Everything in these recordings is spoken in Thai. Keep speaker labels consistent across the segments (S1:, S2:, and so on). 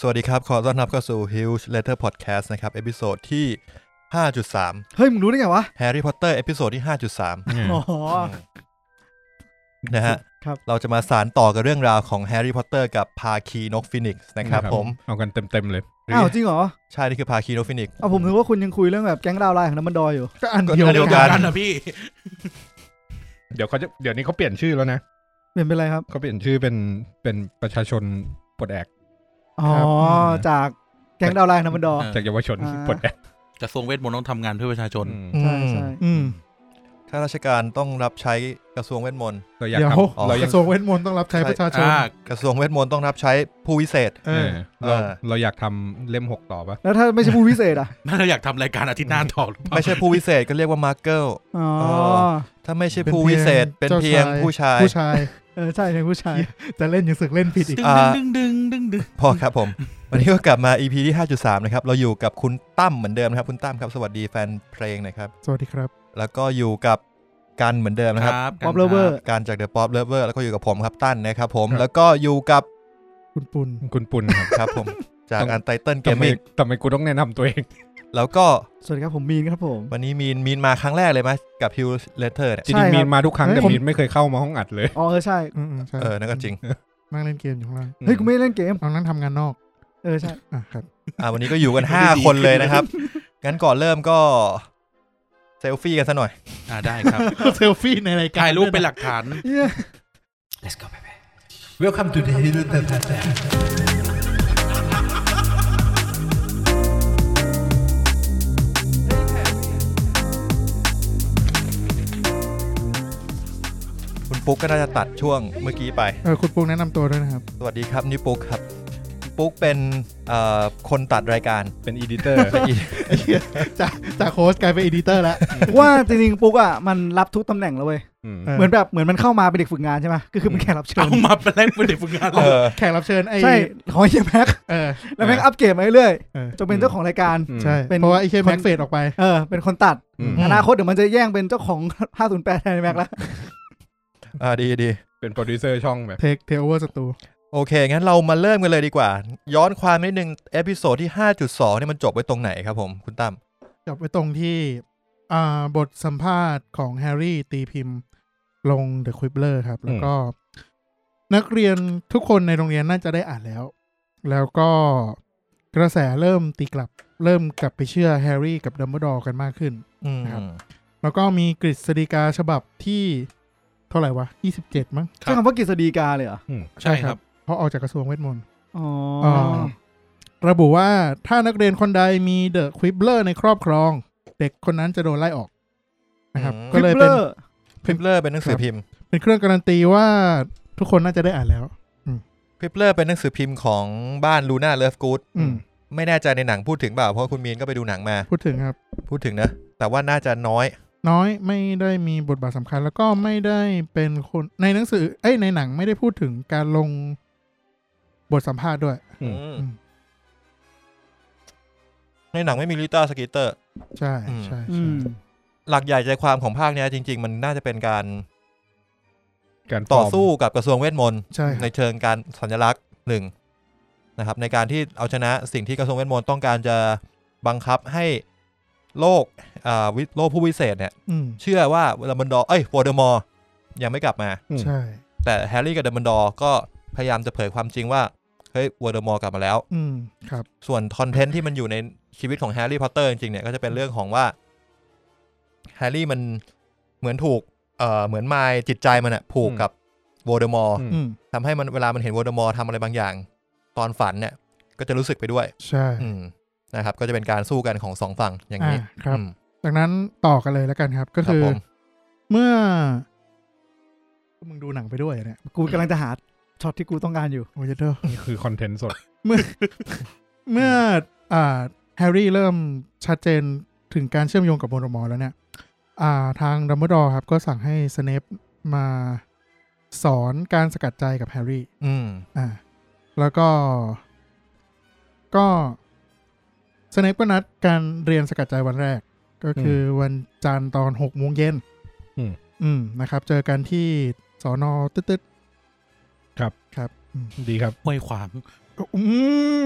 S1: สวัสดีครับ ขอต้อนรับเข้าสู่ Huge Letter Podcast นะครับ เอพิโซดที่ 5.3
S2: เฮ้ย มึงรู้ได้ไงวะ
S1: Harry Potter เอพิโซดที่ 5.3
S2: อ๋อ
S1: นะฮะ
S2: ครับ
S1: เราจะมาสารต่อกับเรื่องราวของ Harry Potter กับภาคีนกฟินิกส์นะครับผม
S3: เอากันเต็มๆเลย
S2: อ้าวจริงเหรอ
S1: ใช่ นี่คือภาคีนกฟินิกส์
S2: เอาผมถือว่าคุณยังคุยเรื่องแบบแก๊งดาวไลน์ของน้ำมันดอยอยู่
S3: ก็อัน
S1: ก็
S3: เดียว
S1: อันเดียวกั
S3: กัน
S4: กันนะพี่
S3: เดี๋ยวเขาจะเดี๋ยวนี้เขาเปลี่ยนชื่อแล้วนะ
S2: เปลี่ยนเป็นอะไรครับ
S3: เขาเปลี่ยนชื่อเป็นเป็นประชาชนปลดแอก
S2: อ๋อ
S3: ครับ
S2: จากแก๊งดาวไลน์ของน้ำมันดอย
S4: เออ
S3: จากเยาวชน
S2: อ่า
S3: ปลดแอก
S4: กระทรวงเวทมนต์ต้องทำงานเพื่อประชาชน
S3: อืม
S2: ใช่ใช่
S1: อืม
S2: อืม
S1: ข้าราชการต้องรับใช้กระทรวงเวทมนต์
S3: เราอยาก
S5: เดี๋ยว
S3: ทำเราอก ยาก
S5: ระทรวงเวทมนต์ต้องรับใช้
S1: ใช่
S5: ประชาชน
S4: อ่า
S1: กระทรวงเวทมนต์ต้องรับใช้ผู้วิเศษ
S5: เอ
S3: เออ
S5: อ
S3: เรา
S1: เออ
S3: เราอยากทำเล่มหกต่อปะ
S2: แล้วถ้าไม่ใช่ผู้พิเศษอ่ะ
S4: แม่เราอยากทำรายการอาทิตย์หน้าต่อหรือเปล่า
S1: ไม่ใช่ผู้วิเศษก็เรียกว่ามาร์เกิล
S2: อ๋อ
S1: เออ ถ้าไม่ใช่ผู้วิเศษ เป็นเพียง
S5: เจ้าชาย
S1: ผู้ชาย
S5: ผู้ชาย
S2: เออ ใช่ใช่ผู้ชาย
S5: จะเล่นยังศึกเล่นผิด อีก
S4: ดึง
S1: อ่า
S4: ดึงดึงดึงดึง
S1: พอครับผม วันนี้ก็กลับมา EP ที่ 5.3 นะครับ เราอยู่กับคุณตั้มเหมือนเดิมนะครับ คุณตั้มครับ สวัสดีแฟนเพลงนะครับ
S5: สวัสดีครับ
S1: แล้วก็อยู่กับกันเหมือนเดิมนะครับ
S2: ป๊อปเลเวอร์
S1: การจาก The Pop Lover แล้วก็อยู่กับผมครับตั้นนะครับผม แล้วก็อยู่กับ
S5: คุณปุณ
S3: คุณปุณครับ
S1: ครับผม จากอันไตเติลเกม
S3: ทำไม
S1: มิ่ง
S3: ทำไมกูต้องแนะนำตัวเอง
S1: แล้วก็
S2: สวัสดีครับผมมีนครับผม
S1: วันนี้มีนมีนมาครั้งแรกเลยไหมกับ h u g h Letter เนี่ย
S3: จริ
S2: ใช่
S3: ง
S2: ครับ
S3: ๆมีนมาทุกครั้ง
S2: เฮ้
S3: แต่
S2: ยผม
S3: มีนไม่เคยเข้ามาห้องอัดเลย
S2: อ๋อเออใช่
S5: อืมๆใช่
S1: เออนั่นก็จริ ง
S5: นั่งเล่นเกมอยู่ข้างล่าง
S2: เฮ้ย กูไม่ได้เล่นเกม
S5: เอานั่งทำงานนอก
S2: เออ ใช่
S5: อ่ะครับ
S1: อ่าวันนี้ก็อยู่กัน 5 คนเลยนะครับ งั้นก่อนเริ่มก็เซลฟี่กันซะหน่อย
S4: อ่าได้ครับ
S5: เซลฟี่ในรายการ
S4: ถ่ายรูปเป็นหลักฐาน
S6: Let's go, baby. Welcome to the Hidden Fantasy.
S1: คุณปุ๊กก็น่าจะตัดช่วงเมื่อกี้ไป
S5: เออคุณปุณแนะนำตัวด้วยนะครับ
S1: สวัสดีครับนี่ปุ๊กครับปุ๊กเป็นเอ่อคนตัดรายการ
S3: เป็นอีดิเตอร์
S5: จากจากโค้ชกลายเป็นเอดิเตอร์แล้ว
S2: ว่าจริงๆปุ๊กอ่ะ มันรับทุกตำแหน่งแล้วเว้ย
S5: เออ
S2: เหมือนแบบ เหมือนมันเข้ามาเป็นเด็กฝึกงานใช่ไหมก็คือเป็นแขกรับเชิ
S4: เอา
S2: ญ
S4: มาเป็นแรกเป็นเด็กฝึกงาน
S1: เออ
S5: แขกรับเชิญไอ้
S2: ใช่ ของเฮียแม็ก
S5: เออ
S2: แล้วแม็กอัปเกรดมาเรื่อย
S5: เออ
S2: ๆจนเป็นเจ้าของรายการ
S5: ใช่
S2: เป็น
S5: เพราะว่าไอ้เชย
S2: คน
S5: แม็กเฟดออกไป
S2: เออ เป็นคนตัด
S3: อืม
S2: อนาคตเดี๋ยวมันจะแย่งเป็นเจ้าของ 508แทนแม็กแล้ว
S1: อ่าดีดี
S3: เป็นโปรดิวเซอร์ช่องแบบ
S5: เทคเทคโอเวอร์สตู
S1: โอเค งั้นเรามาเริ่มกันเลยดีกว่า ย้อนความนิดนึงเอพิโซดที่ 5.2เนี่ยมันจบไว้ตรงไหนครับผม คุณตั้ม
S5: จบไปตรงที่อ่าบทสัมภาษณ์ของแฮร์รี่ตีพิมพ์ลงเดอะควิปเลอร์ครับ แล้วก็ นักเรียนทุกคนในโรงเรียนน่าจะได้อ่านแล้ว แล้วก็กระแสเริ่มตีกลับ เริ่มกลับไปเชื่อแฮร์รี่กับดัมเบิลดอร์กันมากขึ้น
S1: อืม
S5: ครับ แล้วก็มีกฤษฎีกาฉบับที่เท่าไหร่วะ 27 มั้ง
S2: ใช้คำว่ากฤษฎีกาเลยเหรอ
S4: ใช่ครับ
S5: เพราะออกจากกระทรวงเวทมนต์
S2: อ๋อ
S5: อ่า ระบุว่าถ้านักเรียนคนใดมีเดอะควิปเลอร์ในครอบครอง เด็กคนนั้นจะโดนไล่ออกนะครับ
S2: ค
S5: ก็
S2: ลิปเล
S5: เลยเป็น
S2: อร์
S1: คลิปเลอร์เป็นหนังสือพิมพ์
S5: เป็นเครื่องการันตีว่าทุกคนน่าจะได้อ่านแล้ว
S1: คลิปเลอร์เป็นหนังสือพิมพ์ของบ้านลูน่าเลิฟกู๊ด
S5: อืม
S1: ไม่แน่ใจในหนังพูดถึงเปล่า เพราะคุณมีนก็ไปดูหนังมา
S5: พูดถึงครับ
S1: พูดถึงนะ แต่ว่าน่าจะน้อย
S5: น้อยไม่ได้มีบทบาทสำคัญ แล้วก็ไม่ได้เป็นคนในหนังสือ เอ้ยในหนังไม่ได้พูดถึงการลงบทสัมภาษณ์ด้วย
S3: อืม
S5: อืม
S1: ในหนังไม่มีลิต้าสกีเตอร์
S5: ใช่
S1: อืม
S5: ใช่
S2: อื
S5: ใช่
S2: ม
S1: หลักใหญ่ใจความของภาคเนี้ยจริง ๆ มันน่าจะเป็นการ
S3: การ
S1: ต่อ
S3: ฟร์ม
S1: สู้กับกระทรวงเวทมนต์
S5: ใช่ค
S1: ใน
S5: รับ
S1: เชิงการสัญลักษณ์หนึ่งนะครับในการที่เอาชนะสิ่งที่กระทรวงเวทมนต์ต้องการจะบังคับให้โลกอ่าวิโลกผู้วิเศษเนี่ย
S5: อืม
S1: เชื่อว่าดัมเบิลดอร์เอ้ยวอเดอมอร์ยังไม่กลับมา
S5: ใช่
S1: แต่แฮร์รี่กับดัมเบิลดอร์ก็พยายามจะเผยความจริงว่า เฮ้ยวอเดอมอร์กลับมาแล้ว
S5: อืมครับ
S1: ส่วนคอนเทนต์ที่มันอยู่ในชีวิตของแฮร์รี่พอตเตอร์จริงๆเนี่ยก็จะเป็นเรื่องของว่าแฮร์รี่มันเหมือนถูกเอ่อเหมือนมายจิตใจมันอะผูกกับวอเดอมอร์
S5: อืม
S1: ทำให้มันเวลามันเห็นวอลเดอมอร์ทำอะไรบางอย่าง ตอนฝันเนี่ย ก็จะรู้สึกไปด้วย
S5: ใช่
S1: อืมนะครับ ก็จะเป็นการสู้กันของสองฝั่งอย่าง
S5: อ่า
S1: นี้
S5: ครับ
S1: อืม
S5: จากนั้นต่อกันเลยแล้วกันครับ
S1: ค
S5: ก็
S1: รับ
S5: คือ
S1: ผม
S5: เมื่อมึงดูหนังไปด้วยเนี่ย
S2: กูกำลังจะหาช็อตที่กูต้องการอยู่
S5: โอ้ยเด้อ
S3: นี่คือคอนเทนต์สด
S5: เมื่ออ่าแฮร์รี่เริ่มชัดเจนถึงการเชื่อมโยงกับโมโนมอร์แล้วเนี่ย อ่า ทางดัมเบิลดอร์ครับ ก็สั่งให้สเนปมาสอนการสกัดใจกับแฮร์รี่
S1: อืม
S5: อ่า แล้วก็ ก็สเนปก็นัดการเรียนสกัดใจวันแรก ก็คืออวันจันทร์ตอนหกโมงเย็น
S3: อืม
S5: อืมนะครับ เจอกันที่สอนอตึ๊ดๆ
S3: ดีครับ
S4: ห้วยขวาง
S5: อื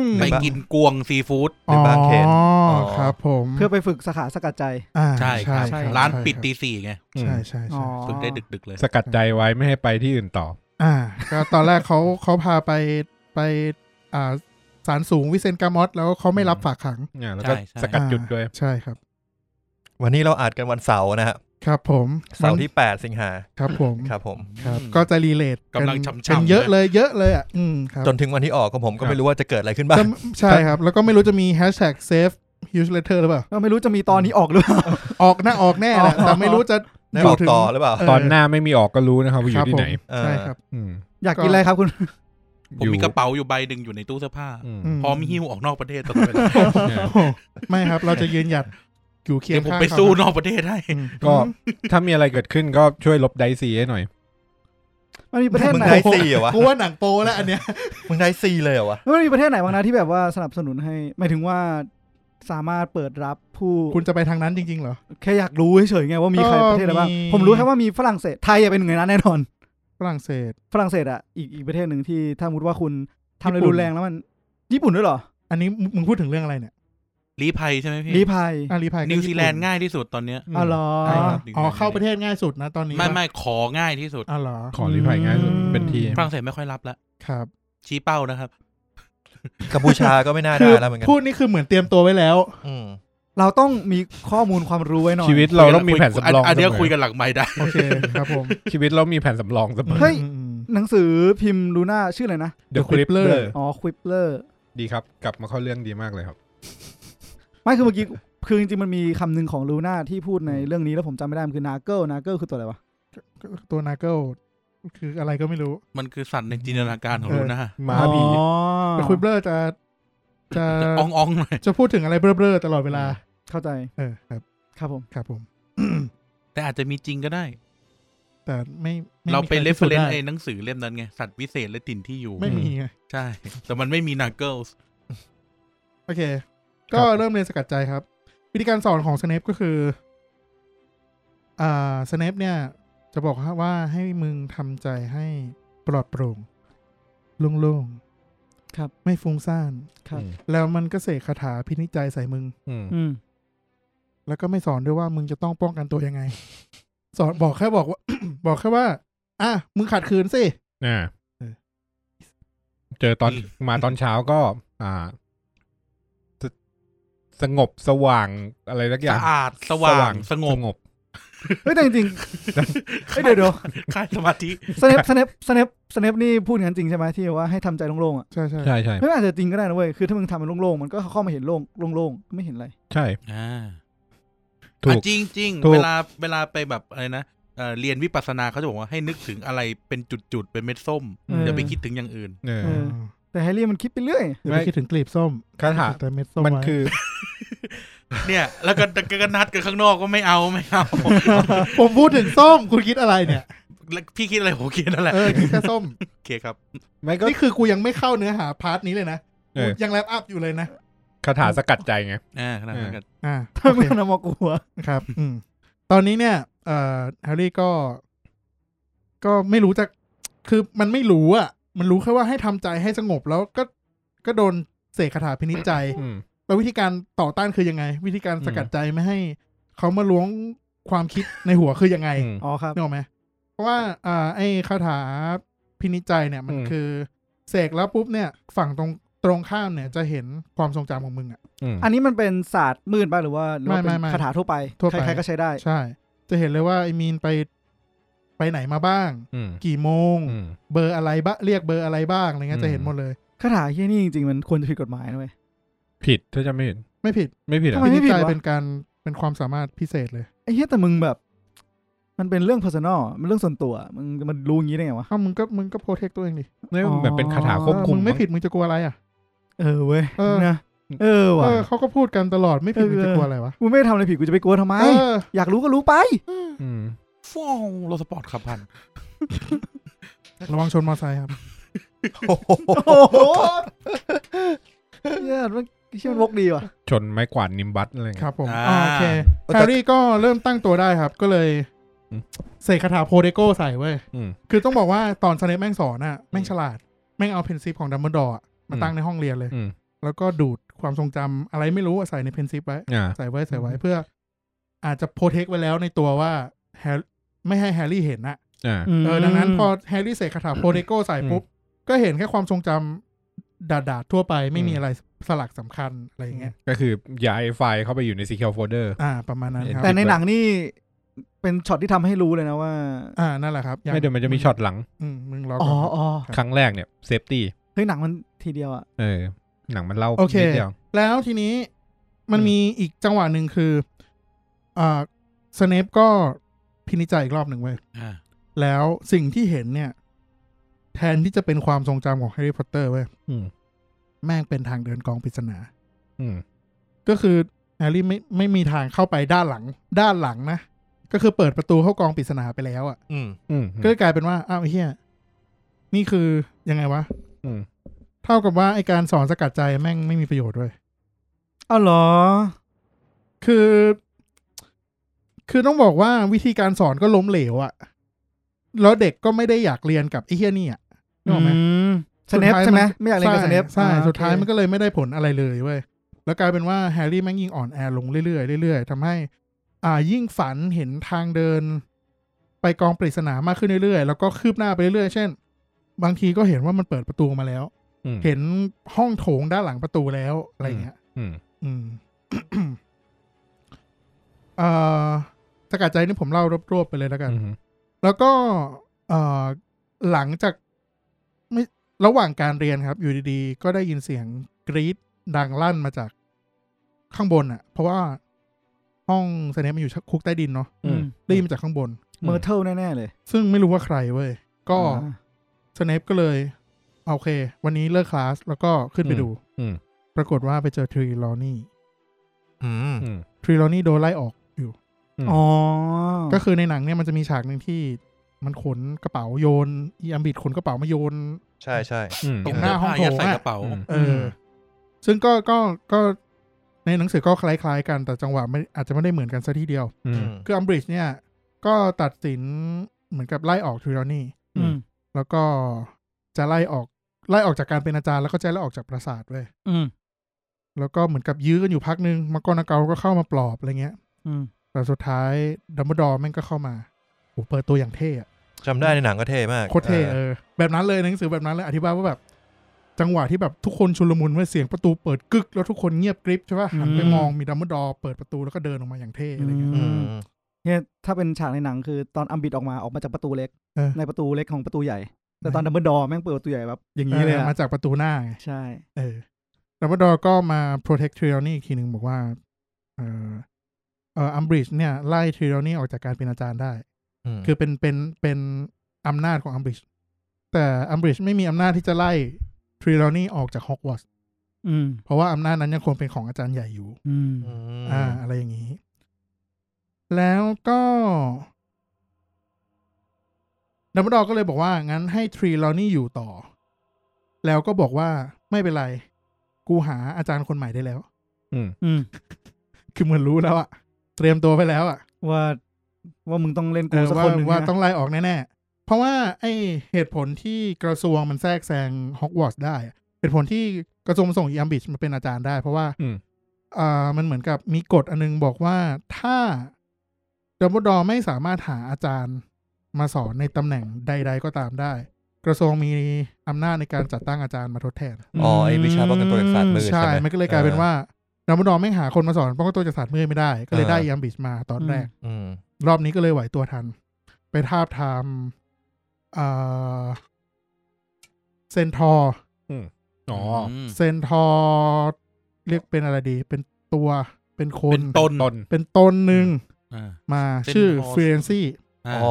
S5: ม
S4: ไปกินกวงซีฟู้ด
S1: ไปบางเขน
S5: อ๋ออ
S1: อ
S5: ครับผม
S2: เพื่อไปฝึกสาขาสกัดใจ
S5: อ่า
S4: ใช่ครับ
S5: ใช่
S4: ร้านปิดตีสี่ไง
S5: ใช่ใช่ใช่
S2: อ๋อ
S4: ฝึกได้ดึกๆเลย
S3: สกัดใจไว้ไม่ให้ไปที่อื่นต่อ
S5: อ่า ก็ตอนแรกเขาเขาพาไปไปอ่าสารสูงวิเซนกามอสแล้วเขาไม่รับฝากขัง
S3: เนี่ยแล้วก็
S4: ใช่ใช่
S3: สกัดจุดด้วย
S5: อ่าใช่ครับ
S1: วันนี้เราอาจกันวันเสาร์นะฮะ
S5: ครับผม
S1: เสาร์ที่ 8 สิงหา
S5: ครับผม
S1: ครับผม
S5: ครับ ก็จะรีเลท
S4: กำลังช้ำๆ
S5: เป็นเยอะเลยเยอะเลยอ่ะอืมครับ
S1: จนถึงวันที่ออกก็ผมก็
S3: ครับ
S1: ไม่รู้ว่าจะเกิดอะไรขึ้นบ้าง
S5: จะใช่ครับ แล้วก็ไม่รู้จะมีแฮชแท็กเซฟฮิวส์เลเตอร์หรือเปล่า
S2: ก็ไม่รู้จะมีตอนนี้ออกหรือเปล่า
S5: ออกน่าออกแน่แหละแต่ไม่รู้จะ
S1: ได้
S5: ยู่
S1: ออก
S5: ถึง
S1: ต่อหรือเปล่า
S5: เออ
S3: ตอนหน้าไม่มีออกก็รู้นะครับว่าอ
S5: ครั
S3: ยู่ที่
S5: บ
S3: ไหน
S5: ผม
S1: เออ
S5: ใช่ครับ
S3: อืม
S2: อยากกินอะไรครับคุณ
S4: ผม
S3: อ
S4: มี
S3: ยู่
S4: กระเป๋าอยู่ใบหนึ่งอยู่ในตู้เสื้อผ้า
S3: อืม
S4: พร้อมหิ้วออกนอกประเท ศตลอดเวลา
S3: เนี่ย
S5: โอ้ไม่ครับ เราจะยืนหยัดอยู่เคีย
S4: เดี๋ย
S5: ง
S4: วผม
S5: ข้าง
S4: ไปสู้
S5: เขา
S4: นอกประเทศได้
S5: อืม
S3: ก็ถ้ามีอะไรเกิดขึ้นก็ช่วยลบไดซีให้หน่อย
S2: มันมีประเทศ
S1: มึง
S2: ไหน
S1: ได้ซีเหรอวะ
S5: กูว่าหนังโปแล้วอันเนี้ย
S1: มึงได้ซีเลยเหรอวะ
S2: มันมีประเทศไหนบ้างนะที่แบบว่าสนับสนุนให้หมายถึงว่าสามารถเปิดรับผู้
S5: คุณจะไปทางนั้นจริง ๆ เหรอ
S2: แค่อยากรู้เฉยๆไงว่ามีใครประเทศอะไรบ้าง
S5: ก็มี
S2: ผมรู้แค่ว่ามีฝรั่งเศสไทยอะเป็นหนึ่งในนั้นแน่นอน
S5: ฝรั่งเศส
S2: ฝรั่งเศสอะอีกอีกประเทศหนึ่งที่ถ้ามุดว่าคุณทำอะไร
S5: ญี่ปุ่น
S2: รุนแรงแล้วมัน ญี่ปุ่นด้วยเหรอ
S5: อันนี้มึงมึงพูดถึงเรื่องอะไรเนี่ย
S4: รีภัยใช่ไหมพี่
S2: ลีพาย
S5: อารีพาย
S4: นิวซีแลนด์ง่ายที่สุดตอนเนี้ย
S2: อ๋อเหรอ
S5: อ๋อ
S4: ครับ
S5: อ๋อเข้าประเทศง่ายสุดนะตอนนี้
S4: ไม่ไม่ของ่ายที่สุด
S5: อ๋อเหรอ
S3: ขอรีภัยง่ายสุด
S2: อืม
S3: เป็นที
S4: ฝรั่งเศสไม่ค่อยรับละ
S5: ครับ
S4: ชี้เป้านะครับ
S1: กัมพูชาก็ไม่น่า
S5: คื
S1: ได้
S5: อ
S1: แล้วเหมือนกัน
S5: พูดนี่คือเหมือนเตรียมตัวไว้แล้ว
S1: อืม
S2: เราต้องมีข้อมูลความรู้ไว้หน่อย
S3: ชีวิตเราต้องมีแผนสำรอง
S4: อันเนี้ย
S3: เสมอ
S4: คุยกันหลังไม่ได้
S5: โอเคครับผม
S3: ชีวิตเรามีแผนสำรองเสมอ
S2: เฮ้ย
S5: อืม
S2: หนังสือพิมพ์ลูน่าชื่ออะไรนะ
S3: เดอะคลิปเลอ
S5: Crippler
S3: ร์
S2: อ๋อควิปเลอร์
S3: ดีครับ กลับมาเข้าเรื่องดีมากเลยครับ
S2: ไม่คือเมื่อกี้คือจริงๆมันมีคำหนึ่งของลูน่าที่พูดในเรื่องนี้แล้วผมจำไม่ได้ มันคือนาเกิลนาเกิลคือตัวอะไรวะ
S5: อืมตัวนาเกิลคืออะไรก็ไม่รู้
S4: มันคือสัตว์ในจินตนาการของลูน่า
S3: หมาผี
S2: อ๋อ
S5: แต่คุยเบลอร์จะจะ
S4: จะอ่องอ่องๆหน่อย
S5: จะพูดถึงอะไรเบลอๆตลอดเวลา
S2: เข้าใจ
S5: เออครับ
S2: ครับผม
S5: ครับผม
S4: แต่อาจจะมีจริงก็ได้
S5: แต่ไม่ม่มี
S4: เราไป
S5: ใค
S4: เรฟเฟ
S5: พิสู
S4: รน
S5: จได้
S4: ไอ้หนังสือเล่มนั้นไง สัตว์วิเศษและถิ่นที่อยู่
S5: ไม่มีไง
S4: ใช่ แต่มันไม่มีนาเกิลส์
S5: โอเค ก็เริ่มเรียนสกัดใจครับ วิธีการสอนของสเนปก็คือ อ่าสเนปเนี่ย จะบอกว่าให้มึงทำใจให้ปลอดโปร่งโล่งๆ
S2: ครับ
S5: ไม่ฟุ้งซ่าน
S2: ครับ
S3: อืม
S5: แล้วมันก็เสกคาถาพินิจใจใส่มึง
S3: อืม
S2: อืม
S5: แล้วก็ไม่สอนด้วยว่ามึงจะต้องป้องกันตัวยังไง สอนบอกแค่บอกว่า บอกแค่ว่า อ่ะมึงขัดขืนสิ
S3: อ่า
S5: เออ
S3: เจอตอนมาตอนเช้าก็ อ่าสสงบสว่างอะไรสักอย่าง
S4: สะอาดสว่างสงบ
S3: งบ
S2: เฮ้ยแต่จริงๆเฮ้ยเดี๋ยวเดี๋ยว
S4: ค่ายสมาธิ
S2: สเนปสเนปสเนปสเนปนี่พูดอย่างนั้นจริงใช่ไหมที่ว่าให้ทำใจโล่งๆอ่ะ
S5: ใช่ใช่
S3: ใช่ใช่
S2: ไม่อาจจะจริงก็ได้นะเว้ยคือถ้ามึงทำมันโล่งๆมันก็เข้ามาเห็นโล่งโล่งๆไม่เห็นอะไร
S3: ใช่
S4: อ่า
S3: ถูก
S4: อ่ะจริงจริงๆ
S3: ถูก
S4: เวลาเวลาไปแบบอะไรนะเอ่อเรียนวิปัสสนาเขาจะบอกว่าให้นึกถึงอะไรเป็นจุดๆ เป็นเม็ดส้ม
S3: อืม
S4: อย่าไปคิดถึงอย่างอื่น
S3: เออ
S2: เออแต่แฮร์รี่มันคิดไปเรื่อย
S5: อย่าไป
S3: ไม่
S5: คิดถึงกลีบส้ม
S3: คาถา
S5: แต่เม็ดส้ม
S3: มัน
S5: ไว้
S3: คือ
S4: เนี่ย แล้วก็ ก็นัดกันข้างนอกก็ไม่เอาไม่เอา
S5: ผมพูดถึงส้มคุณคิดอะไรเนี่ย
S4: แล้วพี่คิดอะไรผมคิดนั่นแหละ
S5: เออคิดแค่ส้ม
S4: โอเคครับ
S3: ไม่ก็
S5: นี่คือกูยังไม่เข้าเนื้อหาพาร์ทนี้เลยนะ
S3: เออ
S5: กูยังแรปอัพอยู่เลยนะ
S3: คาถาสกัดใจไง
S4: อ่าขนาดนั้นก็
S5: อ่า
S2: ถ้า
S5: โอ
S2: มึง
S5: เค
S2: ทำมากลัว
S5: ครับ อืมตอนนี้เนี่ย เอ่อแฮร์รี่ก็ ก็ไม่รู้จะคือมันไม่รู้อ่ะ มันรู้แค่ว่าให้ทำใจให้สงบแล้วก็ก็โดนเสกคาถาพินิจใจ
S3: อืม
S5: แล้ววิธีการต่อต้านคือยังไง วิธีการสกัดใจไม่ให้เขามาล้วงความคิดในหัวคือยังไง
S3: อืม
S2: อ๋อครับ
S5: นึกออกไหมเพราะว่าอ่าไอ้คาถาพินิจใจเนี่ย มัน
S3: อืม
S5: คือเสกแล้วปุ๊บเนี่ย ฝั่งตรงตรงข้ามเนี่ยจะเห็นความทรงจำของมึงอ่ะ
S3: อืม
S2: อันนี้มันเป็นศาสตร์มืดป่ะหรือว่าหรือว่าเป็
S5: ไม่ไม่
S2: น
S5: ไม่
S2: คาถาทั่วไป
S5: ทั่วไป
S2: ใครๆก็ใช้ได้
S5: ใช่ จะเห็นเลยว่าไอ้มีนไปไปไหนมาบ้าง
S3: อืม
S5: กี่โมง
S3: อืม
S5: เบอร์อะไรบ้างเรียกเบอร์อะไรบ้างอะไรเงี้ย
S3: อืม
S5: จะเห็นหมดเลย
S2: คาถาเฮียนี่จริงๆมันควรจะผิดกฎหมายนะเว้ย
S3: ผิดถ้าจะไม่ผิด
S5: ไม่ผิด
S3: ไม่ผิดเหร
S2: ทำ
S3: อ
S2: ไม
S5: พิ
S2: น
S5: นิจ
S2: ผิด
S5: ใจ
S2: วะ
S5: เป็นการเป็นความสามารถพิเศษเลย
S2: ไอ้เฮียแต่มึงแบบ มันเป็นเรื่อง personal อะมันเรื่องส่วนตัวอะมึงมันรู้อย่างนี้ได้ไงวะ
S5: เอ้ามึงก็มึงก็โปรเทคตัวเองดิ
S3: ไม่เหมือนเป็นคาถาควบ
S5: เออ
S3: คุม
S5: มึงไม่
S3: มั้ง
S5: ผิดมึงจะกลัวอะไรอ่ะ
S2: เออเว้ย
S5: เออ
S2: นะเออว่ะ
S5: เออเขาก็พูดกันตลอดไม่ผิด
S2: เออ
S5: มันจะกลัวอะไรวะ
S2: กูไม่ได้ทำอะไรผิดกูจะไปกลัวทำไม
S5: เออ
S2: อยากรู้ก็รู้ไป
S3: อืม
S4: ฟ้องรถสปอร์ตขับผ่าน
S5: ระวังชนมอไซค์ครับ
S1: โอ้โห
S2: โอ้โหเหี้ยมันเชื่อมันวกดีว่ะ
S3: ชนไม้กวาดนิมบัสอะไร
S5: ค
S3: เงี้ย
S5: รับผม
S4: อ่า
S5: อ่าโอเคแฮร์รี่ก็เริ่มตั้งตัวได้ครับ ก็เลย
S3: อืม
S5: เสกคาถาโพเดโกใส่เว้ย
S3: อืม
S5: คือต้องบอกว่าตอนสเนปแม่งสอนอะแม่งฉลาด แม่งเอาเพนซิฟของดัมเบิลดอร์ มาตั้งในห้องเรียนเลย
S3: อืม
S5: แล้วก็ดูดความทรงจำอะไรไม่รู้อะใส่ในเพนซิปไว้
S3: อ่า
S5: ใส่ไว้ใส่ไว้เพื่อ อาจจะโปรเทคไว้แล้วในตัวว่าแฮร์ไม่ให้แฮร์รี่เห็นนะ
S3: อ่า
S5: เออดังนั้นพอแฮร์รี่เสกคาถาโปรเทโกใส่ปุ๊บ ก็เห็นแค่ความทรงจำดาดๆทั่วไปไม่มี
S3: อืม
S5: อะไรสลักสำคัญอะไรอย่างเงี้ย
S3: ก็คือย้ายไฟล์เข้าไปอยู่ใน secure folder
S5: อ่า ประมาณนั้นครับ
S2: แต่ในหนังนี่เป็นช็อตที่ทำให้รู้เลยนะว่า
S5: อ่านั่นแหละครับยัง
S3: ไม่เดี๋ยวมันจะมีช็อตหลัง
S5: อืมมึงรอ
S2: อ๋
S5: ก่
S2: อ
S5: อน
S2: อ๋อ
S3: ครั้งแรกเนี่ยเซฟตี้
S2: เฮ้ยหนังมันทีเดียวอ่ะ
S3: เออ หนังมันเล่า
S5: โอเค
S3: นิดเดียว
S5: แล้วทีนี้มัน
S3: อืม
S5: มีอีกจังหวะหนึ่งคืออ่าสเนปก็พินิจใจอีกรอบหนึ่งเว้ย
S4: อ่า
S5: แล้วสิ่งที่เห็นเนี่ย แทนที่จะเป็นความทรงจำของแฮร์รี่พอตเตอร์เว้ย
S3: อืม
S5: แม่งเป็นทางเดินกองปริศนา
S3: อืม
S5: ก็คือแฮร์รี่ไม่ไม่มีทางเข้าไปด้านหลัง ด้านหลังนะ ก็คือเปิดประตูเข้ากองปริศนาไปแล้วอะ่ะ
S1: อืม
S3: อืม
S5: ก็เลยกลายเป็นว่า อ้าวไอ้เฮียนี่คือยังไงวะ
S3: อืม
S5: เท่ากับว่าไอการสอนสกัดใจแม่งไม่มีประโยชน์เว้ย
S2: เอาเหรอ
S5: คือ คือต้องบอกว่าวิธีการสอนก็ล้มเหลวอะแล้วเด็กก็ไม่ได้อยากเรียนกับไอ้เฮียนี่อะนึกออกไหม
S2: อืมสเนปใช่ไหมไม่อยากเล่นกับสเนป
S5: ใช่
S2: อ่
S5: สุดท้าย
S2: โอเค
S5: มันก็เลยไม่ได้ผลอะไรเลยเว้ย แล้วกลายเป็นว่าแฮร์รี่แม่งยิ่งอ่อนแอลงเรื่อยๆเรื่อยๆทำให้ อ่ายิ่งฝันเห็นทางเดิน ไปกองปริศนามากขึ้นเรื่อยๆ แล้วก็คืบหน้าไปเรื่อยๆ เช่น บางทีก็เห็นว่ามันเปิดประตูมาแล้ว
S3: อืม
S5: เห็นห้องโถงด้านหลังประตูแล้วอะไรอย่างเงี้ย
S3: อืม
S5: อืม เอ่อสกัดใจนี่ผมเล่ารวบๆไปเลยแล้วกัน
S3: อืม
S5: แล้วก็เอ่อหลังจากไม่ระหว่างการเรียนครับ อยู่ดีๆ ก็ได้ยินเสียงกรีดดังลั่นมาจากข้างบนอะ่ะ เพราะว่าห้องเซเนปมันอยู่คุกใต้ดินเนาะ
S3: อืม
S5: ได้ยินมาจากข้างบน
S2: เมอร์เทิลแน่ ๆ เลย
S5: ซึ่งไม่รู้ว่าใครเว้ย ก็
S2: อ่า
S5: เซเนปก็เลยโอเค วันนี้เลิกคลาสแล้วก็ขึ้นไป
S3: อืม
S5: ดู
S3: อืม
S5: ปรากฏว่าไปเจอทรีลอนี่
S1: อืม
S3: อืม
S5: ทรีลอนี่โดนไล่ออกอยู่
S2: อ๋อ
S5: ก็คือในหนังเนี่ยมันจะมีฉากหนึ่งที่มันขนกระเป๋าโยนอีอัมบิดขนกระเป๋ามาโยน
S1: ใช่ใช่
S3: อืม
S4: ตรง
S5: ห
S4: ห
S5: น้า
S4: น้า
S5: ห้
S4: ห้
S5: อ
S4: อง ง
S5: โถ
S4: โถ
S5: งอะ
S4: งใส่กระเป๋า
S5: เออ ซึ่งก็ก็ก็ในหนังสือก็คล้ายๆกันแต่จังหวะไม่อาจจะไม่ได้เหมือนกันซะทีเดียว
S3: อืม
S5: คืออัมบริดจ์เนี่ย ก็ตัดสินเหมือนกับไล่ออกทริลนี่
S2: อืม
S5: แล้วก็จะไล่ออกไล่ออกจากการเป็นอาจารย์แล้วก็จะไล่ออกจากปราสาทเว้ย
S2: อืม
S5: แล้วก็เหมือนกับยื้อกันอยู่พักนึงมังกรนาเกาก็เข้ามาปลอบอะไรเงี้ย
S2: อืม
S5: แต่สุดท้ายดัมเบิลดอร์แม่งก็เข้ามาโอ้เปิดตัวอย่างเท่อะ
S1: จำได้ในหนังก็เท่มาก
S5: โคตรเท่เออแบบนั้นเลยหนังสือแบบนั้นเลยอธิบายว่าแบบ จังหวะที่แบบทุกคนชุลมุนเว่าเสียงประตูเปิดกึก แล้วทุกคนเงียบกริบใช่ป่ะหันไปมองมีดัมเบิลดอร์เปิดประตูแล้วก็เดินออกมาอย่างเท่อะไรเงี้ย
S1: อืม
S2: เนี่ยถ้าเป็นฉากในหนังคือตอนอัมบิดออกมาออกมาจากประตูเล็ก
S5: เออ
S2: ในประตูเล็กของประตูใหญ่ แต่ตอนดัมเบิลดอร์แม่งเปิดประตูใหญ่แบบอย่างนี้
S5: นี้
S2: เล
S5: เลย ย
S2: อะ
S5: มาจากประตูหน้าไง
S2: ใช่
S5: เออดัมเบิลดอร์ก็มาโปรเทคทริลนี่อีกทีหนึ่งบอกว่าเออเอออัมบริดจ์เนี่ยไล่ทริลนี่ออกจากการเป็นอาจารย์ได้ คือเป็นเป็นเป็นอำนาจของอัมบริดจ์แต่อัมบริดจ์ไม่มีอำนาจที่จะไล่ทริลนี่ออกจากฮอกวอตส์
S2: อืม
S5: เพราะว่าอำนาจนั้นยังคงเป็นของอาจารย์ใหญ่อยู่
S2: อืม
S5: อ่าอะไรอย่างนี้ แล้วก็ดัมเบิลดอร์ก็เลยบอกว่า งั้นให้ทรีลอนี่อยู่ต่อ แล้วก็บอกว่าไม่เป็นไร กูหาอาจารย์คนใหม่ได้แล้ว
S3: อืม
S2: อืม
S5: คือเหมือนรู้แล้วอะเตรียมตัวไปแล้วอะ
S2: ว่าว่ามึงต้องเล่น
S5: เอ
S2: กู
S5: อ
S2: สัก
S5: ว่า
S2: คนหนึ่ง
S5: ว่า
S2: นะ
S5: ต้องไล่ออกแน่ๆ เพราะว่า ไอเหตุผลที่กระทรวงมันแทรกแซงฮอกวอตส์ได้อะเหตุผลที่กระทรวงส่งอีอัมบิชมาเป็นอาจารย์ได้ เพราะว่า
S3: อืม
S5: อ่ามันเหมือนกับมีกฎอันนึงบอกว่าถ้าดัมเบิลดอร์ไม่สามารถหาอาจารย์มาสอนในตำแหน่งใด ๆ ก็ตามได้ กระทรวงมีอำนาจในการจัดตั้งอาจารย์มาทดแทน
S1: อ๋อไอ้วิชาป้องกันตัวจากศาสตร์มืด
S5: ใช่
S1: ใช่ไหม
S5: มันก็เลยกลายเป็นว่าดัมเบิลดอร์ไม่หาคนมาสอนเพราะว่าตัวจะศาสตร์มือไม่ได้ ก็เลยได้
S1: เออ
S5: ยามบิชมาตอนแรก
S1: อืม
S5: รอบนี้ก็เลยไหวตัวทัน ไปทาบทามอ่าเซนทอร์
S3: อ๋อ
S4: ม
S5: เซนทอร์เรียกเป็นอะไรดี เป็นตัวเป็นคน
S4: เป็นตน
S3: ต้น
S5: เป็นตนหนึ่ง
S4: อ่า
S5: มา
S4: เซนทอร์
S5: ชื่อฟรีแลนซี่
S4: อ่า
S1: อ๋อ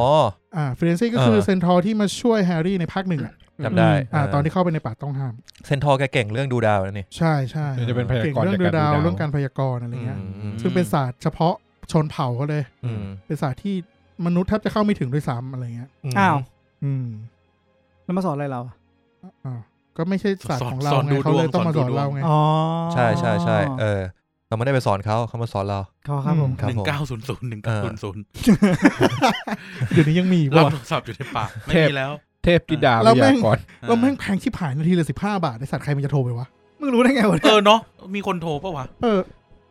S5: อ่าฟรีแลนซี่ก็คือ
S1: เออ
S5: เซนทอร์ที่มาช่วยแฮร์รี่ในภาคหนึ่งอ่ะ
S1: จำได้
S5: อ่า ตอนที่เข้าไปในป่าต้องห้าม
S1: เซนทอร์แกเก่งเรื่องดูดาวนะนี่
S5: ใช่ใช่
S3: จะเป็นพยา
S5: เก่ง
S3: กรณ์
S5: เรื่อง
S3: จ
S5: ดู
S3: กก
S5: ดาว เรื่องการพยากรณ์อะไรเงี้ย
S1: ม
S5: ซึ่งเป็นศาสตร์เฉพาะชนเผ่าเขาเลย
S1: อืม
S5: เป็นศาสตร์ที่มนุษย์แทบจะเข้าไม่ถึงด้วยซ้ำอะไรเงี้ย
S1: ม
S2: อ้าว
S5: อืม
S2: แล้วมาสอนอะไรเราอะ
S5: อ่าก็ไม่ใช่ศาสตร์ของเรา
S4: สอน
S5: ไง
S4: ดู
S5: เขา
S4: ดวง
S5: เลยต้องมาส
S4: สอ
S5: อน
S4: นดูดวง
S5: เราไง
S2: อ๋อ
S1: ใช่ใช่ใช่เออเราไม่ได้ไปสอนเขาเขามาสอนเรา
S2: ขอครับผม
S1: ครับ
S4: หนึ่
S1: ผม
S4: งเก้าศูนย์ศูนย์หนึ่งเก้าศูนย์ศูนย์
S5: เดี๋ยวนี้ยังมีอีก
S4: รับ
S5: วะ
S4: โทรศัพท์อยู่ในปากไม่มีแล้ว
S3: เ เทพธิดา
S5: เรา
S3: พ
S5: แม่
S3: ยาง กรณ์
S5: แล้วแม่งแพงชิบหายนาทีละสิบห้าบาทไอสัตว์ใครมันจะโทรไปวะ
S2: มึงรู้ได้ไงวะ
S4: เอ
S2: เนี่ย
S4: อเนาะมีคนโทรปะวะ
S5: เออ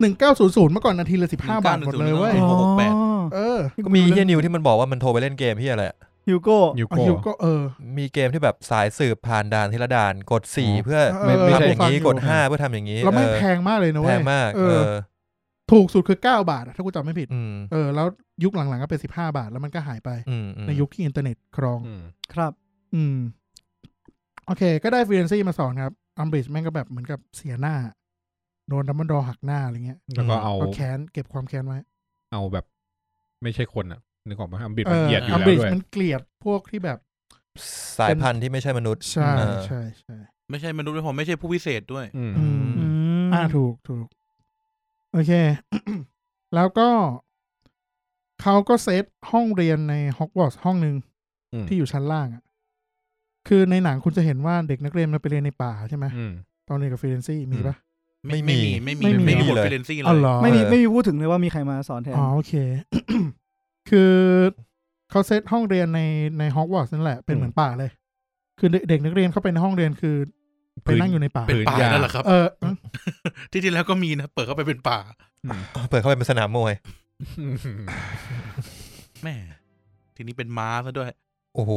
S5: หนึ่งเก้าศูนย์ศูนย์เมื่อก่อนนาทีละสิบห้าบาทหมดเลยเว้ย
S4: โอ้โหแปด
S2: อ๋อ
S5: เออ
S1: ก็มีเฮียนิวที่มันบอกว่ามันโทรไปเล่นเกมเฮียอะไรอะ
S2: ฮิวโก้
S3: อยู่
S5: อา
S3: โก
S5: ยุก็เออ
S1: มีเกมที่แบบสายสืบผ่านด่านทีละด่านกดสี่
S3: อ๋อ
S1: เพื่อ
S5: ไม่ไม่ใช่
S1: ทำอย่างนี้กดห้าเพื่อทำอย่างนี้
S5: แล้วแม่ง
S1: เออ
S5: แพงมากเลยนะ
S1: แพ
S5: เว้ย
S1: งมาก
S5: เอ
S1: เอ
S5: อ
S1: อ
S5: ถูกสุดคือเก้าบาทอะถ้ากูจำไม่ผิด
S1: อืม
S5: เออ แล้วยุคหลังๆก็เป็นสิบห้าบาทแล้วมันก็หายไป
S1: อืมอืม
S5: ในยุคที่อินเทอร์เน็ตครอง
S3: อืม
S2: ครับ
S5: อืม โอเค ก็ได้ฟรีแลนซี่มาสอนครับอัมบริดจ์แม่งก็แบบเหมือนกับเสียหน้า โดนดัมเบิลดอหักหน้าอะไรเงี้ย
S3: แล้วก็เอา
S5: ก็แค้นเก็บความแค้นไว้
S3: เอาแบบ ไม่ใช่คนอ่ะ นึกออกไหมอัมบิด
S5: เอ
S3: มัน
S5: อ
S3: เหยียดอยู่
S5: อัม
S3: แล้
S5: บ
S3: ว
S5: ริดจ์
S3: ด้วย
S5: มันเกลียดพวกที่แบบ
S1: สายพันธุ์ที่ไม่ใช่มนุษย์
S5: ใช่
S1: เออ
S5: ใช่ใช่
S4: ไม่ใช่มนุษย์ด้วยผมไม่ใช่ผู้พิเศษด้วย
S3: อืม
S5: อืม
S2: อืม
S5: อ่าถูกถูก โอเค แล้วก็เขาก็เซตห้องเรียนในฮอกวอตส์ห้องหนึ่ง
S3: อืม
S5: ที่อยู่ชั้นล่างอะคือในหนังคุณจะเห็นว่าเด็กนักเรียนมันไปเรียนในป่าใช่ไหม
S3: อืม
S5: ตอนเรียนกับฟรีแลนซี่มีปะ
S4: ไม่
S1: ไม่
S4: ไม่
S1: มี
S4: มีไม่มี
S5: ไม่มี
S4: ไม่มีบท
S1: เลย
S4: ฟิเลนซี่เล
S5: อ๋อย เหรอ
S2: ไม่มี
S1: เออ
S2: ไม่มีพูดถึงเลยว่ามีใครมาสอนแทน
S5: อ๋อโอเค คือเขาเซตห้องเรียนในในฮอกวอตส์นั่นแหละเป็นเหมือนป่าเลย คือเด็กนักเรียนเข้าไปในห้องเรียนคือไปนั่งอยู่ในป่า
S4: เป็นป่า
S3: ผืนยา
S4: นั่นแหละครับ
S5: เอออืม
S4: ที่ที่แล้วก็มีนะ เปิดเข้าไปเป็นป่า
S1: เปิดเข้าไปเป็นสนามมวย
S4: แม่ทีนี้เป็นม้าซะด้วย
S1: โอ้โห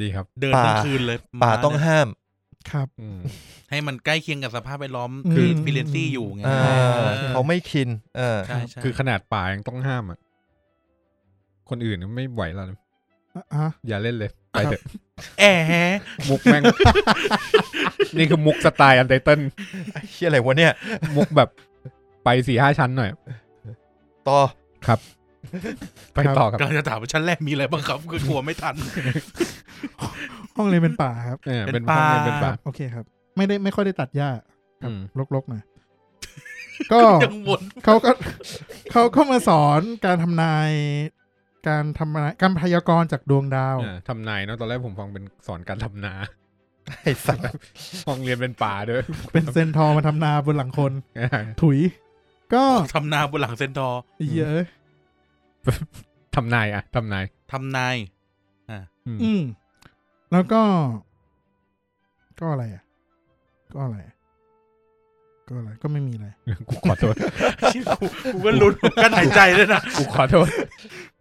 S3: ดีครับ
S4: เดินทั้ง
S1: ป่า
S4: คืนเลย
S1: ป่า
S4: ม้
S1: ต้อง
S4: เนี่ย
S1: ห้าม
S5: ครับ
S3: อืม
S4: ให้มันใกล้เคียงกับสภาพแวดล้อม
S5: คื
S4: ที่
S5: อ
S4: ฟิเลนซี่อยู่ไง
S1: เออ
S4: เออ
S1: เขาไม่คิน เออ
S4: ใช่ใช่
S3: คือขนาดป่ายังต้องห้ามอ่ะ คนอื่นไม่ไหวแล้วนะ
S5: อ่ะ
S3: อย่าเล่นเลย ไปเถอะ
S4: แอะ
S3: มุกแม่ง นี่คือมุกสไตล์อันไตเติล
S1: เชี่ยอะไรวะเนี่ย
S3: มุกแบบไปสี่ห้าชั้นหน่อย
S1: ต่อ
S3: ไปต่อครับ
S4: กำลังจะถามว่าชั้นแรกมีอะไรบ้างครับ คือกลัวไม่ทัน
S5: ห้องเรียนเป็นป่าครับ
S3: เออ
S4: เป็
S3: เป็น
S4: น
S3: ห้อง
S4: ป่า
S3: เรียนเป็นป่า
S5: ครับโอเคครับ ไม่ได้ไม่ค่อยได้ตัดหญ้าครับ
S3: อืม
S5: ลกๆหน่อย ก็
S4: ยังวน
S5: เขาก็เขาก็มาสอนการทำนาย การทำนายการพยากรณ์จากดวงดาว
S3: เออทำนายเนาะตอนแรกผมฟังเป็นสอนการทำนา
S1: ไอ้สัตว์
S3: ห้องเรียนเป็นป่าด้วย
S5: เป็นเส้นทอมาทำนาบนหลังคน
S3: เออ
S5: ถุย ก็
S4: ทำนาบนหลังเซนทอร์
S5: เยอะ
S3: ทำนายอะทำนาย
S4: ทำนาย
S3: อืม
S5: อืม แล้วก็ ก็อะไรอ่ะ ก็อะไรอะก็อะไร ก็ไม่มีอะไร
S3: กูขอโทษ
S4: กูกูก็ลุ้นกันหายใจเลยนะ
S3: กูขอโทษ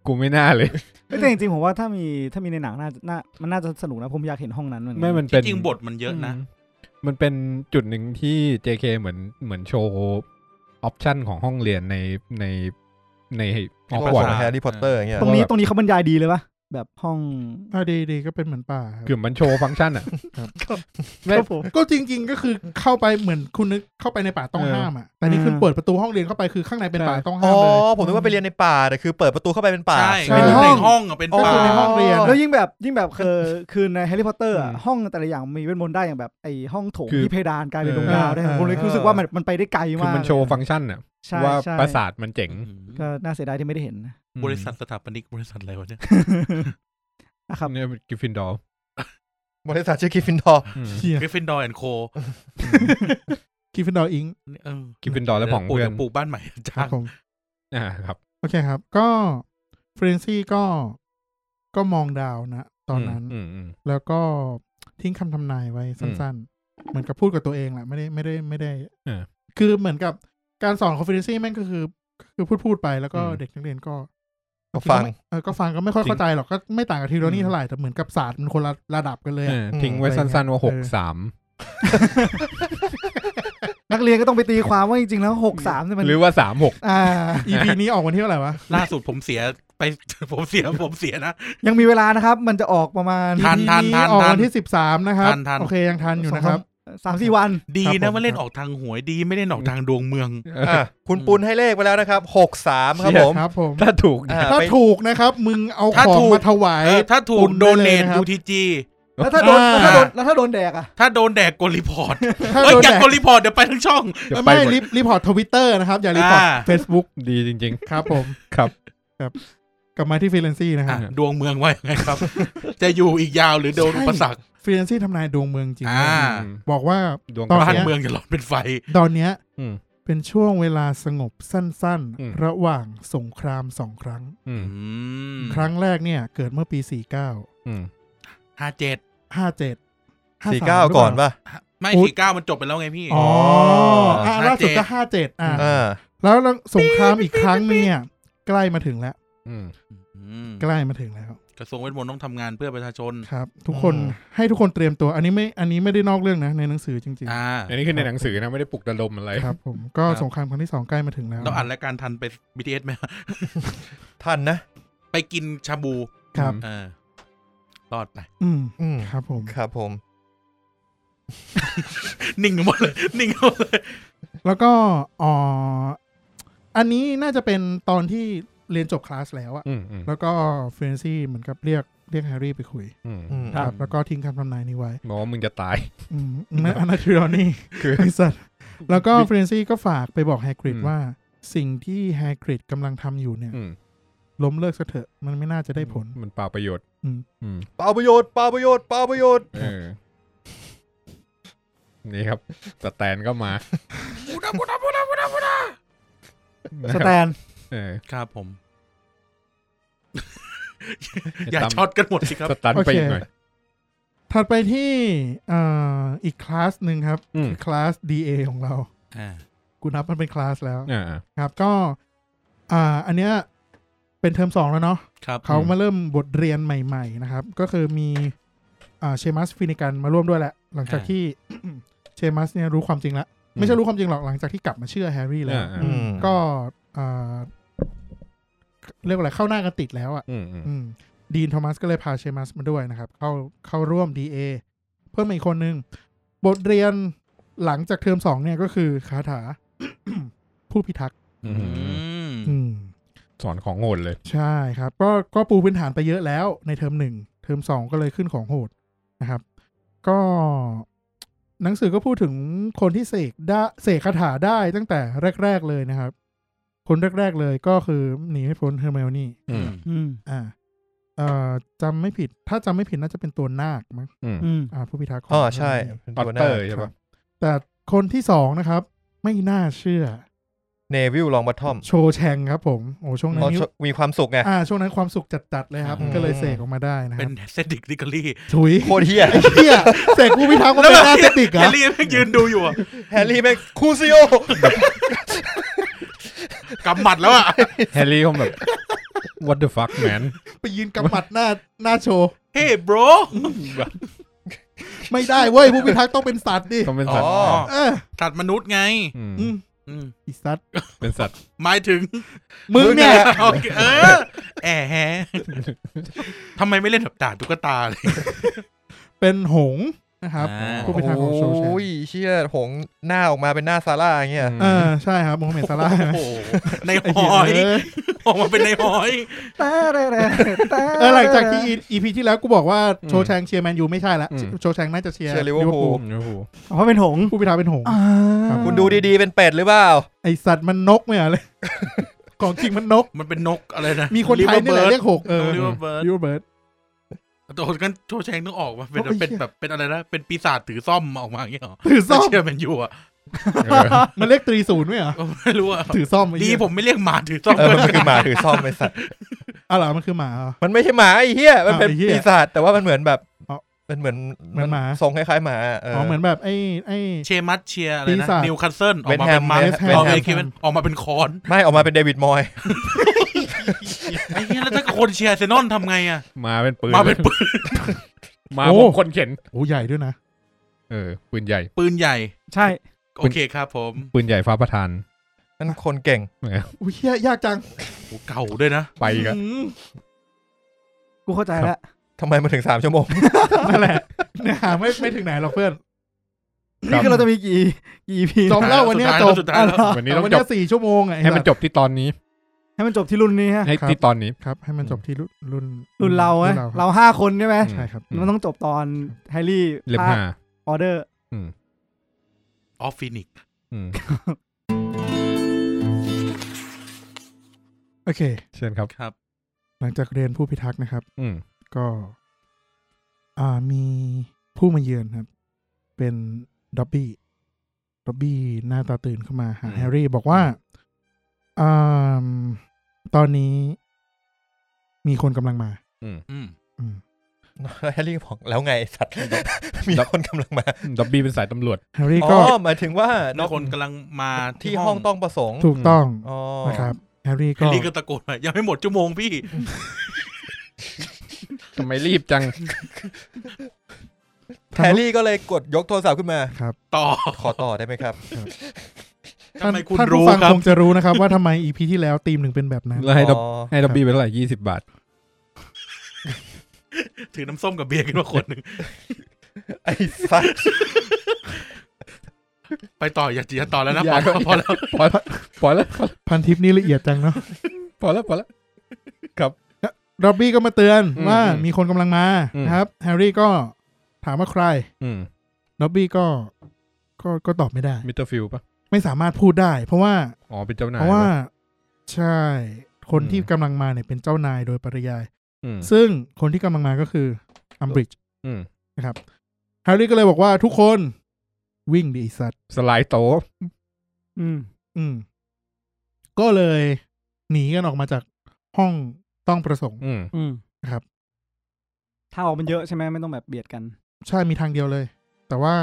S3: กูไม่น่าเลย
S2: เอ้ยแต่จริงๆผมว่าถ้ามีถ้ามีในหนังน่าจะน่ามันน่าจะสนุกนะผมอยากเห็นห้องนั้นเหอนกัน
S3: ไม่มันเป็น
S4: จริงบทมันเยอะนะ
S3: มมันเป็นจุดหนึ่งที่ JK เหมือนเหมือนโชว์ ออปชันของห้องเรียนในในในอ
S1: ก็
S3: อก
S1: ข
S3: วอ
S1: อง
S3: ร์ด
S1: แฮร์รี่พอตเตอร์อย่างเงี้ย
S2: ตรงนี้ตรงนี้เขาบรรยายดีเลยปะแบบห้อง
S5: อ่าดีดีก็เป็นเหมือนป่าครับ
S3: คือมันโชว์ฟังก์ชันอ่ะ
S5: ก็จริง ๆ ก็คือเข้าไปเหมือนคุณนึกเข้าไปในป่าต้อง
S3: เออ
S5: ห้ามอ่ะ แต่นี่คือ
S2: เออ
S5: เปิดประตูห้องเรียนเข้าไปคือข้างในเป็น
S3: ใช่
S5: ป่าต้อง
S1: อ๋
S5: ห้า
S1: อ
S5: มเลย
S1: ผมนึกว่าไปเรียนในป่าแต่คือเปิดประตูเข้าไปเป็นป่า
S4: ใช่
S5: ใช่
S4: เป็นในห้องอ่ะเป็น
S1: อ๋อ
S4: ป่า
S5: คือในห้องเรียน
S2: แล้วยิ่งแบบยิ่งแบบคือคือในแฮร์รี่พอตเตอร์
S3: อืม
S2: ห้องแต่ละอย่างมีเวทมนต์ได้อย่างแบบไอห้องโถง
S3: คือ
S2: ที่เพดานกลายเป็นด
S3: เออ
S2: วงดาวได้
S5: เออ
S2: ผมเลยรู้สึกว่ามันมันไปได้ไกล
S3: คือ
S2: มาก
S3: มันโชว์ฟังก์ชันอ่ะ
S2: ใช่
S3: ว่า
S2: ใช่
S3: ปราสาทมันเจ๋ง
S2: ก็น่าเสียดายที่ไม่ได้เห็น นะ
S4: บริษัทสถาปนิกบริษัทอะไรวะเนี่ย
S2: นะครับ
S3: เนี่ยเป็นกริฟฟินดอร์
S1: บริษัทชื่อกิฟฟินทอร์
S3: อืม
S5: เชี่ย
S4: กริฟฟินดอร์แอนโค
S5: คิฟฟินดอร์อิง
S3: กริฟฟินดอร์และผอง
S4: ปลูก
S3: เพื่อน
S4: ปลูกบ้านใหม่
S5: ครั
S4: จ้า
S5: บ
S4: ง
S5: ผม
S3: อ่าครับ
S5: โอเคครับ ก็เฟรนซี่ก็ก็มองดาวนะตอนนั้น
S3: อืมอืมอืม
S5: แล้วก็ทิ้งคำทำนายไว้สั้นๆ เหมือนกับพูดกับตัวเองแหละไม่ได้ไม่ได้ไม่ได้
S3: เออ
S5: คือเหมือนกับการสอนของเฟรนซี่แม่งก็คือก็คือพูดพูดๆไปแล้วก็
S3: อืม
S5: เด็กนักเรียนก็
S1: ก็ฟัง
S5: เออก็ฟังก็ไม่ค่อยเข้าใจหรอกก็ไม่ต่างกับทีโร
S1: อื
S5: นี่
S1: ม
S5: เท่าไหร่แต่เหมือนกับศาสตร์มันคนละระดับกันเลย
S3: เอ
S5: อะ
S3: อทิ้งไว้สั้นๆว่า
S5: เออ
S3: หกสาม
S2: นักเรียนก็ต้องไปตีความว่าจริงๆแล้วหกสามเนี่ยมัน
S3: หรือว่าสามหก
S5: อ่า EP นี้ออกวันที่เท่าไหร่วะ
S4: ล่าสุดผมเสีย ไป ผมเสียผมเสียนะ
S2: ยังมีเวลานะครับ มันจะออกประมาณ
S4: ทัน
S5: EP
S4: ทันทัน
S5: ออก
S4: ทั
S5: วัน นที่สิบสามนะครับ
S4: ทันทัน
S5: โอเคยังทันอยู่นะครับ
S2: สามสี่วัน
S4: ดี
S5: ครั
S4: นะ
S5: บผม
S4: ว่าเล่นออกทางหวยดีไม่ได้ออกทางดวงเมือง
S1: อ่ะคุณปุนให้เลขไปแล้วนะครับหกสามครับผม
S5: ครับผม
S3: ถ้าถูกเนี่ย
S1: อ่า
S5: ถ้า
S1: ไป
S5: ถูกนะครับ มึงเอา
S4: ถ้า
S5: ของ
S4: ถูก
S5: มาถวาย
S4: เออถ้าถู
S5: อุ่
S4: ก
S5: น
S4: โด
S5: ได้
S4: เน
S5: เล
S4: ท
S5: ยนะครับ
S4: ยูทีจี
S2: แล้วถ้าโดนแล้วถ้าโดนแล้วถ้าโดนแดกอะ
S4: ถ้าโดนแดกกดรีพอร์ต
S5: ถ้า
S4: เอ้ย
S5: โดน
S4: อยาก
S5: แดก
S4: กดรีพอร์ตเดี๋ยวไปทั้งช่อง
S3: เดี๋ยวไป
S5: ไม่
S3: หมด
S5: รีรีพอร์ตทวิตเตอร์นะครับ อย่ารีพอร์ต
S4: อ่า
S5: เฟซบุ๊ก
S3: ดีจริง
S5: ครับผม
S3: ครับ
S5: ครับ กลับมาที่ฟรีแลนซี่นะค
S4: อ่ะ
S5: รับ
S4: ดวงเมืองไว้ยังไงครับ จะอยู่อีกยาวหรือโดนอุปสรรค
S5: ฟรีแลนซี่ทำนายดวงเมืองจริง
S4: อ่า
S3: ๆอืม
S5: บอกว่า
S3: ดวง
S5: ตอน
S4: บ้าน
S5: นี้ย
S4: เมืองจะร้อนเป็นไฟ
S5: ตอนเนี้ย
S3: อืม
S5: เป็นช่วงเวลาสงบสั้น
S3: อืม
S5: ๆ ระหว่างสงครามสองครั้ง
S3: อืม
S5: ครั้งแรกเนี่ย เกิดเมื่อปี 49
S3: อืม
S4: ห้าเจ็ด
S5: 57
S1: สี่เก้าก่อนป่ะ
S4: ไม่
S5: อุ๊ย
S4: สี่เก้ามันจบไปแล้วไงพี่
S5: อ๋ออ่ะ
S4: 57
S5: ล่าสุดก็ 57 อ่ะ
S1: อ่า
S5: แล้วสงครามอีกครั้งหนึงเนี่ย ใกล้มาถึงแล้ว
S3: อืม
S4: ม
S5: ใกล้มาถึงแล้ว
S4: กระทรวงเวทมนต์ต้องทำงานเพื่อประชาชน
S5: ครับ ทุกคน
S1: อืม
S5: ให้ทุกคนเตรียมตัว อันนี้ไม่อันนี้ไม่ได้นอกเรื่องนะ ในหนังสือจริง
S4: อ่า
S3: อันนี้คือในหนังสือนะ ไม่ได้ปลุกระดมอะไร
S5: ๆ ครับ ผมก็สงครามครั้งที่สองใกล้มาถึงแล้ว
S4: ต้องอ่านและการทันไป BTS ไหม
S1: ท่านนะ
S4: ไปกินชาบู
S5: ครับ
S4: เออรอดไป
S5: อืม
S1: อืม
S5: ครับผม
S1: ครับผม
S4: นิ่งกันหมดเลย นิ่งกันหมดเลย
S5: แล้วก็อ่ออันนี้น่าจะเป็นตอนที่เรียนจบคลาสแล้วอะ
S3: อืมอืม
S5: แล้วก็เฟรนซี่เหมือนกับเรียกเรียกแฮร์รี่ไปคุย
S3: อืม
S1: อืม
S5: ครับแล้วก็ทิ้งคำทำนายนี้ไว้
S3: บอกว่ามึงจะตาย
S5: อืมนั่นอันนั้นคือรอนนี่
S3: คือ
S5: ไอสัตว์แล้วก็เฟรนซี่ก็ฝากไปบอกแฮกริด
S3: อืม
S5: ว่า สิ่งที่แฮกริดกำลังทำอยู่เนี่ย
S3: อืม
S5: ล้มเลิกซะเถอะมันไม่น่าจะได้ผล
S3: มันเปล่าประโยชน์
S5: อืม
S3: อืม
S1: เปล่าประโยชน์เปล่าประโยชน์เปล่าประโยชน์
S3: เออ นี่ครับสแตนก็มา
S4: บูดาบูดาบูดาบูดาบูดา
S2: สแตน
S3: เออ
S4: ครับผม
S3: อย่
S4: อา
S3: ย่า
S4: ช็อตกันหมดสิครับ
S3: สตันไปอีกหน่อย
S5: ถัดไปที่เอ่ออีกคลาสหนึ่งครับ
S3: อืม
S5: คือคลาส DA ของเรา
S4: อ่า
S5: กูนับมันเป็นคลาสแล้ว
S3: อ่า
S5: ครับก็อ่าอันเนี้ยเป็นเทอมสองแล้วเนาะ
S4: ครับ
S5: เขา
S3: อืม
S5: มาเริ่มบทเรียนใหม่ๆนะครับ ก็คือมีอ่าเชมัสฟินิกันมาร่วมด้วยแหละ หลังจาก
S4: อ่า
S5: ที่ เชมัสเนี่ยรู้ความจริงแล้ว ไม่ใช่รู้ความจริงหรอกหลังจากที่กลับมาเชื่อแฮร์รี่แล้ว
S3: อ่าอ่า
S5: อืม
S1: อืม
S5: ก็อ่าเรียกว่าอะไรเข้าหน้ากันติดแล้วอ่ะ
S3: อืมอืม
S5: อืมดีนโทมัสก็เลยพาเชมัสมาด้วยนะครับ เข้าเข้าร่วม DA เพิ่มมาอีกคนนึง บทเรียนหลังจากเทอมสองเนี่ยก็คือคาถ า ผู้พิทักษ์
S3: อื
S4: อื
S3: ม
S4: ม
S5: อืม
S3: สอนของโหดเลย
S5: ใช่ครับ ก็ก็ปูพื้นฐานไปเยอะแล้วในเทอมหนึ่งเทอมสองก็เลยขึ้นของโหดนะครับ ก็หนังสือก็พูดถึงคนที่เสกได้เสกคาถาได้ตั้งแต่แรก ๆเลยนะครับ คนแรก ๆ เลยก็คือหนีไม่พ้นเฮอร์เมลนี่
S3: อืม
S2: อืม
S5: อ่า เอ่อจำไม่ผิด ถ้าจำไม่ผิดน่าจะเป็นตัวนาคมั้ง
S3: อืม
S2: อืม
S5: อ่า ผู้พิทักษ์ขง
S1: อ๋อใช่
S5: นั่น
S1: เป็น
S3: ปัต
S1: ตัวห
S3: เต
S1: น้า
S3: อร์ใช่
S5: ค
S3: ปะ
S5: รับแต่คนที่สองนะครับ ไม่น่าเชื่อ
S1: เนวิลลองบัตทอม
S5: โชว์แชงครับผม โอ้ช่วงนั้นนี่
S1: มีความสุขไง
S5: อ่า ช่วงนั้นความสุขจัด ๆ เลยครับ
S1: อืม
S5: ก็เลยเสกออกมาได้นะค
S4: เป็
S5: รั
S4: น
S5: บ
S4: เซดิกดิกอรี่
S5: ถุย
S1: โคตรเฮีย
S5: เฮียเสกผู้พิทักษ์มาเป็นหน้าเซติกเหร
S4: แฮ
S5: อ
S4: ร์รี่แม่งยืนดูอยู่อะ
S1: แฮร์รี่แม่งคูซิโอก
S4: ำหมัดแล้วอ่ะ
S3: แฮร์รี่คงแบบ what the fuck man
S5: ไปยืนกำหมัดหน้าหน้าโชว์
S4: เฮ้บร
S5: ไม่ได้เว้ย ผู้พิทักษ์ต้องเป็นสัตว์ดิ
S3: ต้องเป็น
S1: อ๋อ
S3: สัตว์
S5: เออ
S4: ตัดมนุษย์ไง
S3: ม
S5: อืม
S4: อืม
S5: อีสัตว์
S3: เป็นสัตว์
S4: หมายถึง
S5: มึงเนี่ย
S4: โอเคเออแอะแฮะ ทำไมไม่เล่นแบบด่าตุ๊กตาเลย
S5: เป็นหงส์นะครับ
S4: อ่า
S5: ผู้พิทักษ์ของโชว์แช
S1: โอ้
S5: ง
S1: ยเชี่ยหงหน้าออกมาเป็นหน้าซาร่าอย่างเงี้ย
S3: ม
S5: เออใช่ครับโมฮัมเหม็ดซาร่า ห์
S4: โอ้โหใน
S5: ไอ้
S4: ห
S5: เหี้ย
S4: อย
S5: เอ้ย
S4: ออกมาเป็นในหอย
S2: แต่แต่แต่
S5: เออหลังจากที่อีพีที่แล้วกูบอกว่า
S3: อืม
S5: โชว์แชงเชียร์แมนยูไม่ใช่ละ
S3: อืม
S5: โชว์แชงน่าจะเชียร์
S1: เชียร์ลิเวอร์พูล
S3: โอ้โห
S2: อ๋อเป็นหงส์
S5: ผู้พิทักษ์เป็นหงส์
S2: อ่า
S5: ครับ
S1: คุณดูดีๆเป็นเป็ดหรือเปล่า
S5: ไอสัตว์มันนกไม่เหรอเลย ของจริงมันนก
S4: มันเป็นนกอะไรนะ
S5: มีคนไทยนี่แหละเรียกหกเออ
S4: ลิเวอร์เบิร์ด
S5: ยูเบิร์ต
S4: โอ้กันโชว์แชงต้องออกมาเป็น
S5: โอ้ย
S4: เป็นแบบเป็นอะไรนะ เป็นปีศาจถือซ่อมออกมาอย่างเงี้ยเหรอ
S5: ถือซ่อม
S4: เชื่อแมนยูอ่ะ
S3: เออ
S5: มันเรียกตรีศูนย์ไม่เหรอ
S4: ก็ไม่รู้อ่ะ
S5: ถือซ่อมไอ้
S4: ดี
S5: เหี้ย
S4: ผมไม่เรียกหมาถือซ่อม
S1: เออ
S4: เลย
S1: มันคือหมาถือซ่อมไอ้สัตว์
S5: อ่ะเหรอมันคือหมาเหรอ
S1: มันไม่ใช่หมาไอ้เหี้ยมันเป็น
S5: อ้าวไอ้เหี้ย
S1: ปีศาจแต่ว่ามันเหมือนแบบ
S5: อ๋อ
S1: มันเหมือน
S5: เหมือนหมา
S1: ทรงคล้ายๆหมาเออ
S5: อ๋อ
S1: อ
S5: เหมือนแบบไอ้ไอ้
S4: เชมัสเชียร์อะไร
S5: ปี
S4: นะ
S5: ศาจ
S4: นิวคาสเซิลออกมาเป็
S1: เว
S4: นมั
S1: ส
S4: น
S1: แฮม
S4: ออก
S5: เว
S4: มา
S5: สแฮม
S4: เป็นเควินออกมาเป็นคอน
S1: ไม่ออกมาเป็นเดวิดมอยส์
S4: ไอ้เนี้ยแล้วถ้าคนเชียร์อาร์เซนอนทำไงอ่ะ
S3: มาเป็นปืน
S4: มาเป็นปืน
S3: มา
S5: โอ้
S3: ผมคนเข็น
S5: โอ้ใหญ่ด้วยนะ
S3: เออ ปืนใหญ่
S4: ปืนใหญ่
S2: ใช่
S4: โอเคครับผม
S3: ปืนใหญ่ฟ้าประธาน
S1: นั่นคนเก่ง
S5: อุ้ยเหี้ยยากจัง
S4: โอ้เก่าด้วยนะ
S3: ไปอีกัน
S5: อืม
S2: กูเข้าใจแล้ว
S1: ทำไมมันถึงสามชั่วโมง
S5: นั่นแหละเนี่ยหาไม่ไม่ถึงไหนหรอกเพื่อน
S2: นี่คือเราจะมีกี่กี่ EP
S5: จบแล้ววันเนี้ยจบ
S4: สุดท้ายแล้ว
S5: อ่ะเหรอ
S3: วันนี้ต้อง
S5: วัน
S3: จ
S5: เนี้
S3: บ
S5: ยสี่ชั่วโมงอ่ะไอ้
S3: ให้
S5: สัตว์
S3: มันจบที่ตอนนี้
S2: ให้มันจบที่รุ่นนี้ฮะ
S3: ให้
S5: ครับ
S3: ที่ตอนนี้
S5: ครับ ให้มันจบที่รุ่นรุ่น
S2: รุ่นเราไหม
S5: นค
S2: เรา
S5: บ
S2: ห้าคนใช่ไหม
S5: ใช่ครับ
S2: มันต้องจบตอนแฮร์รี่
S3: เล่ม
S2: ภาค
S3: ห้า
S2: ออเดอร์
S4: ออฟฟินิกซ์
S3: อืม
S5: โอเค
S3: เชิญครับ
S4: ครับ
S5: หลังจากเรียนผู้พิทักษ์นะครับ
S3: อืม
S5: ก็ อ่ามีผู้มาเยือนครับ เป็นด็อบบี้ ร็อบบี้หน้าตาตื่นขึ้นมาหาแฮร์รี่บอกว่าอ่ามตอนนี้มีคนกำลังมา
S3: อืม
S4: อืม
S5: อืม
S1: แฮร์รี่บอกแล้วไงไอ้ สัตว์ มีคนกำลังมา
S3: ดับบี้เป็นสายตำรวจ
S5: แฮร์รี่
S1: อ๋
S5: ก็
S1: อหมายถึงว่า
S4: มีคนกำลังมาที่
S1: ที่
S4: ห้
S1: ห้
S4: อ
S1: อง งต้องประสงค์
S5: ถูกต้อง
S1: อ๋อ
S5: นะครับแฮร์รี่
S4: แฮ
S5: ก็
S4: ร์รี่ก็ตะโกนว่ายังไม่หมดชั่วโมงพี่
S3: ทำไมรีบจัง
S1: แฮร์รี่ก็เลยกดยกโทรศัพท์ขึ้นมา
S4: ต่อ
S1: ขอต่อได้ไหมครับ
S4: ทำไมคุณ
S5: ท่านผู้
S4: รู้
S5: ฟัง
S4: ครับ
S5: คงจะรู้นะครับ ว่าทำไม อีพีที่แล้วทีมหนึ่งเป็นแบบ นั้น
S3: แล้วให้ดับ
S1: อ๋อ
S3: ให้ดับบี้ไปเท่าไหร่ยี่สิบบาท
S4: ถือน้ำส้มกับเบียร์กันมาคนหนึ่ง
S1: ไอ้สัตว์
S4: ไปต่ออย่าอย่าต่อแล้วนะ
S3: อ
S4: พ
S3: ย่า
S4: อแล้วพอ
S3: พอ
S4: แล้ว
S3: แล้วพอแล้วพอแล้ว
S5: พันทิปนี่ละเอียดจังเนาะ
S3: พอแล้วพอแล้ว
S5: ดอบบี้ก็มาเตือน
S3: อืม
S5: ว่า
S3: อืม
S5: มีคนกำลังมา
S3: อืม
S5: นะครับ แฮร์รี่ก็ถามว่าใคร
S3: อืม
S5: ดอบบี้ก็ก็ก็ตอบไม่ได้
S3: มิสเตอร์ฟิลปะ
S5: ไม่สามารถพูดได้ เพราะว่า
S3: อ๋อเป็นเจ้านาย
S5: เพราะว่า
S3: ป
S5: ใช่ คน
S3: อืม
S5: ที่กำลังมาเนี่ยเป็นเจ้านายโดยปริยาย
S3: อืม
S5: ซึ่งคนที่กำลังมาก็คืออัมบริดจ์
S3: อืม
S5: นะครับแฮร์รี่ก็เลยบอกว่าทุกคนวิ่งดีสัตว์
S3: สไลด์โตะ
S2: อืม
S5: อืม ก็เลยหนีกันออกมาจากห้องต้องประสงค์
S3: อืม
S2: อืม
S5: ครับ
S2: ทางออกมันเยอะใช่ไหมไม่ต้องแบบเบียดกัน
S5: ใช่มีทางเดียวเลย แต่ว่า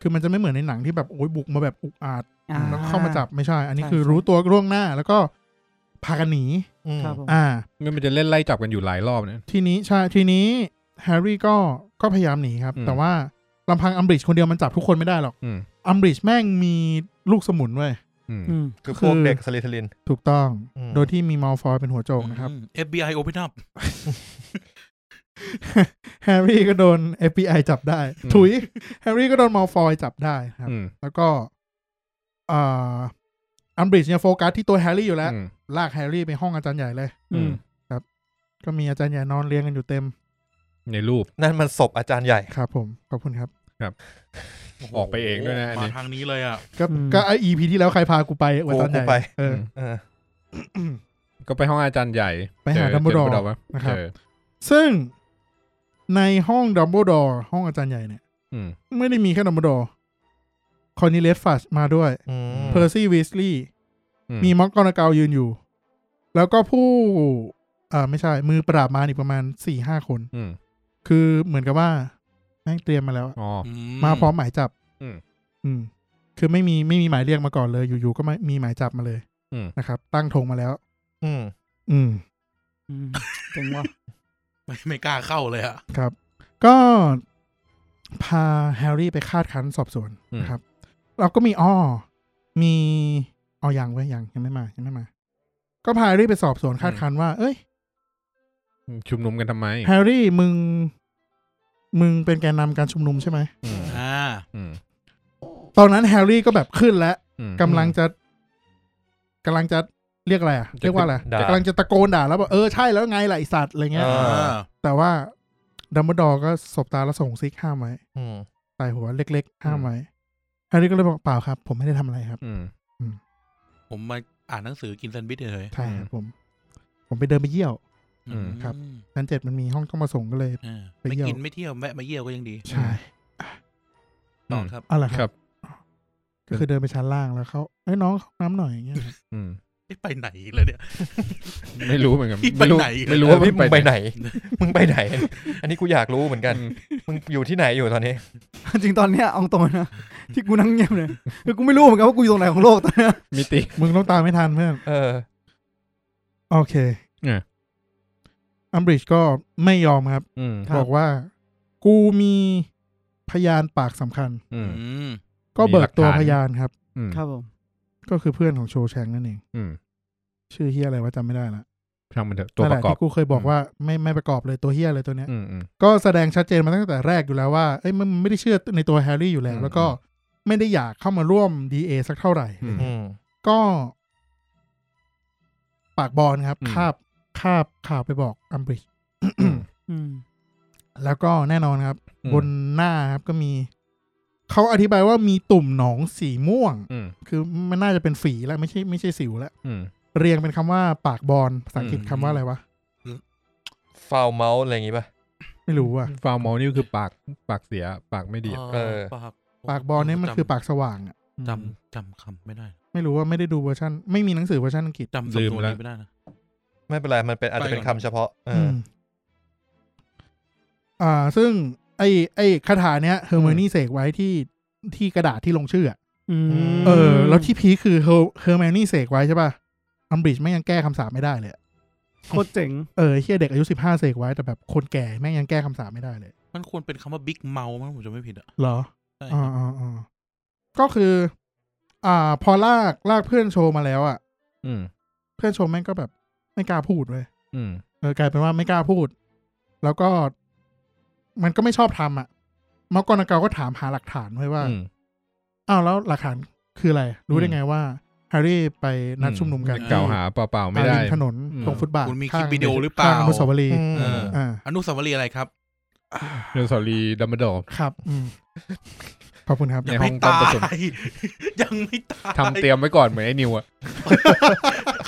S5: คือมันจะไม่เหมือนในหนังที่แบบโอ้ยบุกมาแบบอุกอาจ
S2: อ่า
S5: แล้วเข้ามาจับไม่ใช่ อันนี้
S2: ใช่
S5: คือ
S2: ใช่
S5: รู้ตัวล่วงหน้า แล้วก็พากันหนี
S1: อืม
S2: ครับผม
S5: อ่า
S3: งั้นมันจะเล่นไล่จับกันอยู่หลายรอบเนี่ย
S5: ทีนี้ใช่ทีนี้แฮร์รี่ก็ก็พยายามหนีครับ
S3: อืม
S5: แต่ว่าลำพังอัมบริดจ์คนเดียวมันจับทุกคนไม่ได้หรอก
S3: อืม
S5: อัมบริดจ์แม่งมีลูกสมุนเว้ย
S3: อืม
S2: อืม
S1: คือ
S5: คื
S1: พวก
S5: อ
S1: เด็กสลิทลิน
S5: ถูกต้อง
S1: อืม
S5: โดยที่มีมอลฟอยเป็นหัวโจกนะครับ
S4: FBI open up
S5: แฮร์รี่ก็โดน FBI จับได้ ถุยแฮร์รี่ก็โดนมอลฟอยจับได้ครับ
S3: อืม
S5: แล้วก็อ่าอัมบริดจ์เนี่ยโฟกัสที่ตัวแฮร์รี่อยู่แล้ว
S3: อืม
S5: ลากแฮร์รี่ไปห้องอาจารย์ใหญ่เลย
S2: อืม
S5: ก็มีอาจารย์ใหญ่นอนเรียงกันอยู่เต็ม
S3: ในรูป
S1: นั่นมันศพอาจารย์ใหญ่
S5: ครับผมขอบคุณครับ
S4: โโห
S3: ออกไปเองด้วยนะอันนี้
S4: มาทางนี้เลยอ่ะ
S5: ก็
S2: อืม
S5: ก็ไออีพีที่แล้วใครพากูไปอวยอาจารย์ให
S1: กูไป
S5: ญ่เออ
S3: ม
S1: เออ
S3: ก็ไปห้องอาจารย์ใหญ่
S5: ไปหา
S3: เจอ
S5: Dumbledore
S3: Dumbledore ปะ
S5: นะครับ
S3: เจอ
S5: ซึ่งในห้องดัมเบิลดอร์ห้องอาจารย์ใหญ่เนี่ย
S3: อืม
S5: ไม่ได้มีแค่ดัมเบิลดอร์คอนเนเลสฟัชมาด้วย
S1: อืม
S5: เพอร์ซี่วีสลีย์
S3: อืม
S5: มีม็อกกอนาเกลยืนอยู่ แล้วก็ผู้อ่าไม่ใช่ มือปราบมารอีกประมาณสี่ห้าคน
S3: อืม
S5: คือเหมือนกับว่าแม่งเตรียมมาแล้วอะ
S3: อ๋อ
S5: มาพร้อมหมายจับ
S3: อืม
S5: อืม คือไม่มีไม่มีหมายเรียกมาก่อนเลย อยู่ๆก็ไม่มีหมายจับมาเลย
S3: อืม
S5: นะครับ ตั้งธงมาแล้ว
S1: อืม
S5: อืม
S2: อืมเจ๋งว่ะ
S4: ไม่ไม่กล้าเข้าเลยอ่ะ
S5: ครับ ก็พาแฮร์รี่ไปคาดคั้นสอบสวน
S3: อืม
S5: นะครับ เราก็มีอ้อมีอ๋อยังไว้ยยังยังไม่มายังไม่มา ก็พาแฮร์รี่ไปสอบสวนคาดคั้นว่า เอ้ย
S3: ชุมนุมกันทำไม
S5: แฮร์รี่มึง มึงเป็นแกนนำการชุมนุมใช่ไหม
S3: อืม
S4: อ่า
S3: อืม
S5: ตอนนั้นแฮร์รี่ก็แบบขึ้นแล้ว
S3: อืม
S5: กำลังจะกำลังจะเรียกอะไรอะเรียกว่าอะไร
S1: ด่า
S5: กำลังจะตะโกนด่าแล้วบอกเออใช่แล้วไงล่ะไอสัตว์อะไรเงี้ย
S1: อ่า
S5: แต่ว่าดัมเบิลดอร์ก็สบตาแล้วส่งซิกห้ามไว้
S1: อืม
S5: ใส่หัวเล็กๆ ห้าม
S3: อืม
S5: ไว้แฮร์รี่ก็เลยบอกเปล่าครับ ผมไม่ได้ทำอะไรครับ
S3: อืม
S4: ผมมาอ่านหนังสือกินแซนด์วิชเฉย
S5: ใช่ครับ
S3: อืม
S5: ผม ผมไปเดินไปเยี่ยว
S4: ๆ
S3: อืม
S5: ครับ ชั้นเจ็ดมันมีห้องต้องมาส่งก็เลย
S4: อ่า
S5: ไป
S4: ไม่
S5: เยี่ยว
S4: กินไม่เที่ยวแวะมาเยี่ยวก็ยังดี
S5: ใช่
S4: ต่อครับ
S5: เอะไรค
S3: ครั
S5: รับ
S3: บ
S5: ก็คือเดินไปชั้นล่างแล้วเขาเอ้ยน้องเข้าน้ำหน่อยอย่างเงี้ยครับ
S3: อืม
S4: เอ๊ะไปไหนเลยเนี่ย
S3: ไม่รู้เหมือนกัน
S4: พี่ไป
S3: ไม่รู้
S4: ไหนกัน
S3: ไม่
S1: เอ
S3: รู้
S1: อ
S3: ว่า
S1: พี่มึง
S3: ไป
S1: ไป
S3: ไหน
S1: ไหน มึงไปไหน อันนี้กูอยากรู้เหมือนกัน
S3: อืม
S1: มึงอยู่ที่ไหนอยู่ตอนนี้
S2: จริงตอนเนี้ยเอาตรงนะที่กูนั่งเงียบเนี่ยคือกูไม่รู้เหมือนกันว่ากูอยู่ตรงไหนของโลกตอนเนี้ย
S3: มิติ
S5: มึงต้องตามไม่ทันเพื่อน
S1: เออ
S5: โอเค
S3: เนี่ย
S5: อัมบริดจ์ก็ไม่ยอมครับ
S3: อืม
S5: บอกว่า กูมีพยานปากสำคัญ
S3: อืม
S4: อืม
S5: ก็เบิกตัว
S3: มีหลักฐาน
S5: พยานครับ
S3: อืม
S2: ครับผม
S5: ก็คือเพื่อนของโชว์แชงนั่นเอง
S3: อืม
S5: ชื่อเฮียอะไรวะจำไม่ได้ละ
S3: ช่างมันเถอะตัว
S5: นั่
S3: ป
S5: น
S3: ระ
S5: แหล
S3: กอบ
S5: ที่กูเคยบอก
S3: อืม
S5: ว่าไม่ไม่ประกอบเลยตัวเฮียอะไรตัวเนี้ย
S3: อืมอืม
S5: ก็แสดงชัดเจนมาตั้งแต่แรกอยู่แล้วว่า เอ้ยมันมันไม่ได้เชื่อในตัวแฮร์รี่อยู่แล้ว
S3: อืม
S5: แล้วก็ไม่ได้อยากเข้ามาร่วม DA สักเท่าไหร่
S3: อืม
S1: อืม
S5: ก็ ปากบอลครับ
S3: อืม
S5: คาบคาบข่าวไปบอกอัมบริดจ์
S3: อืม
S2: อืม
S5: แล้วก็แน่นอนครับ บนหน้าครับก็มี เขาอธิบายว่ามีตุ่มหนองสีม่วง
S3: อืม
S5: คือมันน่าจะเป็นฝีแล้วไม่ใช่ไม่ใช่สิวแล้ว
S3: อืม
S5: เรียงเป็นคำว่าปากบอลภาษาอังกฤษ
S3: อืม
S5: คำว่าอะไรวะ
S1: ฟาวเมาส์อะไรอย่างงี้ป่ะ
S5: ไม่รู้อ่ะ
S3: ฟาวมอลนี่คือปากปากเสีย ปากไม่ดี
S4: อ๋อ
S1: เออ
S4: ปาก
S5: ปากบอลเนี่ยมันคือปากสว่างอะ
S4: จำจำคำไม่ได้
S5: ไม่รู้ว่าไม่ได้ดูเวอร์ชันไม่มีหนังสือเวอร์ชันอังกฤษ
S4: จำสำ
S3: ลื
S4: น
S3: ม
S4: วน
S3: ละ
S4: นี้ไม่ได้นะ
S1: ไม่เป็นไร มันเป็นอาจจะเป็นคำเฉพาะเอออ
S5: มอ่า ซึ่ง ไอ้ไอ้คาถาเนี้ยเฮอร์เมนี่เสกไว้ที่ที่กระดาษที่ลงชื่ออะ
S1: ม
S5: เออ แล้วที่พีคคือเฮอร์เฮอร์เมนี่เสกไว้ใช่ป่ะอัมบริดจ์แม่งยังแก้คำสาปไม่ได้เลยอะ
S2: โคตรเจ๋ง
S5: เออไอ้เฮียเด็กอายุสิบห้าเสกไว้แต่แบบคนแก่แม่งยังแก้คำสาปไม่ได้เลย
S4: มันควรเป็นคำว่าบิ๊กเมามั้งผมจะไม่ผิดอ่ะ
S5: เหรอ
S4: ใช่
S5: อ่าอ่าอ่าก็คือ อ่า พอลากลากเพื่อนโชว์มาแล้วอ่ะ
S3: อืม
S5: เพื่อนโชว์แม่งก็แบบไม่กล้าพูดเลย
S3: อืม
S5: เออกลายเป็นว่าไม่กล้าพูด แล้วก็มันก็ไม่ชอบทำอ่ะมอกอนากาก็ถามหาหลักฐานไว้ว่า
S3: อืม
S5: อ้าวแล้วหลักฐานคืออะไร รู้ได้ไงว่าแฮร์รี่ไปนัดชุมนุมกัน
S3: เกล่าวหาเปล่าๆไม่ได้
S5: ริถนน
S3: อืม
S5: ตรงฟุตบาท
S4: คุณมีคลิ
S5: ข้า
S4: ป
S5: ง
S4: วิดีโอหรือเปล่า
S5: ข้างอนุสาวรีย์
S1: เออ
S5: อ่า
S4: อนุสาวรีย์อะไรครับ
S3: เดนสอรีดัมเบิลดอร์
S5: ครับอืม ขอบคุณครับ
S3: ในห้
S4: ไม่
S3: องตอน
S4: ตา
S3: ประชุม
S4: ย ยังไม่ตาย
S3: ทำเตรียมไว้ก่อนเหมือนไอ้นิวอะ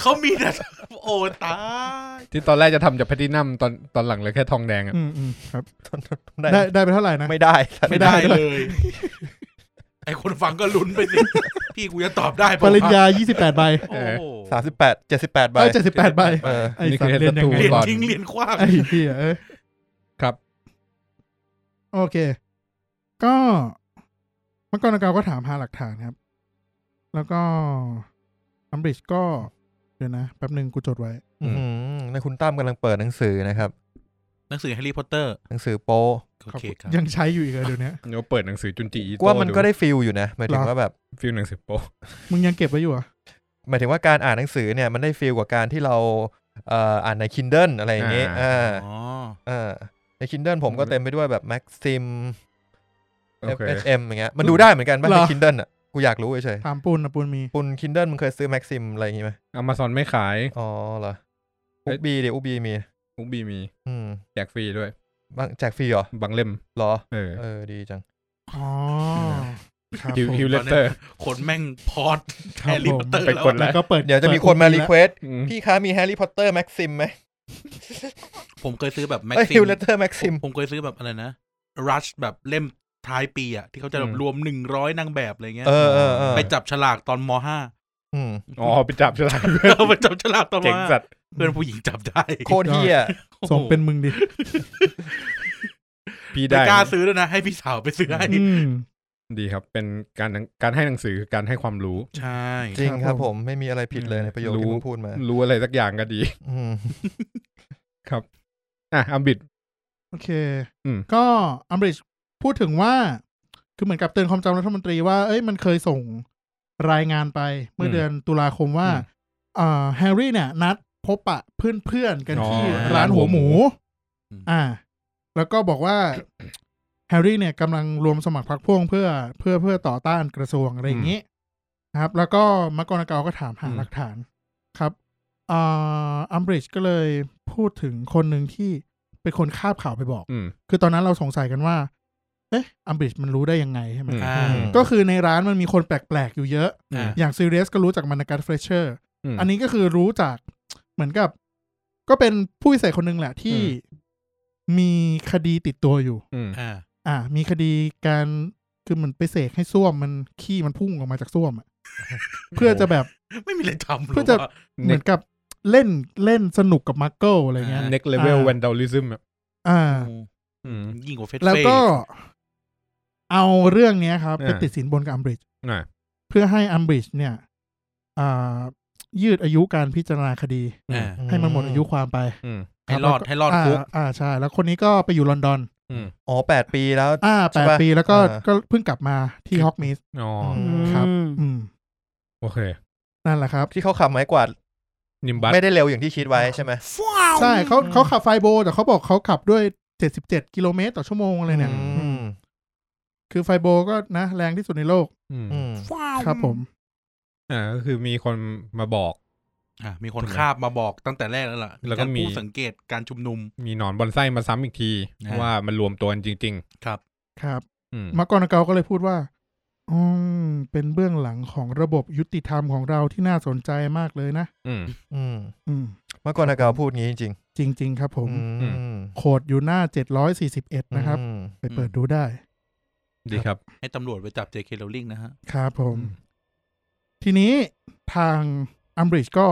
S4: เขามีแต่โอ้ตาย
S3: ที่ตอนแรกจะทำจากแพลตินัมตอนตอนหลังเหลยแค่ทองแดงอะ
S5: อืมอืมครับ
S1: ได้
S5: ได้ได้ไปเท่าไหร่นะ
S1: ไม่ได้
S5: ไม่ได้ด้วย
S4: เลย ไอคนฟังก็ลุ้นไปสิ พี่กูจะตอบได้
S5: ป
S4: เล่าวะ
S5: ริญญา 28 ใบ
S4: โอ้โห
S1: สามสิบแปดเจ็ดสิบแปดใบ
S5: เอ้ย78 ใบ
S1: เออ
S5: ไอ้
S3: นี่
S5: สัต
S3: คือเฮ
S5: ว์เรียน
S3: ด
S5: ยัง
S3: ทู
S5: ไง
S4: เรียน
S3: ก่อน
S4: ทิ้งเรียนคว้าง
S5: ไอ้เหี้ยเอ้ย
S3: ครับ
S5: โอเค ก็มังกรนาเกาก็ถามหาหลักฐานครับ แล้วก็อัมบริดจ์ก็ เดี๋ยวนะ แป๊บหนึ่งกูจดไว้
S1: อืมนนคุณตั้มกำลังเปิดหนังสือนะครับ
S4: หนังสือแฮร์รี่พอตเตอร์
S1: หนังสือโป๊
S4: โอเคครับ
S5: ยังใช้อยู่อีกเหรอเดี๋ยวนี้
S3: เดี๋ยวเปิดหนังสือจุนจีอี
S1: ก
S3: โต้
S1: ว่ามันก็ได้ฟิลอยู่นะหมายถึงว่าแบบ
S3: ฟิลหนังสือโป๊ะ
S5: มึงยังเก็บไว้อยู่เหรอ่ะ
S1: หมายถึงว่าการอ่านหนังสือเนี่ยมันได้ฟิลกว่าการที่เราเอ่ออ่านใน Kindle อะไรอย่างเงี้ยเออ
S4: อ๋อ
S1: เออใน Kindle ผมก็เต็มไปด้วยแบบ Maxim
S3: โอเค
S1: FHM อย่างเงี้ยมันดูได้เหมือนกันบ้างใน Kindle อ่ะกูอยากรู้เฉย
S5: ถามปูนนะปูนมี
S1: ๆคุณ Kindle มึงเคยซื้อ Maxim อะไรอย่างงี้ไหม
S3: อเมซอนไม่ขาย
S1: อ๋อเหรอ
S3: เอ้
S1: อุ
S3: ย
S1: บีเดี๋ยวอุบีมี
S3: มุกบีมี
S1: อืม
S3: แจกฟรีด้วย
S1: บางแจกฟรีเหรอบ
S3: างเล่ม
S1: เหรอ
S3: เออ
S1: เออดีจัง
S5: อ๋อครับ
S3: ฮิว
S5: ผม
S3: ฮิวเล
S4: ตอน
S3: ส
S4: เนี้
S3: เตอย ร์
S4: คนแม่งพอด
S5: ครั
S4: แฮ
S5: บ
S4: ร์รี่
S5: ผม
S4: พอตเตอร์
S3: ไปกดแล้
S5: แล้ว วก็เปิด
S1: เดี๋ยวจะมีคนมารีเควสพี่คะมีแฮร์รี่พอตเตอร์แม็กซิมไหม
S4: ผมเคยซื้อแบบแม็ก
S1: เอ้ย
S4: ซิ
S1: ฮิ
S4: ม
S1: วเลเตอร์แม็กซิม
S4: ผมเคยซื้อแบบอะไรนะรัชแบบเล่มท้ายปีอ่ะ ที่เขาจะแบบ
S3: อืม
S4: รวมหนึ่งร้อยนางแบบอะไรเงี้ย
S1: เออเออเออ
S4: ไปจับฉลากตอนมห้า
S1: อืม
S3: อ๋อไปจับฉลาก
S4: เออไป จับฉลากตอนม
S3: เจ๋ง
S4: ห้า
S3: สัตว์
S4: เพื่อนผู้หญิงจับได้
S1: โคตรเฮีย
S5: สมเป็นมึงดิ
S3: พี่
S4: ไม่
S3: ได้
S4: กล้าซื้อด้วยนะ ให้พี่สาวไปซื้อให้
S5: อืม
S3: ดีครับ เป็นการการให้หนังสือคือการให้ความรู้
S4: ใช่
S1: จริงค
S5: ครั
S1: รับบ ผ
S5: ผม ม
S1: ไม่มีอะไรผิดเลยในประโยค
S3: รู้
S1: ที่คุณพูดมา
S3: รู้อะไรสักอย่างก็ดี
S1: อืม
S3: อ่ะอัมบิด
S5: โอเค
S3: อืม
S5: ก็อัมบริดจ์พูดถึงว่า คือเหมือนกับเตือนความจำรัฐมนตรีว่า เอ้ย มันเคยส่งรายงานไปเมื่อเดือนตุลาคมว่าอ่าแฮร์รี่เนี่ย นัดพบปะเพื่อนๆ กันที่
S3: อ๋อ
S5: ร้านหัวหมู
S3: ร้านหัวห
S5: อ่า แล้วก็บอกว่า แฮร์รี่เนี่ยกำลังรวมสมัครพรรคพวกเพื่อเพื่อเพื่อต่อต้านกระทรวงอะไรอย่างนี้นะครับ แล้วก็มักกรนาเกาก็ถามหา
S3: อืม
S5: หลักฐานครับอ่าอัมบริดจ์ก็เลยพูดถึงคนหนึ่งที่เป็นคนคาบข่าวไปบอก
S3: อืม
S5: คือตอนนั้นเราสงสัยกันว่า เอ๊ะ อัมบริดจ์มันรู้ได้ยังไงใช่ไหม
S3: อืม
S4: อ่า
S5: ก็คือในร้านมันมีคนแปลก ๆ อยู่เยอะ
S4: อ่า
S5: อย่างซีเรียสก็รู้จากมานาการเฟรเชอร์
S3: ม
S5: อันนี้ก็คือรู้จากเหมือนกับ ก็เป็นผู้พิเศษคนหนึ่งแหละที่
S3: อื
S5: มีคดีติดตัวอยู่
S3: อืม
S4: อ่า
S5: อ่า มีคดีการคือเหมือนไปเสกให้ส้วมมันขี้มันพุ่งออกมาจากส้วม อะเพื่อจะแบบ
S4: ไม่มีอะไรทำหร
S5: เพื่อจะ
S4: ว
S5: เหมือนกับเล่นเล่นสนุกกับมาร์เกิลอะไรเงี้ย
S4: อ่า
S3: เน็กเลเวล
S5: อ่า
S3: แวนดอลิซึมอ่ะ
S5: อ่า
S4: โอ้
S3: อืม
S4: ยิ่งกว่าเฟส
S5: แล้ว
S4: เฟ่
S5: ก็เอาเรื่องเนี้ยครับไป
S3: อ่า
S5: ติดสินบนกับอัมบริดจ์
S3: อ่ะ
S5: เพื่อให้อัมบริดจ์เนี่ยอ่ายืดอายุการพิจารณาคดี
S4: อ่า
S5: ให้มันหมดอายุความไป
S3: อืม
S4: ให้รอด
S5: คบ
S4: ให้รอด
S5: า
S4: คุก
S5: อ่าใช่ แล้วคนนี้ก็ไปอยู่ลอนดอน
S3: อืม
S1: อ๋อแปดปีแล้ว
S5: อ่า
S1: ใช่
S5: แปด
S1: ปะ
S5: ปีแล้วก็
S1: อ่า
S5: ก็เพิ่งกลับมาที่ฮอกมิส
S3: อ๋อ
S1: อืม
S5: ครับ
S2: อืม
S5: อืม
S3: โอเค
S5: นั่นแหละครับ
S1: ที่เขาขับไม้กวาด
S3: นิมบัส
S1: ไม่ได้เร็วอย่างที่คิดไว้ใช่ไหม
S5: ใช่เขาเขาขับไฟโบ แต่เขาบอกเขาขับด้วย 77 กิโลเมตรต่อชั่วโมงเลยเนี่ย
S1: อืม
S5: คือไฟโบก็นะแรงที่สุดในโลก
S3: อืม
S1: อืม
S5: ครับผม
S3: อ่าก็คือมีคนมาบอก
S4: อ่ามีคนคาบมาบอกตั้งแต่แรกแล้วล่ะ
S3: แล้วก็มี
S4: ารผู้สังเกตการชุมนุม
S3: มีหนอนบอนไส้มาซ้ำอีกที
S4: อ่า
S3: ว่ามันรวมตัวกันจริง
S4: ครับ
S5: ครับ
S3: ๆ อืม
S5: มากรนาเกาก็เลยพูดว่า อืมเป็นเบื้องหลังของระบบยุติธรรมของเราที่น่าสนใจมากเลยนะ
S3: อืม
S1: อืม
S5: อืม
S1: เมื่อก่อนนากาวพูดงี้จริง
S5: จริง ๆ ครับ
S1: ๆ
S5: ผม
S1: อืม
S5: โคดอยู่หน้า 741 นะครับ
S1: อืม
S5: ไปเปิดดูได้
S3: ดีครับ
S4: ให้ตำรวจไปจับ JK Rowling นะฮะ
S5: ครับผม
S3: อืม
S5: ทีนี้ทางอัมบริดจ์ก็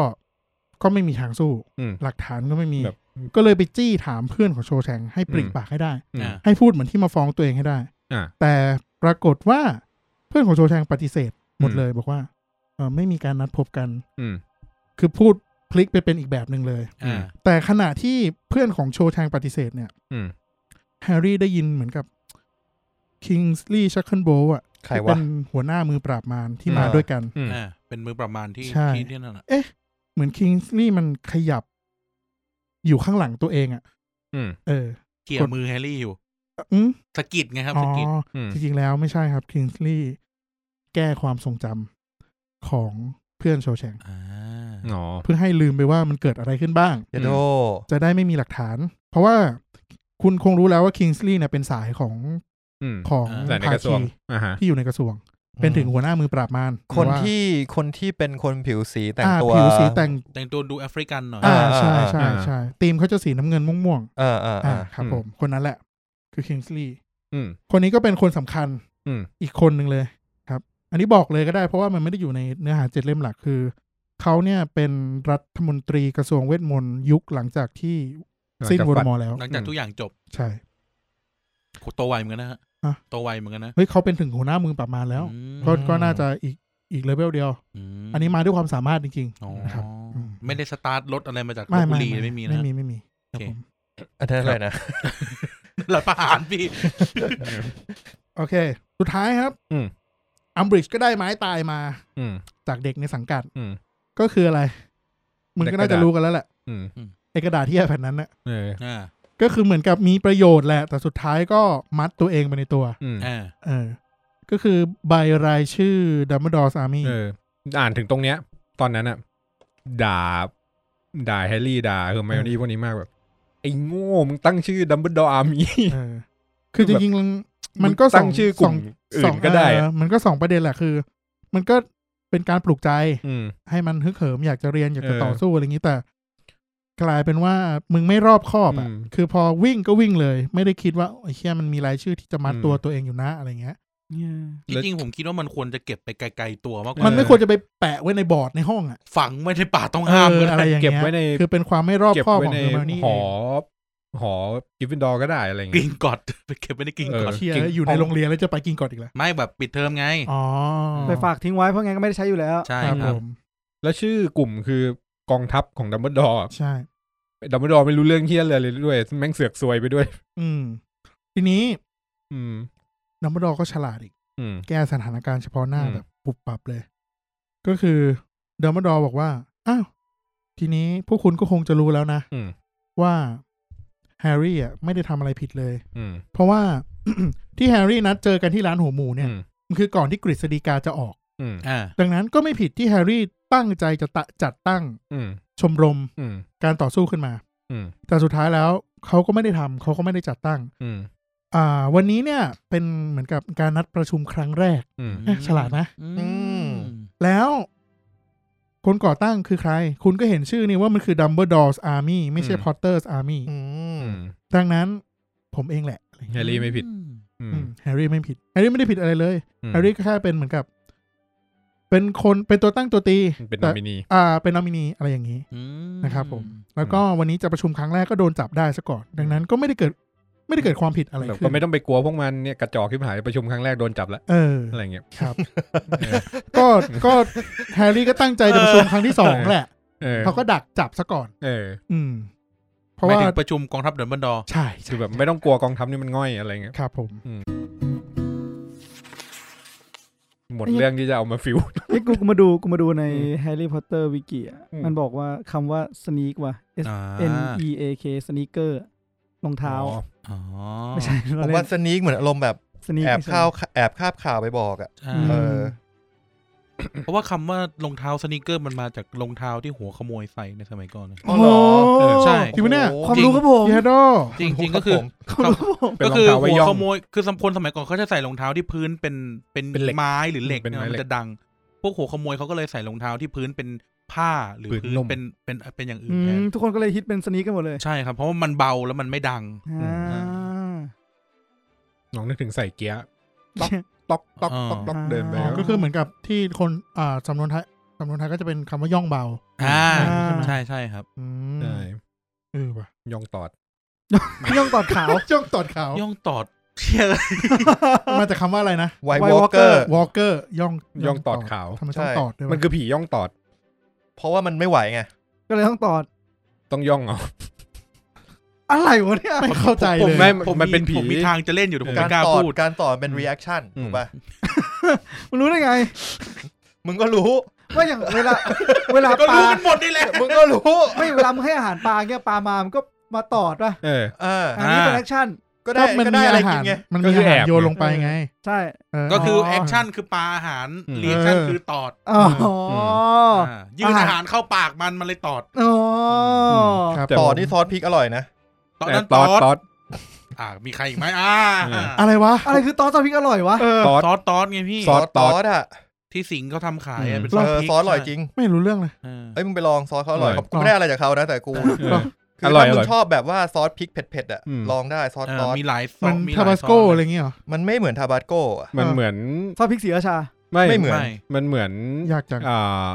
S5: ก็ไม่มีทางสู้
S3: อืม
S5: หลักฐานก็ไม่มี
S3: แบบ
S5: ก็เลยไปจี้ถามเพื่อนของโชแชงให้ปริ
S3: อืม
S5: ปากให้ได้
S3: อืม
S4: อ่า
S5: ให้พูดเหมือนที่มาฟ้องตัวเองให้ได้
S3: อ่า
S5: แต่ปรากฏว่าเพื่อนของโชแชงปฏิเสธหมด
S3: อืม
S5: เลยบอกว่าเออไม่มีการนัดพบกัน
S3: อืม
S5: คือพูดพลิกไปเป็นอีกแบบหนึ่งเลย
S3: อื
S4: อ่าม
S5: แต่ขณะที่เพื่อนของโชแชงปฏิเสธเนี่ย
S3: อืม
S5: แฮร์รี่ได้ยินเหมือนกับคิงส์ลีย์ชักเคิลโบว์อ่ะ
S1: ใคร
S5: ที่
S1: วะ
S5: เป็นหัวหน้ามือปราบมารที่มา
S1: อ่า
S5: ด้วยกัน
S3: อืม
S4: อ่าเป็นมือประมาณที่
S5: ใช่
S4: ที่ที่นั่นน่ะ
S5: เหมือนคิงส์ลีย์มันขยับ อยู่ข้างหลังตัวเองอ่ะ
S3: อืม
S5: เออ
S4: เกี่ย
S5: กด
S4: มือแฮร์รี่อยู่
S5: อืม
S4: สะกิดไงครับ
S5: อ๋
S4: สะกิด
S5: อ
S3: อืม
S5: จริงๆแล้วไม่ใช่ครับคิงส์ลีย์แก้ความทรงจำของเพื่อนโชแชง
S4: อ่า
S3: อ๋อ
S5: เพื่อให้ลืมไปว่ามันเกิดอะไรขึ้นบ้าง
S1: เยโด
S5: จะได้ไม่มีหลักฐาน เพราะว่าคุณคงรู้แล้วว่าคิงส์ลีย์เนี่ยเป็นสายของ
S3: อืม
S5: ของ
S3: แต่ใน
S5: ภาก
S3: ระทรว
S5: คี
S3: งอ่าฮะ
S5: ที่อยู่ในกระทรวง เป็นถึงหัวหน้ามือปราบมาร
S1: คน
S5: ว่า
S1: ที่คนที่เป็นคนผิวสีแต่ง
S5: อ่า
S1: ตัว
S5: ผิวสีแต่ง
S4: แต่งตัวดูแอฟริกันหน่อย
S5: อ่า
S1: อ่า
S5: ใช่ใช่
S3: อ่า
S5: ใช่ธีมเขาจะสีน้ำเงินม่วง
S1: เออเออ
S5: ๆ
S1: เอ
S5: อ่า
S1: อ
S5: ครับผม คนนั้นแหละ คือคิงส์ลีย์
S3: อืม
S5: คนนี้ก็เป็นคนสำคัญ
S3: อืม
S5: อีกคนหนึ่งเลยครับ อันนี้บอกเลยก็ได้เพราะว่ามันไม่ได้อยู่ในเนื้อหาเจ็ดเล่มหลักคือ เขาเนี่ยเป็นรัฐมนตรีกระทรวงเวทมนต์ยุคหลังจากที่สิ้นวอร์มอร์แล้ว
S4: หลังจากทุกอย่างจบ
S5: ใช่
S4: โหโตไวเหมือนกันนะฮะ
S5: ฮะ
S4: โตไวเหมือนกันนะ
S5: เฮ้ยเขาเป็นถึงหัวหน้ามือปราบมารแล้ว
S4: อืม
S5: ก็ก็น่าจะอีกอีกเลเวลเดียว
S4: ม
S5: อันนี้มาด้วยความสามารถจริง
S4: อ๋อ
S5: นะครับอืม
S4: ไม่ได้สตาร์ทรถอะไรมาจาก
S5: ๆ ไม่
S4: ลพบุ
S5: ไม่
S4: รีไม่มีนะ
S5: ไม่มีไม่มี
S4: โอ
S5: ครับ
S4: เค
S5: ผม
S1: อันนั้นอะไรนะ
S4: หลัดประหาร พี่
S5: โอเค สุดท้ายครับ
S3: อืม
S5: อัมบริดจ์ก็ได้ไม้ตายมา
S3: อืม
S5: จากเด็กในสังกัด
S3: อืม
S5: ก็คืออะไร มึงก็น่าจะรู้กันแล้วแหละ
S3: อืม
S5: ไอกระดาษที่แผ่นนั้นนะ
S3: เออ
S4: อ่า
S5: ก็คือเหมือนกับมีประโยชน์แหละ แต่สุดท้ายก็มัดตัวเองไปในตัว
S3: อืม
S4: อ่า
S5: เออ ก็คือใบรายชื่อดัมเบิลดอร์อาร์มี่
S3: เออ อ่านถึงตรงเนี้ย ตอนนั้นอะด่า ด่าแฮร์รี่ด่าเฮอร์ไมโอนี่พวกนี้มากแบบ ไอ้โง่ มึงตั้งชื่อดัมเบิลดอร์อาร์มี
S5: เออ คือจริงๆมันก็ส
S3: ตั้งชื่อกลุ่ม
S5: ส
S3: อื่น
S5: สง
S3: ก็ได้อะ
S5: เออมันก็สองประเด็นแหละคือ มันก็เป็นการปลุกใจ
S3: อืม
S5: ให้มันฮึกเหิมอยากจะเรียนอยากจะ
S3: เออ
S5: ต่อสู้อะไรอย่างนี้แต่ กลายเป็นว่ามึงไม่รอบคอบอ่ะ
S3: อืม
S5: คือพอวิ่งก็วิ่งเลย ไม่ได้คิดว่าไอ้เชี่ยมันมีรายชื่อที่จะมัด
S3: อืม
S5: ตัวตัวเองอยู่นะอะไรเงี้ย
S2: เนี่ย
S4: จริงๆผมคิดว่ามันควรจะเก็บไปไกลๆตัวมากก
S5: มั
S4: ว่า
S5: นไม่ควรจะไปแปะไว้ในบอร์ดในห้องอ่ะ
S4: ฝังไม่ในป่าต้องห้าม
S5: เอ
S4: ก็
S5: ออะไร
S4: ได้
S5: อย่าง
S3: เก็บ
S5: เงี้
S3: ไว้
S5: ย
S3: ใน
S5: คือเป็นความไม่รอบ
S3: เก็บ
S5: คอบ
S3: ไว้
S5: ของ
S3: ใน
S5: เฮอร์มานี่
S3: หอ หอกิฟฟินดอร์ก็ได้อะไรอย่าง
S4: กริ
S3: เงี้ย
S4: งกอดไป เก็บไว้ในกริงกอด
S3: เอ
S5: เชีย
S3: กิ่ง
S5: อยู่ในโรงเรียนแล้วจะไปกินก่อนอีกแล้ว
S4: ไม่แบบปิดเทอมไง
S5: อ๋อ
S2: ไปฝากทิ้งไว้เพราะงั้นก็ไม่ได้ใช้อยู่แล้ว
S4: ใช่
S5: ครับ
S4: ค
S5: ผ
S4: รับ
S5: ม
S3: แล้วชื่อกลุ่มคือกองทัพของดัมเบิลดอร์
S5: ใช่
S3: ดัมเบิลดอร์ไม่รู้เรื่องเที่ยอะไรเลยด้วย แม่งเสือกซวยไปด้วย
S5: อืม ทีนี้
S3: อืม
S5: ดัมเบิลดอร์ก็ฉลาดอีก
S3: อืม
S5: แก้สถานการณ์เฉพาะหน้า
S3: อืม
S5: แบบปุบปับเลย ก็คือดัมเบิลดอร์บอกว่า อ้าว ทีนี้พวกคุณก็คงจะรู้แล้วนะ
S3: อืม
S5: ว่าแฮร์รี่อ่ะไม่ได้ทำอะไรผิดเลย
S3: อืม
S5: เพราะว่า ที่แฮร์รี่นัดเจอกันที่ร้านหัวหมูเนี่ย
S3: อืม
S5: มันคือก่อนที่กฤษฎีกาจะออก
S3: อืม
S4: อ่า
S5: ดังนั้นก็ไม่ผิดที่แฮร์รี่ตั้งใจจะตะจัดตั้ง
S3: อืม
S5: ชมรม
S3: อืม
S5: การต่อสู้ขึ้นมา
S3: อืม
S5: แต่สุดท้ายแล้วเขาก็ไม่ได้ทำเขาก็ไม่ได้จัดตั้ง
S3: อืม
S5: อ่า วันนี้เนี่ยเป็นเหมือนกับการนัดประชุมครั้งแรก
S3: อืม
S5: เอ๊ะฉลาดนะ
S4: อืม
S5: แล้ว คนก่อตั้งคือใคร คุณก็เห็นชื่อนี่ว่ามันคือ Dumbledore's Army ไม่ใช่
S3: อืม
S5: Potter's Army
S3: อืม
S5: ดังนั้นผมเองแหละอะไร
S3: แฮ
S5: เงี้ย
S3: ร์รี่ไม่ผิด อืม
S5: อืมแฮร์รี่ไม่ผิด แฮร์รี่ไม่ได้ผิดอะไรเลย
S3: อืม
S5: แฮร์รี่ก็แค่เป็นเหมือนกับ เป็นคนเป็นตัวตั้งตัวตี
S3: เป็นน
S5: แต่
S3: อมินี
S5: อ่า เป็นนอมินีอะไรอย่างนี้
S4: อืม
S5: นะครับผม แล้วก็วันนี้จะประชุมครั้งแรกก็โดนจับได้ซะก่อน ดังนั้นก็ไม่ได้เกิด ไม่ได้เกิดความผิดอะไร
S3: แบบ
S5: ขึ้
S3: ก็
S5: น
S3: ไม่ต้องไปกลัวพวกมันเนี่ยกระจอกที่หายประชุมครั้งแรกโดนจับแล้ว
S5: เออ
S3: อะไรเงี้ย
S5: ครับ
S3: เออ
S5: ก็ ก็แฮร์รี่ก็ตั้งใจจะประชุมครั้งที่สองแหละ
S3: เออ
S5: เขาก็ดักจับซะก่อน
S3: เออ
S5: อืม
S4: ห
S5: เพราะ
S4: มาย
S5: ว่า
S4: ถึงประชุมกองทัพเดินบันดอร์
S5: ใช่
S3: คื
S5: ใช่
S3: อแบบไม่ต้องกลัวกองทัพนี่มันง่อยอะไรเงี้ย
S5: ครับผม
S3: หมดเรื่องที่จะเอามาฟิว
S2: นี่กูกูมาดูกูมาดูใน
S3: อืม
S2: แฮร์รี่พอตเตอร์วิกิอ่ะ
S3: อืม
S2: มันบอกว่าคำว่าสน a กว่ะ S
S4: อ่า
S2: N E A K สน e เกอร์รองเท้า
S3: อ๋อ
S4: อ๋อ
S2: ไม่ใช่
S1: ผม
S2: เราเล่
S1: ว่าน สนีกเหมือนอารมณ์แบบ
S2: สน e ก
S1: แอบข้าวแอบคาบข่าวไปบอกอ่ะ
S4: อ่า
S1: เออ
S4: เพราะว่าคำว่ารองเท้าสนิเกอร์มันมาจากรองเท้าที่หัวขโมยใส่ในสมัยก่อนนะ
S1: อ๋อเหรอ
S3: เออ
S4: ใช่
S5: จริงปะเนี่ย
S1: โอ้โห
S2: ความรู้ครับผม
S5: เยโด
S4: จริงๆก็คือ
S1: ผม
S2: ความรู้ครับผม
S3: เป็น
S4: ก็
S3: รอง
S4: คือ
S3: เท้าไว้
S4: หัว
S3: ย่อง
S4: ขโมยคือสมคนสมัยก่อนเขาจะใส่รองเท้าที่พื้นเป็นเป็น
S3: เป็นเหล็ก
S4: ไม้หรือเหล็ก
S3: เป็น
S4: นะ
S3: ไม้
S4: มัน
S3: เหล็ก
S4: จะดัง พวกหัวขโมยเขาก็เลยใส่รองเท้าที่พื้นเป็นผ้าหรือ
S3: พื้น
S4: พื้น
S3: นุ่ม
S4: เป็นเป็นเป็นอย่างอื่
S2: อื
S4: นแทน
S2: มทุกคนก็เลยฮิตเป็นสน e กกันหมดเลย
S4: ใช่ครับ เพราะว่ามันเบาแล้วมันไม่ดัง
S2: อ่า
S4: อ่
S3: น้องนึกถึงใส่เกียร์ ต๊ อกต๊อกต๊อกต๊อกต๊อกเดินไป
S5: อ๋อก็คือเหมือนกับที่คนอ่าสำนวนไทยสำนวนไทยก็จะเป็นคำว่าย่องเบา
S4: อ่า
S5: อ่า
S4: ใช่ใช่ครับ
S5: อืม
S3: ใช่
S5: เออว่ะ
S3: ยองตอด
S2: ย่องตอดขาว
S5: ย่องตอดขาว
S4: ย่องตอด เชี่ยเลย
S5: มาจากคำว่าอะไรนะ
S1: ไว
S2: White
S1: วอลเกอ
S2: Walker
S1: ร์
S5: วอลเกอร์ย่อง
S3: ย่องตอดขาว
S5: ทำไมต้อง
S1: ใช่
S5: ตอดด้วยวะ
S3: มันคือผีย่องตอด
S1: เพราะว่ามันไม่ไหวไง
S2: ก็เลยต้องตอด
S3: ต้องย่องเอา
S2: อะไรวะเนี่ย
S5: ไม่เข้าใจ
S4: ผม
S5: เลย
S3: ไม่
S4: ผม
S3: มันเป็นผี
S4: ผมมีทางจะเล่นอยู่แต่ผม
S1: กา
S4: ไม่
S1: ร
S4: กล้า
S1: ตอด
S4: พูด
S1: การตอดเป็น
S3: อืม
S1: รีแอคชั่น
S3: อืม
S1: ถูกป่ะ
S2: มันรู้ได้ไง
S1: มึงก็รู้
S2: ว่าอย่างเวลา เวลา
S4: ก็
S2: ปลา
S4: รู้กันหมดนี่แหละ
S1: มึงก็รู้
S2: ไม่เวลามึงให้อาหารปลาเนี่ยปลามามันก็มาตอดป่ะ
S3: เออ
S1: เออ
S2: อันนี้เป็นแอคชั่น
S1: ก็
S5: ก็
S1: ได้
S5: มัน
S1: ก็
S5: มี
S1: ได้อะไร
S5: อาหา
S1: กิ
S5: ร
S1: นไง
S5: มัน
S3: ก็
S5: มี
S3: คือ
S5: อา
S3: แอ
S5: หา
S3: บ
S5: รโยนลงไปไง
S2: ใช่
S5: เ
S4: ก็คือแอคชั่นคือปลาอาหาร
S3: อืม
S4: รีแอคชั่นคือตอด
S2: อ๋อ
S4: อ่ายื่นอาหารเข้าปากมันมันเลยตอด
S2: อ๋อ
S5: ครับ
S1: ตอดที่ซอสพริกอร่อยนะ
S4: ตอด
S3: แต่
S4: นั้น
S3: ต
S4: ต
S3: อ
S4: อ
S3: ด
S4: ด
S3: ตอด
S4: อ่า มีใครอีกไหมอ่า
S3: เออ
S5: อะไรวะ
S2: อะไรคือตอสซอสพริกอร่อยวะ
S5: เออ
S3: ตอด
S4: ตอดตอดไงพี่
S3: ซอส
S1: ซอสอ่ะ
S4: ที่สิงห์เขาทำขาย
S3: อื
S4: อ่ะ
S3: ม
S4: เป็น
S1: เออ
S4: พก
S1: ซอสอร่อยจริง
S5: ไม่รู้เรื่องเลย
S4: เออ
S1: เอ้ยมึงไปลองซอสเขาอร่อย
S3: อร่อย
S1: ครับกูไม่ได้อะไรจากเขานะแต่กู
S3: เออ
S1: คือ อ
S3: ร่อย
S1: ถ้า
S3: อ
S1: มึ
S3: ร่อย
S1: งชอบแบบว่าซอสพริกเผ็ดๆอ่ะ
S3: อืม
S1: ลองได้ซอส
S4: เอ
S1: ซอ
S4: อ
S1: ส
S4: มีหลายซอ
S5: มัน
S4: สมีหล
S5: ทาย บา
S4: ซ
S5: ส
S4: ส
S5: โกอะไรอย่างเงี้ยเหรอ
S1: มันไม่เหมือนทาบาสโกอ่ะ
S3: มันเหมือน
S2: ซอสพริกสีราชา
S3: ไม่
S1: ไม่เหมือน
S4: ไม่
S3: มันเหมือน
S5: ยากจัง
S3: อ่า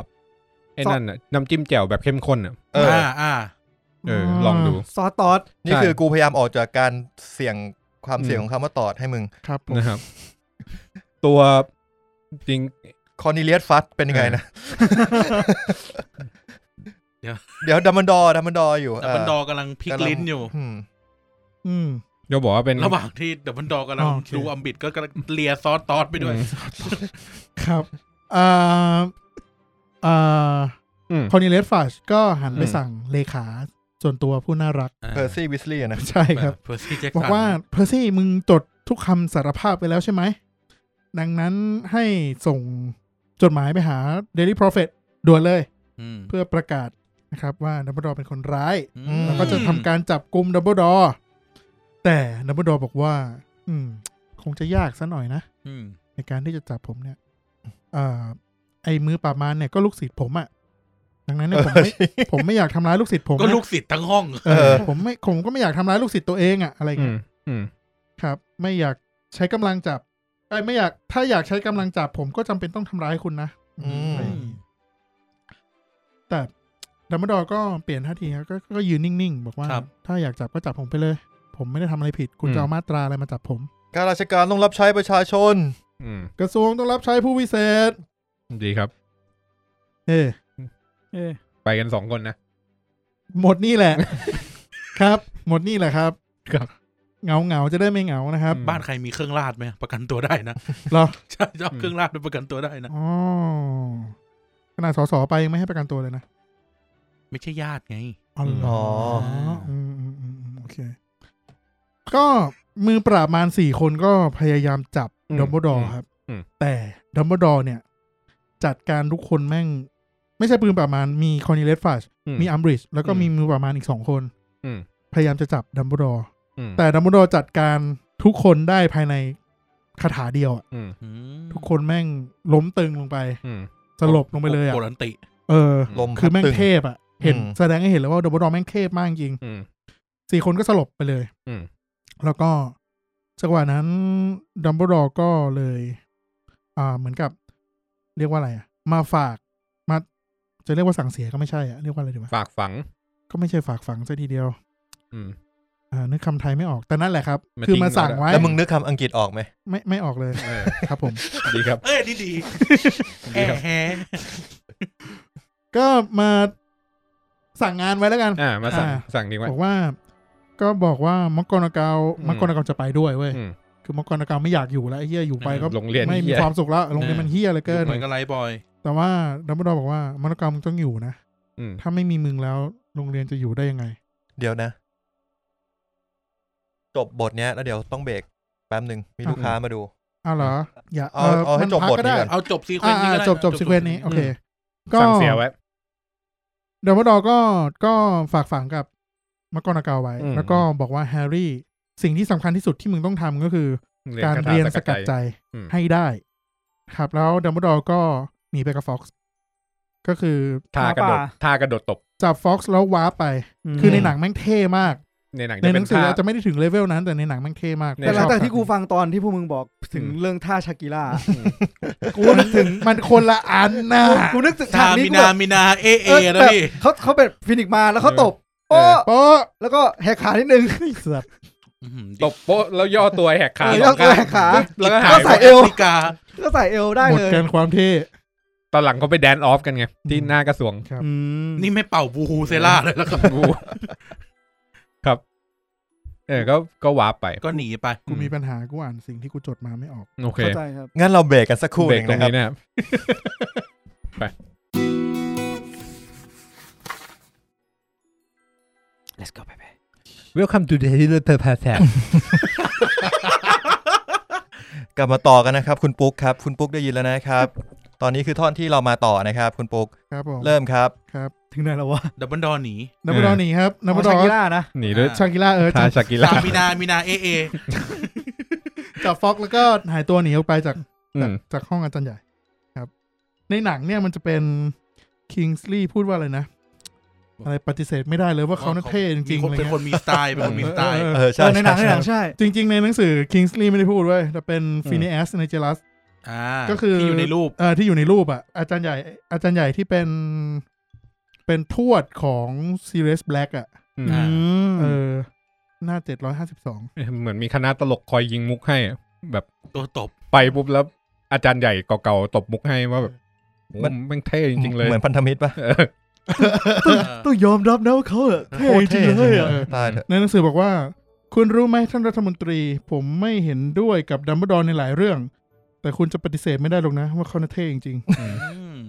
S3: ไอ้นั่นน่ะน้ำจิ้มแจ่วแบบเข้มข้นอ่ะ
S1: เออ
S4: อ่าอ่า
S3: เอออ
S5: ม
S3: ลองดู
S2: ซอสตอส
S1: นี่
S3: ใช่
S1: คือกูพยายามออกจากการเสี่ยงความเสี่ยง
S3: อืม
S1: ของคำว่าตอดให้มึง
S5: ครับผม
S3: นะครับ ตัวจริง
S1: คอนเ l เลียสฟัตเป็นยังไงนะ
S4: เดี๋ยว
S1: เดี๋ยวดัมบันดอดัมบันดออยู่
S4: แต่บันดอร์กำลังพลิกลิ้นอยู่
S1: อืม
S5: อืม
S3: เดี๋ยวบอกว่าเป็น
S4: ระหว่างที่เดบันดอร์กำลัง
S5: อ๋อโอเค
S4: ดูอัมบิดก็กำลังเลียซอสตอดไปด้วย
S5: ครับอ่าอ่า
S3: อืม
S5: คอนิเลสฟาชก็หันไป
S3: อืม
S5: สั่งเลขาส่วนตัวผู้น่ารัก
S1: เพอร์ซี่วิสลีย์นะ
S5: ใช่ครับ
S4: เพอร์ซี่แจ็คสัน
S5: บอกว่าเพอร์ซี่มึงจดทุกคำสารภาพไปแล้วใช่ไหม ดังนั้นให้ส่งจดหมายไปหา Daily Prophet ด่วนเลย
S4: อืม
S5: เพื่อประกาศนะครับว่าดับเบิลดอเป็นคนร้าย
S4: อื
S1: ม
S4: ม
S5: แล้วก็จะทำการจับกลุ่มดับเบิลดอแต่ดับเบิลดอบอกว่า อืม คงจะยากซะหน่อยนะ
S4: อืม
S5: ในการที่จะจับผมเนี่ยเอ่อไอ้มือปราบมารเนี่ยก็ลูกศิษย์ผมอะดังนั้นเนี่ยผมไม่ผมไม่อยากทำร้ายลูกศิษย์ผม
S4: ก็
S5: นะ
S4: ลูกศิษย์ทั้งห้อง
S5: เออผมไม่ผมก็ไม่อยากทำร้ายลูกศิษย์ตัวเองอะอะไรอย่าง
S3: อื
S5: เงี้ย
S3: มอืม
S5: ครับไม่อยากใช้กำลังจับไอ้ยไม่อยากถ้าอยากใช้กำลังจับผมก็จำเป็นต้องทำร้ายคุณนะ
S1: อืม
S5: อะไรอย่างงี้แต่ดัมเบลดอร์ก็เปลี่ยนท่าทีครับก็ก็ยืนนิ่งๆ บอกว่า ถ้าอยากจับก็จับผมไปเลย ผมไม่ได้ทำอะไรผิด คุณ
S3: อืม
S5: จะเอามาตราอะไรมาจับผม
S1: การราชการต้องรับใช้ประชาชน
S3: อืม
S5: กระทรวงต้องรับใช้ผู้วิเศษ
S3: ดีครับ
S5: เออ
S2: เอ้ย
S3: ไปกันสองคนนะ
S5: หมดนี่แหละ ครับ หมดนี่แหละครับ
S3: ครับ
S5: เหงาเหงาๆจะได้ไม่เหงานะครับ
S4: บ้านใครมีเครื่องราดไหมประกันตัวได้นะ
S5: เหรอ
S4: ใช่ ชอบเครื่องราดเป็นประกันตัวได้นะ
S5: อ๋อขนาดสสไปยังไม่ให้ประกันตัวเลยนะ
S4: ไม่ใช่ญาติไง
S5: อ๋อเหรอ
S4: อ๋อ
S5: อืมอืมอืมอืมโอเค ก็มือปราบมารสี่คนก็พยายามจับ
S3: อืม
S5: ดัมเบิลดอ
S3: อื
S5: ร์
S3: ม
S5: ครับ
S3: อืม
S5: แต่ดัมเบิลดอร์เนี่ย จัดการทุกคนแม่ง ไม่ใช่ปืนปราบมารมีคอนิเลสฟาช
S3: อื
S5: มีอัมบริดจ์แล้วก็
S3: อืม
S5: มีมือปราบมารอีกสองคน
S3: อืม
S5: พยายามจะจับดัมเบิลดอร์
S3: อืม
S5: แต่ดัมเบิลดอร์จัดการทุกคนได้ภายในคาถาเดียวอะ
S3: อืม
S4: อืม
S5: ทุกคนแม่งล้มตึงลงไป
S3: อืม
S5: สลบลงไปเลยอ่ะ
S4: โกรันติ
S5: เออ
S1: ลมพัด
S5: คือแม่ง
S1: ตึง
S5: เทพอ่ะ เห็น
S1: อืม
S5: แสดงให้เห็นเลยว่าดัมเบิลดอร์แม่งเทพมากจริง
S3: อืม
S5: สี่คนก็สลบไปเลย
S3: อืม
S5: แล้วก็จังหวะนั้นดัมเบิลดอร์ก็เลย อ่า เหมือนกับ เรียกว่าอะไรอะมาฝาก มา จะเรียกว่าสั่งเสียก็ไม่ใช่อะเรียกว่าอะไรดีวะ
S3: ฝากฝัง
S5: ก็ไม่ใช่ฝากฝังซะทีเดียว
S3: อืม
S5: อ่า นึกคำไทยไม่ออก แต่นั่นแหละครับ
S3: มา
S5: คือ
S3: ทิ้ง
S5: มาสั่ง
S3: ไว้
S5: ไว้
S1: แล้วมึงนึกคำอังกฤษออกไหม
S5: ไม่ ไม่ออกเลย
S3: เออ
S5: ครับผม
S3: ดีครับ
S4: เอ้ยนี่ดี
S3: ดี
S4: แอะ
S3: ครับ
S4: แฮะ
S5: ก็มาสั่งงานไว้แล้วกัน
S3: อ่า มาสั่ง
S5: อ่า
S3: สั่งดีไว้
S5: บอกว่า ก็บอกว่ามกกรเกา
S3: อืม
S5: มกกรเกาจะไปด้วยเว้ย
S3: อืม
S5: คือมกกรเกาไม่อยากอยู่แล้วไอ้เหี้ยอยู่ไปก็
S3: โรงเรียน
S5: ไม่มี
S3: เหี้ย
S5: ความสุขแล้วโรงเรียนมันเหี้ยเหลือเกิน
S4: หน่อยก็ไลฟ์บอย
S5: แต่ว่าดัมเบิลดอร์บอกว่า มนุษย์กรรมต้องอยู่นะ
S3: อืม
S5: ถ้าไม่มีมึงแล้วโรงเรียนจะอยู่ได้ยังไง
S1: เดี๋ยวนะ จบบทเนี้ย แล้วเดี๋ยวต้องเบรกแป๊บหนึ่งมีลูกค้ามาดู
S5: อ้าวเหรอ อย่า
S1: เอาเอาให้
S5: มัน
S1: จบ
S5: พัก
S1: บท
S5: ก็
S1: นี้
S5: ได้
S1: ก่อน
S4: เอาจบซีเควนต์นี้
S5: อ่า
S4: ก็ได้
S5: จบจบซีเควนต์นี้ โอเค ก็
S3: สั่งเสียไว้
S5: ดัมเบิลดอร์ก็ก็ฝากฝังกับมกรนาเกาไว้
S3: อืม
S5: แล้วก็บอกว่าแฮร์รี่ สิ่งที่สำคัญที่สุดที่มึงต้องทำก็คือ การ
S3: คถ
S5: เรียนสกัดใจ
S3: อืม
S5: ให้ได้ ครับ แล้วดัมเบิลดอร์ก็หนีไปกับฟ็อกซ์ก็คือ
S3: ท่ากระโดดท่ากระโดดตบ
S5: จับฟ็อกซ์แล้วว้าร์ปไป คือในหนังแม่งเท่มาก
S3: ในหนัง
S5: ใน
S3: จะ
S5: ห
S3: เป็
S5: นั
S3: น
S5: งสือ
S3: ภาพ
S5: อาจจะไม่ได้ถึงเลเวลนั้น แต่ในหนังมันเท่มาก
S3: แต่
S2: แต่หลังจากที่กู
S5: ชอบ
S2: ฟังตอนที่พวกมึงบอกถึง
S3: อืม
S2: เรื่องท่าชากิล่า
S5: กูนึกถึง มันคนละอันนะ
S2: กูนึกถึงฉากนี้
S4: มิ
S2: กู
S4: นา
S2: แบบ
S4: มินาเอเอ
S2: เออแบ
S4: นะ
S2: บ
S4: พี่
S2: เขาเขาแบบฟินิกซ์มาแล้วเขาตบ
S3: เออ
S2: โอ้
S5: โป๊ะ
S2: แล้วก็แหกขานิดนึง
S5: เสือก
S4: อื้อหือ
S3: ตบโป๊ะแล้วย่อตัวแหกขา
S2: เออ
S3: สองข้าง
S2: แหกขา
S3: ปึ๊บแล้วก็หา
S2: ก็
S3: ย
S2: ใส่เอว
S4: แอฟริกา
S2: ก็ใส่เอวได้
S5: หมด
S2: เลย
S5: กันความเท่
S3: ตอนหลังเขาไปแดนออฟกันไง ที่หน้ากระทรวง
S5: ครับ
S2: อืม
S4: นี่ไม่เป่าบูฮูเซ ล่าเลยแล้วก็
S3: กูครับ เออ ก็ก็วาร์ปไป
S4: ก็หนีไป
S5: กูมีปัญหากูอ่านสิ่งที่กูจดมาไม่ออก
S3: โอเค
S2: เข้าใจครับ
S1: งั้นเราเบรกกันสักครู่
S3: เบร
S1: ห
S3: ก
S1: นึ่ง
S3: ตรง
S1: นะครับ
S3: นี้นะครั บไป
S6: Let's go, baby.
S3: Welcome to the Hero p e r p a t
S1: กลับมาต่อกันนะครับ คุณปุ๊กครับ คุณปุ๊กได้ยินแล้วนะครับ ตอนนี้คือท่อนที่เรามาต่อนะครับ คุณปุ๊ก
S5: ครับผม
S1: เริ่มครับ
S2: ถึงไหนแล้ววะ
S4: ดับเบิลดอหนี
S5: นับดอนหนีครับนับ
S2: อ๋อ
S5: ดอ
S2: ชาน กิล่านะ
S3: หนีด้วย
S5: ชากิล่าเออ
S3: ทา
S5: จับ
S3: ชากิระ
S4: สามมีนามีนาเอเอ
S5: จับฟอกแล้วก็หายตัวหนีออกไปจาก
S3: อืม
S5: จากห้องอาจารย์ใหญ่ครับ ในหนังเนี่ยมันจะเป็นคิงส์ลีย์พูดว่าอะไรนะ อะไรปฏิเสธไม่ได้เลยว่าเขาน่ะเท่จริงๆ
S4: มีคน
S5: อะไร
S4: เป็น
S5: เงี้
S4: ค
S5: ย
S4: นมีสไตล์ เป็นคนมีสไตล์
S5: เออ
S1: เอ
S5: เออ
S1: อ
S2: เอ
S1: ใช่
S2: อในหนังใน
S1: ใช่
S2: หนังใช่
S5: จริง ๆ ในหนังสือคิงส์ลีย์ไม่ได้พูดเว้ยแต่เป็น
S3: อืม
S5: ฟิน e อสในเจลัส
S4: อ่า
S5: ก็คือ
S4: ที่อยู่ในรูป
S5: เอ่อที่อยู่ในรูปอ่ะ อาจารย์ใหญ่ อาจารย์ใหญ่ที่เป็นเป็นทวดของซีเรสแบล็กอ่ะ
S3: อืม
S4: อ่า
S5: เออ หน้าเจ็ดร้อยห้าสิบสอง
S3: เหมือนมีคณะตลกคอยยิงมุกให้อะแบบ
S4: ตัวตบ
S3: ไปปุ๊บแล้ว อาจารย์ใหญ่เก่าๆตบมุกให้ว่าแบบโอ้มันแม่งเท่จริงๆเลย
S1: เหมือนพันธมิตรปะ
S3: เออ
S2: ต้องยอมรับนะว่าเขาอะเท่
S1: โคตร
S2: จริ
S1: เท่
S2: งเลยอะ
S1: เออตายเถอะ
S5: ในหนังสือบอกว่า คุณรู้ไหมท่านรัฐมนตรี ผมไม่เห็นด้วยกับดัมเบิลดอนในหลายเรื่อง แต่คุณจะปฏิเสธไม่ได้หรอกนะ ว่าเขาน่ะเท่จริง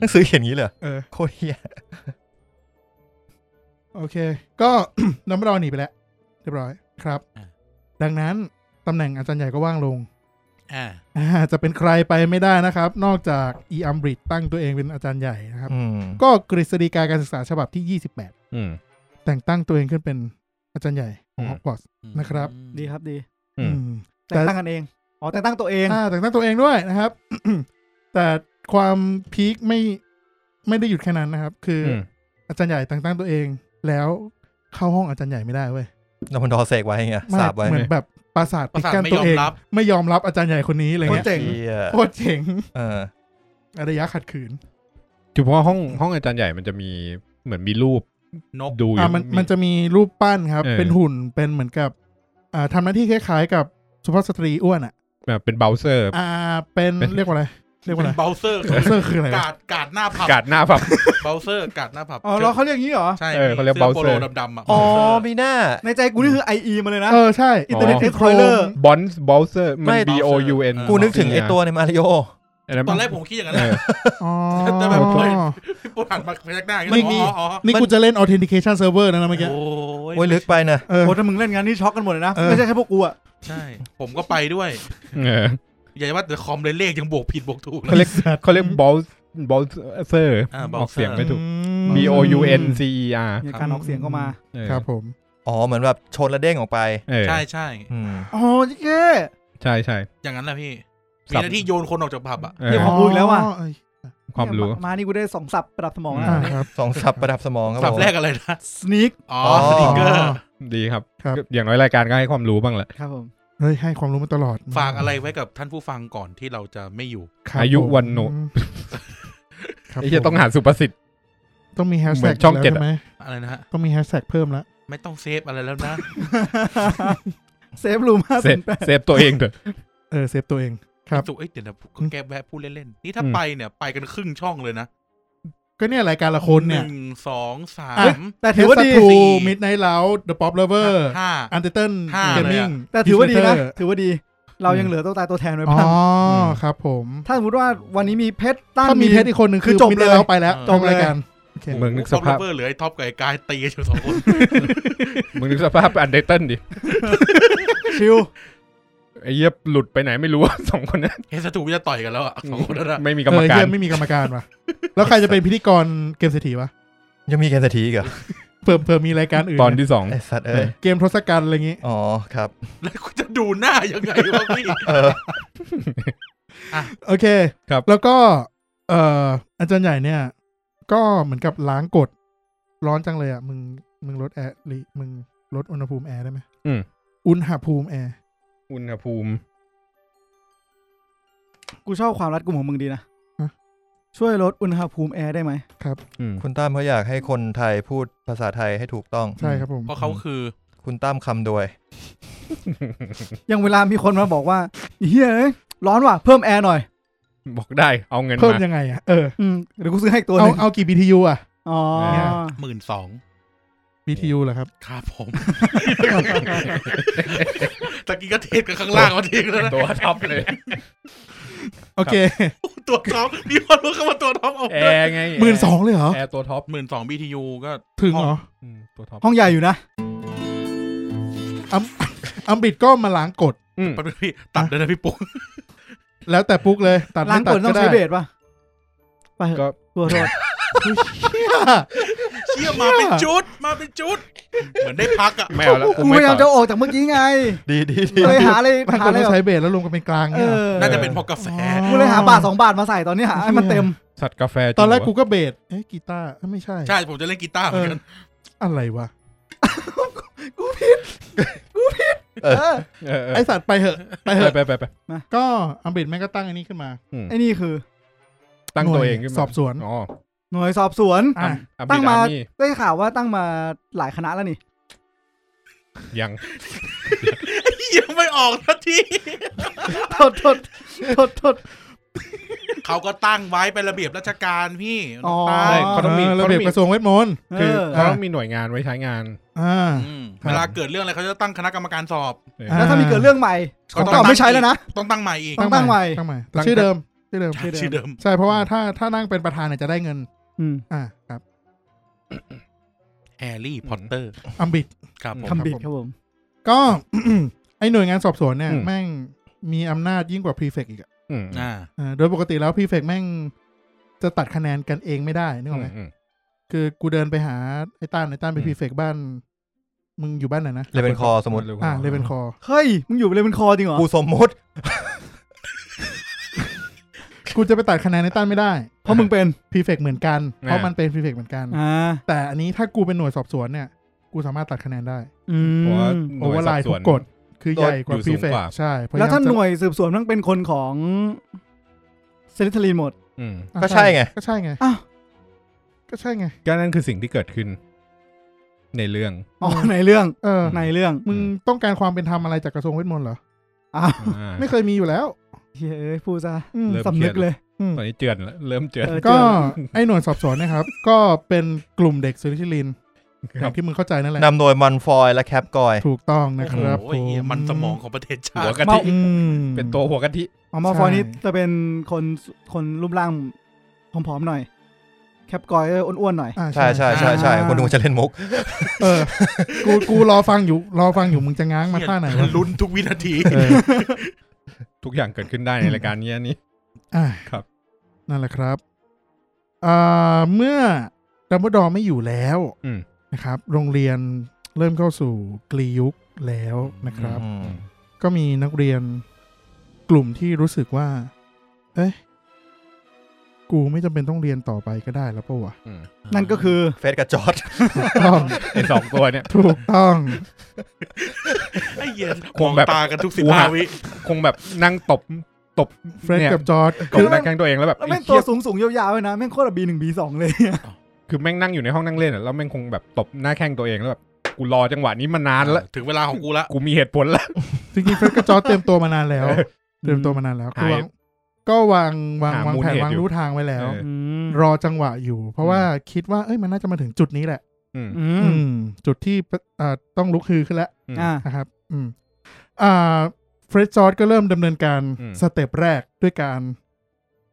S1: หนังสือเขียนอย่างนี้เลยเหรอ
S5: ๆเออ
S1: โคตรเฮีย
S5: โอเค ก็ น้ำรอหนีไปแล้ว เรียบร้อยครับ
S4: อ่ะ
S5: ดังนั้นตำแหน่งอาจารย์ใหญ่ก็ว่างล ง
S4: อ่า
S5: อ่าจะเป็นใครไปไม่ได้นะครับ นอกจากอีอัมบริดตั้งตัวเองเป็นอาจารย์ใหญ่นะครับ
S1: อืม
S5: ก็กฤษฎีกาการศึกษาฉบับที่
S3: อืม
S5: 28 แต่งตั้งตัวเองขึ้นเป็นอาจารย์ใหญ่ของ
S3: อืม
S5: ฮอกวอตส์ นะครับ
S2: ดีครับดี
S3: อืม
S2: แต่งตั้งกันเอง อ๋อแต่งตั้งตัวเอง
S5: อ่าแต่งตั้งตัวเองด้วยนะครับ แต่ความพีคไม่ไม่ได้หยุดแค่นั้นนะครับ คืออ
S3: อืม
S5: อาจารย์ใหญ่แต่งตั้งตัวเอง แล้วเข้าห้องอาจารย์ใหญ่ไม่ได้เว้ย
S1: นพดอเสกไว้ไง
S5: ไม่
S1: สาบไว้
S5: เหมือนแบบปราสาท
S4: ประ
S5: ปิด
S4: สาท
S5: กั้น
S4: ไม่
S5: ตั
S4: ยว อ
S5: เอ
S4: ม
S5: ง
S4: รับ
S5: ไม่ยอมรับอาจารย์ใหญ่คนนี้อะไร
S2: โคต
S5: เงี้
S2: ร
S5: ย
S2: เจ๋ง
S1: เหี้ย
S5: โคตรเจ๋ง
S1: เออ
S5: อารยะขัดขืน
S3: เฉพาะห้องห้องอาจารย์ใหญ่มันจะมีเหมือนมีรูป
S4: นก
S3: ดูอยู่
S5: อ่ะมันมันจะมีรูปปั้นครับ
S3: เออ
S5: เป็นหุ่นเป็นเหมือนกับอ่าทำหน้าที่คล้ายๆ กับสุภาพสตรีอ้วนอ่ะ
S3: แบบเป็นเบราว์เซอร์
S5: อ่า เป็น
S3: เป็น
S5: เรียกว่าอะไรเรียกว่าอะไร
S4: เบลเซอร์
S5: เซอร์คืออะไรวะ
S4: กาดกาดหน้าผับ
S3: กาดหน้าผับ
S4: เบลเซอร์กาดหน้าผับ
S2: อ๋อเราเขาเรียกอย่างนี้เหรอ
S4: ใช่
S3: เออเขาเรียก
S4: สื้
S3: Bowser
S4: โปโลดำๆอ่ะ
S1: อ๋อมีหน้า
S2: ในใจกูนี่คือ IE มาเลยนะ
S5: เออใช่
S2: อินเทอร์เน็ต
S3: อ๋อ
S2: เอ็กซ์พลอเรอร์
S3: บอนส์เบราว์เซอร์มัน
S1: ไม่
S3: B O U N
S1: กูนึกถึงไอตัวในมาริโอ
S3: อันนั้น
S4: ตอนแรกผมคิดอย่างนั้น
S3: เอ
S4: แหละ
S3: อ
S5: อ๋อ
S4: แต่แบบเฮ้ย พี่ปูหันมาพยักหน้าอย่าง
S1: ไม่มี
S4: นี้อ๋ออ๋อ
S5: นี่กูจะเล่น authentication server นะนะเมื่อกี้
S4: โอ้
S1: โอ้ยลึกไปนะ
S5: เออ
S2: โอ้ถ้ามึงเล่นงานนี่ช็อกกันหมดเลยนะ
S5: เออ
S2: ไม่ใช่แค่พวกกูอะ
S4: ใช่ ผมก็ไปด้วย
S3: เออ
S4: อย่าว่าแต่คอมเลยเลขยังบวกผิดบวกถูกเล
S3: เขา
S4: ย
S3: เรียกเขาเรียกบอลบอลเซอร์
S4: อ่า
S3: ออก
S4: Bowser
S3: เสียงไม่ถูก
S5: อื
S3: B
S5: ม
S3: O U N C E R
S2: เนี่ยการออกเสียงก็มา
S3: เออ
S5: ครับผม
S1: อ๋อเหมือนแบบชนแล้วเด้งออกไป
S3: เออ
S4: ใช่ใช่
S1: อืม
S2: อ๋อเจ๊เก้
S3: ใช่ใช่
S4: อย่างนั้นแหละพี่ มี
S3: สับ
S4: หน้าที่โยนคนออกจากผับอ่ะ
S3: เออ
S2: เนี่ยของกูอีกแล้วว่ะ
S5: เย
S3: ความรู้
S2: เนี่ยมานี่กูได้สองสับประดับสมองนะ
S5: อ่าครับ
S1: สองสับประดับสมองครับ
S4: สับ
S1: ผม
S4: แรกอะไรนะ
S2: สนิก
S4: อ๋อ
S1: อ๋อ
S4: สติกเกอร์
S3: ดีครับ
S5: ครับ
S3: อย่างน้อยรายการก็ให้ความรู้บ้างแหละ
S2: ครับผม
S5: เฮ้ยให้ความรู้มาตลอด
S4: ฝากอะไรไว้กับท่านผู้ฟังก่อนที่เราจะไม่อยู่
S5: ครับ
S3: อายุ
S5: ผม
S3: วันโน
S5: ครับ
S3: ไอ้เหี้ย
S5: ผม
S3: ต้องหาสุภาษิต
S5: ต้องมีแฮช
S3: เหมื
S5: แท็
S3: อก นช่องเจ็ดอะ
S5: ไหม
S4: อะไรนะฮะ
S5: ต้องมีแฮชแท็กเพิ่มละ
S4: ไม่ต้องเซฟอะไรแล้วนะ
S2: เซฟรูมห้า
S3: เซ
S2: สิ
S3: ฟ
S2: บแปด
S3: เซฟตัวเองเถอะ
S5: เออเซฟตัวเอง ครับ
S4: สุเอ้ยเดี๋ยวนะแกแวะพูดเล่นๆ นี่ถ้า
S3: อืม
S4: ไปเนี่ยไปกันครึ่งช่องเลยนะ
S5: ก็เนี่ยรายการละคน
S4: ห
S5: เนี่ย
S4: นึ่งสองสา
S5: อ่ะ
S4: ม
S2: แต่ถือว่าดี
S5: ทู
S4: สี่
S5: มิดไนท์เลาเดอะป๊อปเลเวอร์
S4: ห้า
S5: อันเตอร์เต้น
S4: ห้า
S5: เกม
S4: เลย
S5: มิ่ง
S4: อะ
S2: แต่ถือว่าดีนะ ถือว่าดี เรายังเหลือตัวตายตัวแทนไว้
S5: อ๋อ
S2: บ้าง
S5: อ
S3: ม
S5: ครับผม
S2: ถ้าสมมติว่าวันนี้มีเพชรตั้ง
S5: ถ้ามีเพชรอีกคนหนึ่ง
S2: คื
S5: คืออ
S2: จ
S5: จ
S2: บบ เลย
S5: เลยเราไปแล้ว
S4: จ
S5: จ
S4: บ
S5: บรายการโอเค
S3: เมืองนึกส
S4: ท็อป
S3: ภาพ
S4: เบอร์เหลือไอ้ท็อปกับไอ้กายตีกันอยู่สองคน
S3: เมืองนึกสภาพอันเดตันดิ
S2: ชิว
S3: ไอ้เหี้ยหลุดไปไหนไม่รู้ สองคนนั้น
S4: เฮสตูจะต่อยกันแล้วอ่ะสองคนนั้นอะ
S3: ไม่มีกรรม
S5: เออ
S3: การ
S5: เยี่ยมไม่มีกรรมการว่ะแล้วใครจะเป็นพิธีกรเกมเศรษฐีวะ
S1: ยังมีแกนสถีอีกเหรอ
S5: เผื่อเผื่อมีรายการอื่น
S3: ตอนที่สอง
S1: ไอสัตว์เอ้ย
S5: เกมทศกัณฐ์อะไรอย่างงี้
S1: อ๋อครับ
S4: แล้วกูจะดูหน้ายังไงวะพี่
S1: เออ
S5: โอเค
S3: ครับ
S5: แล้วก็ เอ่อ อาจารย์ใหญ่เนี่ย ก็เหมือนกับล้างกฎร้อนจังเลยอ่ะ มึง มึงลดแอร์ลิมึง ลดอุณหภูมิแอร์ได้ไหม
S3: อืม
S5: อุณหภูมิแอร์
S3: อุณหภูมิ
S2: กูชอบความรัดกุมของมึงดีนะ
S5: ะ
S2: ช่วยลดอุณหภูมิแอร์ได้ไหม
S3: อืม
S1: คุณตั้มเขาอยากให้คนไทยพูดภาษาไทยให้ถูกต้อง
S5: ใช่ครับผม
S4: เพราะเขาคือ
S1: คุณตั้มคำโดย
S2: อย่างเวลามีคนมาบอกว่าเฮ้ยเอ้ยร้อนว่ะ เพิ่มแอร์หน่อย
S3: บอกได้เอาเงิน
S5: เพิ่ม
S3: มา
S5: ยังไงอ่ะเออ
S2: อืมเดี๋ยวกูซื้อให้อีกตัวห
S5: เอา
S2: นึง
S5: เอากี่ BTU อ่ะ
S2: อ๋อ
S3: เนี่ย
S4: หมื่นสอง
S5: BTU เหรอครับ
S4: ครับผม ตะกี้ก็เทสกับข้างล่างมาทีแล้วนะ
S3: ตัวท็อปเลย
S5: โอเค
S4: ตัวท็อปมีคนรู้เข้ามาตัวท็อปออก
S3: แอ
S4: ด้วย
S3: ร์ไง
S5: หมื่นสองเลยเหรอ
S3: แอร์ตัวท็อป
S4: หมื่นสอง BTU ก็
S5: ถึงเหรอ
S3: อืมตัวท็อป
S2: ห้องใหญ่อยู่นะ
S5: อัมบิดก็มาล้างกด
S3: อืม
S4: แป๊บนึงพี่ตัดเลยนะพี่ปุ๊ก
S5: แล้วแต่ปุ๊กเลย ตัด
S2: ล้า
S5: ไม่
S2: ง
S5: ตั
S2: ก
S5: ด
S2: ดต้อ
S5: ก็
S2: ง
S5: ได้
S2: ใช้เบสป่ะ ไปเถ
S3: ก็
S2: อะกลัวโทษ
S4: เชี่ยมาเป็นจุด มาเป็นจุด เหมือนได้พักอ่ะ
S3: ไม่เอาแล้ว
S2: กูพยายามจะออกจากเมื่อกี้ไง
S1: ดีดีดี
S2: เลยหาอะไร
S5: บาง
S2: หา
S5: คน
S2: อะไร
S5: ต้อง
S2: ออก
S5: ใช้เบสแล้วรวมกันเป็นกลาง
S2: เอ
S5: เนี่ย
S2: อ
S4: น่าจะเป็นเพอกาแฟ
S5: อ๋อ
S2: กูเลยหาบาทสองบาทมาใส่ตอนนี้หาให้มันเต็ม
S3: สัตว์กาแฟ
S5: ตอนแรก
S3: จังวะ
S5: กูก็เบสเอ๊ะกีตาร์เอ้ยไม่ใช่
S4: ใช่ผมจะเล่นกีตาร์เหมือนกัน
S5: อะไรวะ
S1: เออ
S2: เออ
S3: เออเออ
S5: ไอสัตว์ไปเหอะ ไปเหอะ
S3: ไปไปไปไป
S5: ก็อัมบิดแม่งก็ตั้งอันนี้ขึ้นมา
S2: ไอ้นี่คือ
S3: ตั้ง
S5: หน่
S3: ตั
S5: ยว
S3: เองขึ้นมา
S5: สอบสวน
S3: อ๋อ
S2: หน่วยสอบสวน
S5: อ่ะ
S3: อัพ
S2: ตั้ง
S3: บิด
S2: มา
S3: อาร์มี่
S2: ได้ข่าวว่าตั้งมาหลายคณะแล้วนี่
S3: ยัง
S4: ยังไม่ออกทันที
S2: โทษโทษโทษโทษ
S4: เขาก็ตั้งไว้เป็นระเบียบราชการพี่
S2: อ๋อ
S4: ตั้ง
S3: ใช่เขาต้องมี
S5: เออระ
S3: เขา
S5: เบี
S3: ต้อบ ง
S5: ย
S3: มี
S5: กระทรวงเวทมนต์
S2: เอ
S3: คือ
S2: อ
S3: เขาต้องมีหน่วยงานไว้ใช้งาน
S5: อ่า
S4: อืมเวลาเกิดเรื่องอะไรเขาจะตั้งคณะกรรมการสอบ
S3: เออ
S5: อ่ะ
S2: แล้วถ้ามีเกิดเรื่องใหม่ข
S4: ก็
S2: อง
S4: ต้อง
S2: เก่า
S4: ตั้ง
S2: ไม่ใช้แล้วนะ
S4: ต้องตั้งใหม่อีก
S2: ตั้งตั้งใหม่
S5: ตั้งใหม่
S3: ตั้ง
S5: ชื่อเดิมชื่อเดิม
S2: ชื่อเดิม
S4: ชื่อเดิม
S5: ใช่เพราะว่าถ้าถ้านั่งเป็นประธานเนี่ยจะได้เงิน
S2: อืม
S5: อ่าครับ
S4: แฮร์รี่ พอตเตอร์
S5: อัมบิด
S4: ครับผม
S2: คำบิดครับผม
S5: ก็ ไอหน่วยงานสอบสวนเนี่ย
S3: อืม
S5: แม่งมีอำนาจยิ่งกว่าพรีเฟกอีกอะ
S3: อืม
S4: อ่า
S5: อ่าโดยปกติแล้วพรีเฟกแม่งจะตัดคะแนนกันเองไม่ได้นึกออกไหม
S3: อืม
S5: คือกูเดินไปหาไอ้ต้านไอ้ต้านไป
S3: อืม
S5: พรีเฟกบ้าน มึงอยู่บ้านไหนนะ
S1: เลยเป็นคอสมมติ
S5: อ่าเลยเป็นคอ
S2: เฮ้ยมึงอยู่เลยเป็นคอจริงเหรอ
S1: กูสมมติ
S5: กูจะไปตัดคะแนนไอ้ต้านไม่ได้
S2: เพราะมึงเป็น
S5: พรีเฟกเหมือนกัน เพราะ
S3: อ่ามั
S5: มันเป็นพรีเฟกเหมือนกัน
S2: อ่า
S5: แต่อันนี้ถ้ากูเป็นหน่วยสอบสวนเนี่ย กูสามารถตัดคะแนนได้
S2: อื
S3: เพราะว่า
S2: ม
S3: หน่
S5: โอ
S3: วย
S5: เวอร์ไลน์
S3: สอบสวน
S5: ทุกกฎคือใหญ่กว่า
S3: อยู่
S5: พ
S3: สู
S5: รี
S3: ง
S5: เฟก
S3: กว่า
S5: ใช่พยยม
S2: แล้วถ้า
S5: จะ
S2: หน่วยสืบสวนต้องเป็นคนของเซนิทลีนหมด
S3: อืม
S5: อ่ะ
S1: ก็ใช่ไง
S5: ก็ใช่ไง
S2: อ้าว
S5: ก็ใช่ไง
S3: ก็นั่นคือสิ่งที่เกิดขึ้น ในเรื่อง
S2: อ๋อในเรื่อง
S5: เออ
S2: ในเรื่อง
S5: มึงต้องการความเป็นธรรมอะไรจากกระทรวงเวทมนต์เหรอ
S2: อ้าว
S3: อ่า
S5: ไม่เคยมีอยู่แล้ว
S2: เฮ้ยเอ้ยพูดซะ
S5: อืม
S3: เริ่ม
S2: สำนึกเลย
S3: ตอนนี้เจือนแล้วเริ่มเจือน
S2: เออ
S5: ก็ไอ้หน่วยสอบสวนนะครับ ก็เป็นกลุ่มเด็กซิลิชิลินอ
S3: ครั
S5: ย่า
S3: บ
S5: งที่มึงเข้าใจนั่นแหละ
S1: นำโดยมันฟอยและแคปกอย
S5: ถูกต้อง
S4: โอ้
S5: นะค
S4: โห
S5: รับ
S4: เหี้ย
S5: ผ
S4: มันสมองของประเทศชา
S3: หัว
S4: ติ
S3: กะทิ
S2: เมา
S5: อืม
S3: เป็นตัวหัวกะทิ
S2: อ๋อมาฟอย
S5: ใช่
S2: นี่จะเป็นคนคนรูปร่างผอมๆหน่อย แคปกอยก็อ้วนๆหน่อย
S5: อ่า
S1: ใช่ใช่ใช่ใช่
S2: อ่า
S1: คนดูจะเล่นมุก
S5: เออ กูกูรอฟังอยู่ รอฟังอยู่มึงจะง้างมาท่าไหนวะ
S4: ลุ้นทุกวินาที
S5: เออ
S3: ทุกอย่างเกิดขึ้นได้ในรายการเนี้ยนี่
S5: อ่า
S3: ครับ
S5: นั่นแหละครับอ่าเมื่อดัมเบิลดอร์ไม่อยู่แล้ว
S3: อืม
S5: นะครับ โรงเรียนเริ่มเข้าสู่กรียุคแล้วนะครับ
S1: อืม
S5: ก็มีนักเรียนกลุ่มที่รู้สึกว่า เอ้ย กูไม่จำเป็นต้องเรียนต่อไปก็ได้แล้วปะวะ
S3: อืม
S2: นั่นก็คือ
S1: เฟสกับจอร์ด
S5: ถูกต้อง
S3: ไอสองตัวเนี่ย
S5: ถูกต้อง
S4: ไอ้เหี้ย
S3: คง
S4: มอง
S3: แบบ
S4: ตากันทุกสิบห้าวิ
S3: คงแบบนั่งตบ ตบ
S5: เฟรด
S3: เนี่ย
S5: กับจอร์ด
S3: ตบหน้าแข้งตัวเองแล้วแบบ
S2: แล้ว
S3: ไอ้
S2: แม่งตั
S3: เหี้
S2: วย สูงสูงๆยาวๆเลยนะแม่งโคตรบีหนึ่งบีสองเลย
S3: คือแม่งนั่งอยู่ในห้องนั่งเล่นอะแล้วแม่งคงแบบตบหน้าแข้งตัวเองแล้วแบบกูรอจังหวะนี้มานานแล้ว
S4: ถึงเวลาของกูละ
S3: กูมีเหตุผลแล้ว
S5: จริงๆเฟรดกับจอร์ดเตรียมตัวมานานแล้ว เตรียมตัวมานานแล้วคือวางก็วางวา
S3: หาว
S5: งาง
S3: มูล
S5: แผน
S3: เหตุ
S5: วาง
S3: อยู่
S5: รู้ทางไว้แล้ว
S3: เอ
S5: รอจังหวะอยู่ เพราะว่าคิดว่าเอ้ยมันน่าจะมาถึงจุดนี้แหละ
S3: อืม
S2: อื
S5: อื
S2: ม
S5: ม จุดที่อ่าต้องลุกฮือขึ้นแล้ว
S2: อ่า
S5: นะครับ อืม อ่า เฟรดจอร์ดก็เริ่มดำเนินการ
S3: อืม
S5: สเต็ปแรกด้วยการ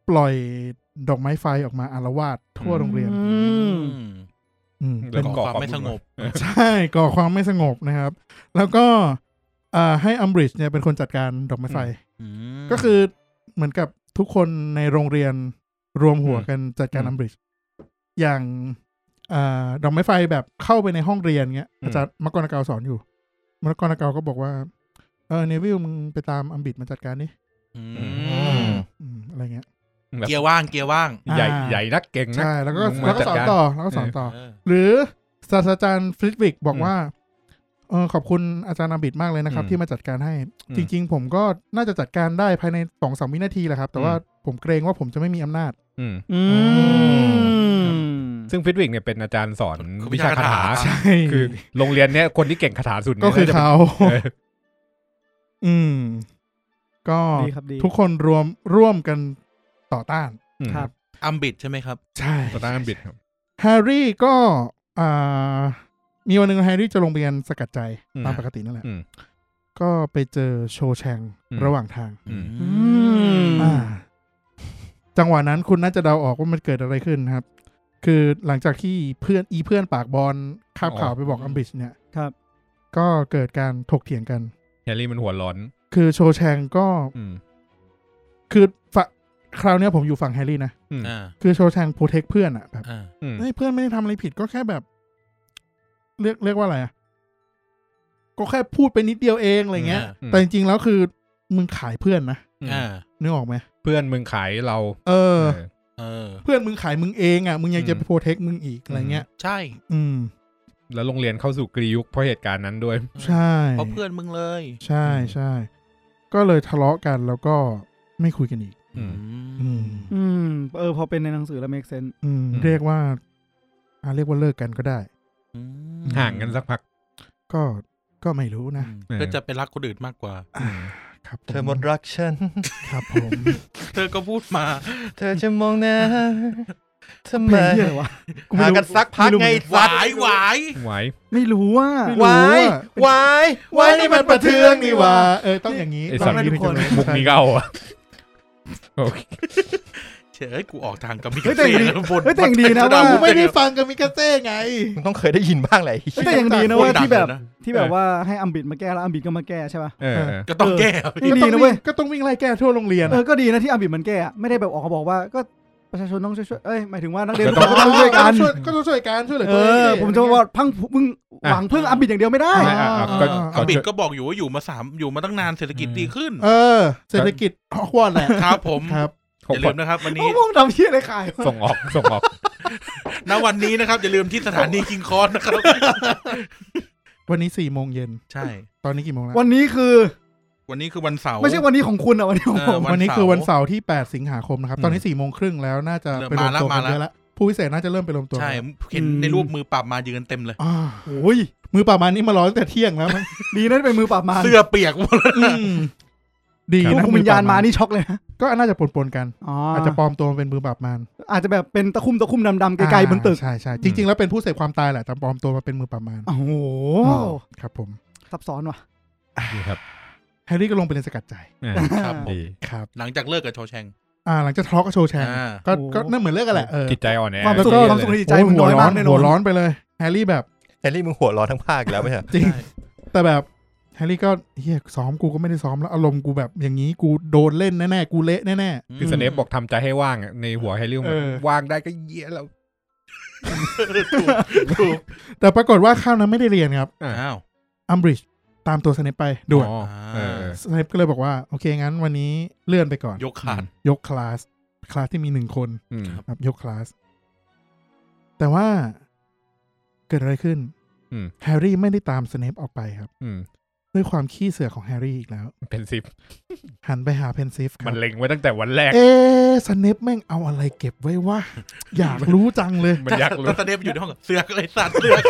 S5: ปล่อยดอกไม้ไฟออกมาอารวาสทั่วโรงเรียน
S2: อืม
S5: อืม
S3: เริ่มก่อ
S4: ก่อค
S3: คาว
S4: วาม มไม่สงบ
S3: วุ่นวาย
S5: ใช่ก่อความไม่สงบนะครับ แล้วก็ อ่า ให้อัมบริดจ์เนี่ยเป็นคนจัดการดอกไม้ไฟ
S4: อืม
S5: ก็คือเหมือนกับทุกคนในโรงเรียนรวมหัวกันจัดการอัมบริดจ์อย่าง อ่า ดอกไม้ไฟแบบเข้าไปในห้องเรียนเงี้ยอาจารย์มกรนากาวสอนอยู่มกรนากาวก็บอกว่า เออเนวิลมึงไปตามอัมบริดจ์มาจัดการนี
S4: อื
S1: อื
S4: ม
S1: ม
S5: อืมอะไรเงี้ย
S3: แบบ
S4: เกียร์ว่างเกียร์ว่าง
S3: ใหญ่
S5: อ่า
S3: ใหญ่นักเก่งนะ
S5: ใช่ แล้วก็
S3: ลงมา
S5: แล้วก็
S3: จัด
S5: สอน
S3: การ
S5: ต่อแล้วก็สอนต่อ
S4: เออ
S5: หรือศาสตราจารย์ฟริดวิกบอก
S3: อืม
S5: ว่า เออขอบคุณอาจารย์อาบิดมากเลยนะครับ
S3: อืม
S5: ที่มาจัดการให้
S3: อืม
S5: จริง ๆ ผมก็น่าจะจัดการได้ภายในสองสามวินาทีแหละครับ แต่ว่าผมเกรงว่าผมจะไม่มีอำนาจ
S3: อืม
S2: อืม
S3: ซึ่งฟิดวิกเนี่ยเป็นอาจารย์สอนวิชาคาถา
S4: ใช่
S3: คือโรงเรียนเนี้ยคนที่เก่งคาถาสุดนี่ย
S5: ก็คือเขา
S3: เออ
S5: อืม ก็
S2: ดีครับดี
S5: ทุกคนรวมร่วมกันต่อต้าน
S3: อืม
S2: ครับ
S4: อัมบิดใช่ไหมครับ
S5: ใช่
S3: ต่อต้านอังกฤษครับ
S5: แฮร์รี่ก็อ่ามีวันหนึ่งแฮร์รี่จะลงไปเรียนสกัดใจ
S3: อืม
S5: ตามปกตินั่นแหละ
S3: อืม
S5: ก็ไปเจอโชว์แชง
S3: อืม
S5: ระหว่างทาง
S3: อืม
S2: อืม
S5: อ่า จังหวะนั้นคุณน่าจะเดาออกว่ามันเกิดอะไรขึ้นครับ คือหลังจากที่เพื่อนอีเพื่อนปากบอลคาบข่าวไปบอกอัมบิชเนี่ย
S2: ครับ
S5: ก็เกิดการถกเถียงกัน
S3: แฮร์รี่มันหัวร้อน
S5: คือโชว์แชงก็
S3: อืม
S5: คือฝะคราวเนี้ยผมอยู่ฝั่งแฮร์รี่นะ
S3: อืม
S4: อ่า
S5: คือโชว์แชงโปรเทคเพื่อนอะแบบ
S4: อ่า
S3: อืม
S5: เฮ้ยเพื่อนไม่ได้ทำอะไรผิดก็แค่แบบ เรียกเรียกว่าอะไรอะก็แค่พูดไปนิดเดียวเองอะไรเงี้ย
S4: อ่า
S5: แต่จริงๆแล้วคือมึงขายเพื่อนนะ
S4: อ่า
S5: นึกออกไหม
S3: เพื่อนมึงขายเรา
S5: เออ
S3: เออ
S4: เออ
S5: เพื่อนมึงขายมึงเองอ่ะมึงยังจะ
S3: อืม
S5: ไปโปรเทคมึงอีกอะไรเงี้ย
S4: ใช่
S5: อืม
S3: แล้วโรงเรียนเข้าสู่กรียุคเพราะเหตุการณ์นั้นด้วย
S5: ใช่
S4: เพราะเพื่อนมึงเลย
S5: ใช่ใช่ก็เลยทะเลาะกันแล้วก็ไม่คุยกันอีก
S3: อืม
S5: อืม
S2: อืม เออ พอเป็นในหนังสือแล้ว make sense
S5: อืม
S3: อืม
S5: เรียกว่าอ่าเรียกว่าเลิกกันก็ได้
S4: อืม
S3: ห่างกันสักพัก
S5: ก็ก็ไม่รู้นะ
S4: อืมก็จะไปรักคนอื่นมากกว่า
S5: อ่าครับผ
S1: เธอหมดรักฉั น
S5: ครับผม
S4: เธอก็พูดมา
S1: เธอจะมองหน้าทำ
S2: เพ
S1: ไม
S2: ลงที่อะไรวะ
S5: กูไม่
S1: หา
S5: รู้
S1: กันสักพักไง
S4: หวายหวาย
S3: ไหว
S2: ไม่รู้ว่า
S5: ไม่รู้
S1: วายวายวายนี่มันประเทืองนี่หว่า
S5: เออต้องอย่างนี้
S3: ไอ้สัตว์
S5: ต้องอย่าง
S1: ทุกคน
S5: ถึงจะรู้
S3: มุกนี้ก็เอาอะโอเค
S4: เฉยเอ้ยกูออกทางกามิ
S2: เฮ้ยแต่งดี
S4: บน
S2: เฮ้ยแต่งดีนะ
S4: บ
S2: ว่า
S5: กู
S4: ไม่
S5: ไม่
S4: ได้
S5: ได้ฟังกับมิกาเซ่ไง
S1: มึงต้องเคยได้ยินบ้างแหละไอ้เหี้ย
S2: แต่ยังดีนะเว่าที่แบบ
S4: โคตรดังเลยนะ
S2: ที่แบบว่าให้อัมบิดมาแก้แล้วอัมบิดก็มาแก้ใช่ป่ะ
S3: เออเออ
S4: ก็ต้อง
S2: เออ
S4: แก้เอา
S2: นี่ดีนะเว้ย
S5: ก็ต้องวิ่งไล่แก้ทั่วโรงเรียน
S2: เออ
S5: อะ
S2: ก็ดีนะที่อัมบิดมันแก้อะไม่ได้แบบออกมาบอกว่าก็ประชาชนต้องช่วยๆเอ้ย หมายถึงว่านักเรียนก็ต้องช่วยกัน
S5: ก็ต้องช่วยกันช่วยเหลือ
S2: เอ
S5: ตัวเอง
S2: อ
S5: ดิ
S2: ผมจะว่าพังมึงหวังพึ่งอัมบิดอย่างเดียวไม่ได้
S3: ไม่อ่ะอ่ะก็
S5: เออ
S3: ก็
S4: อาบิด
S3: ช่วย
S4: ก็บอกอยู่ว่าอยู่มาสามอยู่มาตั้งนานเศรษฐกิจ
S3: อืม
S4: ดีขึ้น
S5: เออ เศรษฐกิจฮอกวอตส์แหละ
S4: ครับผม
S5: ครับ
S4: อย่าลืมนะครับ วันนี้
S2: โอ้พวกทำเชี่ยอะไรขายวะ
S3: ส่งออกส่งออก
S4: ณวันนี้นะครับ อย่าลืมที่สถานีคิงคอนนะครับ
S5: วันนี้สี่โมงเย็น
S4: ใช่
S5: ตอนนี้กี่โมงแล้ว
S2: วันนี้คือ
S4: วันนี้คือวันเสาร์
S2: ไม่ใช่วันนี้ของคุณอะวันนี้ของผม
S4: เออ
S5: วันนี้คือวันเสาร์ที่ 8 สิงหาคมนะครับ
S3: อืม
S5: ตอนนี้4ี่โมงครึ่งแล้วน่าจะไปรวมตัวกันเยอะแล้วผู้พิเศษน่าจะเริ่มไปรวมตัวกัน
S4: ใช่เห็นในรูปมือปราบมายืนเต็มเลย
S5: อ่า
S2: โอ้ย
S5: มือป่าบมันนี่มารอตั้งแต่เที่ยงแล้วมั้ง
S2: ดีนะที่เป็นมือปราบมาร
S4: เสื้อเปียกหมดเลย
S5: อืมดี
S2: ผู้
S5: นะ
S2: คุมวิญญาณมานี่ช็อกเลยนะ
S5: ก็น่าจะปนๆกัน
S2: อ๋ออา
S5: อาจจะปลอมตัวเป็นมือปราบมัน
S2: อาจจะแบบเป็นตะคุ่มตะคุ่มดำๆไกลๆบนตึก
S5: อ่าใช่ใช่จริง ๆ แล้วเป็นผู้เสพความตายแหละแต่ปลอมตัวมาเป็นมือปราบมัน
S2: โอ้โห
S5: ครับผม
S2: ซับซ้อนว่ะ
S3: ดีครับ
S5: แฮร์รี่ก็ลงไปเรียนสกัดใจ
S3: อ่ะ
S4: ครับผม
S3: ดี
S5: ครับ
S4: หลังจากเลิกกับโชแชง
S5: อ่าหลังจากทะเลาะกับโชว์แชง
S4: อ่า
S5: ก็ก็นั่นเหมือนเลิกกันแหละเออ
S3: จิตใจอ่อนแอ
S2: ความสุข
S3: ก็
S2: ความสุขในจิตใจ
S5: โอ้ย
S2: มึง
S5: หั
S2: น้
S5: ว
S2: อย
S5: ร้อ
S2: มาก
S5: น
S2: แน่น
S5: หั
S2: อ
S5: วน ร้อนไปเลยแฮร์รี่แบบ
S1: แฮร์รี่มึงหัวร้อนทั้งภาคแล้วไหมฮะ
S5: จริง
S4: ใช่
S5: แต่แบบแฮร์รี่ก็เฮียซ้อมกูก็ไม่ได้ซ้อมแล้วอารมณ์กูแบบอย่างนี้กูโดนเล่นแน่ๆกูเละแน่
S3: คือสเนปบอกทำใจให้ว่างอะในหัวแฮร์รี่มันแบบ
S5: เออ
S3: ว่างได้ก็เยี่ยแล้ว
S4: ถูกถูก
S5: ๆแต่ปรากฏว่าข้าวนั้นไม่ได้เรียนครับ
S4: อ้าว
S5: อัมบริดจ์ตามตัวสเนปไปด่วน
S3: อ๋อเออเออ
S5: สเนปก็เลยบอกว่าโอเคงั้นวันนี้เลื่อนไปก่อน
S4: ยกขาด
S5: ยกคลาสคลาสที่มีหนึ่งคน
S3: อืม
S5: ครับยกคลาส แต่ว่าเกิดอะไรขึ้น
S3: อืม
S5: แฮร์รี่ไม่ได้ตามสเนปออกไปครับ
S3: อืม
S5: ด้วยความขี้เสือกของแฮร์รี่อีกแล้ว
S3: เป็นซิป
S5: หันไปหาเพนซิฟค
S3: มั
S5: รั
S3: น
S5: บ
S3: เล็งไว้ตั้งแต่วันแรก
S5: เอะสเนปแม่งเอาอะไรเก็บไว้วะ อยากรู้จังเลย
S3: มันอยากรู้
S4: แล้วสเนปอยู่ในห้องกับเสือกเลยสัตว์เสือก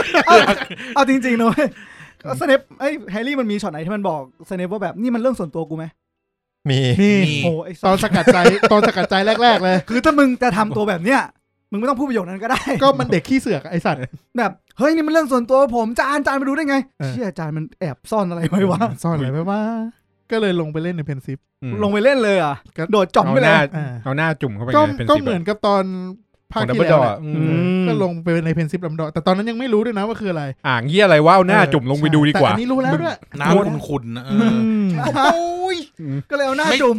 S2: เอาจริงๆนะเว้ยก็สเนปไอ้ยแฮร์รี่มันมีช็อตไหนที่มันบอกสเนปว่าแบบนี่มันเรื่องส่วนตัวกูไหม
S1: มี
S5: นี่
S2: โอ้โหไอ้
S5: ต
S2: สั
S5: อน
S2: ส
S5: สกัดใจ ตอนสกัดใจแรก ๆ เลย
S2: คือถ้ามึงจะทำตัวแบบเนี้ยมึงไม่ต้องพูดประโยคนั้นก็ได้
S5: ก็มันเด็กขี้เสือกอะไอสัตว์
S2: แบบเฮ้ยนี่มันเรื่องส่วนตัวผมจานจานไปดูได้ไง
S5: เออ
S2: เชี่ยจานมันแอบซ่อนอะไรไว้วะ
S5: ซ่อนอะไรไว้ว่า ก็เลยลงไปเล่นในเพนซิฟ
S3: อืม
S2: ลงไปเล่นเลยอ่ะ
S5: ก็
S2: โดดจ่อมไปเล
S3: เอาหน้าย
S5: อ่า
S3: เอาหน้าจุ่มเข้าไป
S5: ก็
S3: ไงเป็น
S5: ก็
S3: ซิป
S5: เหมือ
S3: อะ
S5: นกับตอนภาค
S3: ของ
S5: ที่
S3: Double
S5: แล้ว
S3: Door
S5: แหละ
S3: อืม
S5: เออก็ลงไปในเพนซิฟลำดอกแต่ตอนนั้นยังไม่รู้ด้วยนะว่าคืออะไร
S3: อ่างเยี่ยอะไรว่าเอาหน้าจุ่มลงไปดูดีกว่า
S5: แต่อันนี้รู้แล้วด้วย
S4: น้ำขุ่นๆนะเอออ
S5: ม
S2: ก็เลยเอาหน้าจุ่ม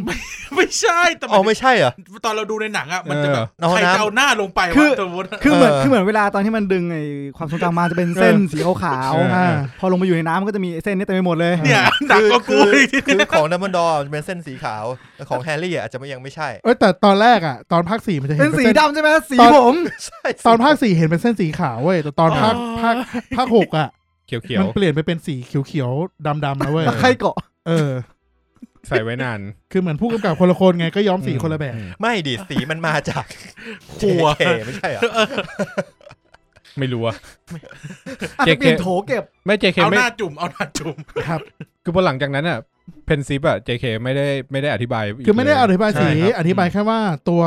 S4: ไม่ใช่แต่
S1: อ๋อ
S4: มัน
S1: ไม่ใช่เหรอ
S4: ตอนเราดูในหนังอ่ะมันจะแบบ
S1: เออ
S4: ใคร
S1: เอาน้ำ
S4: จะเอาหน้าลงไป
S2: คื
S4: วะ
S2: อ
S4: สมมติ
S2: คือเหมือน
S1: เออ
S2: คือเหมือนเวลาตอนที่มันดึงไอ้ความทรงจำมาจะเป็นเส้นสีขาว
S3: เออเออ
S2: ๆพอลงมาอยู่ในน้ำมันก็จะมีไอ้เส้นนี้เต็มไปหมดเลย
S4: เนี่ยหนังก็กู
S1: คือ
S4: อีกที
S1: คือของดัมเบิลดอร์มันเป็นเส้นสีขาวแต่ของแฮร์รี่อ่ะอาจจะไม่ยังไม่ใช่
S5: เอยแต่ตอนแรกอะตอนภาคสี่มันจะเห็
S2: เป็น นสี
S5: เส้น
S2: ดำใช่ไหมสี
S5: ตอน
S2: ผม
S1: ใช่
S5: ตอนภาคสี่เห็นเป็นเส้นสีขาวเว้ยแต่ตอนภาคภาคภาคหกอะ
S3: เขีย
S5: มั
S3: วน
S5: เปลี่ยนไปเป็นสีเขียวๆดำๆแล้วเว้ย
S2: ตะไคร่เกาะ
S5: เออ
S3: ๆใส่ไว้นาน
S5: คือเหมือนผู้กำกับคนละคนไงก็ย้อมสีคนละแบบ
S3: อืม
S1: ไม่ ดิสีมันมาจาก
S4: กลัว
S1: JK ไม่ใช่เหรอ
S3: ไม่รู้อะ
S2: อาจ
S3: เจ๊
S2: จะ
S3: เก
S2: เปลี่ยนโถเก็บ
S3: ไม่เจเค
S4: เอา
S3: ไม่
S4: หน้าจุ่มเอาหน้าจุ่ม
S5: ครับ
S3: คือพอหลังจากนั้นอ่ะเพนซิปอ่ะ JK ไม่ได้ไม่ได้อธิบายก
S5: คือไม่ได้อ
S3: เลย
S5: ธิบายสี
S3: ใช่ครับ
S5: อธิบายแค่ว่าตัว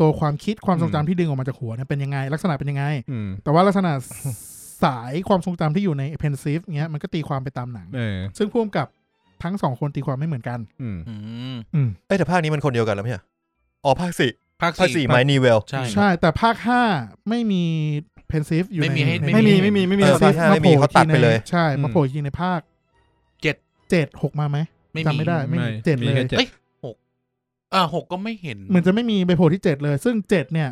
S5: ตัวความคิดความทรง
S3: อืม
S5: จำที่ดึงออกมาจากหัวเนี่ยเป็นยังไง ลักษณะเป็นยังไง
S3: อืม
S5: แต่ว่าลักษณะสายความทรงจำที่อยู่ในเพนซิฟเนี้ยมันก็ตีความไปตามหนัง
S3: เออ
S5: ซึ่งพ่วงกับทั้งสองคนตีความไม่เหมือนกัน
S3: อืม
S4: อืม
S1: เอ้ยแต่ภาคนี้มันคนเดียวกันแล้วไม่ใช่เหรออ๋อภาคสี่
S4: ภาค
S1: ภาค
S4: สี่
S1: สี่ไมนีเวล
S4: ใช่
S5: ใช่แต่ภาคห้าไม่มีเพนซิฟอยู่
S4: ไม่มี
S5: ใน
S4: ให้
S5: ใน
S2: ไม่มี
S4: ให้
S2: ไม่มีไม่มี
S1: เออ
S2: ไม่
S1: ภา
S2: มี
S1: คห้าไม่มีเขาตัดไปเลย
S5: ใช่มา
S3: อืม
S5: โผล่อีกทีในภาค
S4: เจ็ด
S5: เจ็ดหกมาไหม
S4: ไม่มี
S5: จำไม่ได้ไม่มีเจ็ด
S3: มี
S5: เล
S3: แค่
S5: ย
S3: จ็ด
S4: เอ้ยหกอ่าหกก็ไม่เห็น
S5: เหมือนจะไม่มีไปโผล่ที่เจ็ดเลย ซึ่งเจ็ดเนี่ย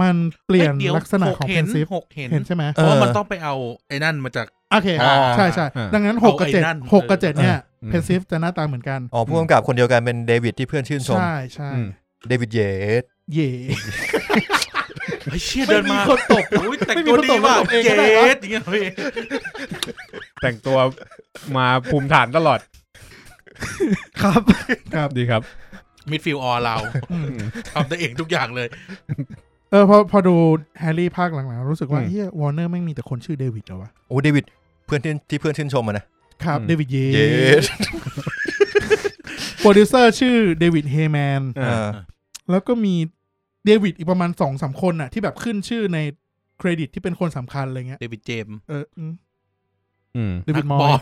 S5: มันเปลี่ยน
S4: อ้ดี๋ว
S5: ลักษณะของ
S4: ห
S5: เพ
S4: ห็
S5: นซิฟ
S4: หกเห็น
S5: เห็นใช่ไหม
S4: เพราะว่ามันต้องไปเอาไอ้นั่นมาจาก
S5: โอเค
S4: อ่า
S5: ใช่ใช่
S3: อ่า
S5: ดังนั้น
S4: เอา
S5: หกกับ
S4: ไอ้
S5: เจ็ด
S4: นั่น
S5: หกกับเจ็ด
S4: เออ
S5: เนี่ย
S3: อืม
S5: เพนซิฟจะหน้าตาเหมือนกัน
S1: อ๋อผู้กำกับคนเดียวกันเป็นเดวิดที่เพื่อนชื่นชม
S5: ใช่ใช่
S3: อืม
S1: เดวิดเยส
S5: เย่
S4: เฮ้ยเชี่ยเดินมาคนตบอุ้ยแต่งตัวดีว่ะเจดอย่างเงี้ยเหรอพี่
S3: แต่งตัวมาภูมิฐานตลอด
S2: ครับ
S5: ครับ
S3: ดีครับ
S4: มิดฟิลออเรา
S5: อืม
S3: อืม
S4: ทำตัวเองทุกอย่างเลย
S5: เออพอพอดูแฮร์รี่ภาคหลังๆ รู้สึกว่า
S3: อืม
S5: เฮียวอร์เนอร์ไม่งมีแต่คนชื่อเดวิดเหรอวะ
S1: โอ้เดวิดเพื่อนที่ที่เพื่อนชื่นชมอะนะครับ
S3: อืม
S5: เดวิดเย่
S1: เยส
S5: โปรดิวเซอร์ชื่อเดวิดเฮแมน
S3: อ่า
S5: แล้วก็มีเดวิดอีกประมาณสองสามคนน่ะ ที่แบบขึ้นชื่อในเครดิตที่เป็นคนสำคัญอะไรเงี้ย
S4: เดวิดเจมส์
S5: เอออืม
S3: อืม
S5: เดวิดม
S4: นั
S5: อก
S4: บ
S5: ย
S4: อล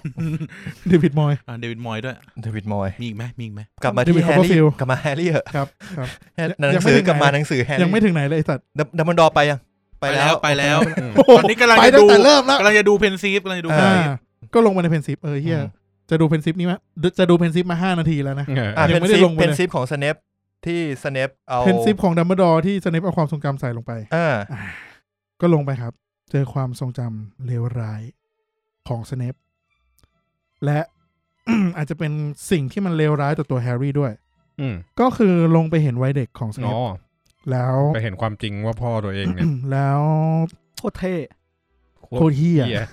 S5: เดวิดมอย
S4: อ่าเดวิดมอยด้วย
S1: เดวิดมอย
S4: มีอีกไหมมีอีกไหม
S1: กลับมา
S5: เดวิ
S1: ที่
S5: ด
S1: แฮร์รี่
S5: Copperfield
S1: กลับมาแฮร์รี่เหอะ
S5: ครับครับ
S1: แฮร์
S5: ยัง
S1: หนัง
S5: ไม่
S1: สือ
S5: ถึงไหน
S1: กลับมาหนังสือแฮร์
S5: ยังไม่
S1: รี่
S5: ถึงไหนเลยไอ้สัตว์
S1: ดัมดัมเบลดอร์ไปยังไปแล้ว
S4: ไปแล้ว
S5: โอ้โห
S4: ตอนนี้กำลัง
S5: ไป
S4: จะ
S5: ตั้
S4: ดู
S5: งแต่เริ่มแล้ว
S4: กำลังจะดูเพนซีฟกำลังจะดู
S1: เอ
S5: อ่า
S4: Pensieve
S5: ก็ลงมาในเพนซิปเออเฮีย
S1: อืม
S5: จะดูเพนซิปนี้มะจะดูเพนซิปมาห้านาทีแล้วนะ
S1: อ่ะ
S5: ยัง
S1: เป็น
S5: ไม่ได้
S1: ซิป
S5: ลงไป
S1: เป็น
S5: เลย
S1: ซิปของสเนปที่สเนปเอา
S5: เพนซิปของดัมเบิลดอร์ที่สเนปเอาความทรงจำใส่ลงไป
S1: อ่า
S5: ก็ลงไปครับ เจอความทรงจำเลวร้ายของสเนปและ อาจจะเป็นสิ่งที่มันเลวร้ายต่อตัวแฮร์รี่ด้วย
S3: อืม
S5: ก็คือลงไปเห็นวัยเด็กของสเน
S3: อ๋อ
S5: ปแล้ว
S3: ไปเห็นความจริงว่าพ่อตัวเองเนี่ย
S5: อืมแล้ว
S2: โคตรเท่
S5: โคตรเฮีย
S3: เหี้ย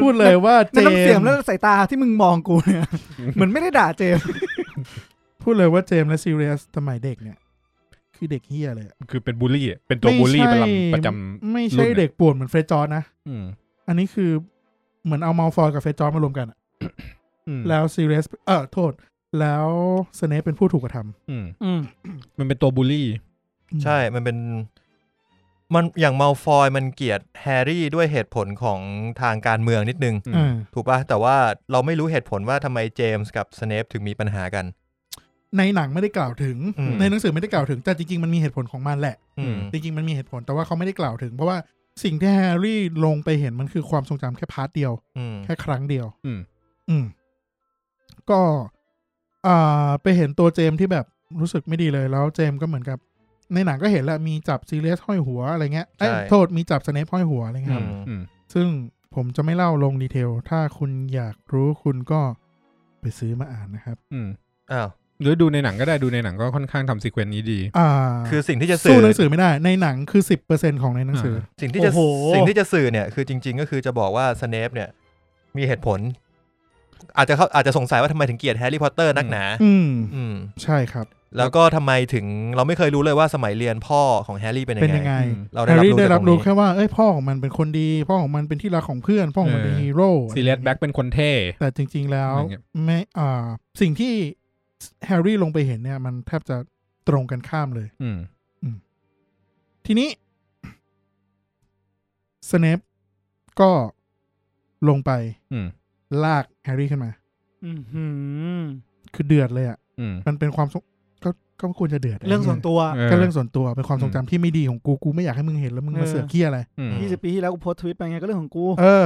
S5: พูดเลยว่าเจ
S2: นั่นน้ำเสียง
S5: มส์
S2: แล้วสายตาที่มึงมองกูเนี่ย เหมือนไม่ได้ด่าเจมส์
S5: พูดเลยว่าเจมส์และซีเรียสสมัยเด็กเนี่ย คือเด็กเฮียเลยอะ
S3: คือเป็นบูลลี่อะเป็นตัวบูลลี่ประจำประจำ
S5: ไม่ใช่เด็กปวดเหมือนเฟรดจอร์จนะ
S3: อืม
S5: อันนี้คือเหมือนเอามาลฟอยกับเฟสจอร์มารวมกันอะ
S3: อืม
S5: แล้วซีเรียสเออโทษ แล้วสเนปเป็นผู้ถูกกระท
S3: อืม
S2: อืม
S3: มันเป็นตัวบูลลี่
S5: ำ
S1: ใช่มันเป็น มันอย่างมาลฟอยมันเกลียดแฮร์รี่ด้วยเหตุผลของทางการเมืองนิดนึง
S5: อืม
S1: ถูกป่ะแต่ว่าเราไม่รู้เหตุผลว่าทำไมเจมส์กับสเนปถึงมีปัญหากัน
S5: ในหนังไม่ได้กล่าวถึง
S1: อืม
S5: ในหนังสือไม่ได้กล่าวถึงแต่จริงๆมันมีเหตุผลของมันแหละ
S1: อืม
S5: จริงๆมันมีเหตุผลแต่ว่าเขาไม่ได้กล่าวถึง เพราะว่าสิ่งที่แฮร์รี่ลงไปเห็นมันคือความทรงจำแค่พาร์ทเดียว
S1: อืม
S5: แค่ครั้งเดียว
S3: อืม
S5: อืม ก็อ่าไปเห็นตัวเจมส์ที่แบบรู้สึกไม่ดีเลย แล้วเจมส์ก็เหมือนกับ ในหนังก็เห็นแหละมีจับซีเรียสห้อยหัวอะไรเงี้ยเอ้ย
S1: ใช่
S5: โทษมีจับสเนปห้อยหัวอะไรเงี้ยครับ
S1: ม
S3: อืม
S5: ซึ่งผมจะไม่เล่าลงดีเทล ถ้าคุณอยากรู้คุณก็ไปซื้อมาอ่านนะครับ
S3: อืม
S1: อ้าว
S3: หรือดูในหนังก็ได้ดูในหนังก็ค่อนข้างทำซีเควนต์นี้ดี
S5: อ่า
S1: คือสิ่งที่จะ
S5: สู้
S1: สื่อ
S5: หนังสือไม่ได้ ในหนังคือ 10%ของในหนังสือ
S1: สิ่งที่จะ
S2: โอ้โห
S1: สิ่งที่จะสื่อเนี่ยคือจริง ๆ ก็คือจะบอกว่าสเนปเนี่ย มีเหตุผล อาจจะเขาอาจจะสงสัยว่าทำไมถึงเกลียดแฮร์รี่พอตเตอร์นักหนา
S5: อืม
S1: อืม
S5: ใช่ครับ
S1: แล้วก็ทำไมถึงเราไม่เคยรู้เลยว่าสมัยเรียนพ่อของแฮร์รี่เป็น
S5: เป็นยั
S1: ยัง
S5: ง
S1: ไง
S5: ไง
S3: อืม
S1: เรา
S5: แฮ
S1: ได้
S5: ร์
S1: รับ
S5: รี่
S1: รู้
S5: ได้
S1: ได้
S5: รั
S1: รั
S5: บบ รู้
S1: รู้
S5: แค่ว่าเอ้ยพ่อของมันเป็นคนดี พ่อของมันเป็นที่รักของเพื่อน พ่อของมันเป็น
S3: เออ
S5: ฮีโร่
S3: ซีเรียสแบ็กเป็นคนเท่
S5: แต่จริง ๆ แล้ว
S3: อะไรเงี้ย
S5: ไม่อ่า สิ่งที่แฮร์รี่ลงไปเห็นเนี่ย มันแทบจะตรงกันข้ามเลย
S3: อืม
S5: ทีนี้ สเนปก็ลงไป
S3: อืม
S5: ลากแฮร์รี่ขึ้นมา
S2: อื้อหือ
S5: คือเดือดเลยอ่ะ
S3: อืม
S5: มันเป็นความทรงก็ก็ควรจะเดือดะ
S2: เรื่องส่วนตัว
S3: เออ
S5: ก็เรื่องส่วนตัว เป็นความทรงจำที่ไม่ดีของกู กูไม่อยากให้มึงเห็นแล้วมึง
S2: เออ
S5: มาเสือกเคี้ยอะไร
S3: อืม
S2: 20 ปีที่แล้วกูโพสต์ทวิตไปไงก็เรื่องของกู
S5: เออ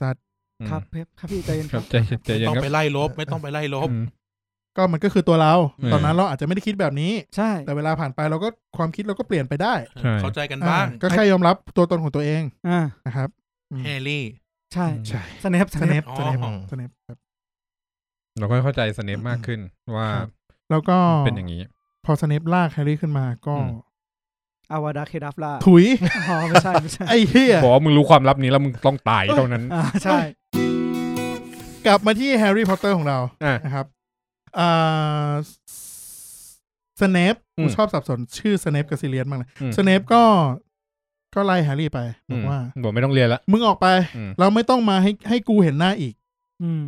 S5: สัตว์
S2: ครับเพปครับพี่ใจเย็น
S3: ค
S2: ค
S3: รั
S2: รั
S3: บบ ใจใจเย็น
S4: ต้อง
S3: ครับ
S4: ไปไล่ลบ ไม่ต้องไปไล่ลบ
S3: อืม
S5: ก็มันก็คือตัวเรา
S3: เออ
S5: ตอนนั้นเราอาจจะไม่ได้คิดแบบนี้
S2: ใช่
S5: แต่เวลาผ่านไปเราก็ความคิดเราก็เปลี่ยนไปได้
S3: ใช่
S4: เข้าใจกัน
S5: อ่า
S4: บ้าง
S5: ก็แค่ยอมรับตัวตนของตัวเอง
S2: อ่า
S5: นะครับ
S4: แฮร์รี่
S2: ใช่
S5: ใช่
S2: สเนปส
S5: ส
S2: เน
S5: เน
S2: ป
S5: ปสเนป
S4: อ๋อ
S5: สเนปครับ
S3: เราก็เข้าใจสเนปมากขึ้นว่า
S5: ครับ แล้วก็
S3: เป็นอย่างนี้
S5: พอสเนปลากแฮร์รี่ขึ้นมาก็
S3: อืม
S2: อาวาดาเคดัฟลา
S5: ถุย
S2: อ๋อไม่ใช่ไม่ใช่
S5: ไอ้เหี้ย
S3: บอกว่ามึงรู้ความลับนี้แล้วมึงต้องตายเท่านั้น
S2: อ่าใช่
S5: กลับมาที่แฮร์รี่พอตเตอร์ของเรา
S3: อ่ะ
S5: นะครับอ่าสเนป
S3: อืม
S5: กูชอบสับสนชื่อสเนปกับซิเลียนมากเลย
S3: อืม
S5: สเนปก็ก็ไล่แฮร์รี่ไปบอกว่า
S3: อืมบอกไม่ต้องเรียนละ
S5: มึงออกไป
S3: อืม
S5: เราไม่ต้องมาให้ให้กูเห็นหน้าอีก
S2: อืม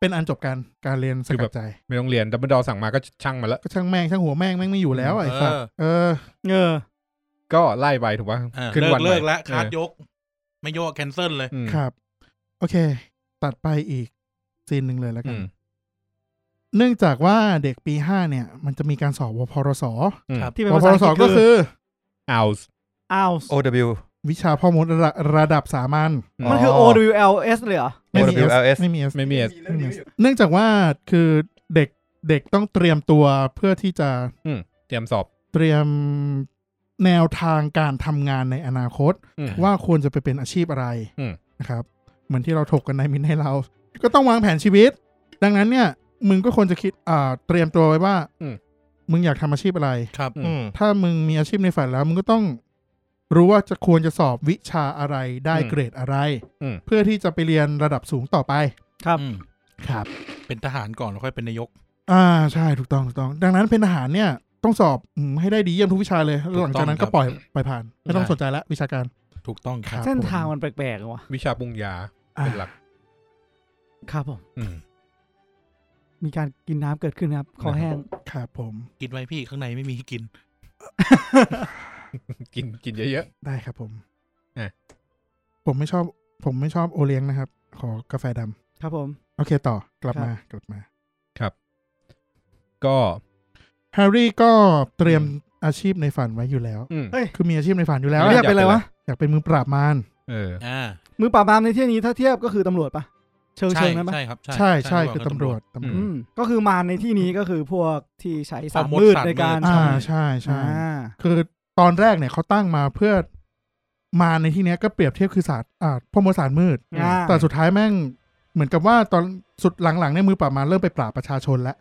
S5: เป็นอันจบการการเรียนส
S3: คือ
S5: กั
S3: แบ
S5: ด
S3: บ
S5: ใจ
S3: ไม่ต้องเรียนดับเบิลดอสั่งมาก็ช่างมาละ
S5: ก็ช่างแม่งช่างหัวแม่งแม่งไม่อยู่แล้วไอ้สัตว์เออ
S2: เออ
S3: ก็ไล่ไปถูกป่ะ
S4: เออ
S3: ขึ้น
S4: เลิ
S3: วั
S4: ก
S3: น
S4: เลิก
S3: ใหม่
S4: แล้วคาร์ด
S3: เออย
S4: ก ไม่โยกแคนเซิลเลย
S3: อืม
S5: ครับ โอเค ตัดไปอีกซีนหนึ่งเลยแล้วกั
S3: อื
S5: น
S3: ม
S5: เนื่องจากว่าเด็กปีห้าเนี่ย มันจะมีการสอบวพรส
S3: อืม
S4: ครับ
S2: ที่เป็น
S5: ว
S2: ภา
S5: พ
S2: ษาร อัง
S5: ส
S2: กฤษ
S5: ก็คือ
S3: เอา
S2: อ้าว
S1: OW
S5: วิชาพ่อมดระระดับสามัญ
S3: ม
S2: มันคือ O W L S เลยเหรอ
S5: ไม่มี
S1: OWLS
S5: ไม่มี S
S3: ไม่มี S
S5: ไม่มี S เนื่องจากว่าคือเด็กเด็กต้องเตรียมตัวเพื่อที่จะ
S3: เตรียมสอบ
S5: เตรียมแนวทางการทำงานในอนาคต
S3: อืม
S5: ว่าควรจะไปเป็นอาชีพอะไร
S3: อืม
S5: นะครับ เหมือนที่เราถกกันในมินให้เรา ก็ต้องวางแผนชีวิต ดังนั้นเนี่ย มึงก็ควรจะคิดอ่าเตรียมตัวไว้ว่า
S3: อืม
S5: มึงอยากทำอาชีพอะไร
S4: ครับ
S3: อืม
S1: อืม
S5: ถ้ามึงมีอาชีพในฝันแล้ว มึงก็ต้องรู้ว่าจะควรจะสอบวิชาอะไรได้
S3: อืม
S5: เกรดอะไร
S3: อืม
S5: เพื่อที่จะไปเรียนระดับสูงต่อไป
S2: ครับ
S4: อืม
S5: ครับ
S4: เป็นทหารก่อนแล้วค่อยเป็นนายก
S5: อ่าใช่ถูกต้องถูกต้อง ดังนั้นเป็นทหารเนี่ยต้องสอบอืมให้ได้ดีเยี่ยมทุกวิชาเลยแล้วหลังจากนั้น
S4: ถู
S5: ก็
S4: กต้องครับ
S5: ปล่อยปล่อยผ่าน ไม่ต้องสนใจละวิชาการ
S4: ถูกต้องครับ
S5: ครับ
S2: เส้นทางมันแปลกๆว่ะ
S3: วิชาปรุงยาเป็นหลัก
S2: ครับผม
S3: อืม
S2: มีการกินน้ำเกิดขึ้นครับ คอแห้ง
S5: ครับผม
S4: กินไว้พี่ข้างในไม่มีให้กิน
S3: กินกินเยอะ
S5: ได้ครับผม
S3: อ่ะ
S5: ผมไม่ชอบ ผมไม่ชอบโอเลี้ยงนะครับ ขอกาแฟดำ
S2: ครับผม
S5: โอเคต่อกลับ
S2: ครับ
S5: มากลับมา
S3: ๆ ก็
S5: แฮร์รี่ก็เตรียมอาชีพในฝันไว้อยู่แล้ว
S3: อืม
S2: เอ้ย
S5: คือมีอาชีพในฝันอยู่แล้ว
S3: เฮ้
S2: เรี
S5: อย
S2: ก
S5: ยาก
S2: เป็นอะไรวะ
S5: อยากเป็นมือปราบมาร
S3: เออ
S4: อ่า
S2: มือปราบปรามในที่นี้ถ้าเทียบก็คือตำรวจปะเชิง
S4: ใช่
S2: เชิงนั้นปะ
S4: ใช่ครับ
S5: ใช่ใช่คือตำรวจตำรวจ
S2: อืมก็คือมารในที่นี้ก็คือพวกที่ใช้สาม
S4: พว
S2: มืด
S4: สัตว์
S2: ในการ
S5: อ่า
S2: ทำ
S5: ใช่ใช่
S2: อ่า
S5: คือตอนแรกเนี่ยเขาตั้งมาเพื่อมาในที่เนี้ยก็เปรียบเทียบคือศาสตร์อ่าพ่อมดศาสตร์มืด
S2: อ่า
S5: แต่สุดท้ายแม่งเหมือนกับว่าตอนสุดหลังๆเนี่ยมือปราบมารเริ่มไปปราบประชาชนแล้ว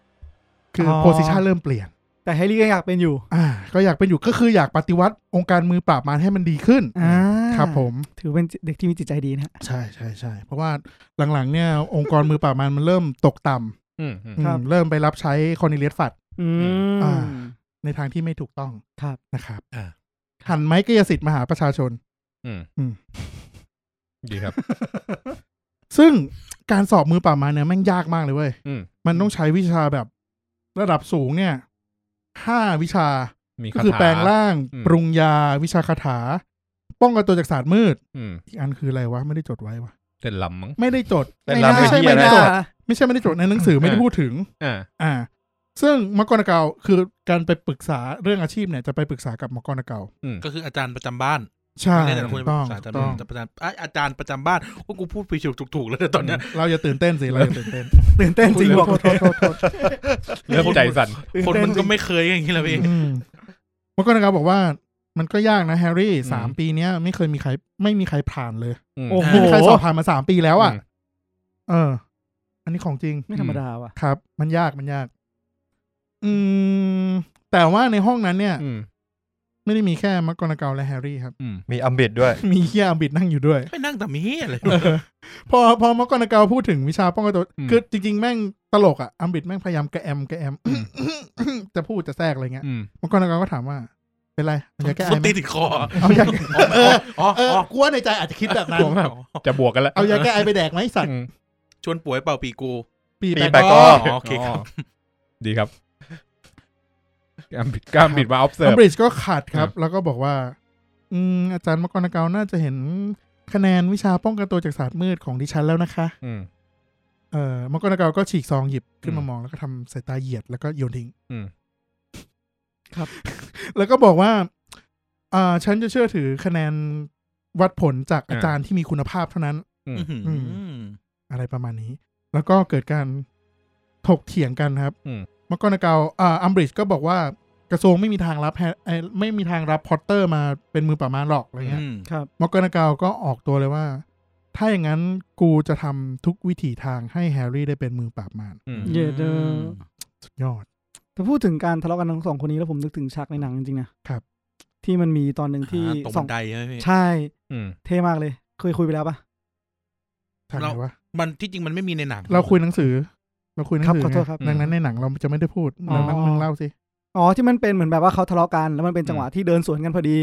S5: คือโพสิชันเริ่มเปลี่ยน
S2: แต่แฮร์รี่ก็อยากเป็นอยู่
S5: อ่า ก็อยากเป็นอยู่ก็คืออยากปฏิวัติองค์การมือปราบมารให้มันดีขึ้น
S2: อ่า
S5: ครับผม
S2: ถือเป็นเด็กที่มีจิตใจดีนะฮะ
S5: ใช่ใช่ใช่เพราะว่าหลังๆเนี่ยองค์กรมือปราบมารมันเริ่มตกต่ำ
S3: อืมอืม
S5: อืม
S2: ครับ
S5: เริ่มไปรับใช้คอร์นิเลียสฟัด
S2: อืม
S5: อ่า ในทางที่ไม่ถูกต้อง
S2: ครับ
S5: นะครับ
S4: อ่า
S5: หันไม้กายสิทธิ์มาหาประชาชน
S3: อืม
S5: อืม
S3: ดีครับ
S5: ซึ่งการสอบมือปราบมารเนี่ยแม่งยากมากเลยเว้ย
S3: อืม
S5: มันต้องใช้วิชาแบบระดับสูงเนี่ยห้าวิชา
S3: มี
S5: ก็
S3: คา
S5: คือ
S3: ถา
S5: แปลงร่าง
S3: อืม
S5: ปรุงยา วิชาคาถา ป้องกันตัวจากศาสตร์มืด
S3: อืม
S5: อีกอันคืออะไรวะ ไม่ได้จดไว้วะ
S3: เต้นลำมั้ง
S5: ไม่ได้จด
S1: เป็นลำ
S5: ไม่ใช่
S1: เหี้ย
S5: ไม่
S1: นะ
S5: ได้จด ไม่ใช่ไม่ได้จดในหนังสือไม่ได้พูดถึง
S3: อ่า
S5: อ่า ซึ่งมกรนเกาคือการไปปรึกษาเรื่องอาชีพเนี่ยจะไปปรึกษากับมกรนเกา
S4: ก็คืออาจารย์ประจำบ้าน
S5: ใช่
S4: ไม่ได้แต่ละคน
S5: ถู
S4: จะ
S5: กต้อง
S4: เป็นอาจาร
S5: ถู
S4: ย์ประจำ
S5: กต้อง
S4: อ่ะอาจารย์ประจำบ้านก็กูพูดไปถูกถูกๆเลยตอนเนี้ย
S5: เราอย่าตื่นเต้น สิ เราอย่าตื่นเต้น
S2: ตื่นเต้นจริงบอก
S5: โทษโทษโทษโทษ
S3: เริ่มใจสั่น
S2: ตื่
S4: คน
S2: เต้
S4: มัน
S2: จ
S4: ก็
S2: ริง
S4: ไม่เคยอย่างนี้เลยพี่
S5: อืมมกรนเกาบอกว่า มันก็ยากนะแฮร์รี่สาม
S3: อืม
S5: ปีเนี้ยไม่เคยมีใคร ไม่มีใครผ่านเลย
S3: อืม
S2: โอ้โห
S5: ไม่มีใครสอบผ่านมาสามปีแล้วอ่ะ
S3: ม
S5: เออ อันนี้ของจริง
S2: ไม่ธรรมดาว่ะ
S5: ครับ มันยากมันยาก อืม แต่ว่าในห้องนั้นเนี่ย
S3: อืม
S5: ไม่ได้มีแค่มักกรเกาและแฮร์รี่ครับ
S3: อืม
S1: มีอัมบิดด้วย
S5: มีเฮียอัมบิดนั่งอยู่ ด้วย
S4: ไปนั่งแต่มีอะไร
S5: เออพอพอมักกรเกาพูดถึงวิชาป้องกันตัว
S3: อืม
S5: คือจริง ๆ แม่งตลกอะอัมบิดแม่งพยายามกระแอมกระแอม จะพูดจะแทรกอะไรเงี้ย
S3: อืม
S5: มักกรเกาก็ถามว่า เป็นไรอยากแก้ไอ
S4: สุด
S5: ไหม
S4: ตีติดคอ
S5: เอายาเออ
S4: อ๋อ
S5: เอ
S4: อ๋อ
S5: อกลัวในใจอาจจะคิดแบบนั้น
S3: กลัวมาก จะบวกกันแล้ว
S5: เอายาแก้ไอไปแดกไหมสัตว์
S3: อืม
S4: ชวนป่วยเปล่าปีกู
S5: ปี
S1: ปี
S5: แปด
S1: แปด ก็
S4: อ๋อโอเคครับ
S3: ดีครับกล้ามบิดกล้ามบิดมาออฟเซิ
S5: อั
S3: ร์
S5: ม
S3: ฟ
S5: บริดจ์ก็ขัดครับ
S3: อืม
S5: แล้วก็บอกว่า อืมอาจารย์มกรเกาน่าจะเห็นคะแนนวิชาป้องกันตัวจากศาสตร์มืดของดิฉันแล้วนะคะ
S3: อืม
S5: เอ่อมกรเกาก็ฉีกซองหยิบขึ้นมา
S3: อืม
S5: มองแล้วก็ทำสายตาเหยียดแล้วก็โยนทิ้ง
S3: อืม
S2: ครับ
S5: แล้วก็บอกว่าอ่าฉันจะเชื่อถือคะแนนวัดผลจากอาจารย์ที่มีคุณภาพเท่านั้น
S4: อื้อหืออ
S5: อะไรประมาณนี้ แล้วก็เกิดการถกเถียงกันครับ
S3: อืม
S5: มกรเกาอ่าอัมบริดจ์ก็บอกว่ากระทรวงไม่มีทางรับแฮไอ้ไม่มีทางรับพอตเตอร์มาเป็นมือปราบมารหรอกอะไรเงี้ย
S4: อืม
S2: ครับ
S5: มอกรนเกาก็ออกตัวเลยว่า ถ้าอย่างนั้นกูจะทำทุกวิถีทางให้แฮร์รี่ได้เป็นมือปราบมาร
S3: อืม
S2: เยเดอ
S5: สุดยอด
S2: แต่พูดถึงการทะเลาะกันทั้งสองคนนี้แล้วผมนึกถึงฉากในหนังจริงๆนะครับ ที่มันมีตอนหนึ่งที่
S4: อ่าตรง
S2: ส
S4: บั
S2: อง
S4: นไดใช่ไหมพี่
S2: ใช่
S3: อืม
S2: เท่มากเลย เคยคุยไปแล้วปะ
S5: ทางไหนวะ
S4: มันที่จริงมันไม่มีในหนัง
S5: เราคุยหนังสือ เราคุยหนัง
S2: ครับ
S5: สือ
S2: ขอโทษ
S5: ไง
S2: ครับ
S5: ดังนั้นในหนังเราจะไม่ได้พูด
S2: อ๋อ
S5: ดังนั้นมึงเล่าสิ
S2: อ๋อที่มันเป็นเหมือนแบบว่าเขาทะเลาะกันแล้วมันเป็นจังหวะที่เดินสวนกันพอดี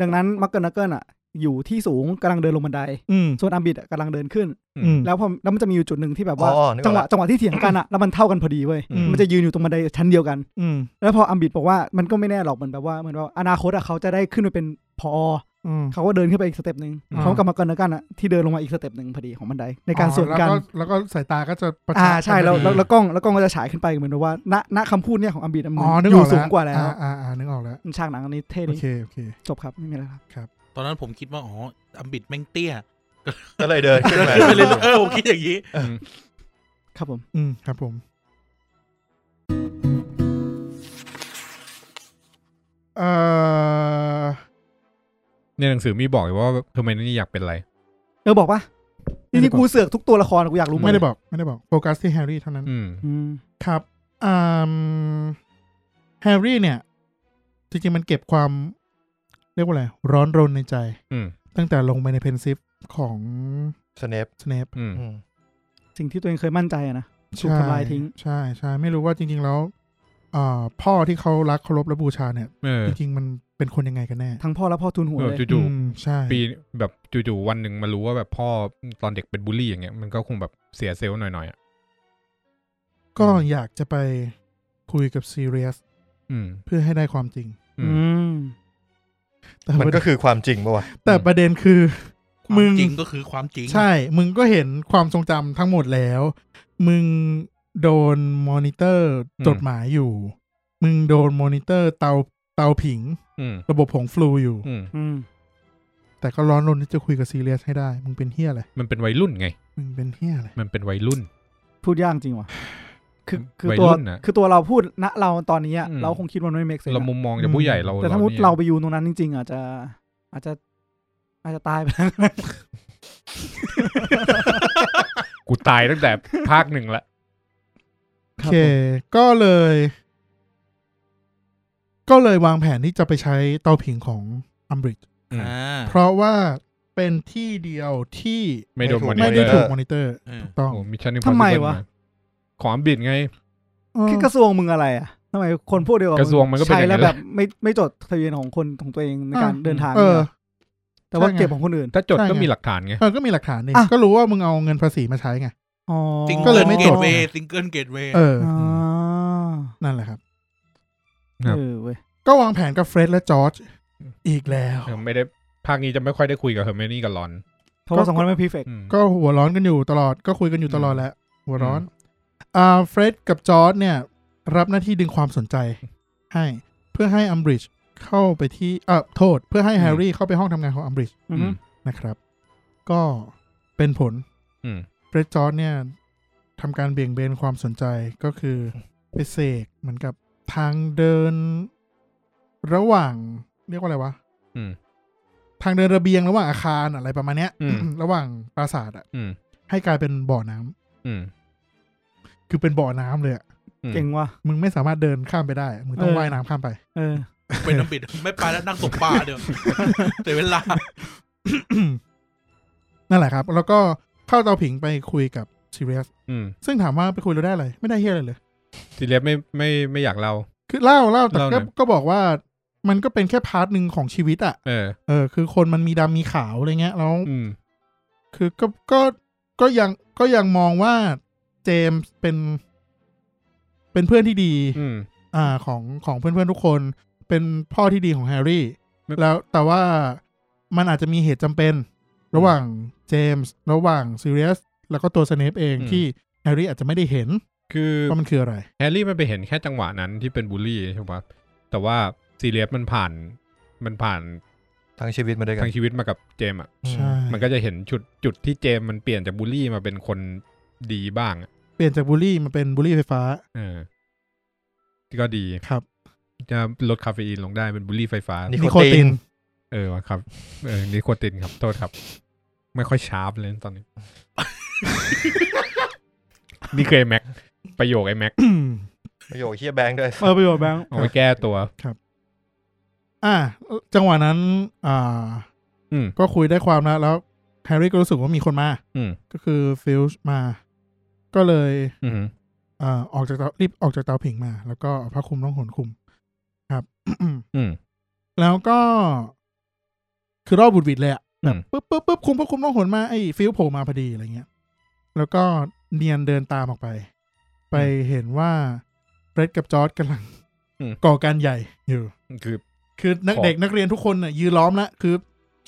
S2: ดังนั้นมักเกิลนักเกิลอ่ะ อยู่ที่สูงกำลังเดินลงบันได
S5: อืม
S2: ส่วนอัมบิดอะกำลังเดินขึ้น
S5: อืม
S2: แล้วพอแล้วมันจะมีอยู่จุดหนึ่งที่แบบว่า
S1: อ๋ออ๋อนึกออก
S2: จังหวะ
S1: ละ
S2: จังหวะที่เถียงกันอ่ะแล้วมันเท่ากันพอดีเว้ย
S5: อืม
S2: มันจะยืนอยู่ตรงบันไดชั้นเดียวกัน
S5: อืม
S2: แล้วพออัมบิดบอกว่ามันก็ไม่แน่หรอกเหมือนแบบว่าเหมือนว่าอนาคตอะเขาจะได้ขึ้นไปเป็นพอ
S5: อืม
S2: เขาก็เดินขึ้นไปอีกสเต็ปหนึ่ง
S5: อ่า
S2: พร้อมกับมาเกินแล้วกันอะที่เดินลงมาอีกสเต็ปหนึ่งพอดีของบันไดในการสวนกัน
S5: อ๋อแล้วแล้วก็สายตาก็จะประ
S2: อ่า
S5: ชา
S2: ใช่แล้วแล้วแล้วกล้องแล้วกล้องก็จะฉายขึ้นไปเหมือนแบบว่าณณคำพูดเนี่ยของอัมบิดอะมัน
S5: อ๋อนึก
S2: อ
S5: อยู่ อก
S2: สูงกว่าแล้ว
S5: อ่อ่าอ่านึกออกแล้ว
S2: ฉากหนังอันนี้เท่
S5: โอ
S2: ดี
S5: เคโอเค
S2: จบครับไม่มีอะไรครับ
S4: ตอนนั้นผมคิดว่า อ๋ออัมบิดแม่งเตี้ย
S1: ก็เลยเดินขึ้นมา
S4: ก็เลยเออผมคิดอย่างนี้
S2: ครับผม
S5: อืมครับผมเอ่อ
S3: ในหนังสือมีบอกอยู่ว่าทำไมนี่อยากเป็นอะไร
S2: เออบอกปะจริงๆกูเสือกทุกตัวละครกูอยากรู้หมด
S5: ไม่ได้บอกไม่ได้บอกโฟกัสที่แฮร์รี่เท่านั้น
S3: อืม
S2: อืม
S5: ครับอืมแฮร์รี่เนี่ย จริงๆ มันเก็บความ เรียกว่าอะไร ร้อนรนในใจ
S3: อืม
S5: ตั้งแต่ลงไปในเพนซิฟของ
S1: สเนป
S5: สเนป
S3: อืม
S1: อืม
S2: สิ่งที่ตัวเองเคยมั่นใจอะนะถูกทำลายทิ้ง
S5: ใช่ใช่ไม่รู้ว่าจริง ๆ แล้วเอ่อพ่อที่เขารักเคารพและบูชาเนี่ย
S3: เออ
S5: จริง ๆ มันเป็นคนยังไงกันแน่
S2: ทั้งพ่อและพ่อทุนหัว
S3: เออ
S2: เลย
S3: จู่
S5: อืมใช่
S3: ๆ ปีแบบจู่ๆวันหนึ่งมารู้ว่าแบบพ่อตอนเด็กเป็นบูลลี่อย่างเงี้ย มันก็คงแบบเสียเซลล์หน่อยๆอ่ะ
S5: ก็
S3: อืม
S5: อยากจะไปคุยกับซีเรียส
S3: อืม
S5: เพื่อให้ได้ความจริง
S3: อื
S2: อื
S3: ม
S2: ม
S5: แต่
S1: มันก็คือความจริงปะวะ
S5: แต่ประเด็นคือ
S4: ความ
S5: มึง
S4: จริงก็คือความจริง
S5: ใช่ มึงก็เห็นความทรงจำทั้งหมดแล้ว มึงโดนมอนิเตอร์
S3: อืม
S5: จดหมายอยู่ มึงโดนมอนิเตอร์เตาเตาผิง
S3: อืม
S5: ระบบผงฟลูอยู่
S3: อืม
S2: อืม
S5: แต่ก็ร้อนรนที่จะคุยกับซีเรียสให้ได้ มึงเป็นเฮียอะไร
S3: มันเป็นวัยรุ่นไง
S5: มึงเป็นเฮียอะไร
S3: มันเป็นวัยรุ่น
S2: พูดยากจริงว่ะ คือคือ
S3: วัย
S2: ตัว
S3: รุ่นน่ะ
S2: คือตัวเราพูดณเราตอนนี้อะ
S3: อืม
S2: เราคงคิดว่ามันไม่เมกเซน
S3: เรามุมมองจากผู้ใหญ่เรา
S2: แต่ถ้ามุด
S3: นี่ย
S2: เราไปอยู่ตรงนั้นจริง ๆ อาจจะ อาจจะ อาจจะตายไปแล้ว
S3: กูตายตั้งแต่ ภาคหนึ่งละ
S5: โอเค ก็เลย ก็เลยวางแผนที่จะไปใช้เตาผิงของอัมบริด
S4: อ่า
S5: เพราะว่าเป็นที่เดียวที่
S3: ไม่โดน
S1: ไม่ถูก
S5: ไม่
S3: น
S5: ได้
S3: เตอ
S5: ถู
S3: ร์
S5: กมอนิเตอร์
S4: เออ
S5: ถูกต้อง
S3: โอ้มิชชั่นอิมพอ
S2: ทำ
S3: สิ
S2: ไม
S3: เบิล
S2: วะ
S3: ของอัมบิดไง
S2: คือกระทรวงมึงอะไรอะทำไมคนพวกเดียวกับ
S3: กระทรวงมันก็เป็น
S2: ใช้
S3: อย่าง
S2: แล้ว
S3: นั้
S2: น
S3: แห
S2: แบ
S3: ละ
S2: บไม่ไม่จดทะเบียนของคนของตัวเองในการเดินทาง
S5: เออ
S2: เนี่ยแต่ว่า
S5: ใช่ไง
S2: เก็บของคนอื่น
S3: ถ้าจด
S5: ใช่
S3: ก็
S5: ไง
S3: มีหลักฐานไง
S5: เออก็มีหลักฐานนี่
S2: อ่ะ
S5: ก็รู้ว่ามึงเอาเงินภาษีมาใช้ไง
S2: อ๋อ
S4: ซิง
S5: ก็
S4: เกิ
S5: เลย
S4: ล
S5: ไม่
S4: เก
S5: จ
S4: ต
S5: ด
S4: เวย์ซิงเกิลเกตเวย์
S5: เออ
S2: อ๋อ
S5: นั่นแหละครับ
S3: ครับ
S2: เออเว้ย
S5: ก็วางแผนกับเฟร็ดและจอร์จอีกแล้ว
S3: เออไม่ได้ภาคนี้จะไม่ค่อยได้คุยกับเฮอร์เมนี่กับรอน
S2: เพราะว่าสองคนไม่พีเฟก
S3: อืม
S5: ก็หัวร้อนกันอยู่ตลอดก็คุยกันอยู่ตลอดแหละหัวร้อนอ่าเฟร็ดกับจอร์จเนี่ย รับหน้าที่ดึงความสนใจ ให้เพื่อให้อัมบริดจ์เข้าไปที่เออโทษ เพื่อให้แฮร์รี่เข้าไปห้องทำงานของอัมบริดจ์
S2: อืม
S5: นะครับ ก็เป็นผล
S3: อืม
S5: เฟร็ดจอร์จเนี่ยทำการเบี่ยงเบนความสนใจก็ คือไปเสกเหมือนกับทางเดิน ระหว่างเรียกว่าอะไรวะ
S3: อืม
S5: ทางเดินระเบียงระหว่างอาคารอะไรประมาณเนี้ย
S3: อืม
S5: ระหว่างปราสาทอะ
S3: อืม
S5: ให้กลายเป็นบ่อน้ำ
S3: อืม
S5: คือเป็นบ่อน้ำเลยอะ
S3: อืม
S2: เก่งว่ะ
S5: มึงไม่สามารถเดินข้ามไปได้อะมึงต้อง
S2: เออ
S5: ว่ายน้ำข้ามไป
S2: เออ
S4: เป็นอัมบิดไม่ไปแล้วนั่งตกปลาเดี๋ ยวเสียเวลา
S5: นั่นแหละครับ แล้วก็เข้าเตาผิงไปคุยกับซีเรียส
S3: อืม
S5: ซึ่งถามว่าไปคุยเราได้อะไร ไม่ได้เฮียอะไรเลย
S3: ทีเล็บไม่ไม่ไม่อยากเล่า
S5: คือเล่าเล่าแต่
S3: เล่าหน่
S5: ก็
S3: อย
S5: ก็บอกว่ามันก็เป็นแค่พาร์ทหนึ่งของชีวิตอะ
S3: เออ
S5: เออคือคนมันมีดำมีขาวอะไรเงี้ยแล้ว
S3: อืม
S5: คือก็ก็ก็ยังก็ยังมองว่าเจมส์เป็น เป็นเพื่อนที่ดี
S3: อืม
S5: อ่าของของเพื่อนๆทุกคนเป็นพ่อที่ดีของแฮร์รี่
S3: ไม่
S5: แล้วแต่ว่ามันอาจจะมีเหตุจำเป็น ระหว่างเจมส์ระหว่างซีเรียสแล้วก็ตัวสเนปเองที่แฮร์รี่อาจจะไม่ได้เห็น
S3: คือ
S5: ว่ามันคืออะไร
S3: แฮร์รี่มันไปเห็นแค่จังหวะนั้นที่เป็นบูลลี่ใช่ปะแต่ว่าซีเรียสมันผ่าน มันผ่าน
S1: ทั้งชีวิตมาด้วยกัน
S3: ทางชีวิตมากับเจมส์อ่ะ
S1: อืม
S5: ใช่
S3: มันก็จะเห็นจุดจุดที่เจมส์มันเปลี่ยนจากบูลลี่มาเป็นคนดีบ้างอะ
S5: เปลี่ยนจากบูลลี่มาเป็นบูลลี่ไฟฟ้า
S3: เออก็ดี
S5: ครับ
S3: จะลดคาเฟอีนลงได้เป็นบูลลี่ไฟฟ้า
S1: นิโคติน
S3: เออวะครับเออนิโคตินครับ โทษครับ ไม่ค่อยชาร์ปเลยตอนนี้ นี่คือไอแม็กประโยคไอแม็ก
S1: ประโยคเฮียแบงค์ด้วย
S2: เออประโยชน์แบงค์
S3: เอาไว้แก้ตัว
S5: อ่ะจังหวะนั้นอ่า
S3: อืม
S5: ก็คุยได้ความแล้วแล้วแฮร์รี่ก็รู้สึกว่ามีคนมา
S3: อืม
S5: ก็คือฟิลช์มา ก็เลย
S3: อืม
S5: อ่าออกจากเตารีบออกจากเตาผิงมา แล้วก็เอาผ้าคลุมต้องหนคลุมครับ
S3: อืม
S5: แล้วก็คือรอบบุดหวิดเลยอะ
S3: อืม
S5: แบบปุ๊บปุ๊บปุ๊บคุมปุ๊บคุมต้องหนมาไอ้ฟิลโผล่มาพอดีอะไรเงี้ย แล้วก็เนียนเดินตามออกไป ไปเห็นว่าเฟรดกับจอร์ดกำลังก่อการใหญ่อยู่
S3: คือ
S5: คือนัก
S3: ขอ
S5: เด็กนักเรียนทุกคนน่ะยืนล้อมละคือ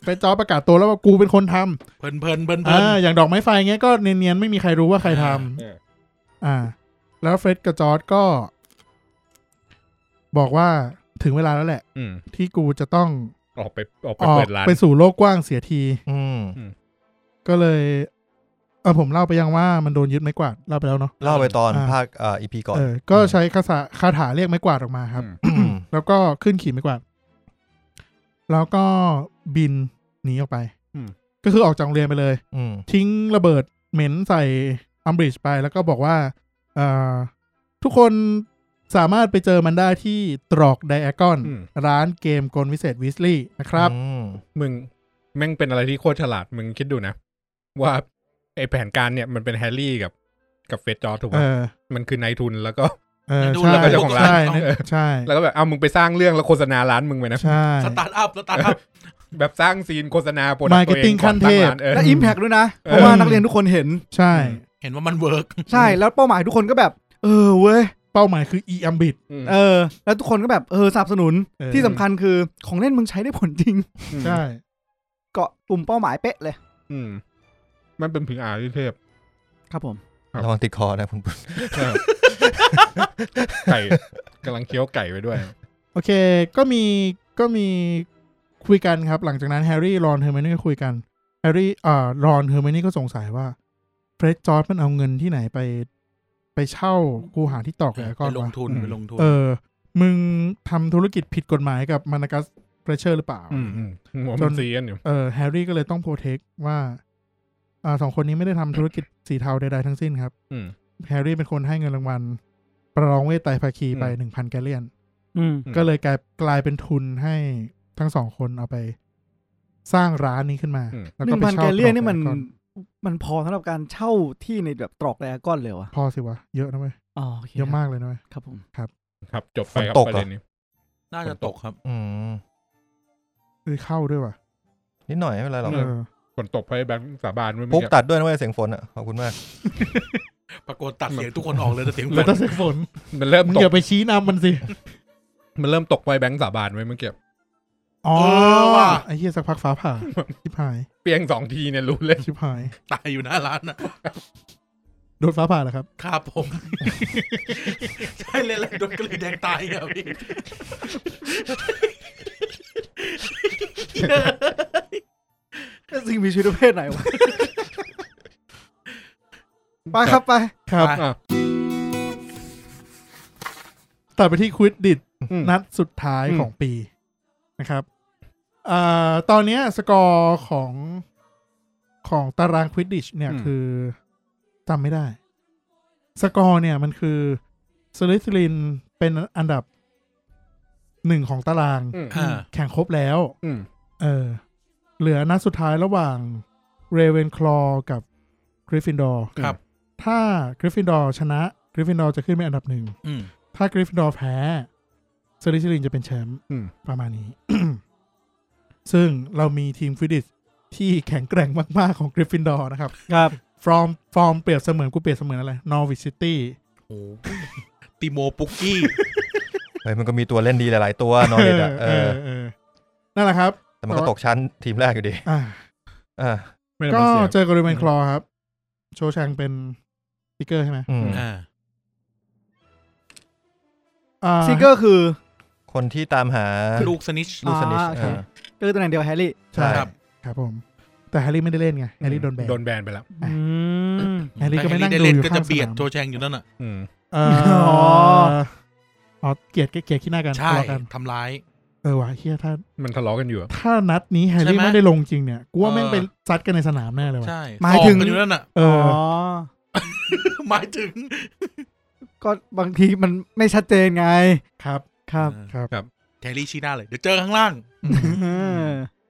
S5: เฟรดจอร์จประกาศตัวแล้วว่ากูเป็นคนทำ
S4: เพลินเพลินเพลินเพลิน
S5: อ่าอย่างดอกไม้ไฟเงี้ยก็เนียนๆไม่มีใครรู้ว่าใครทำอ่า แล้วเฟรดกับจอร์ดก็ บอกว่าถึงเวลาแล้วแหละ
S3: อืม
S5: ที่กูจะต้อง
S3: ออกไปออกไป
S5: ออก
S3: เปิดร้าน
S5: ไปสู่โลกกว้างเสียที
S1: อืม
S5: ก็เลยเออผมเล่าไปยังว่ามันโดนยึดไม้กวาดเล่าไปแล้วเนาะ
S1: เล่าไปตอน
S5: อ่า
S1: ภาคเอ่ออีพีก่อน
S5: เออก็ใช้คาถาคาถาเรียกไม้กวาดออกมาครับ
S1: ม
S5: แล้วก็ขึ้นขี่ไม้กวาด แล้วก็บินหนีออกไป
S3: อืม
S5: ก็คือออกจากโรงเรียนไปเลย
S1: อืม
S5: ทิ้งระเบิดเหม็นใส่อัมบริดจ์ไป แล้วก็บอกว่าเอ่อทุกคนสามารถไปเจอมันได้ที่ตรอกไดแอกอน
S3: อืม
S5: ร้านเกมกลวิเศษวิสลี่นะครับ
S1: อืม
S3: มึงแม่งเป็นอะไรที่โคตรฉลาดมึงคิดดูนะ ว่าไอแผนการเนี่ยมันเป็นแฮร์รี่กับกับเฟสจอร์จถูก
S5: เอ
S3: ป่ะ
S5: อ
S3: มันคือนายทุนแล้วก็
S5: เออ
S4: ดู
S5: ใช่
S3: แล้วก็เจ้าของร้าน
S5: ใช่ใช่
S3: แล้วก็แบบเอามึงไปสร้างเรื่องแล้วโฆษณาร้านมึงไปนะ
S5: ใช่
S4: สตาร์ทอัพสตาร์ทอัพ
S3: แบบสร้างซีนโฆษณาโปรดักต์ตัวเอง
S5: Marketing
S3: ก่อนตั้งร้า
S5: ขั้น
S3: น
S5: เทพ
S3: เออ
S2: และอิมแพกด้วยนะ เพราะว่านักเรียนทุกคนเห็น
S5: ใช่
S3: อืม
S4: เห็นว่ามันเวิร์ก
S2: ใช่แล้วเป้าหมายทุกคนก็แบบ เออเว้ย
S5: เป้าหมายคือ e a m b i t
S3: อืม
S2: เออ แล้วทุกคนก็แบบเออสนับสนุน
S5: เออ
S2: ที่สำคัญคือของเล่นมึงใช้ได้ผลจริง
S5: ใช่
S2: เกาะกลุ่มเป้าหมายเป๊ะเลย
S3: อืมมันเป็นผีอาที่เทพ
S2: ครับผม
S3: ครับ
S1: ระวังติดคอนะคุณปุ้ย
S3: ไก่กำลังเคี้ยวไก่ไปด้วย
S5: โอเค ก็มีก็มีคุยกันครับ หลังจากนั้นแฮร์รี่รอนเฮอร์ n มนี่ก็คุยกันแฮร์รี่อ่ารอนเฮอร์ n มนี่ก็สงสัยว่าเฟรดจอร์ดมันเอาเงินที่ไหนไป ไปเช่ากูหาที่ตอก
S4: ไป
S5: แล้ก็
S4: ลงทุน
S3: อืม
S4: ไปลงทุน
S5: เออ มึงทำธุรกิจผิดกฎหมายกับมานากัสเฟรเชอร์หรือเปล่า
S3: อืมอืมหัวมันซีกันอยู่
S5: เออแฮร์รี่ก็เลยต้องโปรเทคว่าอ่าสองคนนี้ไม่ได้ทำธุรกิจสีเทาใดๆทั้งสิ้นครับ
S3: อืม
S5: แฮร์รี่เป็นคนให้เงินรางวัล ประลองเวทไตรภาคีไป
S3: อืม
S5: หนึ่งพันแกลเลียน
S2: อืม
S3: อืม
S5: ก็เลยกลายกลายเป็นทุนให้ทั้งสองคนเอาไป สร้างร้านนี้ขึ้นมา
S3: อืม
S5: แล้ว
S2: ห
S5: ก็
S2: นึ่ง
S5: ไป
S2: พัน
S5: เช่า
S2: แกลเลียนนี่มัน
S5: ตรอกไดอ
S2: มันพอสำหรับการเช่าที่ในแบบตรอกไดอาก้อนเลยวะ
S5: คอนพอสิวะ เยอะนะเว้ย
S2: อ๋อโอเค
S5: เยอะมากเลยนะเว้ย
S2: ครับผม
S3: ครับจบไปครับ
S1: ฝนตก
S3: ประ
S1: เหรอ
S3: เด็นนี้
S4: น่าจะตกครับ
S1: อืม
S5: คือเข้าด้วยว่ะ
S1: นิดหน่อยไม่เป็นไรหรอก
S3: ม
S5: เออ
S3: ฝนตกไปแบงค์สาบานไม่มี
S1: ปุ๊กตัดด้วยนะเว้ยเสียงฝนอ่ะขอบคุณมาก
S4: ปรากฏตัดเสียงทุกคนออกเลยแต่เสียง
S5: แล้วถ้าเสกฝน
S3: มันเริ่ม
S5: มึง
S3: ต
S5: อก ย่าไปชี้นำมันสิ
S3: มันเริ่มตกไปแบงค์สาบานไว้เมื่อกี้
S5: อ๋อ
S4: เออว่ะ
S5: ไอ้เหี้ยสักพักฟ้าผ่าชิบหาย
S3: เปียงสองทีเนี่ยรู้เลย
S5: ชิบหาย
S4: ตายอยู่หน้าร้านนะ
S5: โดนฟ้าผ่าเหรอครับ
S4: ครับผม ใช่เลยเลยโดนกระลิ่งแดงตายอ่ะพี่
S2: สิ่งมีชีวิตประเภทไหนวะ ไปครับไป
S5: ครับ
S3: อ่ะ
S5: ตัดไปที่ควิดดิด
S3: อืม
S5: นัดสุดท้าย
S3: อืม
S5: ของปีนะครับอ่าตอนเนี้ยสกอร์ของของตารางควิดดิชเนี่ยคือจำไม่ได้ สกอร์เนี่ยมันคือสลิสลินเป็นอันดับหนึ่งของตาราง
S3: อืม
S4: อ่า
S5: แข่งครบแล้ว
S3: อืม
S5: เออ เหลือนัดสุดท้ายระหว่างเรเวนคลอกับกริฟฟินดอร์
S4: ครับ
S5: ถ้ากริฟฟินดอร์ชนะกริฟฟินดอร์จะขึ้นเป็นอันดับหนึ่ง
S4: อืม
S5: ถ้ากริฟฟินดอร์แพ้เซอร์ริชลินจะเป็นแชมป์
S3: อืม
S5: ประมาณนี้ ซึ่งเรามีทีมฟิดิสที่แข็งแกร่งมาก ๆ ของกริฟฟินดอร์นะครับ
S2: ครับ
S5: from from เปรียบเสมือนกูเปรียบเสมือนอะไรนอร์วิชซิตี้
S4: โอ้ติโมปุกกี้
S1: เฮ้ยมันก็มีตัวเล่นดีหลาย ๆ ตัวนอเดด อ่ะเออ
S5: นั่นแหละครับ
S1: แต่มันก็ตกชั้นทีมแรกอยู่ดี
S5: อ่า
S1: อ่า
S3: ไม่ได้
S5: ก็
S3: มาเสีย
S5: เจอกับริเวนคลอครับ โชว์แชงเป็นซิกเกอร์ใช่ไหม
S1: อืม
S4: อ่า
S5: อ่า
S2: ซิกเกอร์คือ
S1: คนที่ตามหา
S4: ลูกสนิช
S1: ลูสนิช
S2: อ่าโอเค
S1: เออ
S2: ก็คือตำแหน่งเดียวแฮร์รี่
S5: ใช่
S4: ครับ
S5: ครับผม แต่แฮร์รี่ไม่ได้เล่นไงแฮร์รี่โดนแบน
S3: โดนแบนไปแล้ว
S5: อื แฮ
S4: แต่
S5: ร์รี่ก็ไม่นั่ง
S4: ได้
S5: ดู
S4: เล่น
S5: อยู่
S4: ก็
S5: ข้า
S4: จะ
S5: งสนาม
S4: เบียดโชว์แชงอยู่นั่นน่ะ
S3: อืม
S5: เอ่อ
S2: อ
S5: อ๋อเกลียดเกลียดเกลียดขี้หน้ากัน
S4: ใช่
S5: ทะเลาะกัน
S4: ทำร้าย
S5: เออว่ะเฮียถ้า
S3: มันทะเลาะกันอยู่อะ
S5: ถ้านัดนี้แฮร์
S4: ใช่
S5: รี่
S4: ไหม
S5: ไม่ได้ลงจริงเนี่ยกูว่า
S4: เออ
S5: แม่งไปซัดกันในสนามแน่เลยว่ะ
S4: ใช่
S2: หมายถึง
S4: สอบกันอยู่นั่นน่ะ
S5: เอ
S2: อ๋อ
S5: อ
S4: หมายถึง
S2: ก็บางทีมันไม่ชัดเจนไง
S5: ครับ
S2: ครับ
S5: ครับ
S4: แฮร์รี่ชี้หน้าเลย เดี๋ยวเจอข้างล่าง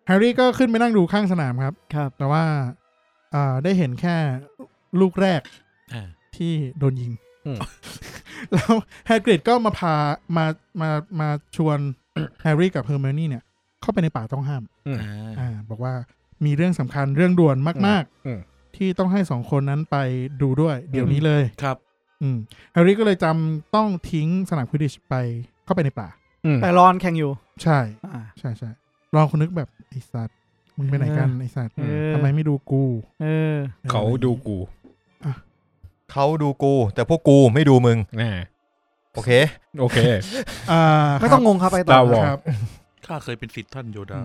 S5: แฮร์รี่ก็ขึ้นไปนั่งดูข้างสนามครับ
S2: ครับ
S5: แต่ว่าอ่าได้เห็นแค่ลูกแรก
S4: อ่า
S5: ที่โดนยิง
S3: อืม
S5: แล้วแฮกริดก็มาพามามามาชวน แฮร์รี่กับเฮอร์เมนี่เนี่ย เข้าไปในป่าต้องห้าม
S3: อืม
S4: อ่า
S5: อ่า บอกว่ามีเรื่องสำคัญเรื่องด่วนมาก
S3: อืม
S5: ๆ ที่ต้องให้สองคนนั้นไปดูด้วย เดี๋ยวนี้เลย
S4: ครับ
S5: อืมแฮร์รี่ก็เลยจำต้องทิ้งสนามควิดดิชไปเข้าไปในป่า
S3: อืม
S2: แต่รอนแข่งอยู่
S5: ใช่
S2: อ่า
S5: ใช่ใช่ลองคนนึกแบบไอสัตว์มึงไปไหนกันไอสัตว์
S3: อื
S2: เออ
S5: ทำไมไม่ดูกู
S2: เออ
S3: เขาดูกู
S1: เขาดูกู แต่พวกกูไม่ดูมึง
S3: แน่
S1: โอเค
S3: โอเค
S5: อ่า
S2: ไม่ต้องงงครับไปต่อ
S3: Star
S5: ค
S3: Wars
S5: รับ
S4: ข้าเคยเป็นสิทธิ์ท่านโยดา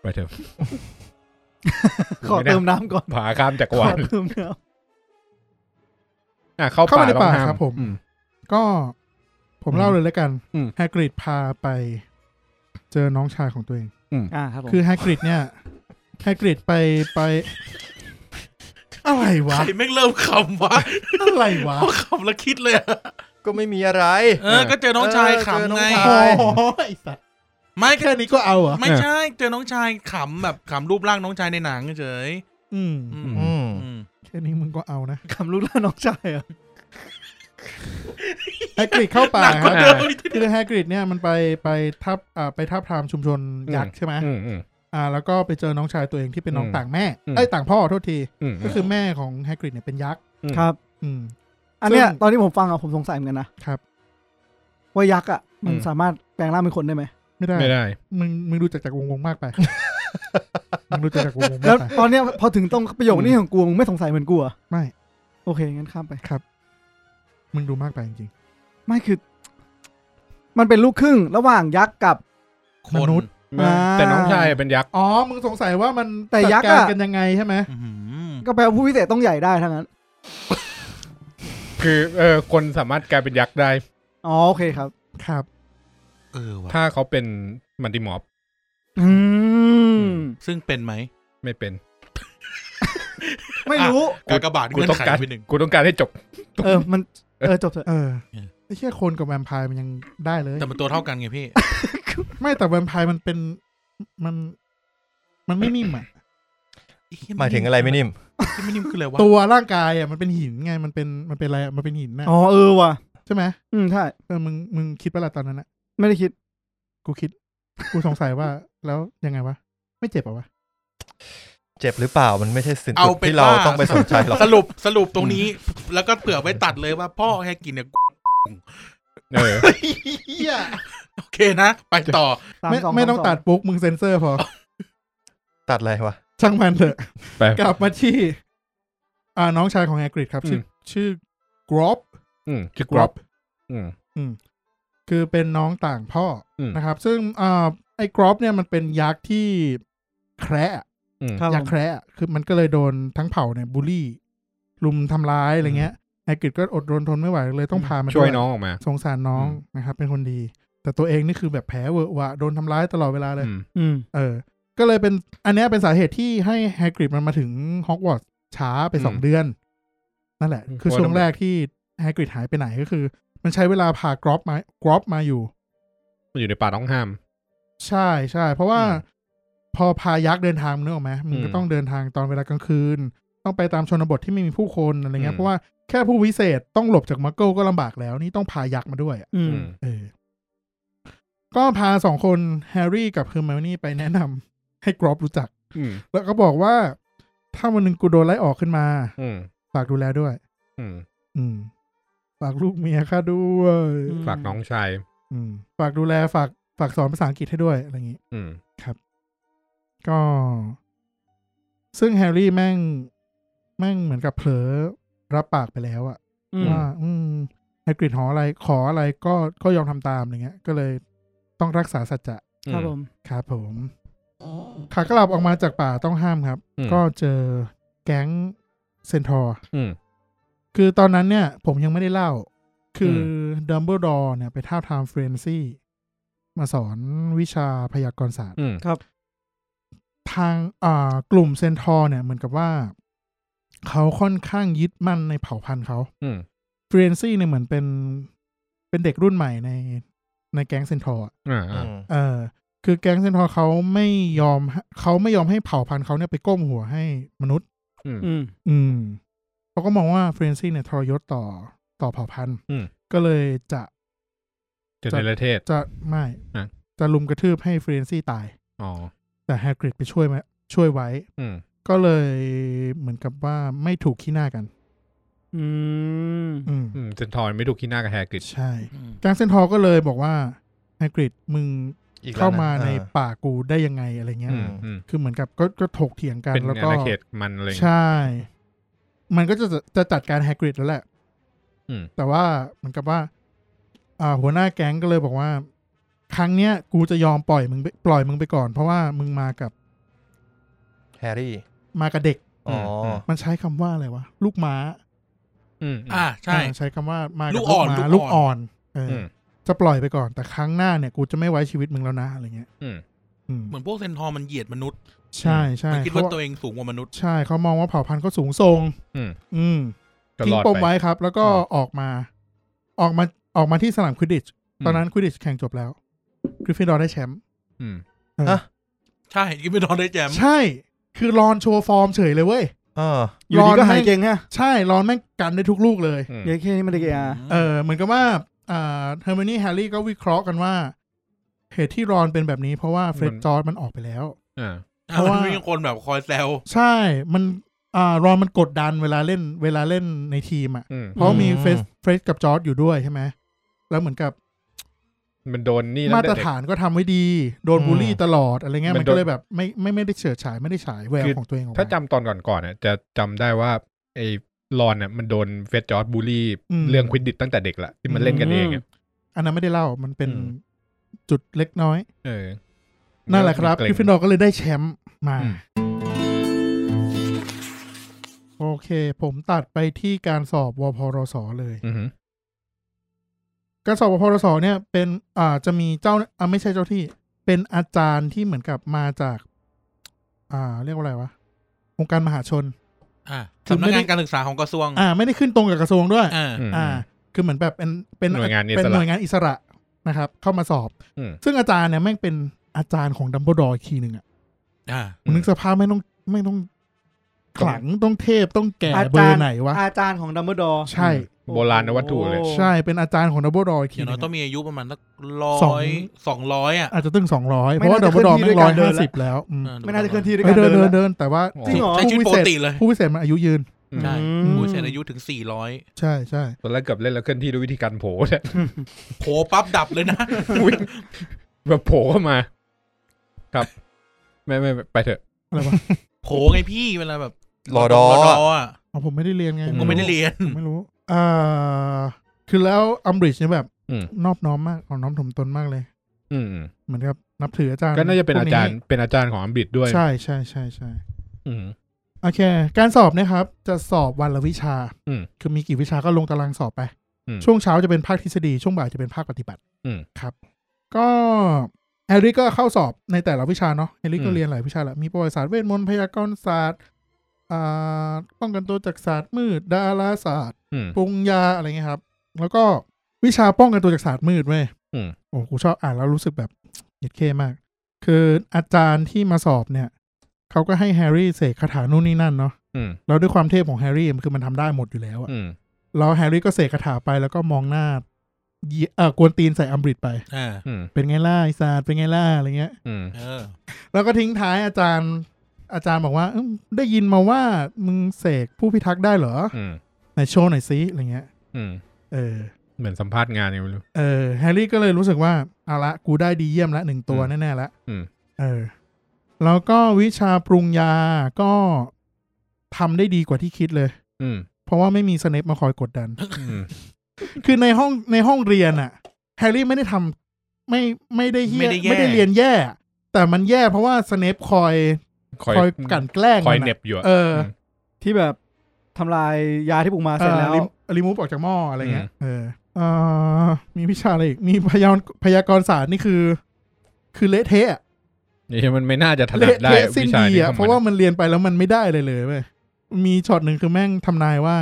S3: ไปเถอะ
S2: ขอเติมน้ำก่อน
S3: ผาข้ามจักร
S2: ข
S3: วา
S2: อ
S3: ล
S2: เติมน้
S3: อ่ะเข้า
S5: เข้าไป
S3: ป่า
S5: ใน
S3: ต้อง
S5: ป่า
S3: ห้าม
S5: ครับผม
S3: อื
S5: ก็ผม
S3: อืม
S5: เล่าเลยแล้วกัน
S3: อืม
S5: แฮกริดพาไป เจอน้องชายของตัวเอง
S2: ำอ่าครับผม
S5: คือแฮกริดเนี่ยแฮกริดไปไป อะไรวะ
S4: ใครไม่งเริ่มคำวะ
S5: อะไรวะ
S4: พอคำแล้วคิดเลยอะ
S1: ก็ไม่มีอะไร
S4: เออ ก็เจอน้องชายขำไง
S1: เจอน้องชาย
S5: โอ้โหไอสัตว์
S4: ไม่ก็
S5: แค่นี้ก็เอาเหรอ่ะ
S4: ไม่ใช่ เจอน้องชายขำแบบขำรูปร่างน้องชายในหนังเฉย
S5: อืม
S4: ๆอืม
S1: อืม
S4: อืม
S5: แค่นี้มึงก็เอานะ
S2: คำลูกล่าน้องชายเหรอ่ะ
S5: แฮกริดเข้าป่า
S4: หนักก
S5: ค
S4: ว่า
S5: รับ
S4: เดิมอีกที
S5: คือแฮกริดเนี่ยมันไปไปทับอ่าไปทับพรามชุมชนยักษ์ใช่ไหม
S3: อืมอืม
S5: อ่า แล้วก็ไปเจอน้องชายตัวเองที่เป็นน้อง
S3: อืม
S5: ต่างแม่
S3: อืม
S5: ไอ้ยต่างพ่อโทษที
S3: อืม
S5: ก็คือแม่ของแฮกริดเนี่ยเป็นยักษ์
S2: ครับ
S5: อืม
S2: อันเนี้ย
S5: ซึ่ง
S2: ตอนที่ผมฟังอ่ะผมสงสัยเหมือนกันนะครับ ว่ายักษ์อ่ะมันสามารถแปลงร่างเป็นคนได้ไหม
S5: ไม่ได้
S3: ไม่ได้
S5: มึงมึงดูจากจากวงวงมากไป มึงดูจากจากวงวง
S2: แล้
S5: มาว กไป
S2: ตอนเนี้ยพอถึงตรงประโยคนี้ของกูมึงไม่สงสัยเหมือนกูเหรอ่ะ
S5: ไม่
S2: โอเคงั้นข้ามไป
S5: มึงดูมากไปจริง
S2: ไม่คือ มันเป็นลูกครึ่งระหว่างยักษ์กับ
S4: คน
S5: มนุษย์
S2: อ่า
S3: แต่น้องชายเป็นยักษ์
S5: ๆอ๋อ มึงสงสัยว่ามัน
S2: แต่ยักษ์
S5: จัดการ
S2: อะ
S5: กันยังไงใช่ไหม
S4: อื้อหือ
S2: ก็แปลว่าผู้พิเศษต้องใหญ่ได้ทั้งนั้น
S3: คือเออคนสามารถกลายเป็นยักษ์ได้
S2: อ๋อโอเคครับ
S5: ครับ
S4: เออว่ะ
S3: ถ้าเขาเป็นมันติมอฟ
S2: อืม
S4: ซึ่งเป็นไหม
S3: ไม่เป็น
S2: ไม่รู้
S4: กากบาท
S3: กู
S4: เงื่อน
S3: ต้อง
S4: ไข
S3: การ
S4: ไปหนึ่ง
S3: กูต้องการให้จบ
S2: เออ มัน เออจบเถอะ
S5: เออไอ้เชี่ยคนกับแวมไพร์มันยังได้เลย
S4: แต่มันตัวเท่ากันไงพี่
S5: ไม่แต่แวมไพร์มันเป็นมัน มันไม่นิ่มอะ
S1: หมายถึงอะไรไม่นิ่ม
S4: ที่ไม่นิ่มคืออะไรวะ
S5: ตัวร่างกายอะมันเป็นหินไง มันเป็นมันเป็นอะไรอะมันเป็นหินนะ
S2: อ๋อเออว่ะ
S5: ใช่ไหม
S2: อืมใช่
S5: เออมึงมึงคิดปะล่ะตอนนั้นอะ
S2: ไม่ได้คิด
S5: กูคิด กูสงสัยว่า แล้วยังไงวะไม่เจ็บเหรอวะ
S1: เจ็บหรือเปล่ามันไม่ใช่สิ่ง
S4: เอาเป็น
S1: ที่เรา
S4: ว่
S1: ต้องไปสนใจห รอก
S4: สรุปสรุปตรงนี้ แล้วก็เผื่อไว้ตัดเลยว่าพ่อแฮกกินเนี่ย
S3: เออ
S5: เหี้ย
S4: โอเคนะ ไปต่อ
S2: ตาม
S5: ไม่
S2: ส
S5: ไม่ต้อง
S2: ส
S5: ตัดปุ๊กมึงเซ็นเซอร์พอ
S1: ตัดอะไรวะ
S5: ช่างมันเถอะ
S3: ไป
S5: กลับมาที่ อ่าน้องชายของแฮกริดครับ ชื่อ
S3: อืม
S5: ชื่อกรอบ
S3: อืมคือกรอบอืม
S5: คือเป็นน้องต่างพ่ออ
S3: ม
S5: นะครับ ซึ่งอ่าไอ้กรอบเนี่ยมันเป็นยักษ์ที่แคระ
S3: อืม
S2: ครับผ
S5: ยัก
S2: ม
S5: ษ์แคระคือมันก็เลยโดนทั้งเผ่าเนี่ยบูลลี่ ลุมทำร้ายอะไรเงี้ยแฮกริดก็อดรนทนไม่ไหวเลยต้องพามา
S3: ช่วย
S5: ด้
S3: น้องออกมา
S5: สงสารน้องนะครับ เป็นคนดี แต่ตัวเองนี่คือแบบแผลเวอะวะโดนทำร้ายตลอดเวลาเลย
S3: อืม
S2: อืม
S5: เออ ก็เลยเป็นอันเนี้ยเป็นสาเหตุที่ให้แฮกริดมันมาถึงฮอกวอตส์ช้าไปสองเดือน นั่นแหละ คือช่วงแรกที่แฮกริดหายไปไหนก็คือ มันใช้เวลาพากรอบมากรอบมาอยู่
S3: มันอยู่ในป่าต้องห้าม
S5: ใช่ใช่เพราะว่า
S3: อืม
S5: พอพายักษ์เดินทางมึงนึกออกไหมมึงก็
S3: อืม
S5: ต้องเดินทางตอนเวลากลางคืน ต้องไปตามชนบทที่ไม่มีผู้คนอะไรเงี้
S3: อื
S5: ย
S3: ม
S5: เพราะว่าแค่ผู้วิเศษต้องหลบจากมักเกิลก็ลำบากแล้วนี่ต้องพายักษ์มาด้วยอะ
S2: อื
S3: อื
S2: ม
S3: ม
S5: เออ ก็พาสองคนแฮร์รี่กับเฮอร์ไมโอนี่ไปแนะนำให้กรอบรู้จัก
S3: อืม
S5: แล้วก็บอกว่าถ้าวันหนึ่งกูโดนไล่ออกขึ้นมา
S3: อืม
S5: ฝากดูแลด้วย
S3: อืม
S5: อืม ฝากลูกเมียค่าด้วย
S3: ฝากน้องชาย
S5: อืม ฝากดูแลฝากฝากสอนภาษาอังกฤษให้ด้วยอะไรอย่างนี้
S3: อืม
S5: ก็ ซึ่งแฮร์รี่แม่ง แม่งเหมือนกับเผลอรับปากไปแล้วอะ
S2: อืม
S5: ว่า อืมแฮกริดหออะไรขออะไรก็ก็ยอมทำตามอย่างเงี้ย ก็เลยต้องรักษาสัจจะ
S2: ครับผม
S5: ครับผมขากลับออกมาจากป่าต้องห้ามครับ
S3: อืม
S5: ก็เจอแก๊งเซนทอร์
S3: อืม
S5: คือตอนนั้นเนี่ย ผมยังไม่ได้เล่า คือดัมเบิลดอร์เนี่ย ไปท้าบทามเฟรนซี่มาสอนวิชาพยากรศาสตร์
S3: อืม
S5: ทางอ่ากลุ่มเซนทอร์เนี่ย เหมือนกับว่า เขาค่อนข้างยึดมั่นในเผ่าพันธุ์เขา
S3: อืม
S5: เฟรนซี่เนี่ยเหมือนเป็นเป็นเด็กรุ่นใหม่ใน ในแก๊งเซนทอร์อะ
S3: อ่า
S1: อืม
S5: เออ คือแก๊งเซนทอร์เขาไม่ยอมให้เขาไม่ยอมให้เผ่าพันธุ์เขาเนี่ยไปก้มหัวให้มนุษย์
S3: อืม
S2: อืม
S5: อืมเขาก็มองว่าเฟรนซี่เนี่ยทรยศต่อต่อเผ่าพันธุ์
S3: อืม
S5: ก็เลยจะ
S3: จะในประเทศ
S5: จะไม่
S3: อ่ะ
S5: จะลุมกระทืบให้เฟรนซี่ตาย
S3: อ๋อ
S5: แต่แฮกริดไปช่วยมาช่วยไว้
S3: อืม
S5: ก็เลยเหมือนกับว่าไม่ถูกขี้หน้ากัน
S2: อืม
S5: อืม
S3: อืมเซนทอนไม่ถูกขี้หน้ากับแฮกริด
S5: ใช่แก๊งเซนทอร์ก็เลยบอกว่าแฮกริดมึง
S1: อีกแล้ว
S5: เข้ามา
S1: ะ
S5: ใน
S1: อ่
S5: ป่ากูได้ยังไงอะไรเงี้ย
S3: อืมอืม
S5: คือเหมือนกับก็ก็ถกเถียงกัน
S3: เป็น
S5: แล้ว
S3: อา
S5: ก็
S3: ณาเขตมันอะไรอย่างเงี้ย
S5: ใช่ มันก็จะจะจัดการแฮกริดแล้วแหละ
S3: อืม
S5: แต่ว่าเหมือนกับว่า อ่า หัวหน้าแก๊งก็เลยบอกว่า ครั้งเนี้ย กูจะยอมปล่อยมึงไปปล่อยมึงไปก่อน เพราะว่ามึงมากับ
S1: แฮร์รี่
S5: มากับเด็ก
S1: อ๋ออ
S3: ม
S5: มันใช้คำว่าอะไรวะลูกม้า
S3: อืม
S4: อ่าใช่
S5: อ่าใช้คำว่ามากับ
S4: ลูกอ่อน
S5: ม้า
S4: ลู
S5: ลู
S4: ก
S5: ก
S4: อ่
S5: อ่
S4: อ
S5: อน นเออ
S3: อื
S5: อ
S3: ม
S5: จะปล่อยไปก่อน แต่ครั้งหน้าเนี่ย กูจะไม่ไว้ชีวิตมึงแล้วนะอะไรเงี้ย
S3: อืม
S5: อืม
S4: เหมือนพวกเซนทอร์มันเหยียดมนุษย์
S5: ใช่ใช่
S4: มันคิดว่า
S5: เข
S4: ตัวเองสูงกว่ามนุษย์
S5: ใช่เขามองว่าเผ่าพันธุ์เขาสูงส่ง
S3: อืม
S5: อืม
S3: ก็
S5: ทิ้
S3: รง อด
S5: ปม
S3: ไป
S5: ไว้ครับ แล้วก็ออกมา ออกมาออกมาที่สนามควิดดิช
S3: อืม
S5: ตอนนั้นควิดดิชแข่งจบแล้วกริฟฟินดอร์ได้แชมป์
S3: อืม
S4: ใช่กินไปนอนได้แจม
S5: ใช่ คือรอนโชว์ฟอร์มเฉยเลยเว้ย
S1: เออ
S2: อยู่ดีก็
S5: รอนให้
S2: หายเก่งฮะ
S5: ใช่รอนแม่งกันได้ทุกลูกเลย
S3: อืม
S2: เยเคนี่มันเด็กเออา
S5: เออเหมือนกับว่าอ่าเฮอร์มนี่แฮร์รี่ก็วิเคราะห์กันว่า เหตุที่รอนเป็นแบบนี้เพราะว่าเฟร็ดจอร์ดมันออกไปแล้ว
S3: อ่า
S5: เพราะว่า
S4: มันมีคนแบบคอยแซว
S5: ใช่มันอ่ารอนมันกดดันเวลาเล่นเวลาเล่นในทีมอ่ะ
S3: อืม
S5: เพราะมี
S1: อืม
S5: เฟรดเฟรดกับจอร์ดอยู่ด้วยใช่ไหมแล้วเหมือนกับ
S3: มันโดนนี่ตั้ง
S5: มาตร
S3: แต่เด็ก
S5: ฐานก็ทำไว้ดี โดน
S1: อืม
S5: บูลลี่ตลอดอะไรเงี้ย
S3: มั
S5: มัน น
S3: โดน
S5: ก็เลยแบบไม่ไม่ไม่ได้เฉิดฉายไม่ได้ฉายแวว
S3: คือ
S5: ของตัวเองออก
S3: ถ้าจำ
S5: มา
S3: ตอนก่อนๆเนี่ยจะจำได้ว่าไอ้รอนเนี่ยมันโดนเฟสจอร์ดบูลลี่
S5: อืม
S3: เรื่องควิดดิตตั้งแต่เด็กละที่มันเล่นกันเองอะ
S5: อันนั้นไม่ได้เล่ามันเป็น
S3: อืม
S5: จุดเล็กน้อย
S3: เออ
S5: นั่นแหละครับ
S3: เกง
S5: กริฟฟินดอร์ก็เลยได้แชมป์มา
S3: อืม
S5: โอเค ผมตัดไปที่การสอบวพรสเลย
S3: อืม
S5: การสอบวพรสเนี่ยเป็นอ่าจะมีเจ้าอ่าไม่ใช่เจ้าที่ เป็นอาจารย์ที่เหมือนกับมาจาก อ่า เรียกว่าอะไรวะองค์การมหาชน
S4: อ่า
S5: คือ
S4: สำนั
S5: ไม่
S4: ก
S5: ได้
S4: งานการศึกษาของกระทรวง
S5: อ่า ไม่ได้ขึ้นตรงกับกระทรวงด้วย
S4: อ่า
S3: อืม
S5: อ่า คือเหมือนแบบเป็นเป็น
S3: หน่วยงานอิสระ
S5: เป็นหน่วยงานอิสระนะครับ เข้ามาสอบ
S3: อืม
S5: ซึ่งอาจารย์เนี่ยแม่งเป็นอาจารย์ของดัมเบิลดอร์อีกทีหนึ่งอ่ะ
S4: อ่า
S3: อืม
S5: นึกสภาพไม่งต้องไม่งต้องขลังต้องเทพต้องแก่
S2: อา
S5: เบอ
S2: จาร
S5: ร์
S2: ย์
S5: ไหนวะ
S2: อาจารย์ของดัมเบิลดอร์
S5: ใช่
S3: โบราณวัตถุเลย
S2: โอ้
S5: ใช่เป็นอาจารย์ของดัมเบิลดอร์อีก
S4: อ
S5: ทีห
S4: ย่างน้
S5: นึ
S4: อยต้อง
S5: ง
S4: มีอายุประมาณสักร้
S5: สอง
S4: อยสองร้อยอ่ะ
S5: อาจจะถึงสองร้อยเพ
S2: ไม่
S5: ราะว่า
S2: น่า
S5: ดั
S2: จะ
S5: มเบิลดอร์
S2: ขึ้นที่
S5: แม่
S2: ด้วกา
S5: งร้อย ย
S2: รเดิ
S5: ห้าน
S2: ละ
S5: สิบแล้วอืม
S2: ไม่น่าจะเคลื่อนที่ด้วย
S5: เอ
S2: กั
S5: อน เดิน
S2: เดิ
S5: เดิน
S2: น
S5: เดินแต่ว่า
S3: จริงเหรอ
S4: ใช้ชีวิตปกติเลย
S5: ผู้พิเศษมันอายุยืน
S3: อืม
S4: ใช่
S2: อืม
S4: ผู้เสียอายุถึงสี่ร้อย
S5: ใช่ใช่
S3: ตอนแรกเกือบเล่นแล้วเคลื่อนที่ด้วยวิธีการโผล่เนี่ย
S4: โผล่ปั๊บดับเลยนะ
S3: วิ่งแบบโผล่เข้ามา ครับ ไม่ไม่ไม่ไปเถอะ
S5: อะไรวะ
S4: โผล่ไงพี่เวลาแบบ
S1: รอดอ
S4: รออ่ะ
S5: อ๋อผมไม่ได้เรียนไง
S4: ผมก็ไม่ได้เรียน
S5: ผมไม่รู้อ่าคือแล้วอัมบริดจ์เนี่ยแบบ
S3: อืม
S5: นอบน้อมมากอ่อนน้อมถ่อมตนมากเลย
S3: อืม
S5: เหมือนกับนับถืออาจารย์
S3: ก็น่าจะเป็น
S5: พว
S3: อาจารย์เป็นอาจารย์ของอัมบิดด้วย
S5: ใช่ใช่ใช่ใช่
S3: อืม
S5: โอเค การสอบเนะครับ จะสอบวันละวิชา
S3: อืม
S5: คือมีกี่วิชาก็ลงตารางสอบไป
S3: อืม
S5: ช่วงเช้าจะเป็นภาคทฤษฎีช่วงบ่ายจะเป็นภาคปฏิบัติ
S3: อืม
S5: ครับ ก็แฮร์รี่ก็เข้าสอบในแต่ละวิชาเนาะแฮร์รี่ก็
S3: อืม
S5: เรียนหลายวิชาแหละมีประวัติศาสตร์เวทมนต์พยากรณ์ศาสตร์อ่าป้องกันตัวจากศาสตร์มืดดาราศาสตร์
S3: อืม
S5: ปรุงยาอะไรเงี้ยครับ แล้วก็วิชาป้องกันตัวจากศาสตร์มืดเว้ย
S3: อืม
S5: โอ้กูชอบอ่านแล้วรู้สึกแบบ เหยียดเข้มาก คืออาจารย์ที่มาสอบเนี่ย เขาก็ให้แฮร์รี่เสกคาถานู่นนี่นั่นเนาะ
S3: อืม
S5: แล้วด้วยความเทพของแฮร์รี่มันคือมันทำได้หมดอยู่แล้วอะ
S3: อืม
S5: แล้วแฮร์รี่ก็เสกคาถาไปแล้วก็มองหน้าเหยียเอ่อกวนตีนใส่อัมบริดไป
S4: อ่า
S3: อืม
S5: เป็นไงล่ะไอ้ศาสตร์เป็นไงล่ะอะไรเงี้ย
S3: อืม
S4: เออ
S5: แล้วก็ทิ้งท้ายอาจารย์ อาจารย์บอกว่าเอิ่มได้ยินมาว่ามึงเสกผู้พิทักษ์ได้เหรอ
S3: อืม
S5: ไหนโชว์หน่อยซิอะไรเงี้ย
S3: อืม
S5: เออ
S3: เหมือนสัมภาษณ์งานยังไม่รู้
S5: เออแฮร์รี่ก็เลยรู้สึกว่าเอาละกูได้ดีเยี่ยมละหนึ่งตัว
S3: อืม
S5: แน่ๆละ
S3: อืม
S5: เออ แล้วก็วิชาปรุงยาก็ทำได้ดีกว่าที่คิดเลย
S3: อืม
S5: เพราะว่าไม่มีสเนปมาคอยกด ดัน
S3: อืม
S5: คือในห้องในห้องเรียนอะแฮร์รี่ไม่ได้ทำไม่ไม่ได้เฮีย
S4: ไม่ได้แย่
S5: ไม่ได้เรียนแย่ แต่มันแย่เพราะว่าสเนปคอย
S3: คอย
S5: คอยกลันแกล้ง
S3: คอย
S5: มัะ
S3: เหน็บอยู่อะ
S5: เออ
S3: ม
S2: ที่แบบทำลายยาที่ปรุงมา
S5: อ
S2: เสร็จแล้ว
S5: รีรีมูฟออกจากหม้ออะไรเงี้ย
S3: อืม
S5: เออเอ่อมีวิชาอะไรอีกมีพยากรณ์พยากรณ์ศาสตร์นี่คือ คือเละเทะอะ
S3: นี่มันไม่น่าจะถนัด
S5: เละ
S3: ได้
S5: เทะสิ้น
S3: วิชา
S5: ดี
S3: นี้
S5: อ่ะ
S3: ข
S5: เพ
S3: อง
S5: ราะ
S3: มั
S5: ว่าน มันเรียนไปแล้วมันไม่ได้เลยเลยเว้ยมีช็อตหนึ่งคือแม่งทำนายว่า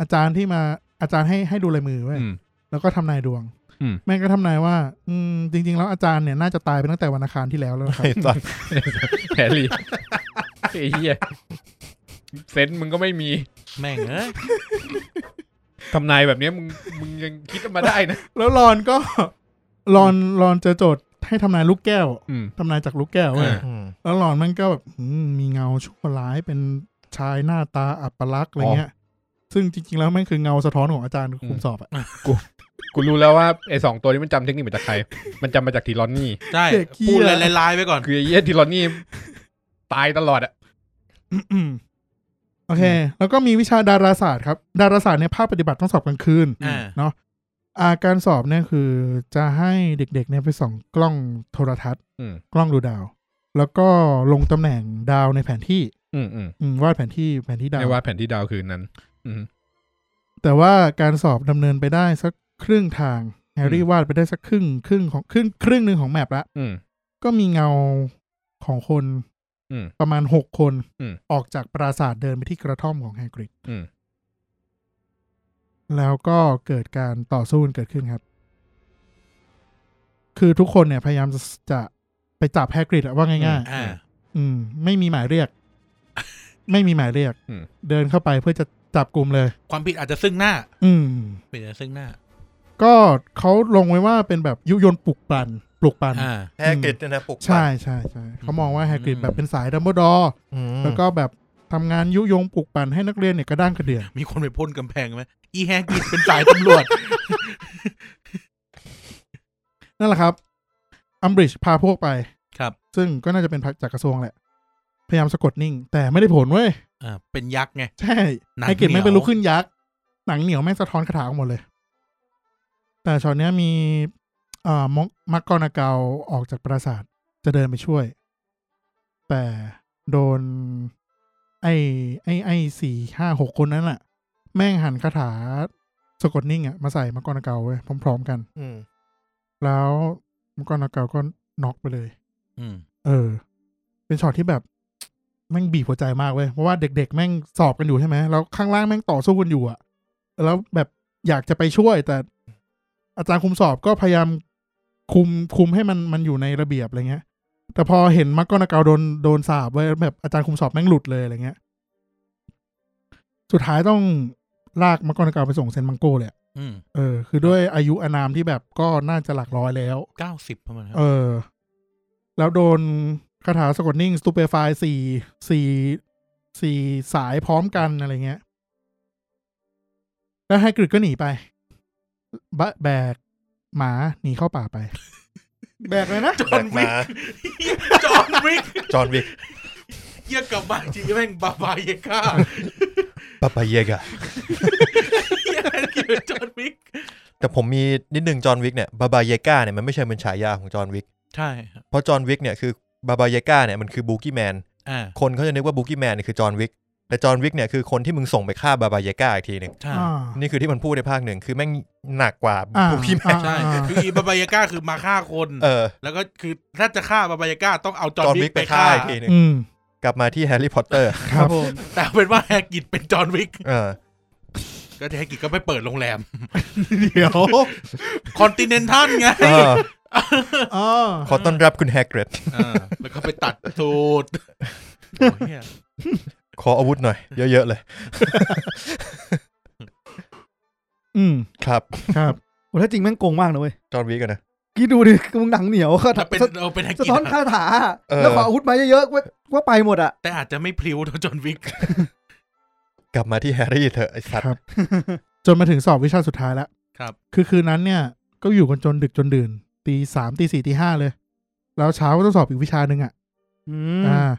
S5: อาจารย์ที่มาอาจารย์ให้ให้ดูลายมือเว้ย
S3: อืม
S5: แล้วก็ทำนายดวง
S3: อืม
S5: แม่งก็ทำนายว่า อืมจริง ๆ แล้วอาจารย์เนี่ยน่าจะตายไปตั้งแต่วันอังคารที่แล้วแล้วนะครับ
S1: ไอ้สัส
S3: แฮร์ รี่ไอ้เหี้ยเซนส์มึงก็ไม่มี
S4: แม่งเอ้ย
S3: ทำนายแบบเนี้ยมึงมึงยังคิดมาได้นะ
S5: แล้วรอนก็รอนรอนเจอโจทย์ให้ทำนายลูกแก้ว
S3: อืม
S5: ทำนายจากลูกแก้วเว้ย
S3: อ่า
S1: อืม
S5: แล้วรอนมันก็แบบอืมมีเงาชั่วร้ายเป็นชายหน้าตาอัปลักษณ์อะไรเงี้ย ซึ่งจริง ๆ แล้วแม่งคือเงาสะท้อนของอาจารย์คุมสอบอะ
S3: กูรู้แล้วว่าไอ้สองตัวนี้มันจำเทคนิคมาจากใคร มันจำมาจากทีรอนนี่
S4: ใช่พูดเลยลายๆไปก่อน
S3: คือไอ้เหี้ยทีรอนนี่ตายตลอดอะ
S5: อืมโอเค แล้วก็มีวิชาดาราศาสตร์ครับ ดาราศาสตร์เนี่ยภาคปฏิบัติต้องสอบกลางคืน
S4: อ่า
S5: เนาะอาการสอบเนี่ยคือจะให้เด็กๆเนี่ยไปส่องกล้องโทรทัศน์
S3: อืม
S5: กล้องดูดาว แล้วก็ลงตำแหน่งดาวในแผนที่
S3: อืมอืม
S5: อืมวาดแผนที่แผนที่ดาว
S3: ในว่าแผนที่ดาวคืนนั้น อืม
S5: แต่ว่าการสอบดำเนินไปได้สักครึ่งทางแฮร์รี่วาดไปได้สักครึ่งครึ่งของครึ่งครึ่งหนึ่งของแมปละ
S3: อืม
S5: ก็มีเงาของคน
S3: อืม
S5: ประมาณหกคน
S3: อืม
S5: ออกจากปราสาทเดินไปที่กระท่อมของแฮกริด
S3: อืม
S5: แล้วก็เกิดการต่อสู้กันเกิดขึ้นครับ คือทุกคนเนี่ยพยายามจะจะไปจับแฮกริดอะว่าง่าย
S4: อ่า
S5: ๆ อืม ไม่มีหมายเรี ยก ไม่มีหมายเรียก
S3: อืม
S5: เดินเข้าไปเพื่อจะจับกลุ่มเลย
S4: ความผิดอาจจะซึ่งหน้า
S5: อืม
S4: ผิดอาจจะซึ่งหน้า
S5: ก็เขาลงไว้ว่าเป็นแบบยุยนปลุกปั่นปลุกปั่น
S4: อ่า
S1: แฮกริดเนี่ยนะปลุกปั่น
S5: ใช่ใช่ใช่เขามองว่าแฮกริด
S4: อืม
S5: แบบเป็นสายดัมเบิลดอร์
S1: อืม
S5: แล้วก็แบบทำงานยุยงปลุกปั่นให้นักเรียนเนี่ยกระด้างกระเดื่อง
S4: มีคนไปพ่นกำแพงไหมอีแฮกกิดเป็นสายตำรวจ
S5: นั่นแหละครับอัมบริดจ์พาพวกไป
S4: ครับ
S5: ซึ่งก็น่าจะเป็นจากกระทรวงแหละ พยายามสะกดนิ่ง แต่ไม่ได้ผลเว้ย
S4: อ่า เป็นยักษ์ไง
S5: ใช่
S4: หนัง
S5: ไฮกริด
S4: เหนียว
S5: ไม่เป็นลุกขึ้นยักษ์ หนังเหนียวแม่งสะท้อนคาถาออกหมดเลย แต่ช็อตเนี้ยมีเอ่อมกมักกอนาเกาออกจากปราสาทจะเดินไปช่วย แต่โดน ไอ้ไอ้ไอ้สี่ห้าหกคนนั้นอะแม่งหันคาถาสะกดนิ่งอะมาใส่มักกอนาเกาไว้ยพร้อม ๆ กัน
S1: อืม
S5: แล้วมักกอนาเกาก็น็อกไปเลย
S4: อืม
S5: เออ เป็นช็อตที่แบบ แม่งบีบหัวใจมากเว้ย เพราะว่าเด็ก ๆ แม่งสอบกันอยู่ใช่ไหม แล้วข้างล่างแม่งต่อสู้กันอยู่อะแล้วแบบอยากจะไปช่วย แต่อาจารย์คุมสอบก็พยายามคุมคุมให้มันมันอยู่ในระเบียบอะไรเงี้ย แต่พอเห็นมักกอนาเกาโดนโดนสาบไว้ยแบบอาจารย์คุมสอบแม่งหลุดเลยอะไรเงี้ย สุดท้ายต้องลากมักกอนาเกาไปส่งเซนมังโกเลยอะ
S4: อืม
S5: เออ คือด้วยอายุอานามที่แบบก็น่าจะหลักร้อยแล้ว
S4: เก้าสิบประมาณนั้น
S5: เออ แล้วโดนคาถาสะกดนิ่งสตูเปฟายสี่สี่สี่สายพร้อมกันอะไรเงี้ย แล้วไฮกริดก็หนีไปบะแบกหมาหนีเข้าป่าไป แบกเลยนะ
S4: จ
S1: แบ
S4: อห์น
S1: ก
S4: วิ
S1: มาก
S4: จอห์นวิก
S1: จอห์นวิ ก
S4: เยี่ยกลับบ้านจริงแม่งบาบาเยก้า
S1: ปาปาเยกอะ
S4: เยี่ยแฮกกิดเป็นจอห์นวิก
S1: แต่ผมมีนิดนึงจอห์นวิกเนี่ยบาบาเยกาเนี่ยมันไม่ใช่เป็นฉายาของจอห์นวิก
S4: ใช่ครับ
S1: เพราะจอห์นวิกเนี่ยคือบาบาเยกาเนี่ยมันคือบูกี้แมน
S4: อ่า
S1: คนเขาจะนึกว่าบูกี้แมนเนี่ยคือจอห์นวิกแต่จอห์นวิกเนี่ยคือคนที่มึงส่งไปฆ่าบาบาเยกาอีกทีหนึ่ง
S4: ใช่
S5: อ่า
S1: นี่คือที่มันพูดในภาคหนึ่งคือแม่งหนักกว่า
S5: อ่า
S1: บูกี้แมน
S4: ใช่
S5: อ่า
S4: คืออีบาบายาก้าคือมาฆ่าคน
S1: เออ
S4: แล้วก็คือถ้าจะฆ่าบาบายาก้าต้องเอาจ
S1: จ
S4: อ
S1: อ
S4: ห์
S1: ห์
S4: น
S1: นวิ
S4: วิก
S1: ก
S4: ไป
S1: ไป
S4: ฆ่า
S1: ฆ่าอีกทีหนึ่ง
S5: อืม
S1: กลับมาที่แฮร์รี่พอตเตอร์
S5: ครับผม
S4: แต่เอาเป็นว่าแฮกกิดเป็นจอห์นวิก
S1: เออ
S4: ก็แฮกกิดก็ไปเปิดโรงแรม
S5: เดี๋ยว
S4: คอนติเนนทัลไง
S1: เออ
S5: อ๋อ
S1: ขอต้อนรับคุณแฮกเกรด
S4: อ่าแล้วก็ไปตัดสู ตรโอ้ยเหี้ย
S1: ขออาวุธหน่อยเยอะๆเลย
S5: อืม
S1: ครับ
S5: ครับ
S2: โอ้ถ้าจริงแม่งโกงมากนะเว้ย
S1: จอห์นวิกอะนะ
S2: กี่ดูดิมึงหนังเหนียวก็
S4: ถ้าเป็น
S2: สะ
S4: เอาเป็นแฮก
S2: สะ
S4: กิด
S2: ท้อนคาถา
S1: เออ
S2: แล้วขออาวุธมาเยอะๆว่าว่าไปหมดอ่ะ
S4: แต่อาจจะไม่พลิ้ว เท่าจอห์นวิก
S1: กลับมาที่แฮร์รี่เถอะไอสัต ว์
S5: ครับ จนมาถึงสอบวิชาสุดท้ายแล้ว
S4: ครับ
S5: คือคืนนั้นเนี่ย ก็อยู่กันจนดึกจนดื่น ตีสามตีสี่ตีห้าเลย แล้วเช้าก็ต้องสอบอีกวิชาหนึ่งอ่ะ
S2: อื
S5: อ่าม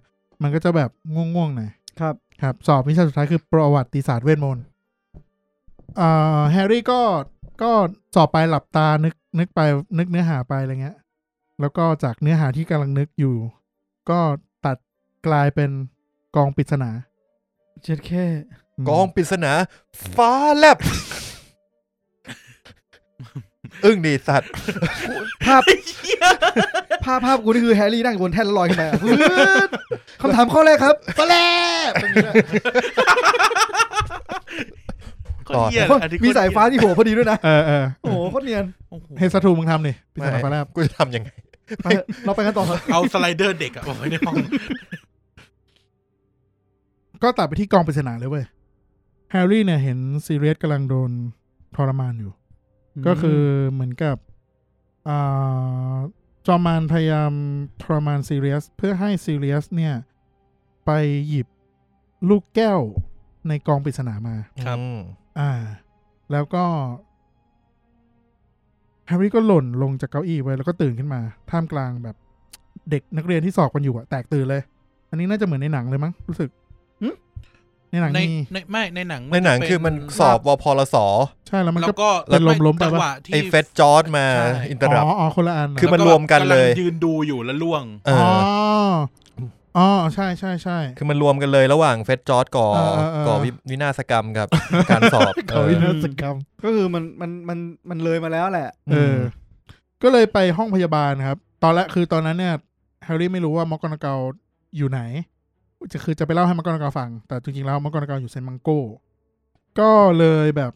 S5: มันก็จะแบบง่วงๆหน่อย
S2: ครับ
S5: ครับ สอบวิชาสุดท้ายคือประวัติศาสตร์เวทมนต์อ่าแฮร์รี่ก็ก็สอบไปหลับตานึกนึกไปนึกเนื้อหาไปอะไรเงี้ย แล้วก็จากเนื้อหาที่กำลังนึกอยู่ ก็ตัดกลายเป็นกองปริศนา
S2: เจ็ดแค่
S5: ม
S1: กองปริศนาฟ้าแล บอึ้งดีสัตว์
S2: ภาพ ภาพภาพกูนี่คือแฮร์รี่นั่งอยู่บนแท่นแล้วลอยขึ้นไปอะฟื้นคำถามข้อแรกครับแปลบอย่างนี้ด้วย
S4: คนเหี้ย
S2: เพราะ
S4: อันนี้
S2: มี
S4: คน
S2: สายฟ้าที่โผล่พอดีด้วยนะ
S5: เออเออ
S2: โอ้โห คตรเนียน
S4: โอ้โห
S5: เฮสทูมึงทำดิพิจารณาฟ้าแลบ
S1: กูจะทำยังไง
S2: ไปเราไปกันต่อครับ
S4: เอาสไลเดอร์เด็กอะเอาไว้ในห้อง
S5: ก็ตัดไปที่กองปริศนาเลยเว้ยแฮร์รี่เนี่ยเห็นซีเรียสกำลังโดนทรมานอยู่ ก็คือเหมือนกับอ่าจอมมานพยายามทรมานซีเรียส เพื่อให้ซีเรียสเนี่ย ไปหยิบลูกแก้วในกองปริศนามา
S4: ครับ
S1: อืม
S5: อ่า แล้วก็แฮร์รี่ก็หล่นลงจากเก้าอี้ไว้แล้วก็ตื่นขึ้นมา ท่ามกลางแบบเด็กนักเรียนที่สอบกันอยู่อะแตกตื่นเลย อันนี้น่าจะเหมือนในหนังเลยมั้งรู้สึกในหนัง
S4: ใน
S5: มี
S4: ในไม่ในหนัง
S1: ในหนัง
S4: เป็
S1: คือมันสอบวพลส
S5: ใช่แล้วมัน
S4: แล้
S5: ก็
S4: วก็
S5: เป็นลมล้มไป
S4: จัง
S5: ปะ
S4: หวะที่
S1: ไอ้เฟสจอร์ดมา
S4: ใช่
S1: อินเตอร์รัป
S5: อ๋ออ๋อคนละอันเหรอ
S1: คือมันรวมกันเลย
S4: ำงยืนดูอยู่แล้วล่วง
S1: เอ
S5: อ๋อ
S1: อ
S5: อ๋อ ใช่ใช่ใช่
S1: คือมันรวมกันเลยระหว่างเฟสจอร์ดก่อ
S5: เออเออเออ
S1: ก่อวิวินาศกรรมกับ การสอบ
S5: เขาวินาศกรรม
S2: ก็คือมันมันมันมันเลยมาแล้วแหละ
S5: เออ ก็เลยไปห้องพยาบาลครับ ตอนแรกคือตอนนั้นเนี่ย แฮร์รี่ไม่รู้ว่ามอกกอนาเกาอยู่ไหน จะคือจะไปเล่าให้มอกกอนาเกาฟัง แต่จริงๆแล้วมอกกอนาเกาอยู่เซนต์มังโก ก็เลยแบบ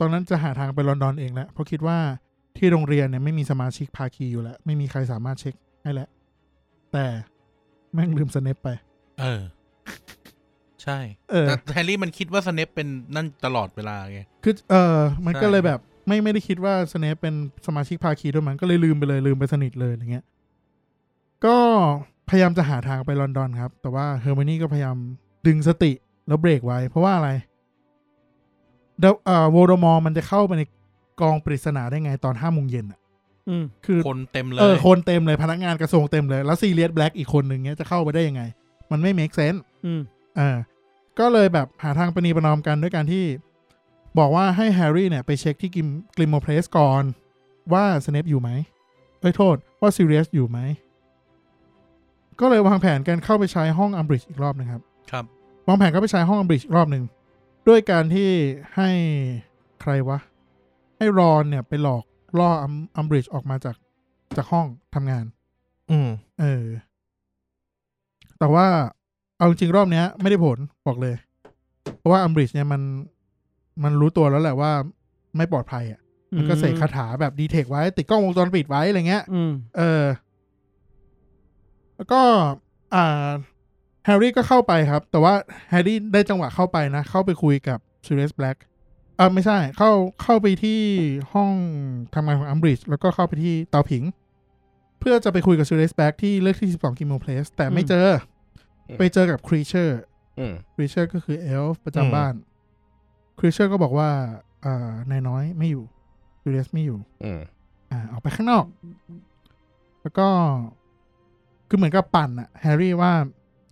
S5: ตอนนั้นจะหาทางไปลอนดอนเองแหละเพราะคิดว่าที่โรงเรียนเนี่ยไม่มีสมาชิกภาคีอยู่แล้ว ไม่มีใครสามารถเช็คให้แล้วแต่แม่งลืมสเนปไป
S4: เออ ใช่
S5: เออ
S4: แต่แฮร์รี่มันคิดว่าสเนปเป็นนั่นตลอดเวลาไง
S5: คือเออมัน
S4: ใช่
S5: ก็เลยแบบไม่ไม่ได้คิดว่าสเนปเป็นสมาชิกภาคีด้วยมันก็เลยลืมไปเลยลืมไปสนิทเลยอย่างเงี้ย ก็พยายามจะหาทางไปลอนดอนครับ แต่ว่าเฮอร์มนี่ก็พยายามดึงสติแล้วเบรกไว้ เพราะว่าอะไรเดวเอ่อโวลเดอมอร์มันจะเข้าไปในกองปริศนาได้ไงตอนห้าโมงเย็นอ่ะ
S2: อืม
S5: คือ
S4: คนเต็มเล
S5: เออย คนเต็มเลยพนักงานกระทรวงเต็มเลย แล้วซีเรียสแบล็กอีกคนหนึ่งเนี้ยจะเข้าไปได้ยังไง มันไม่ make sense
S2: อืม
S5: เออก็เลยแบบหาทางประนีประนอมกันด้วยการที่บอกว่าให้แฮร์รี่เนี่ยไปเช็คที่กิมกลิมโมเพลสก่อนว่าสเนปอยู่ไหมเอ้ยโทษว่าซิเรียสอยู่ไหม ก็เลยวางแผนกันเข้าไปใช้ห้องอัมบริดจ์อีกรอบหนึงครับ
S4: ครับ
S5: วางแผนเข้าไปใช้ห้องอัมบริดจ์อีกรอบหนึ่งด้วยการที่ให้ใครวะ ให้รอนเนี่ยไปหลอกล่ออัมอัมบริดจ์ออกมาจากจากห้องทำงาน
S1: อืม
S5: เออ แต่ว่าเอาจริงๆรอบเนี้ย ไม่ได้ผลบอกเลย เพราะว่าอัมบริดจ์เนี่ยมันมันรู้ตัวแล้วแหละว่าไม่ปลอดภัยอ่ะ มันก็เสกคาถาแบบดีเทคไว้ ติดกล้องวงจรปิดไว้อะไรเงี้ย
S2: อืม
S5: เออ แล้วก็ อ่า แฮร์รี่ก็เข้าไปครับ แต่ว่าแฮร์รี่ได้จังหวะเข้าไปนะ เข้าไปคุยกับซิเรสแบล็กอ่าไม่ใช่ เข้าเข้าไปที่ห้องทำงานของอัมบริดจ์แล้วก็เข้าไปที่เตาผิง เพื่อจะไปคุยกับซิเรสแบล็กที่เลขที่12กิโมเพลสแต่ไม่เจออ
S3: ม
S5: ไปเจอกับครีเชอร์
S3: อืม
S5: ครีเชอร์ก็คือเอลฟ์ประจำบ้าน ครีเชอร์ก็บอกว่าอ่านายน้อยไม่อยู่ซิเรสไม่อยู่
S3: อืม
S5: อ่าออกไปข้างนอก แล้วก็ คือเหมือนกับปั่นอะแฮร์รี่ว่า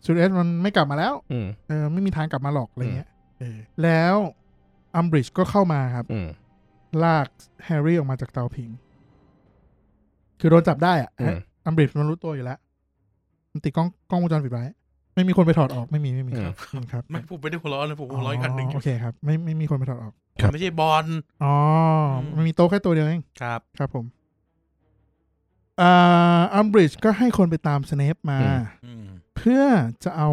S5: ซูเรสมันไม่กลับมาแล้ว
S3: อืม
S5: เออไม่มีทางกลับมาหรอกอะไรเงี้ยเออแล้วอัมบริดจ์ก็เข้ามาครับ
S3: อืม
S5: ลากแฮร์รี่ออกมาจากเตาผิง คือโดนจับได้อะ
S3: อืม
S5: อัมบริดจ์มันรู้ตัวอยู่แล้วมันติดกล้องกล้องวงจรปิดไว้ ไม่มีคนไปถอดออกไม่มีไม่มีครับครับ
S4: ไม่ผมไม่ได้หัวเร้อนเลยผมหัวเร้อนอีกอันหนึ่ง
S5: โอเคครับ ไม่ไม่มีคนไปถอดออก
S4: ผมไม่ใช่บอล
S5: อ๋ออ
S4: ม
S5: มันมีโต๊ะแค่ตัวเดียวเอง
S4: ครับ
S5: ครับผม อ่า อัมบริดจ์ก็ให้คนไปตามสเนปมา
S3: อืม
S4: อืม
S5: เพื่อจะเอา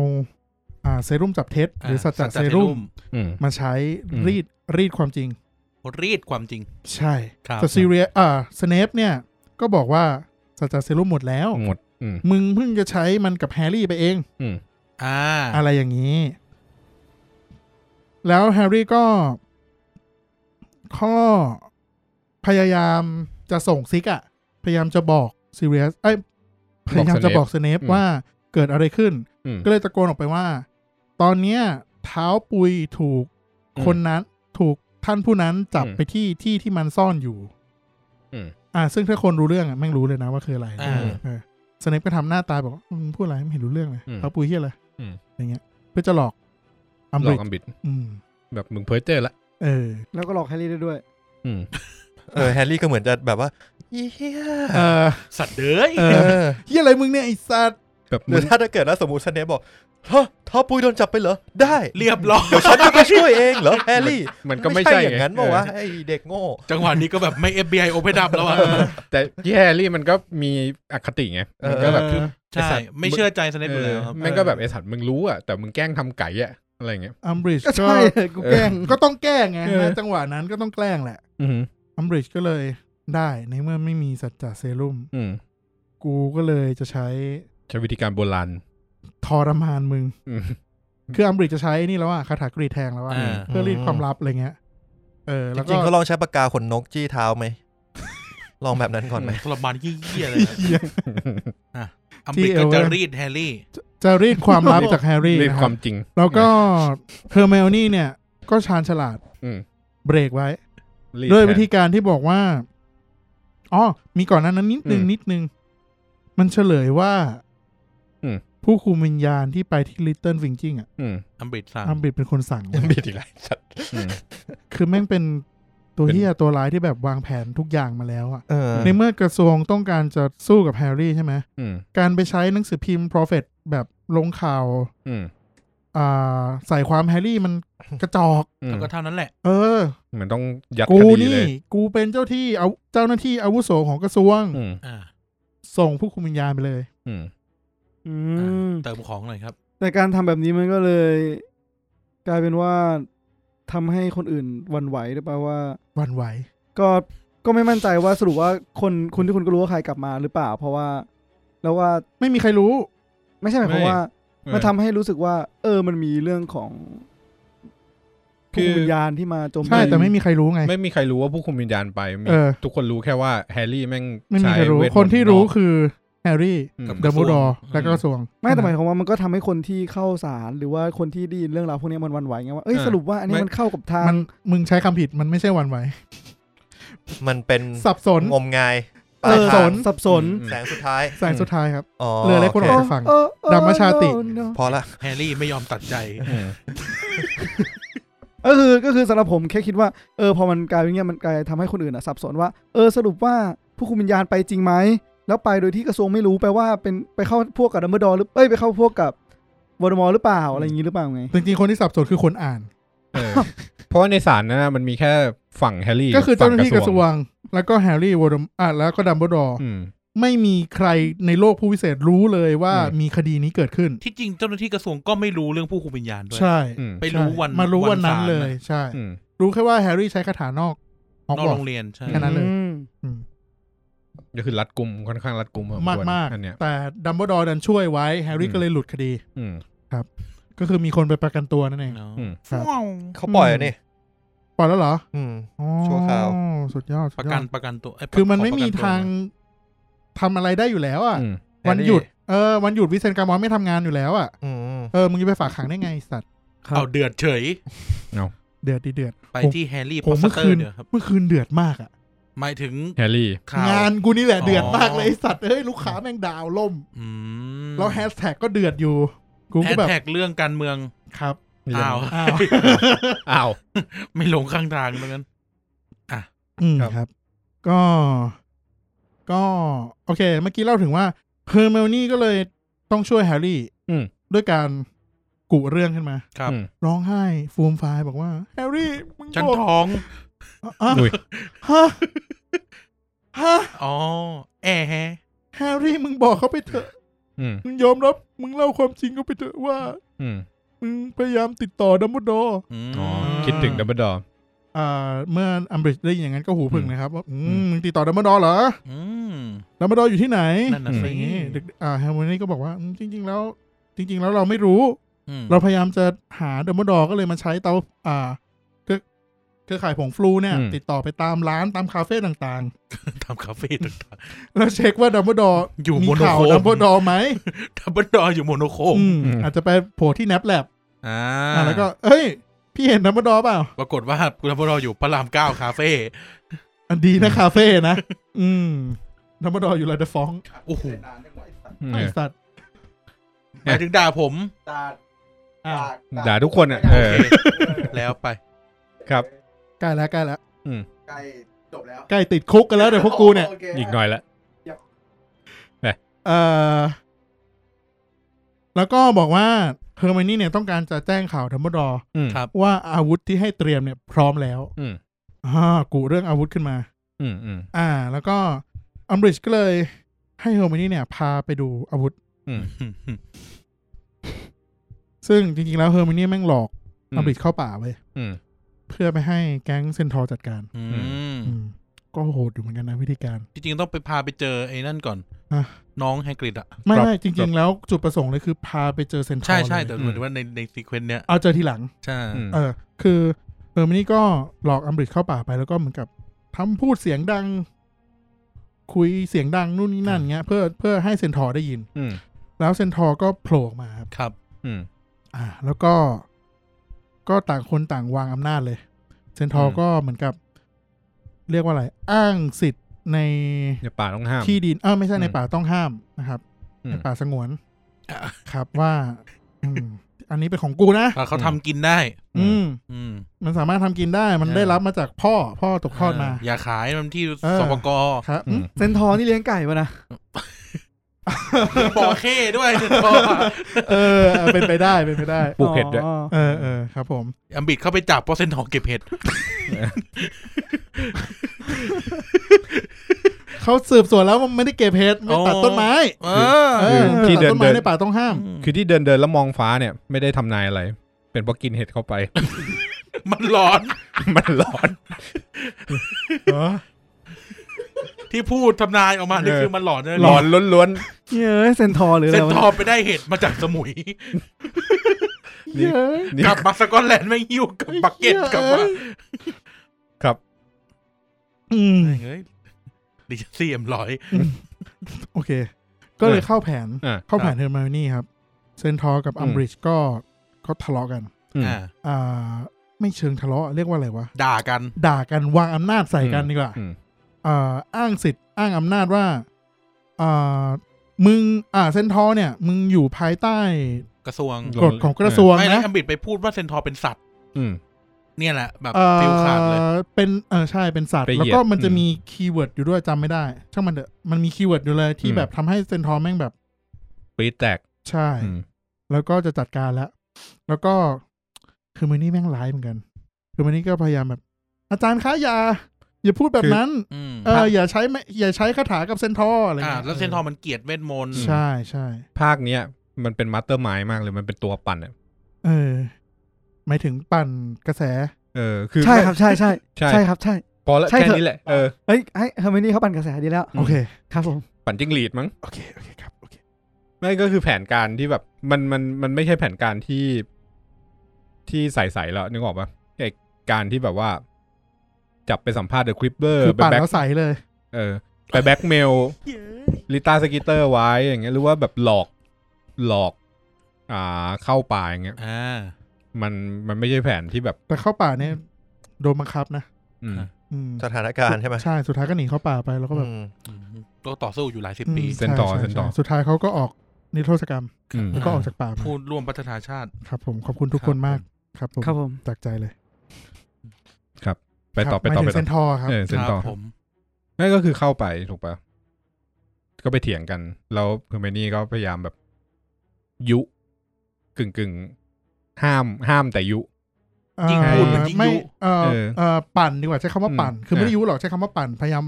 S5: อ่า เซรุ่มจับเท็จ หรือสัจจะเซรุ่ม
S3: อืม
S5: มาใช้
S3: อืม
S5: รีดรีดความจริง
S4: รีดความจริง
S5: ใช่
S4: ครับ
S5: แต่ซีเรียอ่าสเนปเนี่ย ก็บอกว่าสัจจะเซรุ่มหมดแล้ว
S3: หมด อืม
S5: มึงเพิ่งจะใช้มันกับแฮร์รี่ไปเอง
S3: อืม
S4: อ่า
S5: อะไรอย่างนี้ แล้วแฮร์รี่ก็ข้อพยายามจะส่งซิกอะพยายามจะบอกซีเรียสเอ้ยพยายามจะบอกสเนป
S3: อืม
S5: ว่าเกิดอะไรขึ้น
S3: อืม
S5: ก็เลยตะโกนออกไปว่า ตอนเนี้ยเท้าปุยถูก
S3: อืม
S5: คนนั้นถูกท่านผู้นั้นจับ
S3: อืม
S5: ไปที่ที่ที่มันซ่อนอยู่
S3: อืม
S5: อ่า ซึ่งถ้าคนรู้เรื่องอะแม่งรู้เลยนะว่าคืออะไร
S4: อ่า
S5: เออสเนปก็ทำหน้าตาบอกว่ามึงพูดอะไรไม่เห็นรู้เรื่องเลยเท้าปุยเฮียอะไร
S3: อืม
S5: อย่างเงี้ยเพื่อจะหลอกอัม
S3: หลอ
S5: บริ
S3: ก
S5: ด
S3: อัมบิด
S5: อืม
S3: แบบมึงเพ้อเจอละ
S5: เออ
S2: แล้วก็หลอกแฮร์รี่ได้ด้วย
S3: อืม
S1: เออแฮร์รี่ก็เหมือนจะแบบว่าเหี้ย
S5: เออ
S4: สัตว์เด้ย
S5: เอ
S1: เอ
S5: อ
S1: อ
S5: เฮียอะไรมึงเนี่ยไอ้สัตว์
S3: แบบ
S1: ห
S3: มึ
S1: รือง ถ้าถ้าเกิดแล้วสมมติสเนปบอกเฮ้อท้อปุยโดนจับไปเหรอ ได้
S4: เรียบร้อย
S1: เดี๋ยวฉันจะไปช่วยเองเหรอแฮร์รี่
S3: มันก็ไม่ใช่
S1: อย่างนั้น
S3: ไ
S1: บอกว่าวะไอ้เด็กโง่
S4: จังหวะนี้ก็แบบไม่ FBI โอเพนดับแล้วอ่ะ
S3: แต่พี่แฮร์รี่มันก็มีอคติไงมันก็แบบ
S4: เออใช่ ไม่เชื่อใจสเนปอยู่แล้วครับ
S3: มันก็แบบไอสัตว์มึงรู้อ่ะ แต่มึงแกล้งทำไก่อ่ะ อะไรอย่างเงี้ย
S5: อัมบริด
S2: ก็
S5: ก็
S2: ใช่กูแกล้ง
S5: ก็ต้องแกล้งไง
S3: เออ
S5: ณจังหวะนั้นก็ต้องแกล้งแหละ
S3: อืม
S5: อัมบริดจ์ก็เลยได้ในเมื่อไม่มีสัจจะเซรุ่ม
S3: อืม
S5: กูก็เลยจะใช้
S3: ใช้วิธีการโบราณ
S5: ทรมานมึง
S3: อืม
S5: คืออัมบริดจ์จะใช้นี่แล้วอ่ะคาถากรีดแทงแล้วอ่ะ
S4: อ่า
S5: เพื่อรีดความลับอะไรเงี้ย เออ
S1: จ
S5: แล้ว
S1: ริ
S5: ก็
S1: งๆเขาลองใช้ปากกาขนนกจี้เท้าไหม ลองแบบนั้นก่อนไหม
S4: ทรมานเยี่ยๆเลยนะ
S5: เหี้ย
S4: อัมบริด
S5: ที่เอ
S4: ก็
S5: ว
S4: จะ
S5: เลย
S4: รีดแฮร์รี่
S5: จะรีดความลับจากแฮร์รี่
S3: เรียก
S5: นะ
S3: ค
S5: ครั
S3: วา
S5: บ
S3: มจริง
S5: แล้วก็เฮอร์เมลนี่เนี่ย ก็ชาญฉลาด
S3: อืม
S5: เบรกไว้
S3: รี
S5: ด้วยวิ
S3: แทน
S5: ธีการที่บอกว่า อ๋อ มีก่อนหนั้านนั้นนิดนึง
S3: อืม
S5: นิดนึง มันเฉลยว่า
S3: อืม
S5: ผู้คุมวิญญาณที่ไปที่ลิตเติ้ลวิงจิงอ่ะ
S3: อืม
S4: อัมบริดสั่ง
S5: อัมบิดเป็นคนสั่ง
S1: ยังบิดอีกแล้วสัตว์
S3: อืม
S5: คือแม่งเป็นตัว
S3: เป็น
S5: เฮียตัวร้ายที่แบบวางแผนทุกอย่างมาแล้วอ่ะ
S1: เออ
S5: ในเมื่อกระทรวงต้องการจะสู้กับแฮร์รี่ใช่ไหม
S3: อืม
S5: การไปใช้หนังสือพิมพ์ Prophet แบบลงข่าว
S3: อืม
S5: อ่าใส่ความแฮร์รี่มันกระจอก
S3: อืม
S4: แล้วก็เท่านั้นแหละ
S5: เออ
S3: มันต้องยัด
S5: กู
S3: คดีเล
S5: นี่
S3: ย
S5: กูเป็นเจ้าที่เอาเจ้าหน้าที่อาวุโสของกระทรวง
S3: อืม
S4: อ่า
S5: ส่งผู้คุมวิญญาณไปเลย
S3: อืม
S2: อืม
S4: เติมของหน่อยครับ
S2: แต่การทำแบบนี้มันก็เลย กลายเป็นว่าทำให้คนอื่นหวันไหวหรือเปล่าว่า
S5: วันไหว
S2: ก็ก็ไม่มั่นใจว่าสรุปว่าคนคุณที่คุณก็รู้ว่าใครกลับมาหรือเปล่า เพราะว่า แล้วว่า
S5: ไม่มีใครรู้
S2: ไม่ใช่หมายความว่า
S3: เออ
S2: มันทำให้รู้สึกว่า เออมันมีเรื่องของ
S3: คื
S2: ผู้
S3: อ
S2: วิญญาณที่มาจม
S5: ใช่แต่ไม่มีใครรู้ไง
S3: ไม่มีใครรู้ว่าผู้คุมวิญญาณไปมี
S5: เออ
S3: ทุกคนรู้แค่ว่าแฮร์รี่แม่ง
S5: ไม่มี
S3: ใช้
S5: ใครรู้
S3: เวทมนต์
S5: คนที่รู้
S3: นอก
S5: คือแฮร์รี่
S3: อืม
S5: ดัมบูดอร์และก็กระทรวง
S2: ไม่แต่หมายความว่ามันก็ทำให้คนที่เข้าสารหรือว่าคนที่ได้ยินเรื่องราวพวกนี้มันหวันไหวไงว่าเอ้ยสรุปว่าอันนี้มันเข้ากับทาง
S5: มันมึงใช้คำผิดมันไม่ใช่หวันไหว
S1: มันเป็น
S5: สับสน
S1: งมงายป
S2: เอ
S1: ลาย
S2: อ
S1: ทาง
S2: สับสน
S1: แสงสุดท้าย
S5: สายสุดท้ายครับ
S1: อ๋อ
S5: เรือเล็กคน
S1: โอ
S5: ออ
S1: เค
S5: กไปฟัง
S2: เออเออ
S5: ดัมมชาติ
S2: เนอะ
S1: พอละ
S4: แฮร์รี่ไม่ยอมตัดใจ
S3: อืม
S2: ก็คือก็คือสำหรับผมแค่คิดว่าเออพอมันกลายเป็นอย่างเงี้ยมันกลายทำให้คนอื่นอะสับสนว่า เออสรุปว่าผู้คุมวิญญาณไปจริงไหมแล้วไปโดยที่กระทรวงไม่รู้แปลว่าเป็นไปเข้าพวกกับดัมเบิลดอร์หรือเอ้ยไปเข้าพวกกับวอร์มอร์หรือเปล่าอะไรอย่างงี้หรือเปล่าไง
S5: จริงๆคนที่สับสนคือคนอ่าน
S3: เออเพราะว่าในศาลนั้นนะมันมีแค่ฝั่งแฮร์รี่
S5: ก็คือเจ้าหน้าที่ก
S3: ฝั่
S5: ระทรวง แล้วก็แฮร์รี่วอร์ดมอ่ะแล้วก็ดัมเบิลดอร์
S3: อืม
S5: ไม่มีใครในโลกผู้วิเศษรู้เลยว่า
S3: อืม
S5: มีคดีนี้เกิดขึ้น
S4: ที่จริงเจ้าหน้าที่กระทรวงก็ไม่รู้เรื่องผู้คุมวิญญาณด้วย
S5: ใช่
S3: อืม
S4: ไปรู้วัน
S5: มารู้วันนั้น
S4: ศา
S5: เลยใช่
S3: อืม
S5: รู้แค่ว่าแฮร์รี่ใช้คาถานอกฮอก
S4: นอก
S5: วอต
S4: โร
S5: ส์
S4: งเรียนใช่
S5: แค่ นั้นเลย
S2: อืม
S5: อืม
S3: ก็คือรัดกุมค่อนข้างรัดกุมพอ
S5: มาก
S3: ควร
S5: มาก
S3: อันเนี้ย
S5: แต่ดัมเบิลดอร์ดันช่วยไว้แฮร์
S3: อื
S5: รี่
S3: ม
S5: ก็เลยหลุดคดี
S3: อืม
S5: ก็คือมีคนไปประกันตัวนั่นเอง
S4: เนอะ
S3: อืม
S5: ครับ
S1: เขาปล่อยแล้วนี่
S5: ปล่อยแล้วเหรอ
S1: อืม
S5: อ๋อ
S1: ชั่วคราว
S5: สุดยอดสุ
S4: ป
S5: ด
S4: ระ
S5: ยอ
S4: กั
S5: ด
S4: นประกันตัวเย
S5: คือมันไม่มี
S4: ประกัตัว
S5: ทางทำอะไรได้อยู่แล้วอ่ะ
S3: อืม
S5: วันหยุดเออวันหยุดวิเซนต์กามอนไม่ทำงานอยู่แล้วอ่ะ
S1: อืม
S5: เออมึงจะไปฝากขังได้ไงไอ้สัตว์
S4: เอาเดือดเฉย
S5: เดือดดีเดือด
S4: ไป
S5: ผม
S4: ที่แฮร์รี่พ
S5: ผ
S4: อ
S5: ม
S4: ต
S5: เมื่อ
S4: เตอ
S5: คืน
S4: ร์เดี๋ยวครับ
S5: เมื่อคืนเดือดมากอ่ะ
S4: หมายถึง
S3: แฮร์รี่
S4: ข่าว
S5: งานกูนี่แหละเดือดมากเล
S4: อ๋อ
S5: ยไอ้สัตว์เอ้ยลูกค้าแม่งดาวล่ม
S4: อืม
S5: แล้วแฮชแท็กก็เดือดอยู่ กู
S4: แฮ
S5: ก็
S4: ช
S5: แบบ
S4: แท็กเรื่องการเมือง
S5: ครับ
S4: อ้าว
S5: อ้าว
S3: อ้าว
S4: ไม่ลงข้างทางเหมือนกัน
S5: อืม
S3: ครับ
S5: ครับ ก็ ก็ โอเค เมื่อกี้เล่าถึงว่าเฮอร์เมลนี่ก็เลยต้องช่วยแฮร์รี่
S3: อืม
S5: ด้วยการกุเรื่องขึ้นมา
S4: ครับ
S3: อืม
S5: ร้องไห้ฟูมฟายบอกว่า แฮร์รี่มึง
S4: ฉัน
S5: บอก
S4: ท้อง
S5: อ่ะ
S3: อุ้ย
S5: ฮะฮะ
S4: อ๋อ แอร์แฮะ
S5: แฮร์รี่มึงบอกเขาไปเถอะ
S3: อืม
S5: มึงยอมรับมึงเล่าความจริงเขาไปเถอะว่า
S3: อืม
S5: มึงพยายามติดต่อดัมเบิลดอร์
S4: อืม
S3: อ๋อคิดถึงดัมเบิลดอร์
S5: อ่าเมื่ออัมบริดจ์ได้ยินอย่างนั้นก็หูผึ่ง
S3: อืม
S5: นะครับว่าอื
S3: อืม
S5: มติดต่อดัมเบิลดอร์เหรอ
S4: อืม
S5: ดัมเบิลดอร์อยู่ที่ไหน
S4: นั่นน่ะ
S5: อะไร
S4: สิ
S5: อย่างงี้เด็กอ่าแฮร์รี่ก็บอกว่าอืมจริง ๆ แล้ว จริง ๆ แล้วเราไม่รู้
S4: อืม
S5: เราพยายามจะหาดัมเบิลดอร์ก็เลยมาใช้เตาอ่าเครือเครือข่ายผงฟลูเนี่ย
S3: อืม
S5: ติดต่อไปตามร้านตามคาเฟ่ต่าง
S4: ทำคาเฟ่ต่าง
S5: ๆ แล้วเช็คว่าดัมเบิลดอร์
S4: อยู่
S5: มี
S4: โมโน
S5: ข่าว
S4: โครม
S5: ดัมเบิลดอร์ไหม
S4: ๆดับเบิลดอร์อยู่โมโนโครม
S5: อืมอาจจะไปโผล่ที่แนปแลบ
S4: อ่า
S5: อ่าแล้วก็เอ้ย พี่เห็นดัมเบิลดอร์เปล่า
S4: ปรากฏว่าดับเบิลดอร์อยู่พระรามเก้าคาเฟ่
S5: อันดีนะคาเฟ่นะอืมดัมเบิลดอร์อยู่ไรเดอะฟองก์
S4: โอ้โห
S5: ไอ้สัตว์
S4: หมายถึงด่าผม
S5: อ่า
S3: ด่าทุกคนอ่ะ เออ
S4: แล้วไป
S3: ครับ
S5: ใกล้แล้วใกล้แล้ว
S3: อืม
S5: ใกล้จบแล้วใกล้ติดคุกกันแล้วเดี๋ยวพวกกูเนี่ย
S3: อีกหน่อยละ
S5: เออแล้วก็บอกว่าเฮอร์ไมนี่เนี่ยต้องการจะแจ้งข่าวดัมเบิลดอร์
S3: อืม
S4: ครับ
S5: ว่าอาวุธที่ให้เตรียมเนี่ยพร้อมแล้ว
S3: อืม
S5: อ่ากูเรื่องอาวุธขึ้นมา
S3: อืมอืม
S5: อ่า แล้วก็อัมบริดจ์ก็เลยให้เฮอร์ไมนี่เนี่ย พาไปดูอาวุธ ซึ่งจริงๆแล้วเฮอร์ไมนี่แม่งหลอก
S3: อืม
S5: อัมบริดจ์เข้าป่าเว้ย
S3: อืม
S5: เพื่อไปให้แก๊งเซนทอร์จัดการ
S4: อืม
S5: อืม ก็โหดอยู่เหมือนกันนะวิธีการ
S4: จริงๆต้องไปพาไปเจอไอ้นั่นก่อน
S5: อ่ะ
S4: น้องแฮกริดอ่ะ
S5: ไม่
S3: ครับ
S5: ไม่จริง ๆ แล้วจุดประสงค์เลยคือพาไปเจอเซนทรัล
S4: ใช่ใช่
S5: เล
S4: แต่
S5: ย
S4: เหมือนว่าในในซีเควนต์เนี้ย
S5: เอาเจอทีหลัง
S4: ใช่
S3: อืม
S5: เออ คือเฮอร์มินี่ก็หลอกอัมบริดเข้าป่าไปแล้วก็เหมือนกับทำพูดเสียงดัง คุยเสียงดังนู่นนี่นั่นเงี้ย เพื่อเพื่อให้เซนทอร์ได้ยิน
S3: อืม
S5: แล้วเซนทอร์ก็โผล่ออกมาครับ
S4: ครับ
S3: อืม
S5: อ่า แล้วก็ก็ต่างคนต่างวางอำนาจเลย เซนทอ
S3: อื
S5: ร์
S3: ม
S5: ก็เหมือนกับ เรียกว่าอะไร อ้างสิทธิ์ใน
S3: อย่าป่าต้องห้าม
S5: ที่ดินเออไม่ใช่ใน
S3: อืม
S5: ป่าต้องห้ามนะครับ
S3: อืม
S5: ในป่าสงวนครับว่าอืมอันนี้เป็นของกูนะ
S4: อ่ะเขาทำกินได้
S5: อืม
S4: อืม
S5: มันสามารถทำกินได้ มัน
S4: อ่า
S5: ได้รับมาจากพ่อ พ่อตกทอดมา
S4: อย่าขายมันที่
S5: เออ
S4: สปก
S5: ครับ
S3: อืม
S2: เซนทอร์นี่เลี้ยงไก่ปะนะ
S4: ปอเข้ด้วย
S5: เออเออ เป็นไปได้ เป็นไปได้
S3: ปลูกเห็ดด้วย
S2: อ๋อ
S5: เออเออครับผม
S4: อัมบิดเข้าไปจับเพราะเส้นทองเก็บเห็ด
S5: เขาสืบสวนแล้วมันไม่ได้เก็บเพชรไม่ตัด
S4: อ๋อ
S5: ต้นไม้
S4: เออ
S5: เออ
S3: ที่เดิน
S5: ตัดต้นไม้
S3: เดิน
S5: ในป่าต้องห้าม
S3: คือที่เดินเดินๆแล้วมองฟ้าเนี่ย ไม่ได้ทำนายอะไร เป็นเพราะกินเห็ดเข้าไป
S4: มันร้อน
S3: มันร้อน
S4: ที่พูดทำนายออกมานี่
S3: เออ
S4: คือมันหลอนเลย
S3: ร้อนล้วน
S2: เย้ยเซนทอร์หรืออะ
S4: เส้
S2: ไร
S4: น
S2: วะ
S4: ทองไปได้เห็ดมาจากสมุย
S3: ๆนี่นี่
S4: กลับมาสกอตแลนด์ไม่งหิ้วกับบักเก็ตกลับมา
S5: อืม
S4: เฮ้ยดิจิซี่เอ็มร้อย
S5: โอเค ก็เลยเข้าแผน
S3: อ่า
S5: เข้าแผนเฮอร์มานี่ครับ เซนทอร์กับ
S3: อืม
S5: อัมบริดจ์ก็เขาทะเลาะกัน
S3: อืม
S4: อ่า
S5: อ่า ไม่เชิงทะเลาะ เรียกว่าอะไรวะ
S4: ด่ากัน
S5: ด่ากันวางอำนาจใส่กัน
S3: อืม
S5: ดีกว่า
S3: อืม
S5: เอ่ออ้างสิทธิ์อ้างอำนาจว่าเอ่อมึงอ่าเซนทอร์เนี่ย มึงอยู่ภายใต้
S4: กระทรวง
S3: ลง
S5: กฎของกระทรวง
S4: ไม่นะ
S5: นะ
S4: อัมบิดไปพูดว่าเซนทอร์เป็นสัตว์
S3: อืม
S4: เนี่ยแหละ แบบ
S5: เอ่
S4: ฟิลขาดเลย
S5: อเป็นเออใช่เป็นสัตว์
S3: ไปเหยียด
S5: แล้วก็มันจะ
S3: อืม
S5: มีคีย์เวิร์ดอยู่ด้วยจำไม่ได้ ช่างมันเถอะมันมีคีย์เวิร์ดอยู่เลยที่
S3: อืม
S5: แบบทำให้เซนทอร์แม่งแบบ
S3: ปีดแตก
S5: ใช่
S3: อืม
S5: แล้วก็จะจัดการแล้ว แล้วก็คือมันนี่แม่งร้ายเหมือนกัน คือมันนี่ก็พยายามแบบ อาจารย์คะอย่าอย่าพูดแบบ
S3: คือ
S5: นั้น
S4: อืม
S5: เอออย่าใช้ไม่อย่าใช้คาถากับเซนทอร์อะไร
S4: อ่า
S5: เงี้ย
S4: แล้วเซนทอร์มันเกลียดเวทมนต์
S5: ใช่ใช่
S3: ภาคเนี้ย มันเป็นมาสเตอร์มายมากเลย มันเป็นตัวปั่นอะ
S5: เออหมายถึงปั่นกระแส
S3: เออ คือ
S2: ใช่ครับใช่ใช่
S3: ใช่
S2: ใช่ครับใช่
S3: พอแล้ว
S2: ใช่
S3: แค่
S2: เถอะ
S3: นี้แหละ เออ
S2: เฮ้ยให้เฮอร์มินี่เขาปั่นกระแสดีแล้ว
S3: อืม
S5: โอเค
S2: ครับผม
S3: ปั่นจิ้งหรีดมั้ง
S5: โอเค โอเคครับ โอเค
S3: ไม่ก็คือแผนการที่แบบมันมันมันไม่ใช่แผนการที่ที่ใสๆแล้วนึกออกปะไอการที่แบบว่า จับไปสัมภาษณ์เดอะควิปเปอร์
S5: คือ
S3: ไป
S5: ปั่น
S3: แบ็ค
S5: แล้วใสเลย
S3: เออไปแบ็คเมลลิต้าสกิเตอร์ไว้อย่างเงี้ยหรือว่าแบบหลอกหลอก อ่าเข้าป่าอย่างเงี้ย
S4: อ่า
S3: มันมันไม่ใช่แผนที่แบบ
S5: แต่เข้าป่าเนี่ยโดนบังคับนะ
S3: อืม
S4: ค่ะ
S5: อืม
S1: สถานการณ์ใช่ไหม
S5: ใช่ สุดท้ายก็หนีเข้าป่าไปแล้วก็แบบ
S1: อืม
S4: อืมก็ต่อสู้อยู่หลายสิบ
S5: อืม
S4: ปี
S3: เซ็นต่อ
S5: ใช่
S3: เซ็นต่อ
S5: ใช่สุดท้ายเขาก็ออกนิรโทษกรรม
S3: อืม
S5: แล้วก็ออกจากป่ามา
S4: พูดร่วมพัฒนาชาติ
S5: ครับผม ขอบคุณทุก
S4: ครับ
S5: คนมาก ครับผม
S2: ครับผม
S5: จากใจเลย
S3: ไปต่อไป
S5: ค
S3: ต่
S5: รับ
S3: อ
S5: ห
S3: ไป
S5: มาย
S3: ต่
S5: ถึงเซ
S3: อน
S5: ทอร์ครับ
S3: เออเซน
S4: ครับ
S3: ต่อ
S4: ผม
S3: ไม่ก็คือเข้าไปถูกปะก็ไปเถียงกัน แล้วเฮอร์เมนี่ก็พยายามแบบยุกึ่งกึ่งๆห้ามห้ามแต่ยุ
S4: ยิ่งพูดมันยิ่งยุ
S5: ไม่เออ
S3: เออ
S5: เออปั่นดีกว่าใช้คำว่าปั่น
S3: อืม
S5: คือไม่ได้ยุหรอกใช้คำว่าปั่น พยายาม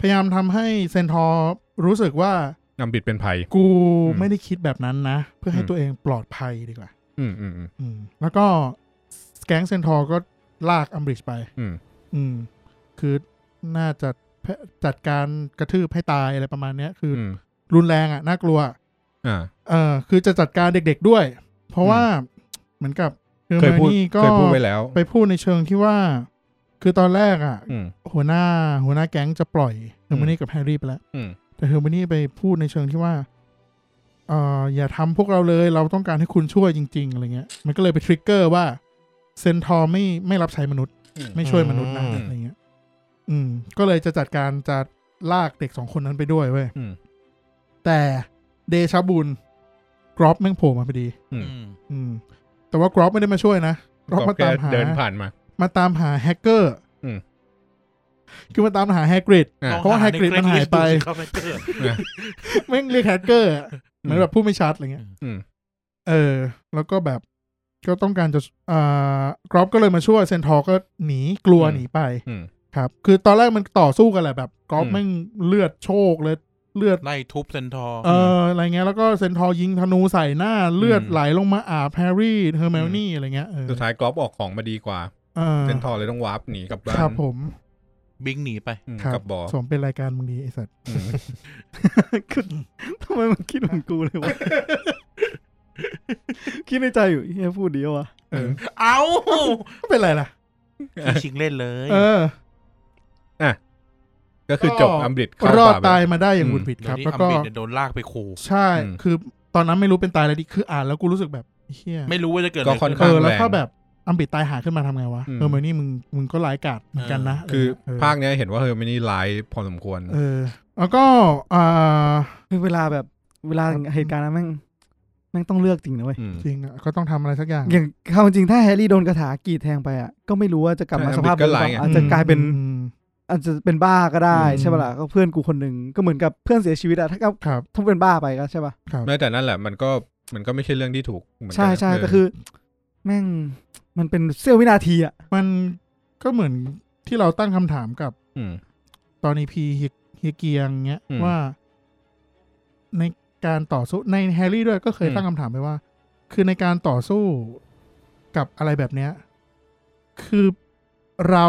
S5: พยายามทำให้เซนทอร์รู้สึกว่า
S3: นำบิดเป็นภัย
S5: กู
S3: อืม
S5: ไม่ได้คิดแบบนั้นนะ เพื่อให้
S3: อืม
S5: ตัวเองปลอดภัยดีกว่า
S3: อืมอืมอืม
S5: อืม แล้วก็แก๊งเซนทอร์ก็ลากอัมบริดจ์ไป
S3: อืม
S5: อืม คือน่าจะจัดการกระทืบให้ตายอะไรประมาณเนี้ย คือ
S3: อืม
S5: รุนแรงอ่ะ น่ากลัว
S3: อ่า
S5: เออคือจะจัดการเด็กๆด้วย เพราะ
S3: อืม
S5: ว่าเหมือนกับคือ
S3: เคย
S5: มา
S3: พูด
S5: นี่ก็
S3: เคยพูดไปแล้ว
S5: ไปพูดในเชิงที่ว่า คือตอนแรกอ่ะ
S3: อืม
S5: หัวหน้า หัวหน้าแก๊งจะปล่อยเฮอร์มานี่กับแฮร์รี่ไปแล้ว
S3: อืม
S5: แต่เฮอร์มนี่ไปพูดในเชิงที่ว่าเอ่ออย่าทำพวกเราเลย เราต้องการให้คุณช่วยจริง ๆ อะไรเงี้ย มันก็เลยไปทริกเกอร์ว่าเซนทอร์ไม่ไม่รับใช้มนุษย์
S3: อืม
S5: ไม่ช่วยมนุษย์นะ
S3: อืม
S5: อะไรเงี้ย อืม ก็เลยจะจัดการจะลากเด็กสองคนนั้นไปด้วยเว้ย
S3: อืม
S5: แต่เดชะบุญกรอบแม่งโผล่มาพอดี
S3: อืม
S4: อืม
S5: อืม แต่ว่ากรอบไม่ได้มาช่วยนะกรอบมาตามหา
S3: เดินผ่านมา
S5: มาตามหาแฮกเกอร์
S3: อืม
S5: คือมาตามหาแฮกริด
S3: อ่ะ
S4: ลอง
S5: เพราะว่า
S4: ห
S5: Hagrid มัน
S4: Great
S5: หาย
S4: List
S5: ไป
S4: ดูสิครับ Hagrid
S5: แม่งเรียกแฮกเกอร์อะเหมือนแบบพูดไม่ชัดอะไรเงี้ย
S3: อืม
S5: เออ แล้วก็แบบก็ต้องการจะอ่ากรอบก็เลยมาช่วยเซนทอร์ก็หนีกลัว
S3: อืม
S5: หนีไป
S3: อืม
S5: ครับ คือตอนแรกมันต่อสู้กันแหละแบบกรอบ
S3: อืม
S5: แม่งเลือดโชกเลยเลือด
S4: ไล่ทุบเซนทอร์
S5: เอออะไรเงี้ยแล้วก็เซนทอร์ยิงธนูใส่หน้าเลือดไหลลงมาอาบแฮร์รี่เฮอร์เมลนี่อะไรเงี้ยเออ
S3: สุดท้ายกรอบออกของมาดีกว่า
S5: เออ
S3: เซนทอร์เลยต้องวาร์ปหนีกลับบ้า
S5: ครับ
S3: น
S5: ผม
S4: บิงหนีไป
S3: อืม
S5: ครับ
S3: กับบอ
S5: สมเป็นรายการมึงดีไอ้สัตว์
S3: อืม
S2: คือทำไมมันคิดเหมือนกูเลยวะ คิดในใจอยู่เฮียพูดดีวะ
S3: เออ
S4: เอา
S5: ไม่เป็นไรล่ะ
S4: ชิงเล่นเลย
S5: เออ
S3: ก็คือจบอัมบริดเข้าร
S5: อด
S3: ป่าไป
S5: ตายมาได้อย่าง
S3: อืม
S5: บุดหวิด
S4: โด
S5: ค
S4: ยที่
S5: รับแล้ว
S4: อัม
S5: ก็
S4: บิดเนี่ยโดนลากไปขู่
S5: ใช่
S3: อืม
S5: คือตอนนั้นไม่รู้เป็นตายอะไรดีคืออ่านแล้วกูรู้สึกแบบเฮีย
S4: ไม่รู้ว่าจะเกิด
S3: ก็
S4: อะไร
S3: ค่อนข้า
S5: เอ
S3: ง
S5: อ
S4: ขึ้น
S5: แล้วถ้าแบบอัมบิดตายหาขึ้นมาทำไงวะ
S3: อืม
S5: เออเมอนี่มึงมึงก็ร้ายกาจเหมือนกันนะ
S3: คือ
S5: เออ
S3: ภาคเนี้ยเห็นว่าเฮอร์มินี่ไลฟ์พอสมควร
S5: เออ แล้วก็อ่า
S2: คือเวลาแบบเวลาเหตุการณ์นั้นแม่งแม่งต้องเลือกจริงนะเว้ย
S3: อืม
S5: จริงอ่ะก็ต้องทำอะไรสักอย่าง
S2: อย่างคำจริงถ้าแฮร์รี่โดนกระถากรีดแทงไปอ่ะก็ไม่รู้ว่าจะกลับมา
S3: ใช่
S2: สภาพ
S3: มันก็
S2: เดิมหรือ
S3: หลายไง
S2: เปล่าอาจจะกลายเป็น
S5: อืม
S2: อาจจะเป็นบ้าก็ได้
S5: อืม
S2: ใช่ปะล่ะก็เพื่อนกูคนหนึ่งก็เหมือนกับเพื่อนเสียชีวิตอะถ้าก็
S5: ครับ
S2: ถ้าเป็นบ้าไปก็ใช่ปะ
S5: ครับ
S3: แม้แต่นั่นแหละมันก็มันก็ไม่ใช่เรื่องที่ถูกเหมือนกัน
S2: ใช่ใช่
S3: เ
S2: แต่คือ แม่งมันเป็นเสี้ยววินาทีอะ
S5: มันก็เหมือนที่เราตั้งคำถามกับ
S3: ม
S5: ตอนอีพีเฮียเกียงเงี้ย
S3: อืม
S5: ว่า ในการต่อสู้ในแฮร์รี่ด้วยก็เคย
S3: อืม
S5: ตั้งคำถามไปว่า คือในการต่อสู้กับอะไรแบบเนี้ย คือเรา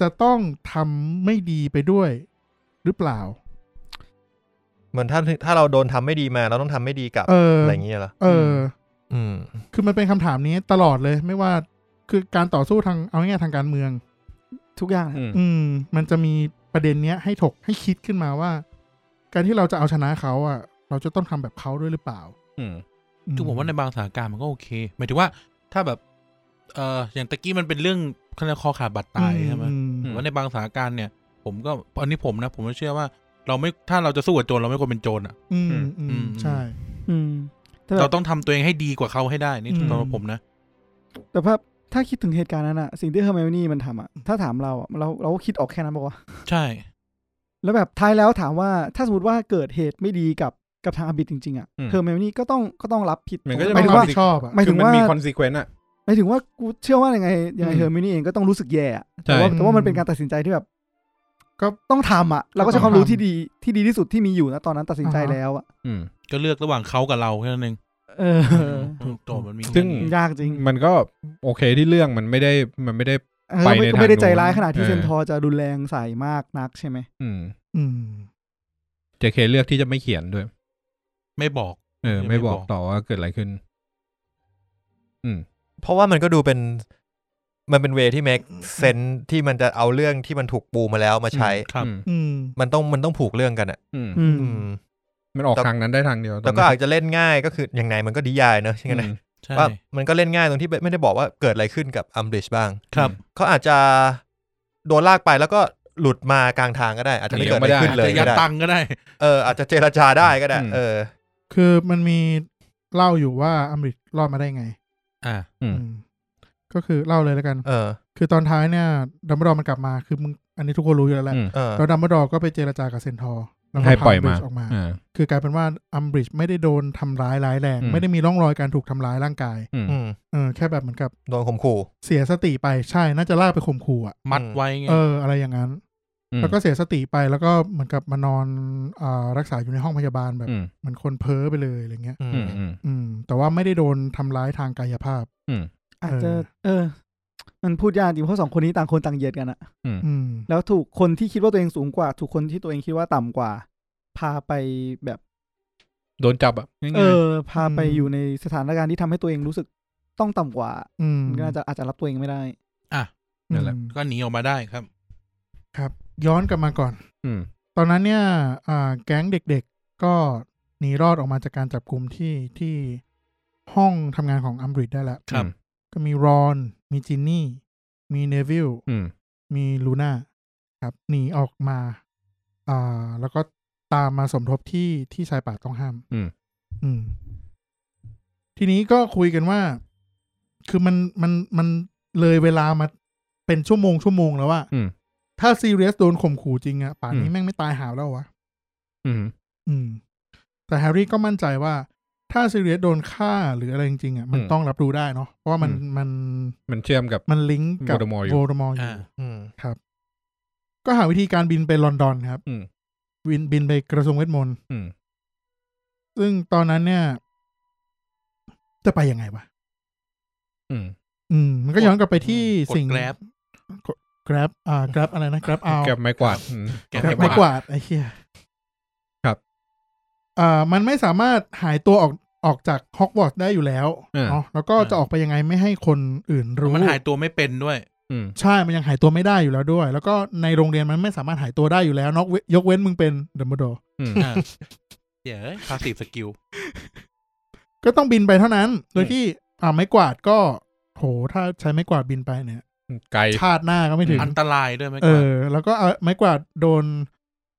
S5: จะต้องทำไม่ดีไปด้วย หรือเปล่า
S1: เหมือนถ้าถ้าเราโดนทำไม่ดีมาเราต้องทำไม่ดีกลับ
S5: เออ
S1: อะไรอย่างเงี้ยเหรอ
S5: เอออ
S1: อืม
S5: คือมันเป็นคำถามนี้ตลอดเลย ไม่ว่าคือการต่อสู้ทางเอาง่ายๆทางการเมือง
S2: ทุกอย่างอะ
S3: อืม
S5: อืมมันจะมีประเด็นเนี้ยให้ถกให้คิดขึ้นมาว่า การที่เราจะเอาชนะเขาอ่ะ เราจะต้องทำแบบเขาด้วยหรือเปล่า
S3: อืม
S4: คือผมว่าในบางสถานการณ์มันก็โอเค หมายถึงว่าถ้าแบบ เอ่ออย่างตะกี้มันเป็นเรื่องคณะคอขาดบาดตายใช่ไหม
S5: อื
S4: ผม
S5: อื
S4: ว่าในบางสถานการณ์เนี่ย ผมก็อันนี้ผมนะ ผมก็เชื่อว่า เราไม่ถ้าเราจะสู้กับโจรเราไม่ควรเป็นโจรอ่ะ
S5: อืม
S3: อืม
S5: อื
S4: อื
S5: ม
S4: ม
S5: ใช่
S2: อืม แต่แบบ
S4: เราต้องทำตัวเองให้ดีกว่าเขาให้ได้นี่
S5: อืม
S4: สำหรับผมนะ
S2: แต่ว่าถ้าคิดถึงเหตุการณ์นั้นอะสิ่งที่เฮอร์ไมโอนี่มันทำอะถ้าถามเราอะเราเราก็คิดออกแค่นั้นปะวะ
S4: ใช่
S2: แล้วแบบท้ายแล้วถามว่าถ้าสมมติว่าเกิดเหตุไม่ดีกับกับทางอบิดจริงๆอะ
S3: อืม
S2: เฮอร์ไมโอนี่ก็ต้องก็ต้องรับผิด
S3: มันก็จะ
S2: หมา
S3: มี
S2: ยถึ
S3: ค
S2: ง
S3: วาม
S2: ว่า
S3: สิ
S5: ชอบอ่ะ
S2: หมายถึงว่า
S3: คือมีคอนซีเควนต์อ่ะ
S2: หมายถึงว่ากูเชื่อว่ายังไงยังไง
S5: อืม
S2: เฮอร์ไมโอนี่เองก็ต้องรู้สึกแย่อะ
S3: ใช่
S2: แต่ว่าแต่ว่ามัน
S5: อืม
S2: เป็นการตัดสินใจที่แบบ
S5: ก็
S2: ต้องทำอะเราก็ใช้ความรู้ที่ดีที่ดีที่สุดที่มีอยู่นะตอนนั้นตัดสินใจ
S5: อ่าฮะ
S2: แล้วอะ
S3: อืม
S4: ก็เลือกระหว่างเขากับเราแค่นั้นเอง
S2: เออ
S4: โจรมันมี
S3: ซึ่ง
S4: แค่นี้
S2: ยากจริง
S3: มันก็โอเคที่เรื่องมันไม่ได้มันไม่ได้
S2: เออ
S3: ไป
S2: ไม่
S3: ใน
S2: ก็ไม่ได้
S3: ทาง
S2: ใจ
S3: นู้น
S2: ร้ายขนาดที่
S3: เออ
S2: เซนทอร์จะรุนแรงใส่มากนักใช่ไหม
S3: อืม
S5: อืม
S3: เจเคเลือกที่จะไม่เขียนด้วย
S4: ไม่บอก
S3: เออ
S4: ยังไม่
S3: ไม่บอก
S4: บอก
S3: ต่อว่าเกิดอะไรขึ้น อืม
S1: เพราะว่ามันก็ดูเป็นมันเป็นเวที่ make sense ที่มันจะเอาเรื่องที่มันถูกปูมาแล้วมาใช้
S4: ครับ
S3: อืม
S5: อืม
S1: มันต้องมันต้องผูกเรื่องกันอ่ะ
S3: อืม
S2: อืม
S1: อืม
S3: มันออก
S1: แต่
S3: ทางนั้นได้ทางเดียว
S1: แล้วก็อาจจะเล่นง่ายก็คืออย่างไหนมันก็ดียายเนอะใช่ไหมนะ
S3: อืม
S4: ใช่
S1: ว่ามันก็เล่นง่ายตรงที่ไม่ได้บอกว่าเกิดอะไรขึ้นกับอัมบริดบ้าง
S4: ครับ
S1: เขาอาจจะโดนลากไปแล้วก็หลุดมากลางทางก็ได้ อาจจะไม่เกิดอะไรขึ้น
S4: อาจ
S1: เลย
S4: จะยั
S1: ก็
S4: ด
S1: ได้
S4: ตังค์ก็ได้
S1: เอออาจจะเจรจาได้ก็ได้
S3: อืม
S1: เออ
S5: คือมันมีเล่าอยู่ว่าอเมริกรอดมาได้ไง
S4: อ่า
S3: อืม
S5: อืม ก็คือเล่าเลยแล้วกัน
S1: เออ
S5: คือตอนท้ายเนี่ยดัมเบลดอร์มันกลับมาคือมึงอันนี้ทุกคนรู้อยู่แล้วแหละ
S3: อืม
S1: เออ
S5: แล้วดัมเบลดอร์ก็ไปเจรจากับเซนทอร์แล้วก็
S3: ให้ปล่อย
S5: พา
S3: มา
S5: Umbridge ออกมา
S3: อ่า
S5: คือกลายเป็นว่าอัมบริดจ์ไม่ได้โดนทำร้ายร้ายแรง
S3: อืม
S5: ไม่ได้มีร่องรอยการถูกทำร้ายร่างกาย
S3: อืม
S1: อืม
S5: เออแค่แบบเหมือนกับ
S1: โดนข่มขู่
S5: เสียสติไปใช่น่าจะลากไปข่มขู่อ่ะ
S4: มัดไว้ไง
S5: เอออะไรอย่างนั้น
S3: อืม
S5: แล้วก็เสียสติไปแล้วก็เหมือนกับมานอนอ่ารักษาอยู่ในห้องพยาบาลแบบ
S3: อืม
S5: เหมือนคนเพ้อไปเลยอะไรเงี้ย
S1: อื
S3: อื
S1: ม
S3: มอืม
S5: อืม แต่ว่าไม่ได้โดนทำร้ายทางกายภาพ
S2: อาจจะ เออ มันพูดยากจริงเพราะสองคนนี้ต่างคนต่างเหยียดกันอะ
S5: อืม
S2: แล้วถูกคนที่คิดว่าตัวเองสูงกว่า ถูกคนที่ตัวเองคิดว่าต่ำกว่า พาไปแบบ
S3: โดนจับอ่ะง่ายๆ
S2: เออ พาไป
S5: อืม
S2: อยู่ในสถานการณ์ที่ทำให้ตัวเองรู้สึกต้องต่ำกว่า
S5: อืม
S2: มันก็น่าจะอาจจะรับตัวเองไม่ได้
S3: นั่นแหละ
S5: อืม
S4: ก็หนีออกมาได้ครับ
S5: ครับ ย้อนกลับมาก่อน
S3: อืม
S5: ตอนนั้นเนี่ยอ่าแก๊งเด็กๆก็หนีรอดออกมาจากการจับกลุ่มที่ที่ห้องทำงานของอัมบริดได้แล้ว
S4: ครับ
S5: ก็มีรอน มีจินนี่ มีเนวิล
S3: อืม
S5: มีลูน่าครับ หนีออกมา อ่า แล้วก็ตามมาสมทบที่ที่ชายป่าต้องห้าม
S3: อืม
S5: อืม ทีนี้ก็คุยกันว่า คือมันมันมันเลยเวลามาเป็นชั่วโมงชั่วโมงแล้วว่า
S3: อืม
S5: ถ้าซีเรียสโดนข่มขู่จริงอะป่านนี้
S3: อืม
S5: แม่งไม่ตายหาวแล้ววะ
S3: อืม
S5: อืม แต่แฮร์รี่ก็มั่นใจว่า ถ้าซีเรียสโดนฆ่าหรืออะไรจริงๆอ่ะมัน
S3: อืม
S5: ต้องรับรู้ได้เนาะเพราะว่ามัน
S3: อืม
S5: มัน
S3: มันเชื่อมกับ
S5: มันลิงก์กับ
S3: Voldemort อยู่
S5: โวลเดอมอร์อยู่
S4: อ่า
S1: อืม
S5: ก็หาวิธีการบินไปลอนดอนครับ
S3: อืม
S5: บินบินไปกระทรวงเวทมนต์
S3: อืม
S5: ซึ่งตอนนั้นเนี่ย จะไปยังไงวะ
S3: อืม
S5: อืม มันก็ย้อนกลับไปที่
S4: กด
S5: สิ่ง
S4: แกร็บ
S5: grab อ่า grab อะไรนะ grab out
S3: แก็บไม้กวาดอืม
S4: แกะ
S5: grab ไม่กวาดไอ้เหี้ย
S3: ครับ
S5: อ่ามันไม่สามารถหายตัวออกออกจากฮอกวอตส์ได้อยู่แล้ว
S3: อ่า
S5: เนาะแล้วก็จะออกไปยังไงไม่ให้คนอื่นรู้
S4: มันหายตัวไม่เป็นด้วย
S3: อืม
S5: ใช่ มันยังหายตัวไม่ได้อยู่แล้วด้วย แล้วก็ในโรงเรียนมันไม่สามารถหายตัวได้อยู่แล้วนอกเว้นยกเว้นมึงเป็นเดมโด
S3: อืม
S4: อ่ะเดี๋ยวพาสีสกิล
S5: ก็ต้องบินไปเท่านั้น โดยที่อ่าไม้กวาดก็ โห ถ้าใช้ไม้กวาดบินไปเนี่ย
S3: ไกล
S5: ชาติหน้าก็ไม่ถึง
S4: อันตรายด้วยไหม
S5: เอ
S4: ก่อน
S5: อ แล้วก็เอาไม้กวาดโดน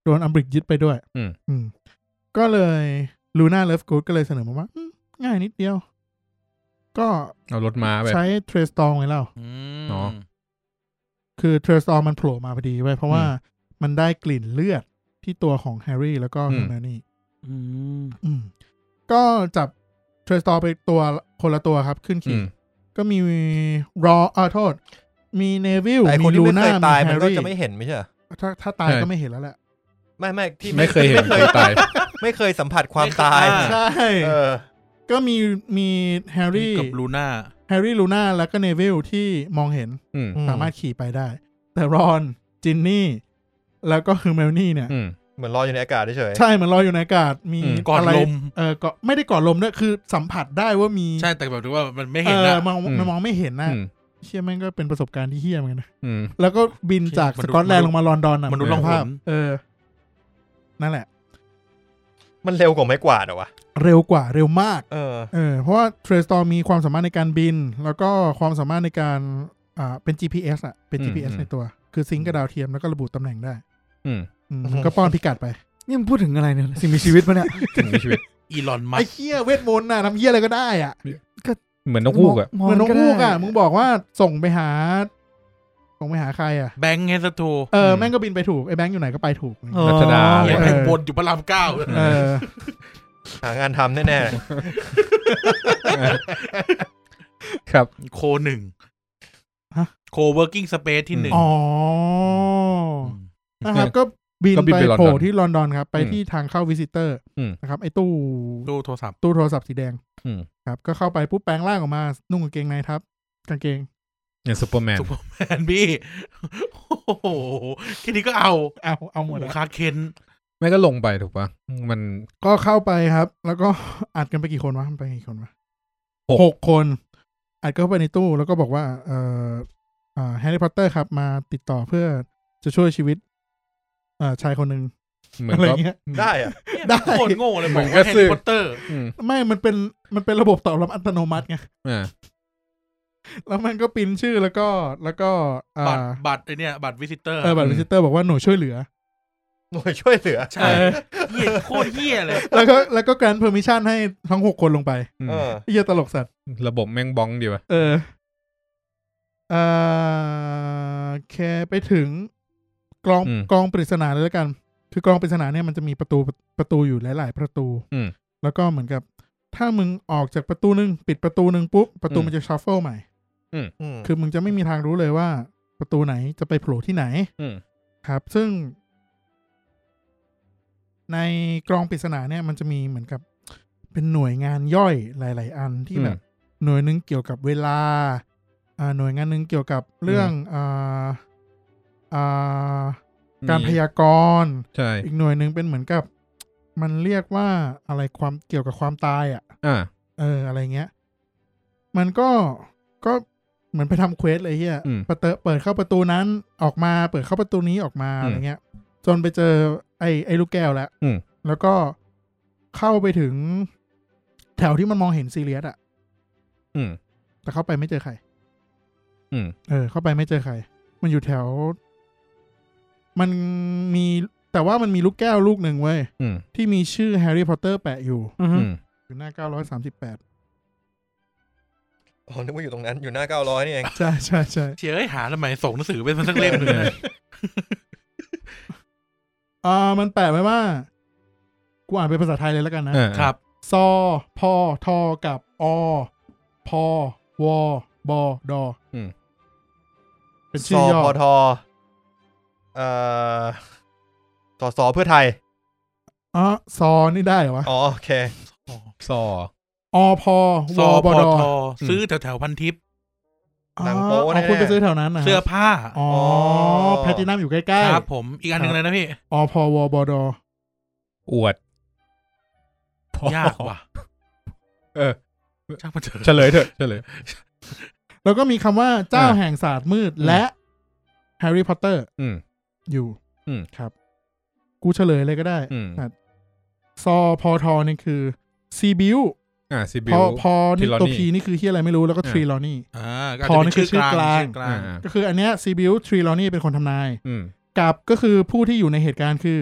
S5: โดนอัมบริกยึดไปด้วย
S3: อืม
S5: อืม ก็เลยลูน่าเลิฟกูดก็เลยเสนอมาว่าอืมง่ายนิดเดียว ก็
S3: เอารถม้าไป
S5: ใช้เทรสตองไงเล่า
S4: ม
S3: เนอะ
S5: คือเทรสตองมันโผล่มาพอดีไว้ยเพราะว่ามันได้กลิ่นเลือดที่ตัวของแฮร์รี่แล้วก็
S3: อื
S5: เฮอ
S3: ม
S5: ร์ไมโอนี่
S2: อืม
S5: อืมก็จับเทรสตอร์ไปตัวคนละตัวครับขึ้น
S3: อื
S5: ขี่
S3: ม
S5: ก็มีรออ่าโทษ มีเนวิล
S1: แต่ไอ้ค
S5: มี
S1: นที่
S5: ลู
S1: ไม่
S5: น่า
S1: เคย
S5: มี
S1: ตาย
S5: แฮ
S1: มัน
S5: ร์
S1: ก็
S5: รี่
S1: จะไม่เห็นไม่ใช่เหรอ
S5: ถ้าถ้าตาย
S3: ใช่
S5: ก็ไม่เห็นแล้วแหละ
S1: ไม่ไม่ที่
S3: ไม่เคยเห็น
S1: ไม่เคน
S3: ค
S1: ย
S3: ตาย
S1: ไม่เคยสัมผัสความตาย
S4: า
S5: ใช่
S1: เออ
S5: ก็มีมีแฮร์รี่
S4: กับลูน่า
S5: แฮร์รี่ลูน่าแล้วก็เนวิลที่มองเห็น
S3: อืม
S5: สามารถขี่ไปได้ แต่รอนจินนี่ แล้วก็คือเมลนี่เนี่ย
S3: อืม
S1: เหมือนลอยอยู่ในอากาศเฉยๆ
S5: ใช่เหมือนลอยอยู่ในอากาศมี
S3: อืม
S4: ก่อน
S5: อะไร
S4: ลม
S5: เออก็ไม่ได้ก่อนลมด้วยคือสัมผัสได้ว่ามี
S4: ใช่แต่แบบถือว่ามันไม่
S5: เอ
S4: เห็น
S5: อ
S4: นะ
S5: มองมันมองไม่เห็นนะ
S3: อืม
S5: เชี่ยแม่งก็เป็นประสบการณ์ที่เฮี้ยเหมือนกันนะ
S3: อืม
S5: แล้วก็บินจาก
S4: มนุ
S5: ส
S4: ษย์
S5: กอตแลนด์ลงมาลอนดอนอ่ะ
S4: มนุษย์ลองหน
S5: ภาพ เออ นั่นแหละ
S1: มันเร็วกว่าไม้กวาดเหรอวะ
S5: เร็วกว่าเร็วมาก
S1: เออ
S5: เออ เพราะว่าเทรสตอมีความสามารถในการบิน แล้วก็ความสามารถในการอ่าเป็น GPS อ่ะ เป็น
S3: อืม
S5: GPS ในตัว คือซิงก์กับดาวเทียมแล้วก็ระบุตำแหน่งได้
S3: อืม
S5: อืม
S1: อืม
S5: มันก็ป้อนพิกัดไป
S2: นี่มันพูดถึงอะไรเนี่ยสิ่งมีชีวิตปะเนี่ย
S3: ถึงมีชีวิต
S4: อีลอนมั
S5: ไอ้
S4: สก์
S5: เฮี้ยเวทมนต์น่ะทำเฮี้ยอะไรก็ได้อ่ะ
S3: เหมือนนกฮูกอ่ะ
S5: เหมือนน้อง
S2: ได้
S5: ลูกอ่ะมึงบอกว่าส่งไปหา ส่งไปหาใครอ่ะ
S4: แบงค์เฮสโต
S5: เออ
S3: อืม
S5: แม่งก็บินไปถูกไอ้แบงค์อยู่ไหนก็ไปถูก
S2: อ๋อ
S3: รัชดาอะไร
S4: อย่างแม่งวนอยู่พระรามเก้า
S5: เออ
S1: หางานทำแน่
S3: ครับ
S4: โคหนึ่ง
S5: ฮะ
S4: โคเวิร์กิ้งสเปซที่หนึ่ง
S5: อ๋อ
S4: ม
S5: นะครับก็บิน
S3: ก็บิน
S5: ไป
S3: ไปลอนดอน
S5: โผล่ที่ลอนดอนครับ ไป
S3: อืม
S5: ที่ทางเข้าวิสิเตอร์
S3: อืม
S5: นะครับ ไอ้ตู้
S4: ดูโทรศัพท์
S5: ตู้โทรศัพท์สีแดง
S3: อืม
S5: ครับ ก็เข้าไปปุ๊บแปลงร่างออกมา นุ่งกางเกงในทับกางเกง
S3: อย่างซูเปอร์แมน
S4: ซูเปอร์แมนพี่ โอ้โหแค่นี้ก็เอา
S5: เอาเอาหมด
S4: โอ้
S5: แล้ว
S4: โคาเคน
S3: ไม่ก็ลงไปถูกปะมัน
S5: ก็เข้าไปครับ แล้วก็ อัดกันไปกี่คนวะมันไปกี่คนวะ
S3: หก
S5: หกคน อัดเข้าไปในตู้แล้วก็บอกว่า เอ่อแฮร์รี่พอตเตอร์ครับมาติดต่อเพื่อจะช่วยชีวิตเอ่อชายคนหนึ่ง
S3: เหมือน
S5: อะไร
S3: ก็
S5: เงี้ย
S1: ๆได้อะ
S5: ได้
S4: โคตรโง่เลยบอก
S3: มันก็
S4: ว่าแฮร์
S3: ซื้อ
S4: รี่พอตเตอร์
S3: อืม
S5: ไม่มันเป็นมันเป็นระบบตอบรับอัตโนมัติไง
S3: อ่า
S5: แล้วมันก็ปริ้นชื่อแล้วก็แล้วก็อ่า
S4: บัตรบัตรไอเนี่ยบัตรวิสิเตอร์
S5: เออบัตร
S3: อืม
S5: วิสิเตอร์บอกว่าหน่วยช่วยเหลือ
S1: หน่วยช่วยเหลือ
S4: ใช่เหี้ยโคตรเหี้ยเลย
S5: แล้วก็แล้วก็การเพอร์มิชันให้ทั้งหกคนลงไป
S3: อืม
S1: เออ
S5: เหี้ยตลกสัตว์
S3: ระบบแม่งบ้องดีวะ
S5: เอออ่าแคไปถึงกลองกลองปริศนาเลยแล้วกัน คือกลองปริศนาเนี่ยมันจะมีประตูประตูอยู่หลาย ๆ ประตู
S3: อืม
S5: แล้วก็เหมือนกับ ถ้ามึงออกจากประตูหนึ่งปิดประตูหนึ่งปุ๊บประตู
S3: อืม
S5: มันจะชัฟเฟิลใหม่
S1: อืม
S5: คือมึงจะไม่มีทางรู้เลยว่า ประตูไหนจะไปโผล่ที่ไหน
S3: อืม
S5: ครับ ซึ่ง ในกรองปริศนาเนี่ย มันจะมีเหมือนกับ เป็นหน่วยงานย่อยหลาย ๆ อันที่
S3: อืม
S5: แบบ หน่วยหนึงเกี่ยวกับเวลา อ่า หน่วยงานหนึงเกี่ยวกับเรื่องอ่าอ่าการพยากรณ์
S3: ใช่
S5: อีกหน่วยหนึ่งเป็นเหมือนกับ มันเรียกว่าอะไรความเกี่ยวกับความตายอ่ะ
S3: อ่า
S5: เอออะไรเงี้ย มันก็ก็เหมือนไปทำเควสเลยเฮีย
S3: อืม
S5: ประตูเปิดเข้าประตูนั้นออกมาเปิดเข้าประตูนี้ออกมา
S3: อืม
S5: อะไรเงี้ย จนไปเจอไอ้ไอ้ลูกแก้วแล้ว
S3: อืม
S5: แล้วก็เข้าไปถึง แถวที่มันมองเห็นซีเรียสอะ
S3: อืม
S5: แต่เข้าไปไม่เจอใคร
S3: อืม
S5: เออ เข้าไปไม่เจอใคร มันอยู่แถว มันมีแต่ว่ามันมีลูกแก้วลูกหนึ่งเว้ย
S3: อืม
S5: ที่มีชื่อแฮร์รี่พอตเตอร์แปะอยู่
S2: อือฮึ
S3: อืม
S5: อยู่หน้าเก้าร้อยสามสิบแปด
S1: อ๋อนึกว่าอยู่ตรงนั้นอยู่หน้าเก้าร้อยนี่เอง
S5: ใช่ใช่ใช่
S4: เชียร์ให้หาทำไมส่งหนังสือเป็นมันสักเล่มหนึ่งนะ
S5: อ่ามันแปะไว้ว่า กูอ่านเป็นภาษาไทยเลยแล้วกันนะ
S3: อ่า
S4: ครับ
S5: ซอ พอ ทอ กับ อ พอ วอ บอ ดอ
S3: อืม
S5: เป็น
S1: ส
S5: ชื่อ
S1: อย่
S5: อ
S1: พอทอเอ่อสอสอเพื่อไทย
S5: อ๋อซอ นี่ได้เหรอวะ
S1: อ๋อโอเค
S3: ซอ
S5: อ พอ
S4: สอ
S5: วอ
S4: ป
S5: บอ ด
S4: ท
S5: อ
S4: ซื้อแถวแถวๆพันทิพย์
S1: หนังโป๊
S5: อ๋อ
S1: แน่ๆ
S5: คุณไปซื้อแถวนั้นนะ
S4: เสื้อผ้า
S5: อ๋อแพลตินัมอยู่ใกล้
S4: ครับผมอีกอันหนึ่งเลยนะพี่
S5: ๆอพวบด
S3: อวด
S4: ยากว่ะ
S3: เออ
S4: ช่างมันเถอะ
S3: เฉลยเถอะเฉลย
S5: แล้วก็มีคำว่าเจ้า
S3: อ่า
S5: แห่งศาสตร์มืดและแฮร์รี่พอตเตอร์
S3: อืม
S5: อยู่
S3: อืม
S5: ครับ กูเฉลยเลยก็ได้
S3: อืม
S5: ครับซอพอทอนี่คือซีบิว
S3: อ่าซีบิ
S5: พ
S3: ว
S5: อพอนี่
S3: Trelawney
S5: ตัวพีนี่คือเฮียอะไรไม่รู้แล้วก็
S3: อ่า
S5: ทรีลอนี่
S4: อ่าก็อาจจะเป็น
S5: พอนี่คือชื่อกลาง
S4: ชื่อกลาง
S3: อ่า
S5: ก็คืออันเนี้ยซีบิวทรีลอนี่เป็นคนทำนาย
S3: อืม
S5: กับก็คือผู้ที่อยู่ในเหตุการณ์คือ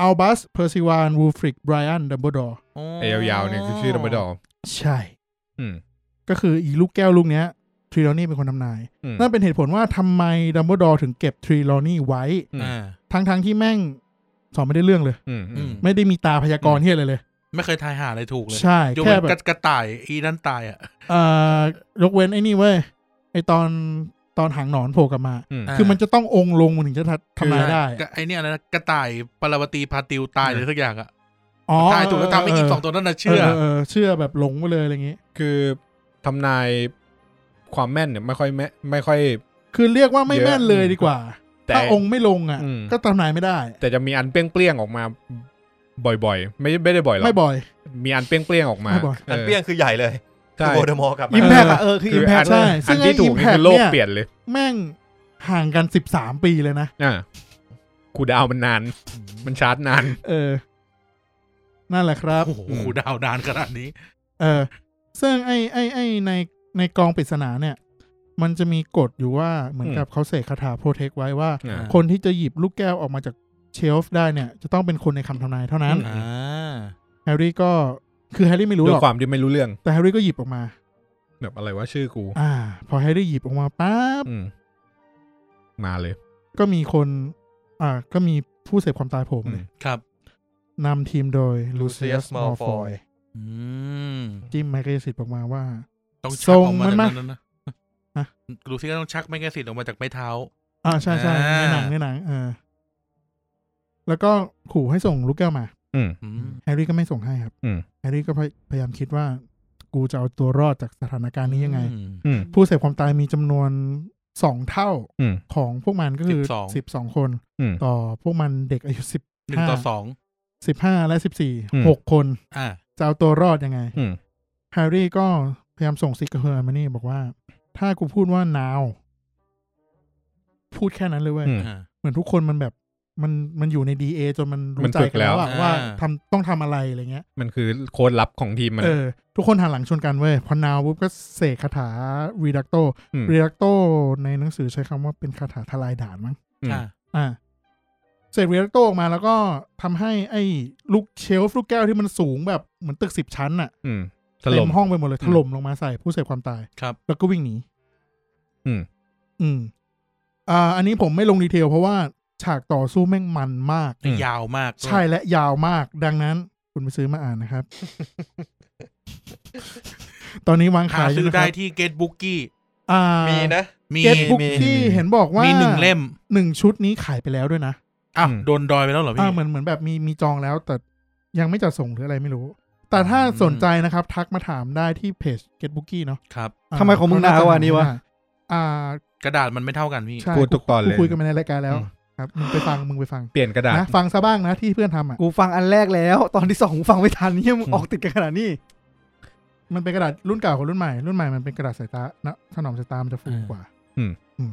S5: อัลบัสเพอร์ซิวานวูฟริกไบรอันดัมเบิลดอร์
S3: ไอ้ยาวๆเนี่ยคือชื่อดัมเบิลดอร์
S5: ใช่
S3: อืม
S5: ก็คืออีลูกแก้วลูกเนี้ยทรีลอนี่เป็นคนทำนาย
S3: อืม
S5: นั่นเป็นเหตุผลว่าทำไมดัมเบิลดอร์ถึงเก็บทรีลอนี่ไว้
S3: อืม
S4: อ่า
S5: ทั้งๆที่แม่งสอนไม่ได้เรื่องเลย
S3: อืมอืม
S5: ไม่ได้มีตาพยากรณ์เฮียอะไรเลย
S4: ไม่เคยทายหาอะไรถูกเลย
S5: ใช่
S4: ยก
S5: แค่
S4: เว้น
S5: แบ
S4: ก
S5: บ
S4: ระกระต่ายอีนั่นตายอ่ะ
S5: เอ่อยกเว้นไอ้นี่เว้ยไอตอนตอนหางหนอนโผล่กลับมา
S3: อืม
S4: อ่า
S5: คือมันจะต้ององค์ลงมันถึงจะทำทำนายได้
S4: กระไอเนี่ยอะไรนะกระต่ายปราวตีพาติวตาย
S3: อืม
S4: หรือสักอย่างอ่ะ
S5: อ๋อ
S4: ตายถูกแล้วตามไปอีกสอง
S5: เ
S4: ตัวนั่นนะเชื่อ
S5: เเเชื่อแบบหลงไปเลยอะไรอย่างงี้
S3: คือทำนายความแม่นเนี่ยไม่ค่อยแม่ไม่ค่อย
S5: คือเรียกว่าไม่แม่นเลยดีกว่า
S3: แต่
S5: ถ้าองค์ไม่ลงอ่ะ
S3: อืม
S5: ก็ทำนายไม่ได้
S3: แต่จะมีอันเปรี้ยงๆออกมา บ่อยๆ ไม่ไม่ได้บ่อยหรอก
S5: ไม่บ่อย
S3: มีอันเปรี้ยงๆออกมา
S5: ไม่บ่อย
S1: อันเปี้ยงคือใหญ่เลย
S3: ใช่
S1: โวเดมอร์กลับมา
S2: อิมแพกอะเออคือ
S3: คื
S2: อิ
S3: อ
S2: มแพ
S3: อั
S2: ก
S3: น
S5: ใช่
S2: ใช่
S5: ซึ่
S3: อั
S5: ง
S3: น
S5: ไอ้
S3: ที่ถูกนี่
S5: impact
S3: คือโลก
S5: เนี่ย
S3: เปลี่ยนเลย
S5: แม่งห่างกันสิบสามปีเลยนะ
S3: อ่ากูเดาวมันนาน มันชาร์จนาน
S5: เออ นั่นแหละครับ
S4: โอ้โหดาวนานขนาดนี้
S5: เออซึ่งไอ้ไอ้ไอ้ในในกองปริศนาเนี่ย มันจะมีกฎอยู่ว่าเหมือน
S3: อืม
S5: กับเขาเสกคาถาโปรเทคไว้ว่า
S3: อ่า
S5: คนที่จะหยิบลูกแก้วออกมาจากเชลฟ์ได้เนี่ย จะต้องเป็นคนในคำทำนายเท่านั้น
S3: อืม
S4: อ่า
S5: แฮร์รี่ก็คือแฮร์รี่ไม่รู้
S3: ด้
S5: ห
S3: ว
S5: ร
S3: ย
S5: อก
S3: ความที่ไม่รู้เรื่อง
S5: แต่แฮร์รี่ก็หยิบออกมา
S3: แบบอะไรว่าชื่อกู
S5: อ่า พอแฮร์รี่หยิบออกมาปั๊บ
S3: อืม มาเลย
S5: ก็มีคน อ่า ก็มีผู้เสพความตายโผล่มาเลย
S4: ครับ
S5: นำทีมโดยลูเซีย
S1: Lucius
S5: สมอลฟอ
S1: Malfoy
S5: ย
S4: อืม
S5: จิ้มไมเคิลสิทธิ์ออกมาว่า
S4: ต้องชั
S5: ส่
S4: ก
S5: ง
S4: ออกมา
S5: มันมา
S4: จากนั้นนะ
S5: ฮะ
S4: ดูซิก็ต้องชักไม่กระสิทธิ์ออกมาจากไม้เท้า
S5: อ่าใช่ใช่
S4: อ่า
S5: ในหนังในหนังเออแล้วก็ขู่ให้ส่งลูกแก้วมา
S3: อืม
S4: อืม
S5: แฮร์รี่ก็ไม่ส่งให้ครับ
S3: อืม
S5: แฮร์รี่ก็พยพยายามคิดว่า กูจะเอาตัวรอดจากสถานการณ์นี้ยังไง
S4: อืม
S3: อืม
S5: ผู้เสพความตายมีจำนวนสองเท่า
S3: อืม
S5: ของพวกมันก็คือ
S4: 12
S5: สิบสองคน
S3: อืม
S5: ต่อพวกมันเด็กอายุสิบ
S4: หนึ่งต่อสอง
S5: สิบห้าและสิบสี่
S3: อืม
S5: หกคน
S4: อ่า
S5: จะเอาตัวรอดยังไง
S3: อืม
S5: แฮร์รี่ก็พยายามส่งซิกกับเฮอร์มานี่บอกว่า ถ้ากูพูดว่านาว พูดแค่นั้นเลยเว้ย
S3: อืม
S4: อ่า
S5: เหมือนทุกคนมันแบบมันมันอยู่ในดีเอจนมัน
S3: มั
S5: รู้
S3: น
S5: ใจ
S3: ฝึก
S5: กันแล้ว
S3: แล้ว
S5: อะ
S4: อ่า
S5: ว่าทำต้องทำอะไรอะไรเงี้ย
S3: มันคือโค้ดลับของทีมมัน
S5: เออทุกคนหันหลังชนกันเว้ยพอนาวปุ๊บก็เสกคาถารีดักโต
S3: อืม
S5: รีดักโตในหนังสือใช้คำว่าเป็นคาถาทลายด่านมั้ง
S3: ม
S4: อ่า
S5: อ่าเสกรีดักโตออกมาแล้วก็ทำให้ไอ้ลูกเชลฟ์ลูกแก้วที่มันสูงแบบเหมือนตึกสิบชั้นอะ
S3: อืมถ
S5: เต็
S3: ล่ม
S5: มห้องไปหมดเลย
S3: อืม
S5: ถล่มลงมาใส่ผู้เสพความตาย
S4: ครับ
S5: แล้วก็วิ่งหนี
S3: อืม
S5: อืมอ่าอันนี้ผมไม่ลงดีเทลเพราะว่าฉากต่อสู้แม่งมันมาก
S3: อืม
S4: ยาวมากด้วย
S5: ใช่และยาวมากดังนั้น คุณไปซื้อมาอ่านนะครับ ตอนนี้วาง
S4: หา
S5: ขายอยู่
S4: ซื้อ
S5: นะค
S4: ได้
S5: รับ
S4: ที่เกตบุ๊กกี้
S5: อ่า
S1: มีนะ
S4: มี
S5: เก็ตบุ๊ก
S1: มี
S5: ที่เห็นบอกว่า
S4: มีห
S5: มี
S4: นึ่งเล่ม
S5: หนึ่งชุดนี้ขายไปแล้วด้วยนะ
S4: อ้าว
S3: อืม
S4: โดนดอยไปแล้วเหรอ
S5: อ่า
S4: พี่
S5: เหมือนเหมือนแบบมีมีจองแล้ว แต่ยังไม่จัดส่งหรืออะไรไม่รู้ แต่ถ้า
S4: อืม
S5: สนใจนะครับ ทักมาถามได้ที่เพจ Get Bookie เนาะ
S4: ครับ
S5: า
S2: ทำไมของมึงนานกว่านี้วะ
S5: อ่าก
S4: ระดาษมันไม่เท่ากันพี่
S5: ใช่
S3: พูดทุกตอนเลย
S5: คุยกันมาในรายการแล้ว
S3: อืม
S5: ครับมึงไปฟังมึงไปฟัง
S3: เปลี่ยนกระดาษ
S5: นะฟังซะบ้างนะที่เพื่อนทำอ่ะ
S2: กูฟังอันแรกแล้ว ตอนที่สองกูฟังไม่ทันเนี่ยมึง
S3: อืม
S2: ออกติดกันขนาดนี้
S5: มันเป็นกระดาษรุ่นเก่ากับรุ่นใหม่รุ่นใหม่มันเป็นกระดาษสายตานะถนอมสายตามันจะฟูกว่า
S3: อืม
S5: อืม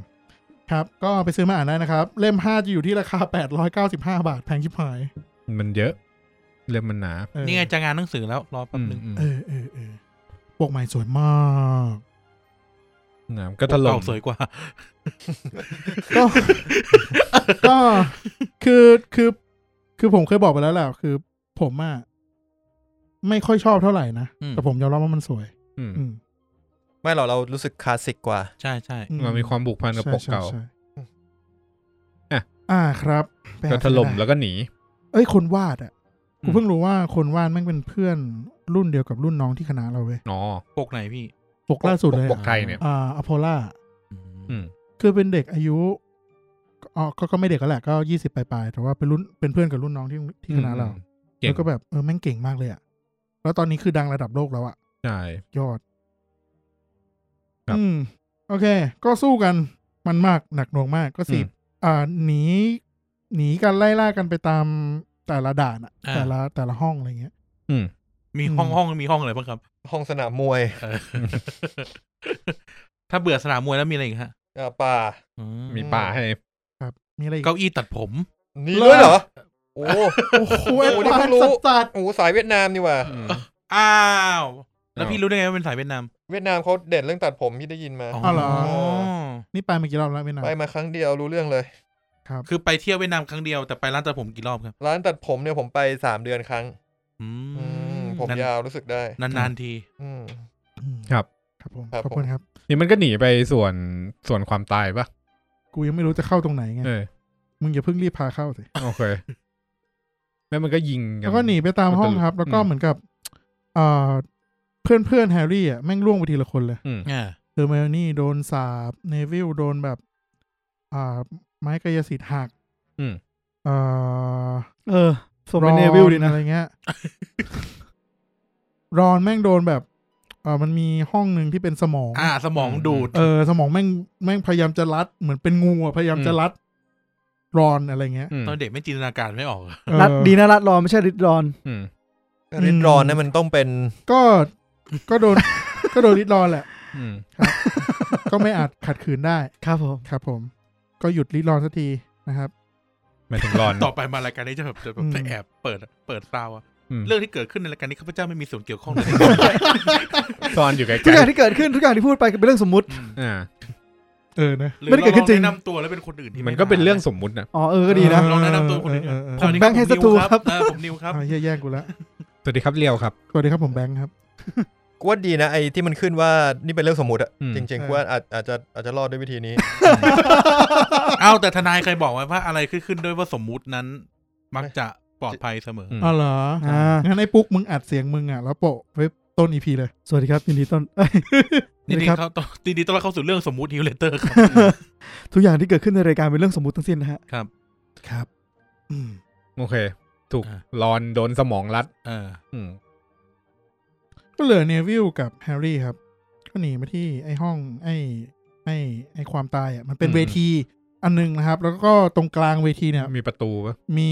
S5: ครับ ก็ไปซื้อมาอ่านได้นะครับ เล่มห้าจะอยู่ที่ราคาแปดร้อยเก้าสิบห้าบาท แพงชิบหาย
S3: มันเยอะ เล่มมันหนา
S5: เออ
S4: นี่ไงจะงานหนังสือแล้วรอแป๊บนึง
S3: อืม
S5: เออเออเออปกใหม่สวยมาก
S3: หนาก็ถล่ม
S4: เก่าสวยกว่า
S5: ก็ ก็คือคือคือผมเคยบอกไปแล้วแหละคือผมอ่ะไม่ค่อยชอบเท่าไหร่นะ
S4: อืม
S5: แต่ผมยอมรับว่ามันสวย
S3: อืม
S5: อืม
S1: ไม่หรอกเรารู้สึกคลาสสิกกว่า
S4: ใช่ใช่
S5: อื
S3: มันมีความบุกพันกับ
S5: ใช่
S3: ปกเก่า
S5: ใช่ใช่
S3: อ่ะ
S5: อ่าครับไปหา
S3: ก็ถล่ม
S5: ซื้อได้
S3: แล้วก็หนี
S5: เอ้ยคนวาดอ่ะ
S3: อืม
S5: กูเพิ่งรู้ว่าคนวาดแม่งเป็นเพื่อนรุ่นเดียวกับรุ่นน้องที่คณะเราเว้ย
S3: อ๋อ
S4: ปกไหนพี่
S5: ปกล่าสุดเลย
S3: ป
S5: อะ
S3: กไทยเนี่ย
S5: อ่าอโพล่า
S3: อืม
S5: คือเป็นเด็กอายุอ๋อก็ก็ไม่เด็กแล้วแหละก็ยี่สิบปลายๆแต่ว่าเป็นรุ่นเป็นเพื่อนกับรุ่นน้องที่ที่คณะเรา
S3: อืมเก่ง
S5: แล้วก็แบบเออแม่งเก่งมากเลยอ่ะแล้วตอนนี้คือดังระดับโลกแล้วอ่ะ
S3: ใช่
S5: ยอด
S3: ครับ
S5: อืม โอเค ก็สู้กันมันมากหนักหน่วงมากก็สิ
S3: อืม
S5: อ่าหนีหนีกันไล่ล่ากันไปตามแต่ละด่านอะ
S4: อ่า
S5: แต่ละแต่ละห้องอะไรเงี้ย
S3: อืม
S4: มีห้อง
S5: อืม
S4: ห้องมีห้องอะไรบ้างครับ
S1: ห้องสนามมวย
S4: เออถ้าเบื่อสนามมวยแล้วมีอะไรอีกฮะ
S1: เอ่อป่า
S4: อืม
S3: มีป่าให้
S5: ครับ มีอะไรอีก
S4: เก้าอี้ตัดผม
S1: นี่ด้วยเหรอ โอ้
S5: โอ้โห
S1: โอ้โหนี่เพิ่งรู้
S5: สัตว์
S1: โหสายเวียดนามนี่หว่า
S4: อ้าวแล้ว
S3: อ้าว
S4: พี่รู้ได้ไงว่าเป็นสายเวียดนาม
S1: เวียดนามเขาเด่นเรื่องตัดผมที่ได้ยินมา
S5: าวเหรอ
S4: อ
S5: ๆนี่ไปมากี่รอบแล้วไม่นาน
S1: ไปมาครั้งเดียวรู้เรื่องเลย
S5: ครับ
S4: คือไปเที่ยวเวียดนามครั้งเดียวแต่ไปร้านตัดผมกี่รอบครับ
S1: ร้านตัดผมเนี่ยผมไปสามเดือนครั้ง
S4: อื
S1: อืม
S4: ม
S1: ผมยาวรู้สึกได้
S4: นานนานๆที
S1: อืม
S3: ครับ
S5: ครับผม
S1: ครับ
S5: ขอบคุณ
S1: ผม
S5: ครับ
S3: นี่มันก็หนีไปส่วนส่วนความตายปะ
S5: กูยังไม่รู้จะเข้าตรงไหนไง
S3: เออ
S5: มึงอย่าเพิ่งรีบพาเข้าสิ
S3: โอเค แล้วมันก็ยิง
S5: แล้วก็หนีไปตามห้องครับ แล้วก็เหมือนกับเอ่อเพื่อนเพื่อนๆแฮร์รี่อ่ะแม่งล่วงไปทีละคนเลย
S3: อืม
S4: อ่า
S5: เฮอร์ไมโอนี่โดนสาบเนวิลโดนแบบ อ่า ไม้กายสิทธิ์หัก
S3: อืม
S5: เอ่อ
S2: เออสมเป็นเนวิลดีนะ
S5: อะไรเงี้ย รอนแม่งโดนแบบเอ่อมันมีห้องหนึ่งที่เป็นสมอง
S4: อ่า สมองดูด
S5: เออสมองแม่งแม่งพยายามจะรัด เหมือนเป็นงูอะพยายามจะรัด รอนอะไรเงี้ย
S3: อืม
S4: ตอนเด็กไม่จินตนาการไม่ออกอะ
S5: เออ
S2: รัดดีนะรัดรอนไม่ใช่ริดรอน
S3: อืม
S5: อืม
S1: ริดรอนเนี่ยมันต้องเป็น
S5: ก็ก็โดน ก็โดนริดรอนแหละ
S3: อืม
S5: ก็ไม่อาจขัดขืนได้
S2: ครับผม
S5: ครับผม ก็หยุดริดรอนสักทีนะครับ
S3: หมายถึงรอน
S4: ต่อไปมารายการนี้จะแบบจะแบ
S5: อื
S4: บ
S5: ม
S4: จะแอบเปิดเปิดซาวอะ
S3: อืม
S4: เรื่องที่เกิดขึ้นในรายการนี้ข้าพเจ้าไม่มีส่วนเกี่ยวข้องเลย
S3: ซอนอยู่ไกล
S2: ทุกอย่างที่เกิดขึ้นทุกอย่างที่พูดไปเป็นเรื่องสมมุติ
S3: ๆอ่า
S5: เออนะ
S4: หรือ
S2: ไม่ได้เกิดขึ้นจริง
S4: าลอแนะนำตัวแล้วเป็นคนอื่นที่
S3: มันก็เป็นเรื่อง
S4: ไ
S3: สมมุตินะ
S2: อ๋อเออก็ดีนะ
S4: ลองแนะนำตัวคนอื่น
S5: เออเออ
S4: ด้
S5: เอ
S4: ส
S5: อ
S4: วัสดี
S2: ผมแบงค์ให้ศัตรูครับ
S4: เออผมนิวครับ
S5: เอาเหี้ยแย่งกูละ
S3: สวัสดีครับเลียวครับ
S5: สวัสดีครับผมแบงค์ครับ
S1: กว่าดีนะไอ้ที่มันขึ้นว่านี่เป็นเรื่องสมมติอะ
S3: อืม
S1: จริง
S5: เออ
S1: ๆกว่าอาจอาจจะอาจจะรอดด้วยวิธีนี้
S4: เอาแต่ทนายเคยบอกไว้ว่าอะไรขึ้นขึ้นด้วยว่าสมมุตินั้น มักจะปลอดภัยเสมอ
S3: อืม
S5: อ๋อเหรอ
S2: อ่า
S5: งั้นไอ้ปุ๊กมึงอัดเสียงมึงอ่ะแล้วโปะไว้ต้นอีพีเลย
S2: สวัสดีครับยินดี ต้อนเอ้ย
S4: นี่
S2: สวัส
S4: ดี
S2: ดีครับ
S4: เขาดีดีต้อนรับเข้าสู่เรื่องสมมุติฮิวเลเตอร์ครับ
S2: ทุกอย่างที่เกิดขึ้นในรายการเป็นเรื่องสมมุติทั้งสิ้นนะฮะ
S5: ครับอืม
S3: โอเค ถูก
S4: อ่ะ
S3: รอนโดนสมองรัด
S4: เออ
S3: อืม
S5: ก็เหลือเนวิลกับแฮร์รี่ครับ ก็หนีมาที่ไอ้ห้องไอ้ไอ้ไอ้ความตายอ่ะมันเป็น
S3: อืม
S5: เวทีอันหนึงนะครับ แล้วก็ตรงกลางเวทีเนี่ย
S3: มีประตูปะ
S5: มี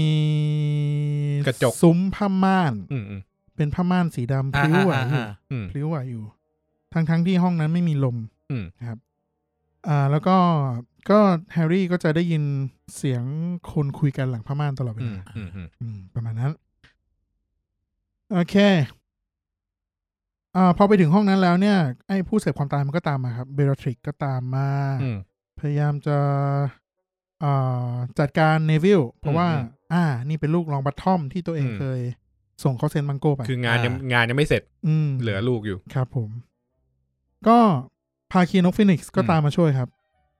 S3: กระจก
S5: ซุ้มผ้าม่าน
S3: อืมอืม
S5: เป็นผ้าม่านสีดำพ
S4: อ่า
S5: ลิ้ว
S4: อ่าอ่า
S5: ไหวอยู่
S4: อ่า
S3: อืม
S5: พลิ้วไหวอยู่ ทั้งทั้งๆที่ห้องนั้นไม่มีลม
S3: อืม
S5: นะครับ อ่า แล้วก็ก็แฮร์รี่ก็จะได้ยินเสียงคนคุยกันหลังผ้าม่านตลอดเว
S3: อืม
S5: ลา
S3: อืมอืม
S5: อืม ประมาณนั้น โอเค อ่า พอไปถึงห้องนั้นแล้วเนี่ย ไอ้ผู้เสพความตายมันก็ตามมาครับ เบลทริกก็ตามมา
S3: อืม
S5: พยายามจะอ่าจัดการเนวิลเพราะว่า
S3: อืม
S5: อ่า นี่เป็นลูกรองบัตทอมที่ตัวเอง
S3: อืม
S5: เคย ส่งเขาเซนมังโก้ไป
S3: คืองานยังงานยังไม่เสร็จ
S5: อืม
S3: เหลือลูกอยู่
S5: ครับผม ก็พาคีนกฟินิกซ์ก็
S3: อืม
S5: ตามมาช่วยครับ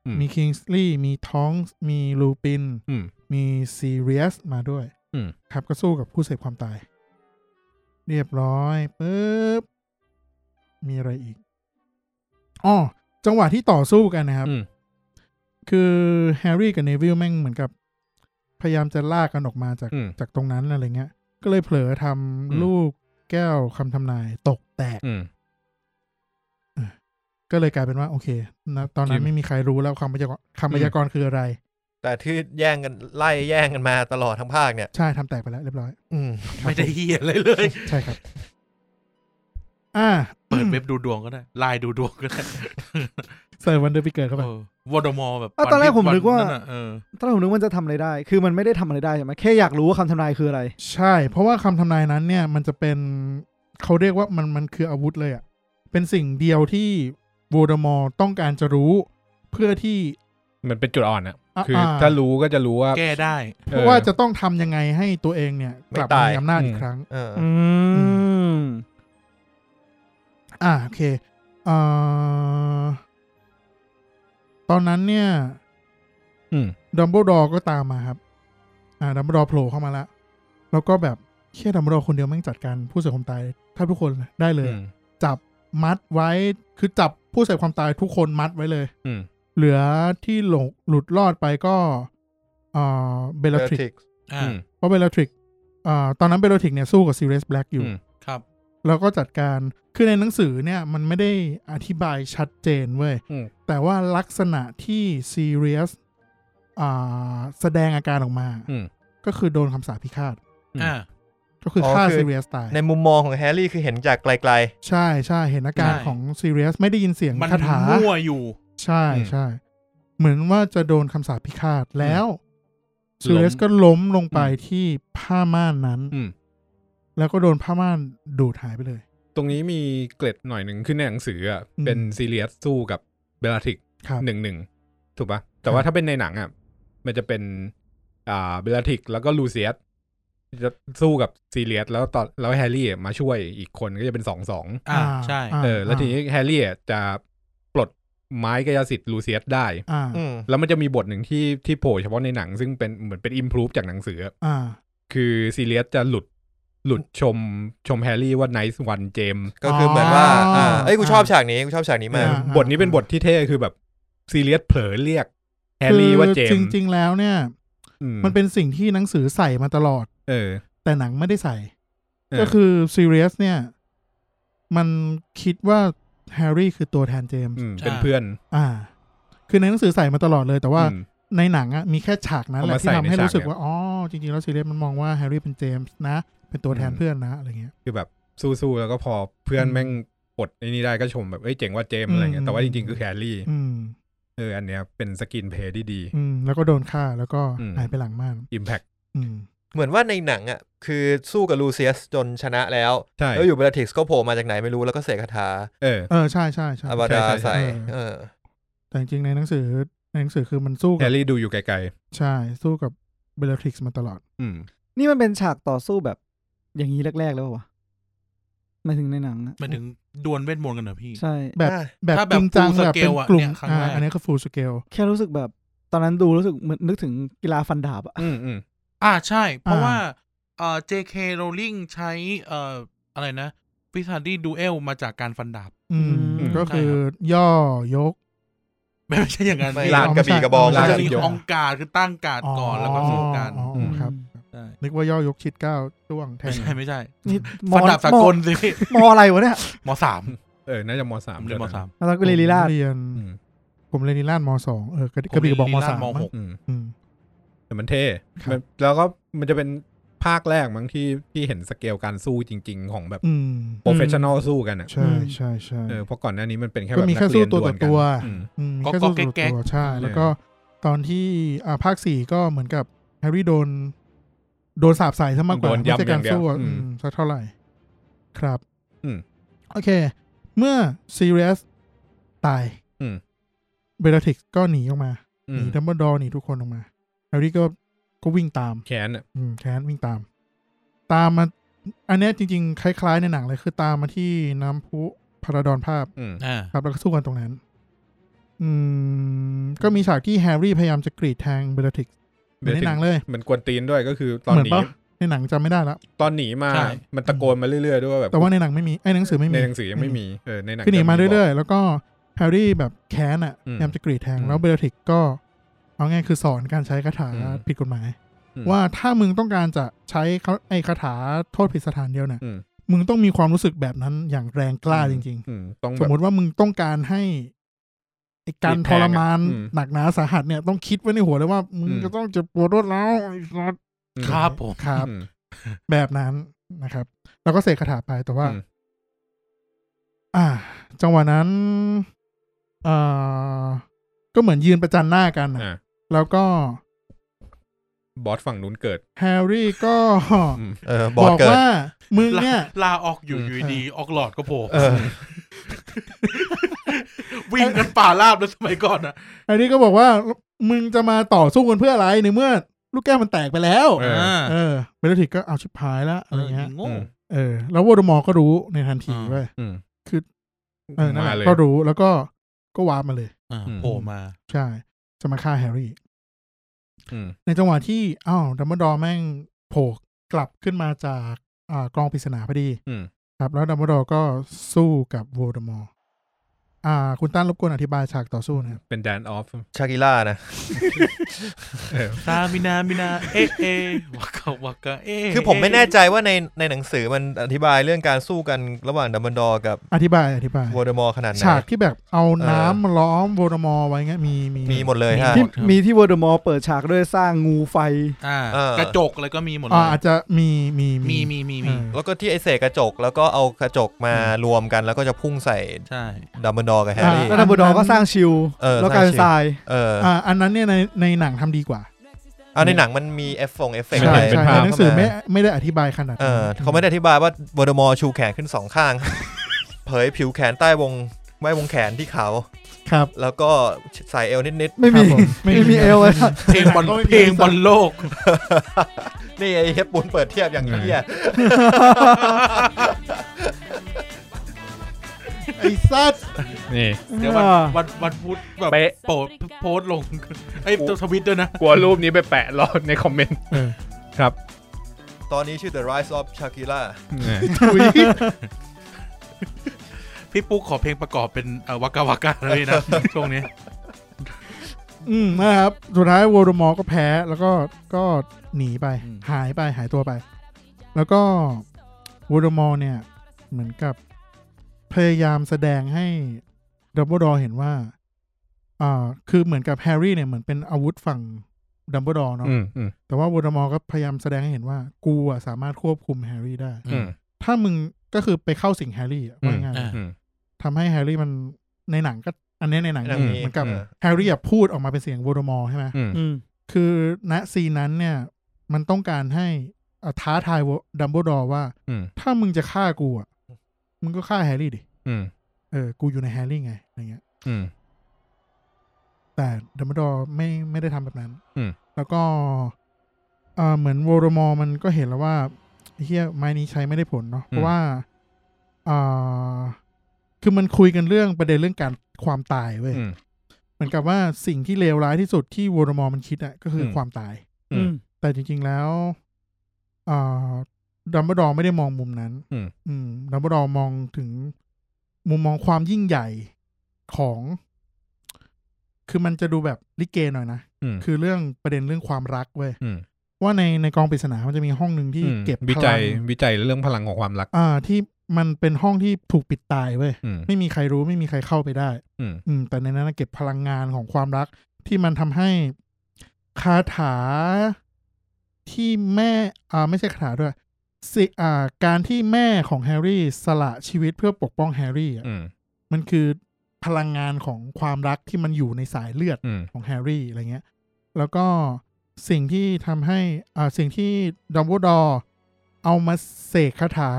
S3: อืม
S5: มีคิงส์ลีย์มีท้องส์มีลูปิน
S3: อืม
S5: มีซีเรียสมาด้วย
S3: อืม
S5: ครับก็สู้กับผู้เสพความตาย เรียบร้อยปึ๊บมีอะไรอีกอ๋อจังหวะที่ต่อสู้กันนะครับ
S3: อืม
S5: คือแฮร์รี่กับเนวิลแม่งเหมือนกับ พยายามจะลากกันออกมาจาก
S3: อืม
S5: จากตรงนั้นอะไรเงี้ย ก็เลยเผลอทำลูกแก้วคำทำนายตกแตก
S3: อืม
S5: ก็เลยกลายเป็นว่า โอเคนะตอนนั้
S3: จริง
S5: นไม่มีใครรู้แล้วคำพยากรณ์คำพยากรณ์คืออะไร
S1: แต่ที่แย่งกันไล่แย่งกันมาตลอดทั้งภาคเนี่ย
S5: ใช่ทำแตกไปแล้วเรียบร้อย
S1: อืม
S4: ไม่ได้เฮียอะไรเลย
S5: ใช่ครับ อ่า
S4: เปิดเว็บดูดวงก็ได้ไลน์ดูดวงก็ได้
S5: เซอร์วันเดอร์ปิเกิดเข้าไป
S4: เออวอดมอแบบ
S2: อ่ะตอนแรกผมนึกว่า
S4: ะเออ
S2: ตอนแรกผมนึกว่ามันจะทำอะไรได้ คือมันไม่ได้ทำอะไรได้ใช่ไหมแค่อยากรู้ว่าคำทำนายคืออะไร
S5: ใช่ เพราะว่าคำทำนายนั้นเนี่ย มันจะเป็นเขาเรียกว่ามันมันคืออาวุธเลยอะ่ะ เป็นสิ่งเดียวที่โวลเดอมอร์ต้องการจะรู้ เพื่อที่
S3: มันเป็นจุดอ่อนอะ
S5: อ่ะ
S3: คือ
S5: อ่า
S3: ถ้ารู้ก็จะรู้ว่า
S4: แก้ได้
S5: เพราะว่าจะต้องทำยังไงให้ตัวเองเนี่ย กลับ
S1: ไม่
S5: มา
S1: ตาย
S5: มีอำนาจอีกครั้ง
S1: เออ
S2: อืม
S5: อ่าโอเคเอ่อตอนนั้นเนี่ย
S3: อืม
S5: ดัมเบิลดอร์ก็ตามมาครับ อ่าดัมเบิลดอร์โผล่เข้ามาละแล้วก็แบบแค่ดัมเบิลดอร์คนเดียวแม่งจัดการผู้เสียความตายถ้าทุกคนได้เลย
S3: อื
S5: อะ
S3: ม
S5: จับมัดไว้คือจับผู้เสพความตายทุกคนมัดไว้เลย
S3: อืม
S5: เหลือที่หลงหลุดรอดไปก็เอ่อเบลทริ
S1: เบล
S5: ก
S1: ทิกซ์
S4: อ่า
S3: อืม
S5: เพราะเบลทริกอ่าตอนนั้นเบลทริกเนี่ยสู้กับซีเรสแบล็กอยู่
S3: อืม
S4: ครับ
S5: แล้วก็จัดการ คือในหนังสือเนี่ยมันไม่ได้อธิบายชัดเจนเว้ย
S3: อืม
S5: แต่ว่าลักษณะที่ซีเรียสอ่าแสดงอาการออกมา
S3: อืม
S5: ก็คือโดนคำสาปพิฆาต
S3: อืม
S4: อ่า
S5: ก็คืออ
S1: อ
S5: ฆ่า
S1: คือ
S5: ซีเรียสตาย
S1: ในมุมมองของแฮร์รี่คือเห็นจากไกล
S5: ใช่ใช่เห็นอาการ
S4: ใช่
S5: ของซีเรียสไม่ได้ยินเสียง
S4: มัน
S5: คาถาม
S4: มั่วอยู่
S5: ใช่
S3: อืม
S5: ใช่ เหมือนว่าจะโดนคำสาปพิฆาตแล้ว
S3: ล้ม
S5: ซูเรสก็ล้มลงไปที่ผ้าม่านนั้น
S3: อืม
S5: แล้วก็โดนผ้าม่านดูดหายไปเลย
S3: ตรงนี้มีเกล็ดหน่อยหนึ่งคือในหนังสืออ่ะ
S5: อืม
S3: เป็นซีเรียสสู้กับเบลลาทริกซ์
S5: ครับ
S3: หนึ่งหนึ่งถูกปะ
S5: ครั
S3: แต่
S5: บ
S3: ว่าถ้าเป็นในหนังอ่ะมันจะเป็นอ่าเบลลาทริกซ์แล้วก็ลูเซียสจะสู้กับซีเรียสแล้วตอนแล้วแฮร์รี่อ่ะมาช่วยอีกคนก็จะเป็นสองสอง
S4: อ่าใช่
S5: อ่า
S3: เออแล้วทีนี้แฮร์รี่อ่ะจะปลดไม้กายสิทธิ์ลูเซียสได้
S5: อ่า
S1: ๆ อืม
S3: แล้วมันจะมีบทหนึ่งที่ที่โผล่เฉพาะในหนัง ซึ่งเป็นเหมือนเป็นอิมพลูฟจากหนังสืออะ
S5: อ่า
S3: คือซีเรียสจะหลุดหลุดชมชมแฮร์รี่ว่าไนซ์วันเจม
S1: ก็คือเหมือนว่า
S5: อ๋ออ่
S1: าเอ้ย กูชอบ
S5: อ่า
S1: ฉากนี้ กูชอบฉากนี้มาก
S5: อ่า
S3: บทนี้เป็นบทที่เท่คือแบบซีเรียสเผลอเรียกแฮร์รี่ว่าเจม
S5: คือจริง ๆ แล้วเนี่ย
S3: อื
S5: มันเป็นสิ่งที่หนังสือใส่มาตลอด
S3: เออ
S5: แต่หนังไม่ได้ใส่
S3: เออ
S5: ก็คือซีเรียสเนี่ย มันคิดว่าแฮร์รี่คือตัวแทนเจมส์
S3: อืมเป็นเพื่อน
S5: อ่า คือในหนังสือใส่มาตลอดเลย แต่ว่า
S3: อืม
S5: ในหนังอะมีแค่ฉากนั้นแหละ
S3: เอามา
S5: ที่
S3: ใส่
S5: ทำให้
S3: ในฉาก
S5: รู้สึก
S3: เนี่ย
S5: ว่า อ๋อ จริง ๆ แล้วซีเรียสมันมองว่าแฮร์รี่เป็นเจมส์นะ เป็นตัวแทน
S3: อืม
S5: เพื่อนนะ อะไรเงี้ย
S3: คือแบบสู้ๆแล้วก็พอเพื่อน
S5: อืม
S3: แม่งปลดไอ้นี่ได้ก็ชมแบบเอ้ยเจ๋งว่าเจมอะไรเงี้ยแต่ว่า
S5: อื
S3: จ
S5: ม
S3: ริงๆคือแฮร์รี่
S5: อืม
S3: เอออันเนี้ยเป็นสกินเพลย์ที่ดี
S5: อืม แล้วก็โดนฆ่าแล้วก็
S3: อืม
S5: หายไปหลังม่าน
S3: อิมแพค
S5: อืม
S1: เหมือนว่าในหนังอ่ะ คือสู้กับลูเซียสจนชนะแล้ว
S3: ใช่
S1: แล้วอยู่เบลลาทริกซ์ก็โผล่มาจากไหนไม่รู้ แล้วก็เสกคาถา
S3: เออ
S5: เออ ใช่ใช่ใช่
S1: อวดา
S3: ใช่ใช่
S1: ใส่
S5: ใช่
S1: เออ
S5: แต่จริงๆ ในหนังสือ ในหนังสือคือมันสู้
S3: แฮ
S5: กับ
S3: ร์รี่ดูอยู่ไกล
S5: ใช่ สู้กับเบลลาทริกซ์มาตลอด
S3: ๆอืม
S2: นี่มันเป็นฉากต่อสู้แบบอย่างนี้แรก ๆ แล้ววะหมายถึงในหนังอะ
S4: มันถึงดวลเวทมนต์กันเหรอพี่
S2: ใช่
S5: แบบ
S1: อ่า
S5: แบบ
S4: ถ้าแบ
S5: จ
S4: บ
S5: ริงจัง
S4: full
S5: แบบเป็น
S4: scale อะ
S5: กลุ่
S4: เนี่
S5: ม
S4: ยครั้ง
S5: อ่า
S4: แรก
S5: อันนี้คือฟูลสเกล
S2: แค่รู้สึกแบบ ตอนนั้นดูรู้สึกเหมือนนึกถึงกีฬาฟันดาบอะ
S3: อืมอืม
S4: อ่าใช่ เพราะ
S5: อ่า
S4: ว่าเอ่อ JK Rowling ใช้เอ่ออะไรนะพิซาดีดูเอลมาจากการฟันดาบ
S5: อืม
S3: อืม
S5: ก็คือย่อยก
S4: ไม่ไม่ใช่อย่างนั้นพี่
S1: ลาก
S5: อ๋อก
S1: ระบี่
S5: ไม่ใช่
S1: กระบอง
S5: ไม่
S4: มัน
S1: ลา
S5: ใช่
S4: จะ
S1: ก
S4: มี
S1: ยก
S4: องการคือตั้งการดก่อนแล้วก็สู้กัน
S5: อ๋ออ๋อครับ
S4: ใช่
S5: นึกว่าย่อยกชิดเก้าจ้วงแท
S4: ไม่
S5: ง
S4: ใช่ไม่ใช่
S2: นี่มอ
S4: ฟันดาบสากลสิพี่
S2: มอมออะไรวะเนี่ย
S4: มสาม
S3: เออ น่าจะมสาม
S4: ผมเรียนมสาม
S2: ตอนนั้นกูเรียนลีลาด
S5: ผมเรียน
S3: อืม
S5: ผมเรียนลีลาดมสองเออกระ
S4: ผม
S5: กระบี่กระบอก
S4: เรี
S5: ม
S4: ยนลีลาด
S5: สาม
S4: มหก
S5: มั้ง
S3: อืม
S5: อืม
S3: แต่มันเท่
S5: ครับ
S3: มันแล้วก็มันจะเป็นภาคแรกมั้งที่ที่เห็นสเกลการสู้จริง ๆ ของแบบ
S5: อืม
S3: โปรเฟชชั่นอลสู้กันอ่ะ
S5: ใช่ใช่ใช่
S3: เออเพราะก่อนหน้านี้มันเป็นแค่
S5: ก็
S3: แบบ
S5: มี
S3: นั
S5: แค่
S3: กเรี
S5: สู้
S3: ยน
S5: ตัว
S3: ดวล
S5: ต่อ
S3: กัน
S5: ตัว
S3: อืม
S5: อืม
S4: ก็
S5: แค่สู้ตัว
S4: ก็แก๊
S5: ต่อก ตัวใช่
S3: เออ
S5: แล้วก็ตอนที่อ่าภาคสี่ก็เหมือนกับแฮร์รี่โดน โดนสาบใส่ซะมากกว่า
S3: โดน
S5: ไม่
S3: ยำ
S5: ใช่การ
S3: อย่างเดียว
S5: สู้อะ
S3: อืม
S5: อืมสักเท่าไหร่ ครับ
S3: อืม
S5: โอเค เมื่อซีเรียสตาย
S3: อืม
S5: เบลลาทริกซ์ก็หนีออกมา
S3: อื
S5: ห
S3: ม
S5: นีดัมเบิลดอร์หนีทุกคนออกมาแฮร์รี่ก็ก็วิ่งตาม
S3: แค้นอะ
S5: อืมแคนวิ่งตาม ตามมา อันเนี้ยจริง ๆ คล้ายๆ ในหนังเลยคือตามมาที่น้ำพุพาราดอนภาพ
S3: อืม
S4: อ่า
S5: ครับแล้วก็สู้กันตรงนั้น อืม ก็มีฉากที่แฮร์รี่พยายามจะกรีดแทงเบลลาทริกซ์เหมือนในหนังเลย
S3: มันกวนตีนด้วยก็คือตอน
S5: เหมือน
S3: หนี
S5: ปะในหนังจำไม่ได้ละ
S3: ตอนหนีมา
S5: ใช่
S3: มันตะโกนมาเรื่อยๆด้วยว่าแบบ
S5: แต่ว่าในหนังไม่มีไอ้ยหนังสือไม่มี
S3: ในหนังสือยังไม่มีเออในหนัง
S5: คือหนีมา
S3: จะ
S5: เรื่อยๆ แล้วก็แฮร์รี่แบบแค้นอ่ะ
S3: อืม
S5: พยายามจะกรีดแทง
S3: อืม
S5: แล้วเบลลาทริกซ์ก็ เอาง่ายคือสอนการใช้คาถา
S3: อืม
S5: ผิดกฎหมาย
S3: อืม
S5: ว่าถ้ามึงต้องการจะใช้เขาไอ้คาถาโทษผิดสถานเดียวเนี่ย
S3: อืม
S5: มึงต้องมีความรู้สึกแบบนั้นอย่างแรงกล้าจริง ๆ
S3: อืมต้อง
S5: ส
S3: แบ
S5: ม
S3: บ
S5: มติว่ามึงต้องการให้ไอ้การ
S3: มีแพ
S5: ท
S3: ง
S5: ร
S3: อะ
S5: มาน
S3: อืม
S5: หนักหนาสาหัสเนี่ยต้องคิดไว้ในหัวเลยว่า มึง
S3: อืม
S5: จะต้องเจ็บปวดรวดแล้วไอ้สัส
S3: อืม
S4: ครับผม
S5: ครับ
S3: อืม
S5: แบบนั้นนะครับ แล้วก็เสกคาถาไปแต่ว่า
S3: อืม
S5: อ่า จังหวะนั้นเอ่อก็เหมือนยืนประจันหน้ากันอะ
S3: อ่ะ
S5: แล้วก็
S3: บอสฝั่งนู้นเกิด
S5: แฮร์รี่ก็
S3: อืม
S1: เออ บบ อด
S5: อก
S1: เกิด
S5: ว่า มึง เนี่ย
S4: ลาลาออกอยู่
S3: อืม
S4: อยู่ดีออกหลอดก็โผล่
S1: เออ
S4: วิ่งกันป่าราบแล้วสมัยก่อนอ่ะ
S5: แฮร์รี่ก็บอกว่า มึงจะมาต่อสู้กันเพื่ออะไรในเมื่อ ลูกแก้วมันแตกไปแล้ว
S3: เออ
S5: เออเบลลาทริกซ์ก็เอาชิบหายแล้วอะไรเงี้ย
S4: โง่
S3: อืม
S5: เออแล้ววอร์ดมอร์ก็รู้ในทันที
S4: อ่า
S5: เว้ย
S3: อืม
S5: เออนั่นแห
S3: มา
S5: ละ
S3: เลย
S5: ก็รู้แล้วก็ก็วาร์ปมาเลย
S4: อ่า
S3: อืม
S4: โผล่มา
S5: ใช่ จะมาฆ่าแฮร์รี่
S3: อืม
S5: ในจังหวะที่อ้าวดัมเบิลดอร์แม่งโผล่กลับขึ้นมาจากอ่ากองปริศนาพอดี
S3: อืม
S5: ครับ แล้วดัมเบิลดอร์ก็สู้กับวอร์ดมอร์ อ่า คุณต้านรบกวนอธิบายฉากต่อสู้หนะครับ
S3: เป็นแดนออฟ
S1: ชากิล่านะ
S4: ตามินามินา เอะเอะวากาวากาเอะ
S1: คือผมไม่แน่ใจว่าในในหนังสือมันอธิบายเรื่องการสู้กันระหว่างดัมเบิลดอร์กับ
S5: อธิบายอธิบาย
S1: วอร์เดมอร์ขนาดไหน
S5: ฉากที่แบบเอาน้ำ
S1: เออ
S5: มาล้อมโวลเดอมอร์ไว้เงี้ยมีมี
S1: มีหมดเลยฮะ
S2: ที่มีที่วอร์ดมอร์เปิดฉากด้วยสร้างงูไฟ
S4: อ่า
S1: เออ
S4: กระจกอะไรก็มีหมดเล
S5: อ่าย อาจจะมีมี
S4: มีมีมี
S5: เอ
S4: มี
S5: อ
S1: แล้วก็ที่ไอเสกกระจกแล้วก็เอากระจกมารวมกันแล้วก็จะพุ่งใส่
S4: ใช่
S1: ดัมเบิลดอร์กับแฮร์รี่
S2: แล้วดัมเบิลดอร์ก็สร้างชิลด์
S1: เออ
S2: แล้วกลายเป็น
S1: ส
S2: ท
S1: ร้าง
S2: รา
S1: ชิลด์
S2: ย
S1: เออ
S5: อ่าอันนั้นเนี่ยในในหนังทำดีกว่า
S1: เอาในหนังมันมีเอฟฟงเอฟเฟกต์
S5: ใช่
S1: อะไร
S5: ใช่
S1: ภ
S5: ใน
S1: พ
S5: หนังสือ
S1: เข้าา
S5: ไม่ไม่ได้อธิบายขนาด
S1: เอ
S5: นั้น
S1: อเขาไม่ได้อธิบายว่าวอร์เดมอร์ชูแขนขึ้นสองข้าง เผยผิวแขนใต้วงไม่วงแขนที่เขา
S5: ครับ
S1: แล้วก็ใส่เอวนิด
S2: ไม่
S5: ครั
S2: มี
S5: บผ
S2: ไม่มีเอลเลยครับ
S4: เพลงบอลเพลงบอลโลก
S1: ๆ นี่ไอ้เฮปปูนเปิดเทียบอย่างเหี้ย
S5: ไอ้ซัด
S3: นี่
S4: เดี๋ยววันวันวันพุธแบบ
S3: เป๊ะ
S4: โปรดโพสต์ลงไอ้ยทวิตด้วยนะ
S3: กลัวรูปนี้ไปแปะรอดในคอมเมนต์ครับ
S1: ตอนนี้ชื่อ The Rise of Shakira
S3: เนี่ย
S4: พี่ปุ๊กขอเพลงประกอบเป็นเอ่อวากาวากาเลยนะ ช่วงนี้
S5: อืมนะครับสุดท้ายโวลเดอมอร์ก็แพ้แล้วก็ก็หนีไป
S4: อืม
S5: หายไปหายตัวไป แล้วก็โวลเดอมอร์เนี่ย เหมือนกับพยายามแสดงให้ดัมเบิลดอร์เห็นว่าอ่าคือเหมือนกับแฮร์รี่เนี่ยเหมือนเป็นอาวุธฝั่งดัมเบิลดอร์เนาะ
S3: อืมอืม
S5: แต่ว่าโวลเดอมอร์ก็พยายามแสดงให้เห็นว่า กูอะสามารถควบคุมแฮร์รี่ได้
S3: อืม
S5: ถ้ามึงก็คือไปเข้าสิงแฮร์รี่อะว่าง่าย
S4: อ่า
S3: อืม
S5: ๆทำให้แฮร์รี่มันในหนังก็ อันเนี้ยในหนัง
S1: หนังนี้
S5: เหมือนกับ
S1: เออ
S5: แฮร์รี่อะพูดออกมาเป็นเสียงโวลเดอมอร์ใช่ไหม
S3: อืม
S2: อืม
S5: คือณซีนนั้นเนี่ย มันต้องการให้อ่ะท้าทายดัมเบิลดอร์ว่า
S3: อืม
S5: ถ้ามึงจะฆ่ากูอะมึงก็ฆ่าแฮร์รี่ดิ
S3: อืม
S5: เออกูอยู่ในแฮร์รี่ไงอะไรเงี้ย
S3: อืม
S5: แต่ดัมเบิลดอร์ไม่ไม่ได้ทำแบบนั้น
S3: อืม
S5: แล้วก็เอ่อเหมือนโวลเดอมอร์มันก็เห็นแล้วว่าเฮียไม้นี้ใช้ไม่ได้ผลเนาะ เพราะว่าอ่าคือมันคุยกันเรื่องประเด็นเรื่องการความตายเว้ย
S3: อืม
S5: เหมือนกับว่าสิ่งที่เลวร้ายที่สุดที่โวลเดอมอร์มันคิดอะก็คืออ
S3: ม
S5: ความตาย
S3: อืม
S5: แต่จริง ๆ แล้วอ่าดัมเบิลดอร์ไม่ได้มองมุมนั้น
S3: อืม
S5: อืมดัมเบิลดอร์มองถึงมุมมองความยิ่งใหญ่ของ คือมันจะดูแบบลิเกหน่อยนะ
S3: อืม
S5: คือเรื่องประเด็นเรื่องความรักเว้ย
S3: อืม
S5: ว่าในในกองปริศนามันจะมีห้องหนึ่งที่เก็บพลัง
S3: วิจัยวิจัยเรื่องพลังของความรัก
S5: อ่า ที่มันเป็นห้องที่ถูกปิดตายเว้ย
S3: อืม
S5: ไม่มีใครรู้ไม่มีใครเข้าไปได้
S3: อืม
S5: อืม แต่ในนั้นนะเก็บพลังงานของความรัก ที่มันทำให้คาถาที่แม่อ่าไม่ใช่คาถาด้วยสิอ่า การที่แม่ของแฮร์รี่สละชีวิตเพื่อปกป้องแฮร์รี่อะ
S3: อืม
S5: มันคือพลังงานของความรักที่มันอยู่ในสายเลือด
S3: อืม
S5: ของแฮร์รี่อะไรเงี้ย แล้วก็สิ่งที่ทำให้อ่าสิ่งที่ดัมเบิลดอร์เอามาเสกคาถา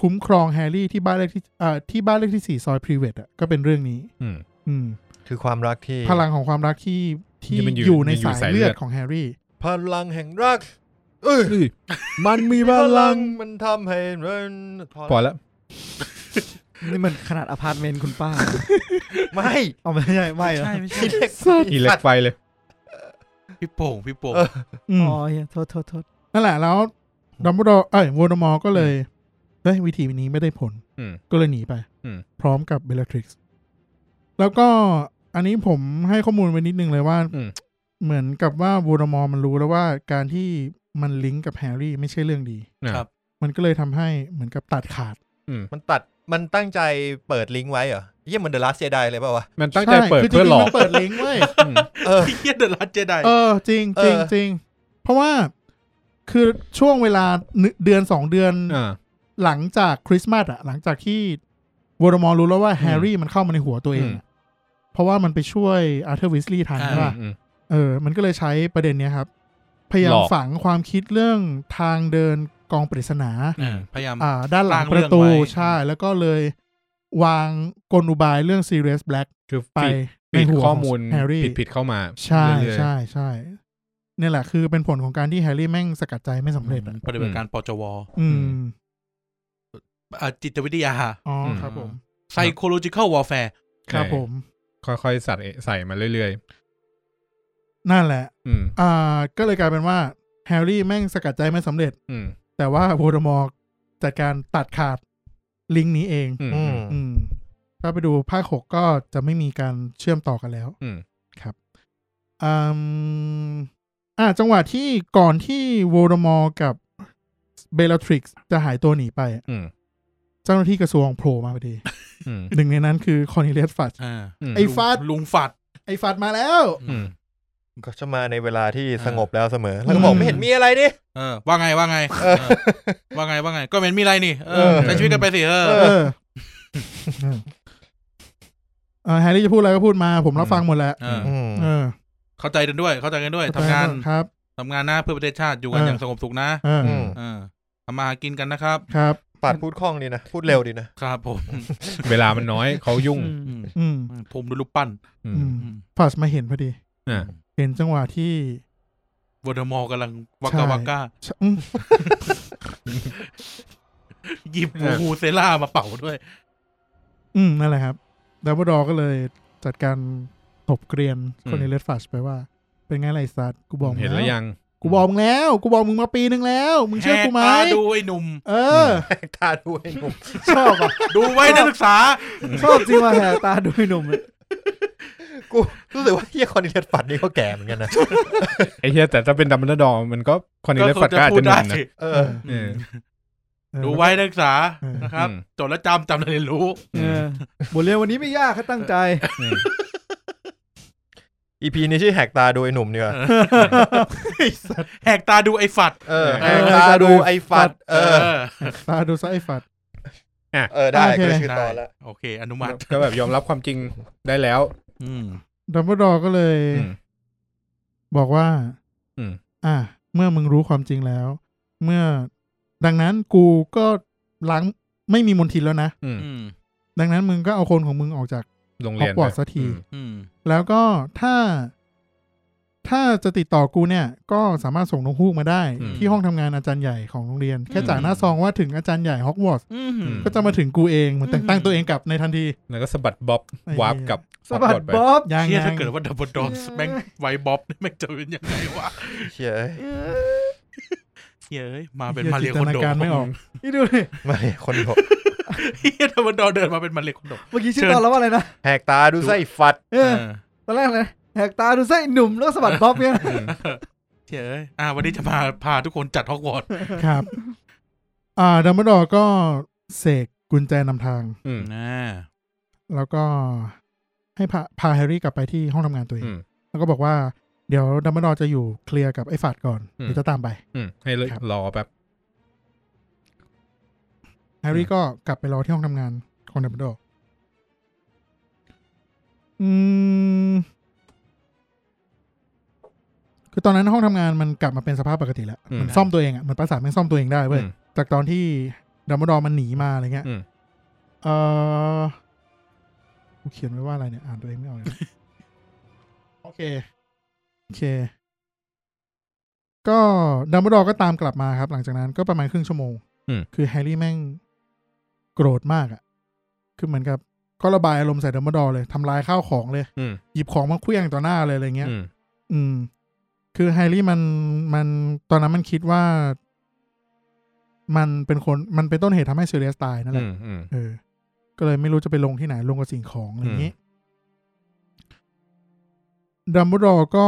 S5: คุ้มครองแฮร์รี่ที่บ้านเลขที่อ่าที่บ้านเลขที่สี่ซอยพรีเวทอ่ะก็เป็นเรื่องนี้
S3: อืม
S5: อืม
S1: คือความรักที่
S5: พลังของความรักที่ที่
S3: ที่มันอยู่
S5: อยู่ใน
S3: อยู่
S5: สาย
S3: สายเลื
S5: เลื
S3: อ
S5: อ
S3: ด
S5: ดของแฮร์รี่
S1: พลังแห่งรัก เอ้ย
S3: มันมีพลัง
S1: มันทำให้เรินพอ
S3: พอ
S1: ละ
S3: แล้ว
S2: นี่มันขนาดอพาร์ตเมนต์คุณป้า
S1: ไม่
S2: เอาไม่ใช่ไม่เหรอ
S4: ใช่ไม่ใช่
S1: ที่เด็ก
S5: สัตว์
S3: อีเล็กไฟเลย
S4: พี่โป่งพี่โป่ง
S5: อืม
S2: อ๋อเหี้ยโทษโทษโทษ
S5: นั่นแหละแล้วดัมเบิลดอร์เอ้ยโวลเดอมอร์ก็เลยเฮ้ยวิธีนี้ไม่ได้ผล
S3: อืม
S5: ก็เลยหนีไป
S3: อืม
S5: พร้อมกับเบล l ทริกซ์แล้วก็อันนี้ผมให้ข้อมูลไว้นิดนึงเลยว่า
S3: อืม
S5: เหมือนกับว่าโวลเดอมอร์มันรู้แล้วว่าการที่มันลิงก์กับแฮร์รี่ไม่ใช่เรื่องดี
S4: ครับ
S5: มันก็เลยทำให้เหมือนกับตัดขาด
S3: อืม
S1: มันตัดมันตั้งใจเปิดลิงก์ไว้เหรอเยี่ยมเหมันเดอะลัสเซไดเลยเปล่าวะ
S3: มันตั้งใจเปิด
S5: ใช่คืจริงๆ
S3: เพื่อหลอก
S5: มันเปิดลิงก์ไว้ย
S3: อืม
S1: เออ
S4: เฮียเดอะลัสเจได
S5: เออจริงจริง
S1: เออ
S5: จริงเพราะว่าคือช่วงเวลาหนึ่งเดือนสองเดือน
S3: อ่า
S5: หลังจากคริสต์มาสอะหลังจากที่โวลเดอมอร์รู้แล้วว่าแฮร์รี่มันเข้ามาในหัวตัวเองอะเพราะว่ามันไปช่วยอาร์เธอร์วิสลีย์ทันใช่ปะ
S3: อืม
S5: เออ มันก็เลยใช้ประเด็นเนี้ยครับ พยายา
S3: หล
S5: ม
S3: อก
S5: ฝังความคิดเรื่องทางเดินกองปริศนา
S4: อ่าพยายาม
S5: อ่า ด้านหลัง
S4: สร้าง
S5: ป
S4: เรื่
S5: ระ
S4: อง
S5: ตู
S4: ไว้
S5: ใช่ แล้วก็เลยวางกลอุบายเรื่อง Serious Black
S3: คือ
S5: ไป
S3: ปิด
S5: ใน
S3: ปิด
S5: หัว
S3: ข้อมูล
S5: แฮร์รี่
S3: ผิดผิดๆเข้ามา
S5: ใช่
S3: เรื่อยๆ
S5: ใช่ใช่เนี่ยแหละคือเป็นผลของการที่แฮร์รี่แม่งสกัดใจไม่สำเร็จอะ
S4: ปฏิบัติการปจว
S5: อืม
S4: อ่าจิตวิทยา
S5: อ๋ออ
S3: ม
S5: ครับผม
S4: psychological warfare
S5: ครับผม
S3: ค่อยๆใส่ใส่มาเรื่อย
S5: นั่นแหละ
S3: ๆ อืม
S5: อ่า ก็เลยกลายเป็นว่าแฮร์รี่แม่งสกัดใจไม่สำเร็จ
S3: อืม
S5: แต่ว่าโวลเดอมอร์จัดการตัดขาดลิงก์นี้เอง
S3: อืม
S1: อืม
S5: อืม ถ้าไปดูภาคหกก็จะไม่มีการเชื่อมต่อกันแล้ว
S3: อืม
S5: อืมอ่าจังหวะที่ก่อนที่โวลเดอมอร์กับเบลทริกซ์จะหายตัวหนีไปอะ
S3: อืม
S5: เจ้าหน้าที่กระทรวงโผล่มาพอดี
S3: อืม
S5: หนึ่งในนั้นคือคอนิเลียสฟัด
S4: อ่า
S5: ไอ้ฟาด
S4: ลุงฟาด
S5: ไอ้ฟัดมาแล้ว
S3: อืม
S1: ก็จะมาในเวลาที่สงบแล้วเสมอ แล้วก็บอกไม่เห็นมีอะไรนี่
S4: เออว่าไงว่าไง
S1: เออ
S4: เออว่าไงว่าไง ก็เหม็นมีอะไรนี่เอ
S1: เออ
S4: อใช้ชีวิตกันไปสิเออ
S5: เออเออแฮร์รี่จะพูดอะไรก็พูดมา ผมรับฟังหมดแหล้ว
S4: เออ
S1: อืม
S5: เออ
S4: เข้าใจกันด้วย เข้าใจกันด้วยทำงาน
S5: ครับ
S4: ทำงานนะเพื่อประเทศชาติอยู่กัน
S5: เออ
S4: อ
S5: อ
S4: ย่างสงบสุขนะ
S5: เอออ
S1: อืม
S4: เออทำมาหากินกันนะครับ
S5: ครับ
S1: ปาดพูดคล่องดีนะ พูดเร็วดีนะ
S4: ครับผม
S3: เวลามันน้อยเขายุ่ง
S4: อืม
S5: อืม
S4: ผมดูลูกปั้น
S3: อื
S5: อื
S3: ม
S5: มฟัดมาเห็นพอดี
S3: อ่า
S5: เห็นจังหวะที่
S4: วอร์ดมอร์กำลังวักกาวักกา
S5: อืม
S4: หยิบบูฮูเซล่ามาเป่าด้วย
S5: อืมนั่นแหละครับดับเบิลดอก็เลยจัดการถบเกรียนคนในเลดฟัชไปว่า เป็นไงล่ะไรสัตว์กูบอกมึง
S3: เห็นแล้วยัง
S5: กูบอกมึงแล้ว กูบอกมึงมาปีนึงแล้ว มึงเชื่อกูไหม
S4: แหตาดูไอ้หนุ่ม
S5: เออ
S1: ตาด้วยหนุ่ม
S2: ชอบอ่ะ
S4: ดูไว้นักศึกษา
S2: ชอบจริงว่าแหกตาดูไอ้หนุ่มเนี่ย
S1: กูรู้สึกว่าเฮียคอนดิเทนปัดนี่ก็แก่เหมือนกันนะ
S3: ไอ้เฮียแต่ถ้าเป็นดัมเบิลดอร์มันก็คอนนีเลฟ
S4: ก็
S3: ฟัดก็อาจจะหนุ่มนะ
S4: สิ
S1: เออ
S3: เออ
S4: ดูไว้นักศึกษา
S5: เออ
S4: นะครับ จดแล้วจำจำแล้วเรียนรู้
S2: เออบทเรียนวันนี้ไม่ยากครับตั้งใจ
S3: อืม
S1: อีพีนี้ชื่อแหกตาดูไอ้หนุ่มเนี่ย
S4: แหกตาดูไอ้ฝัด
S1: เออ
S3: เออ
S1: แหกตาดูไอ้ฟัด เออ
S5: ตาดูซะไอ้ฟัด
S1: เออ ได้
S5: โอเค
S1: ก็ได้ชื่อตอนละ
S4: โอเค อนุมัติ
S3: ก็แบบยอมรับความจริงได้แล้ว
S4: อืม
S5: ดับเบิลดอก็เลย
S3: อืม
S5: บอกว่า
S3: อืม
S5: อ่ะเมื่อมึงรู้ความจริงแล้ว เมื่อดังนั้นกูก็ล้างไม่มีมนทินแล้วนะ
S3: อืม
S4: อืม
S5: ดังนั้นมึงก็เอาคนของมึงออกจาก
S3: โรงเรียน
S5: ฮอกวอตส์สักที
S3: อืม
S4: อืม
S5: แล้วก็ถ้า ถ้าจะติดต่อกูเนี่ย ก็สามารถส่งนกฮูกมาได้
S4: อืม
S5: ที่ห้องทำงานอาจารย์ใหญ่ของโรงเรียน แค่
S4: อืม
S5: จ่ายหน้าซองว่าถึงอาจารย์ใหญ่ฮอกวอตส์
S4: อืม
S5: ก็จะมาถึงกูเองเหมือนแต่งตั้ง
S4: อืม
S5: ตัวเองกลับในทันที
S3: แล้วก็สะบัดบ๊อบ
S5: ไอ้เหี้ย
S3: วาร์ปกับ
S2: สะบัด
S3: ฮกวตส์ไป
S2: บ๊อบ
S5: ยัง
S4: เชี่ย
S5: ยั
S4: ถ้าง เกิดว่าดับเบิลดอน แม่งไวบ๊อบนี่แม่งจะเป็นยังไงวะ
S1: เชียเอ้ย
S4: เชี่ยเอ้ยมาเป็น
S5: หี้
S4: มาเรียค
S5: จิต
S4: นโด
S5: นาการไม่ออก
S2: นี่ดูดิ
S1: ไม่คนหก
S4: เฮียดับเบิลดอนเดินมาเป็นมาเรียคนโด
S2: เมื่อกี้ชื่
S4: เชิ
S2: อ
S4: ญ
S2: ตอนแล้วว่าอะไรนะ
S1: แหกตาดูไส้ฟัด
S2: เออตอนแรกเลยแหกตาดูไส้หนุ่มแล้วก็สะบัดบ๊อบเนี่ย
S3: อืม
S4: เชี่ยเอ้ยอ่า วันนี้จะมาพาทุกคนจัดฮอกวอตส์
S5: ครับ อ่าดัมเบิลดอร์ก็เสกกุญแจนำทาง
S3: อืม
S4: อ่า
S5: แล้วก็ให้พาพาแฮร์รี่กลับไปที่ห้องทำงานตัวเอ
S3: อื
S5: ง
S3: ม
S5: แล้วก็บอกว่าเดี๋ยวดัมเบิลดอร์จะอยู่เคลียร์กับไอ้ฟาดก่อน
S3: อืม
S5: เดี๋ยวจะตามไป
S3: อืมให้เลย
S5: ครับ
S3: รอแป๊บ
S5: แฮร์รี่ก็กลับไปรอที่ห้องทำงานของดัมเบิลดอร์อืม คือตอนนั้นห้องทำงานมันกลับมาเป็นสภาพปกติแล้ว
S3: อืม
S5: มันซ่อมตัวเองอ่ะเหมันประสาทมันซ่อมตัวเองได้เว้ย
S3: อืม
S5: จากตอนที่ดัมเบิลดอร์มันหนีมาอะไรเงี้ย
S3: อืม
S5: เออกูเขียนไว้ว่าอะไร เนี่ย อ่านตัวเองไม่ออกเลย โอเค โอเค ก็ดัมเบิลดอร์ก็ตามกลับมาครับ หลังจากนั้นก็ประมาณครึ่งชั่วโมง
S3: อืม
S5: คือแฮร์รี่แม่งโกรธมากอะ่ะ คือเหมือนกับ ก็ระบายอารมณ์ใส่ดัมเบิลดอร์เลยทำลายข้าวของเลย
S3: อืม
S5: หยิบของมาเคลื่องต่อหน้าเลยอะไรเงี้ย
S3: อืม
S5: อืม คือแฮร์รี่มันมันตอนนั้นมันคิดว่า มันเป็นคนมันเป็นต้นเหตุทำให้เซเรียสตายนั่นแห
S3: อื
S5: ละ
S3: มอืม
S5: เออ ก็เลยไม่รู้จะไปลงที่ไหน ลงกับสิ่งของอะไรอย่างนี้ ดัมเบิลดอร์ก็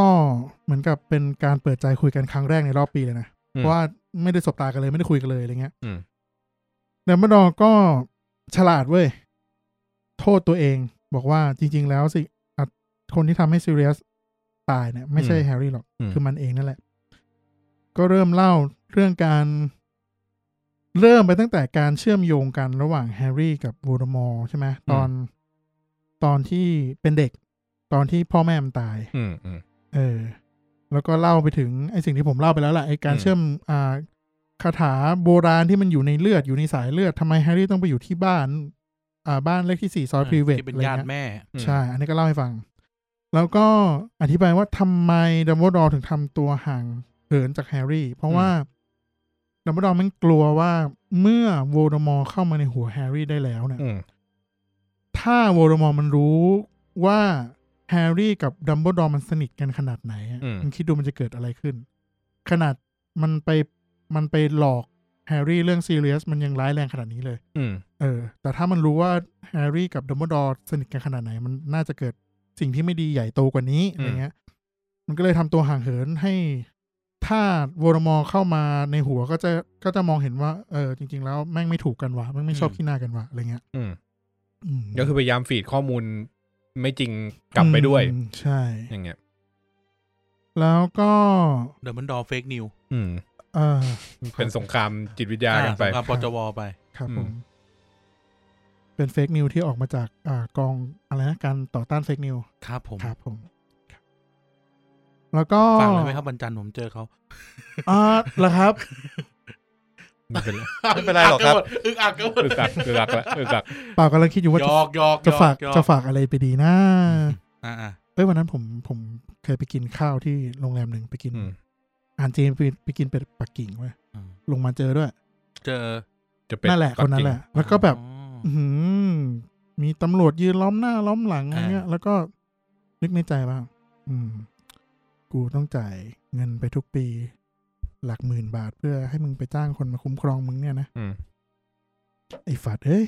S5: เหมือนกับเป็นการเปิดใจคุยกันครั้งแรกในรอบปีเลยนะ
S3: อืม
S5: เพราะว่าไม่ได้สบตากันเลยไม่ได้คุยกันเลยอะไรเงี้ย
S3: อืม
S5: ดัมเบิลดอร์ก็ฉลาดเว้ย โทษตัวเอง บอกว่าจริง ๆ แล้วสิอ่ะคนที่ทำให้ซีเรียสตายเนี่ย ไม่ใช่แฮร์รี่หรอก
S3: อืม
S5: คือมันเองนั่นแหละ ก็เริ่มเล่าเรื่องการ เริ่มไปตั้งแต่การเชื่อมโยงกันระหว่างแฮร์รี่กับโวลเดอมอร์ใช่ไหมตอน ตอนที่เป็นเด็ก ตอนที่พ่อแม่มันตาย
S3: อืมอืม
S5: เออ แล้วก็เล่าไปถึงไอ้สิ่งที่ผมเล่าไปแล้วแหละไอ้การ
S3: อืม
S5: เชื่อมอ่าคาถาโบราณที่มันอยู่ในเลือดอยู่ในสายเลือดทำไมแฮร์รี่ต้องไปอยู่ที่บ้าน อ่าบ้านเลขที่สี่ซอยพรีเวท
S4: ที่เป็นญาติแม่
S5: ใช่ อันนี้ก็เล่าให้ฟัง แล้วก็อธิบายว่าทำไมดัมเบิลดอร์ถึงทำตัวห่างเหินจากแฮร์รี่ เพราะว่าดัมเบิลดอร์มันกลัวว่าเมื่อโวลเดอมอร์เข้ามาในหัวแฮร์รี่ได้แล้วเนี่ย
S3: อืม
S5: ถ้าโวลเดอมอร์มันรู้ว่าแฮร์รี่กับดัมเบิลดอร์มันสนิทกันขนาดไหนอะ
S3: อืม
S5: มันคิดดูมันจะเกิดอะไรขึ้น ขนาดมันไปมันไปหลอก แฮร์รี่เรื่องซีเรียสมันยังร้ายแรงขนาดนี้เลย
S3: อืม
S5: เออ แต่ถ้ามันรู้ว่าแฮร์รี่กับดัมเบิลดอร์สนิทกันขนาดไหน มันน่าจะเกิดสิ่งที่ไม่ดีใหญ่โตกว่านี้
S3: อืม
S5: อะไรเงี้ย มันก็เลยทำตัวห่างเหินให้ ถ้าโวลเดอมอร์เข้ามาในหัวก็จะก็จะมองเห็นว่า เออ จริง ๆ แล้วแม่งไม่ถูกกันวะแม่งไม่ชอบ
S4: อืม
S5: ขี้หน้ากันวะอะไรเงี้ย
S3: อืม
S5: อืม
S3: ก็คือพยายามฟีดข้อมูลไม่จริงกลับไปด้วย
S5: อืมใช่
S3: อย่างเงี้ย
S5: แล้วก็
S4: เดี๋ยวมันดอเฟกนิว
S3: อืม
S5: เออ
S3: เป็นสงครามจิตวิทยากันไป
S4: สงครามปจวไป
S5: ครับ
S3: อืม
S5: ผม เป็นเฟกนิวที่ออกมาจากอ่ากองอะไรนะการต่อต้านเฟกนิว
S4: ครับผม
S5: ครับผม แล้วก็
S4: ฟังเลยไหมครับวันจันทร์ผมเจอเขา
S5: อ่าแล้วครับ
S3: ไม่เป็นไร
S1: ไม่เป็นไรหรอกครับ
S4: อึกอักก็หมด
S3: อึกอักอึกอักละอึก อัก
S5: เปล่ากำลังคิดอยู่ว่า
S4: หย
S5: จะ
S4: อกหยอก
S5: จะฝาก
S4: หยอ
S5: จะฝากอะไรไปดีนะ
S4: อ่าอ่า
S5: เอ้ยวันนั้นผมผมเคยไปกินข้าวที่โรงแรมหนึ่งไปกิน
S3: อืม
S5: อาหารจีนไปไปกินเป็ดปักกิ่งเว้ย
S4: อืม
S5: ลงมาเจอด้วย
S4: เจอ
S3: จะเป็น
S5: นั่นแหละ
S3: ปั
S5: ค
S3: ก
S5: นนั้
S3: กิ่
S5: น
S3: ง
S5: แหละ แล้วก็แบบ
S4: อ๋อ
S5: อื้อหือมีตำรวจยืนล้อมหน้าล้อมหลังอะไร
S4: อ่า
S5: เงี้ย แล้วก็นึกในใจว่าอืม กูต้องจ่ายเงินไปทุกปี หลักหมื่นบาทเพื่อให้มึงไปจ้างคนมาคุ้มครองมึงเนี่ยนะ
S3: อืม
S5: ไอ้ฝัดเอ้ย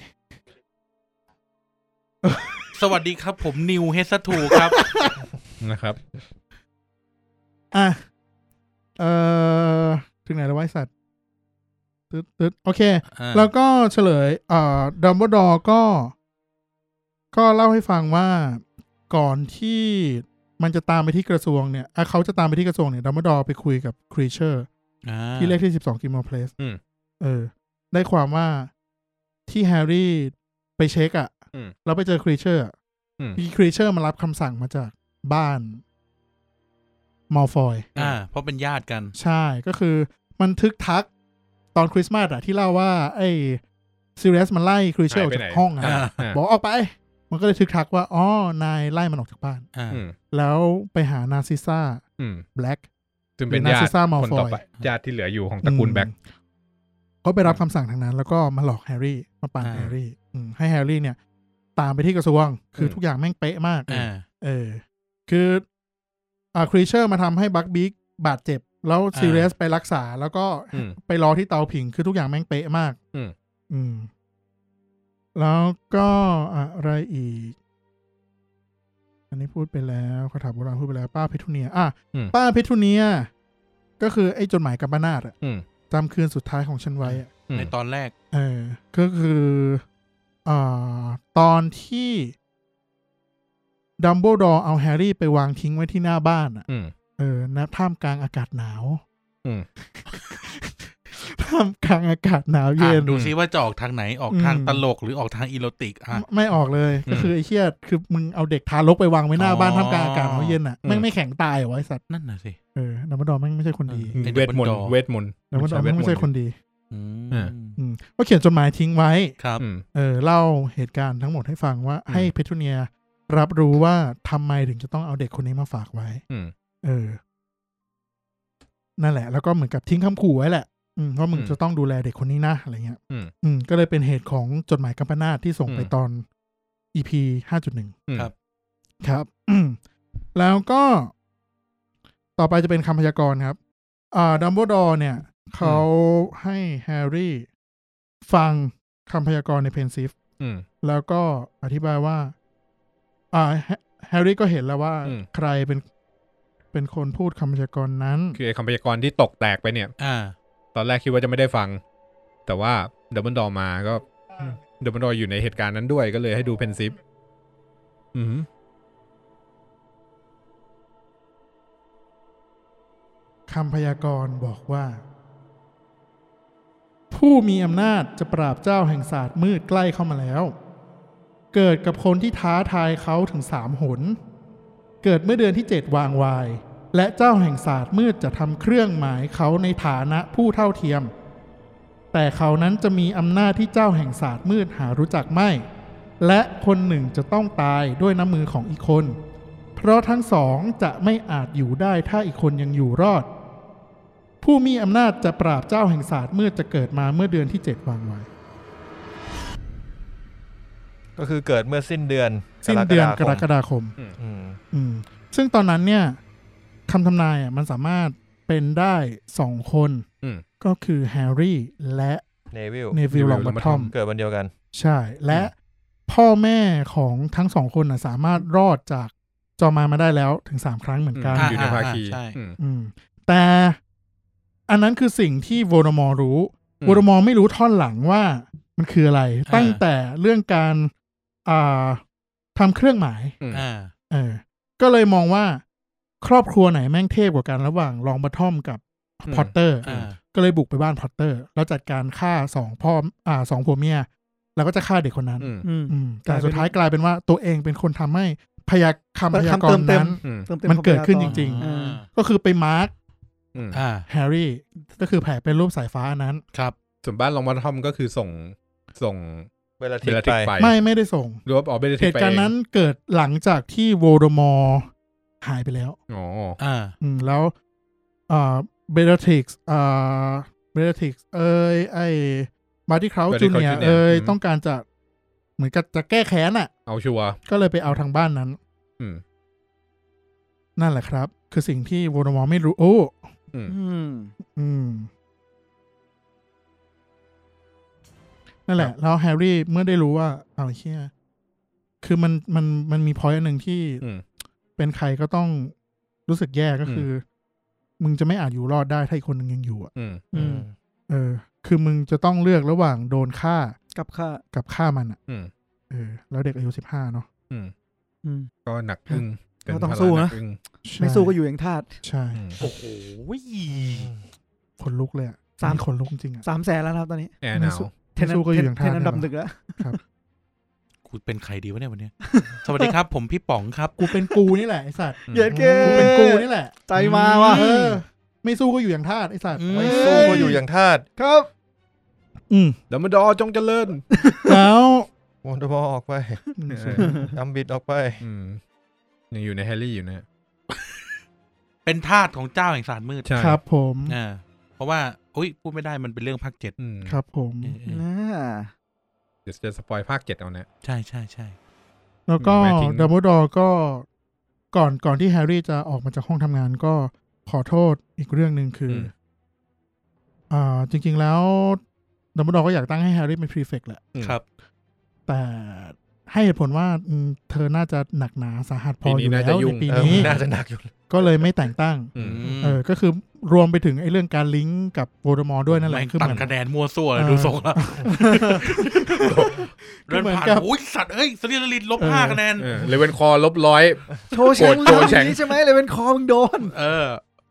S4: สวัสดีครับผมนิวเฮสทูครับ
S3: นะครับ
S5: อ่ะ เอ่อ ถึงไหนแล้วไวะไอ้สัตว์ตึ๊ดตึ๊ดโอเค
S4: อ่า
S5: แล้วก็เฉลย เอ่อดัมเบิลดอร์ก็ ก็เล่าให้ฟังว่าก่อนที่มันจะตามไปที่กระทรวงเนี่ยอ่ะเขาจะตามไปที่กระทรวงเนี่ยดัมเบิลดอร์ไปคุยกับครีเชอร์
S4: อ่า
S5: ที่เลขที่สิบสองกิมอเพลส
S3: อืม
S5: เออ ได้ความว่าที่แฮร์รี่ไปเช็คอะ
S3: อืม
S5: แล้วไปเจอครีเชอร์อะ
S3: อืม
S5: มีครีเชอร์มารับคำสั่งมาจากบ้านมอลฟอย
S4: อ่า เพราะเป็นญาติกัน
S5: ใช่ก็คือมันทึกทักตอนคริสต์มาสอะที่เล่าว่า ไอ้ซีเรียสมันไล่ครูเชอร์ออกจากห้องอะ
S4: หายไปไหน
S3: อ่า
S5: บอกออกไป มันก็เลยทึกทักว่า อ๋อ นายไล่มันออกจากบ้าน
S4: อ่า
S3: อืม
S5: แล้วไปหานาซิซ่า
S3: อืม
S5: แบล็ก
S3: ซึ่งเป็น
S5: หรื
S3: ญา
S5: อ
S3: ติ
S5: Narcissa Malfoy
S3: คนต่อไปญาติที่เหลืออยู่ของตระกูลแบ็ค
S5: เขาไปรับคำสั่งทางนั้น แล้วก็มาหลอกแฮร์รี่มาปั่น
S4: อ่า
S5: แฮร์รี่อืมให้แฮร์รี่เนี่ย ตามไปที่กระทรวง คืออ
S3: ม
S5: ทุกอย่างแม่งเป๊ะมาก
S4: อ่า
S5: เออ คืออ่าครีเชอร์มาทำให้บักบิ๊กบาดเจ็บ แล้ว
S4: อ่า
S5: ซีเรียสไปรักษา แล้วก็
S3: อืม
S5: ไปรอที่เตาผิงคือทุกอย่างแม่งเป๊ะมาก
S3: อืม
S5: อืม แล้วก็อะไรอีก อันนี้พูดไปแล้วคาถาโบราณพูดไปแล้ว ป้าเพทุเนีย อ่ะ
S3: อืม
S5: ป้าเพทุเนีย ก็คือไอ้จดหมายกัมปนาตอะ
S3: อืม
S5: จำคืนสุดท้ายของฉันไว้อะ
S3: อืม
S4: ในตอนแรก
S5: เออ ก็คืออ่าตอนที่ดัมโบดอร์เอาแฮร์รี่ไปวางทิ้งไว้ที่หน้าบ้านอะ
S3: อืม
S5: เออนะท่ามกลางอากาศหนาว
S3: อืม
S5: ท่ามกลางอากาศหนาวเย็น
S4: อ่ะดูซิว่าจะออกทางไหนออกทาง
S5: อืม
S4: ตลกหรือออกทางอีโรติกอ่ะ
S5: ไม่ไม่ออกเลย ก็คือไอ้เชี่ยคือมึงเอาเด็กทารกไปวางไว้หน้า
S4: อ๋อ
S5: บ้านท่ามกลางอากาศหนาวเย็นอ่ะ
S3: อืม
S5: แม่งไม่แข็งตายเหรอไอ้สัตว์
S4: นั่นน่ะสิ
S5: เออดัมเบิลดอร์แม่งไม่ใช่คนดี
S4: อืม
S3: เวทมนต์เวทมนต์
S5: ดัมเบิลดอร์แม่งไม่ใช่คนดี
S4: อืม
S3: อ่า
S5: อืมก็เขียนจดหมายทิ้งไว้
S4: ครับ
S3: อืม
S5: เออเล่าเหตุการณ์ทั้งหมดให้ฟังว่า
S3: อืม
S5: ให้เพทูเนียรับรู้ว่าทำไมถึงจะต้องเอาเด็กคนนี้มาฝากไว้
S3: อืม
S5: เออ นั่นแหละ แล้วก็เหมือนกับทิ้งคำขู่ไว้แหละ อืมว่ามึง
S3: อืม
S5: จะต้องดูแลเด็กคนนี้นะอะไรเงี้ย
S3: อืม
S5: อืม ก็เลยเป็นเหตุของจดหมายกัมปนาตที่ส่งไป
S3: อืม
S5: ตอน EP ห้าจุดหนึ่ง
S3: อืม
S4: ครับ
S5: ครับ แล้วก็ ต่อไปจะเป็นคำพยากรณ์ครับ อ่า ดัมโบดอร์เนี่ย เขาให้แฮร์รี่ ฟังคำพยากรณ์ในเพนซิฟ
S3: อืม
S5: แล้วก็อธิบายว่า อ่าแฮแฮร์รี่ก็เห็นแล้วว่า
S3: อืม
S5: ใครเป็นเป็นคนพูดคำพยากรณ์นั้น
S3: คือไอ้คำพยากรณ์ที่ตกแตกไปเนี่ย
S4: อ่า
S3: ตอนแรกคิดว่าจะไม่ได้ฟัง แต่ว่าเดบันดอมาก็
S5: อืม
S3: เดบันดออยู่ในเหตุการณ์นั้นด้วยก็เลยให้ดูเพนซิฟอืม
S5: คำพยากรณ์บอกว่า ผู้มีอำนาจจะปราบเจ้าแห่งศาสตร์มืดใกล้เข้ามาแล้ว เกิดกับคนที่ท้าทายเขาถึงสามหน เกิดเมื่อเดือนที่เจ็ดวางวาย และเจ้าแห่งศาสตร์มืดจะทำเครื่องหมายเขาในฐานะผู้เท่าเทียม แต่เขานั้นจะมีอำนาจที่เจ้าแห่งศาสตร์มืดหารู้จักไม่ และคนหนึ่งจะต้องตายด้วยน้ำมือของอีกคน เพราะทั้งสองจะไม่อาจอยู่ได้ถ้าอีกคนยังอยู่รอด ผู้มีอำนาจจะปราบเจ้าแห่งศาสตร์มืดจะเกิดมาเมื่อเดือนที่เจ็ดวางไว้
S1: ก็คือเกิดเมื่อสิ้นเดือน
S5: สิ้นเดือนก
S1: คม
S5: รกฎาคม
S1: อืม
S5: อืม ซึ่งตอนนั้นเนี่ยคำทำนายอ่ะมันสามารถเป็นได้สองคน
S3: อืม
S5: ก็คือแฮร์รี่และ
S1: เนวิล
S5: เนวิลลองบอทอม
S1: เกิดวันเดียวกัน
S5: ใช่ และพ่อแม่ของทั้งสองคนน่ะสามารถรอดจากจอมมารมาได้แล้วถึงสามครั้งเหมือนกัน
S3: อืมอยู่ในภาคี
S4: อ่าอ่าใช่
S3: อืม
S5: อืม แต่อันนั้นคือสิ่งที่โวลเดอมอร์รู้
S3: อืม
S5: โวลเดอมอร์ไม่รู้ท่อนหลังว่ามันคืออะไร
S4: อ่า
S5: ตั้งแต่เรื่องการอ่าทำเครื่องหมาย
S3: อืม
S4: อ่า
S5: เออ ก็เลยมองว่าครอบครัวไหนแม่งเทพกว่ากันระหว่างลองบัตทอมกับ
S3: อืม
S5: พอตเตอร์
S4: อ่า
S5: ก็เลยบุกไปบ้านพอตเตอร์ แล้วจัดการฆ่าสองพ่ออ่าสองผัวเมีย แล้วก็จะฆ่าเด็กคนนั้น
S3: อืม
S2: อืม
S5: อืมแต่สุดท้ายกลายเป็นว่าตัวเองเป็นคนทำให้พยาคำพยากรณ์นั้น
S3: อืม
S2: ติ
S5: มันเกิดขึ้นจริง
S2: ๆ
S4: อ่า
S5: ก็คือไปมาร์ก
S3: อืม
S4: อ่า
S5: แฮร์รี่ก็คือแผลเป็นรูปสายฟ้าอันนั้น
S4: ครับ
S3: ส่วนบ้านลองมาทอมก็คือส่งส่ง
S1: เวลา
S3: เบ
S1: ทิ้
S3: ลติ
S1: ไป
S3: กไป
S5: ไม่ไม่ได้ส่ง
S3: หรือว่าออกเบลติ
S5: เห
S3: ก
S5: ตุ
S3: ไป
S5: การณ์นั้นเกิดหลังจากที่โวลเดอมอร์หายไปแล้ว
S3: อ๋อ
S4: อ่า
S5: อืมแล้วเอ่อเบลติกส์เอ่อเบลติกส์เอ้ยไอ้มาร์ตี้คราวจูเนียเอ้ยต้องการจะเหมือนกับจะแก้แค้นอ่ะ
S3: เอาชัวร์
S5: ก็เลยไปเอาทางบ้านนั้น
S3: อืม
S5: นั่นแหละครับ คือสิ่งที่โวลเดอมอร์ไม่รู้โอ้
S2: อืม
S5: อืม นั่นแหละ แล้วแฮร์รี่เมื่อได้รู้ว่าเอาวไอ้เฮียคือมันมันมันมีพอยต์อันหนึ่งที่
S3: อืม
S5: เป็นใครก็ต้องรู้สึกแย่ก็
S3: อืม
S5: คือ มึงจะไม่อาจอยู่รอดได้ถ้าอีกคนหนึ่งยังอยู่อะ
S3: อืม
S1: อืม
S5: เออ คือมึงจะต้องเลือกระหว่างโดนฆ่า
S2: กับค่า
S5: กับฆ่ามันอ่ะ
S3: อืม
S5: เออ แล้วเด็กอายุสิบห้าเนาะ
S3: อืม
S2: อืม
S3: ก็หนักอึ้งเป็น
S2: ก็ต้อง
S3: ภา
S2: สู้
S3: ระห
S2: นะ
S3: นักอึ้ง
S2: ไม่สู้ก็อยู่อย่างทาส
S5: ใช่
S3: อืม
S4: โอ้โห
S5: คนลุกเลยอ่ะ
S2: สาม
S5: นี่ขนลุกจริงอ่ะ
S2: สามแสนแล้วนะครับตอนนี้
S3: แอร์ห
S5: ไม่
S3: นาว
S5: สู้
S2: เทน
S5: ไม่สู้ก็อยู่อย่าง
S2: เทนอันดับ
S5: ทาส
S2: ห
S5: ได้
S2: นึ่งแล้ว
S4: กูเป็นใครดีวะเนี่ย วันเนี้ย สวัสดีครับ ผมพี่ป๋องครับ
S5: กูเป็นกูนี่แหละไอสัตว์
S2: เหย็ดเก
S5: กูเป็นกูนี่แหละ
S2: ใจมาว่ะ
S5: เออ ไม่สู้ก็อยู่อย่างทาสไอสัตว์
S4: อืม
S1: ไม่สู้ก็อยู่อย่างทาส
S2: ครับ
S5: อืม
S3: ดัมเบิลดอร์จงเจริญ
S5: แล้ว
S1: วอนเดอร์บอลออกไปดัมบิดออกไป
S3: อืมยังอยู่ในแฮร์รี่อยู่นะฮะ
S4: เป็นทาสของเจ้าแห่งศาสตร์มืด
S3: ใช่
S5: ครับผม
S4: อ่าเพราะว่าอุ้ยพูดไม่ได้มันเป็นเรื่องภาคเจ็ด
S3: อืม
S5: ครับผม
S4: เออเออ
S2: น่า
S3: เดี๋ยวจะสปอยภาคเจ็ดเอานะ
S4: ใช่ใช่ใช่
S5: แล้วก็
S3: หมายถึง
S5: ดัมเบิลดอร์ก็ก่อนก่อนที่แฮร์รี่จะออกมาจากห้องทำงานก็ขอโทษอีกเรื่องหนึ่งคืออ
S3: ม
S5: อ่าจริงๆแล้วดัมเบิลดอร์ก็อยากตั้งให้แฮร์รี่เป็นพรีเฟกแหละ
S3: อืม
S4: ครับ
S5: แต่ให้เหตุผลว่าอืมเธอน่าจะหนักหนาสาหัสพอ
S3: ปี
S5: อ
S3: นี้
S5: ยู่แล้
S3: น่าว จะยุ่ง
S5: ในปี
S1: เออ
S5: นี้
S1: น่าจะหนักอยู่
S5: ก็เลยไม่แต่งตั้ง
S3: อืม
S4: ม
S5: เออก็คือรวมไปถึงไอ้เรื่องการลิงก์กับโวลเดอมอร์ด้วยนั่นแหละ
S4: ม่ง
S5: คือ
S4: ตัด
S5: เหมือน
S4: คะแนนมั่วซั่วเลย
S5: เออ
S4: ดูทรงแล้ว
S5: คือ
S4: เดิน
S5: เหมือน
S4: ผ่าน
S5: กับ
S4: อุ้ยสัตว์เอ้ยสลิดลิดลบห้าคะแนน
S3: เออเลเวนคอร์ลบร้อย
S2: โชว์แชง
S3: โกรธโชว์แชง
S2: นี้ใช่ไหมเลยเป็นคอมึงโดน
S4: เออ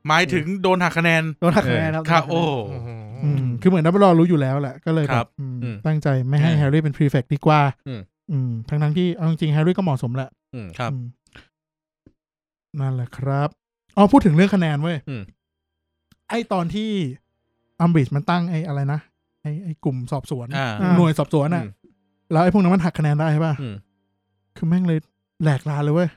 S4: หมายถึงโดนหักคะแนน
S2: โดนหักคะแนนครับ
S4: ครับโอ้
S5: อืมคือเหมือนดัมเบิลดอร์รู้อยู่แล้วแหละก็เลย
S4: ค
S5: แบ
S4: รั
S5: บบ อืม
S3: อืม
S5: ตั้งใจไม่ให้
S4: อืม
S5: แฮร์รี่เป็นพรีเฟกดีกว่า
S3: อืม
S5: อืมทั้งทั้งๆที่เอาจริงๆแฮร์รี่ก็เหมาะสมแหละ
S3: อืม
S4: ครับ
S5: อืมนั่นแหละครับอ๋อพูดถึงเรื่องคะแนนเว้ย
S3: อืม
S5: ไอตอนที่อัมบริดมันตั้งไออะไรนะไอไอกลุ่มสอบสวน
S4: อ่า
S2: า
S5: หน่วยสอบสวนอ่ะ แล้วไอ้พวกนั้นมันหักคะแนนได้ใช่ป่ะ
S3: อืม
S5: คือแม่งเลยแหลกลานเลยเว้ย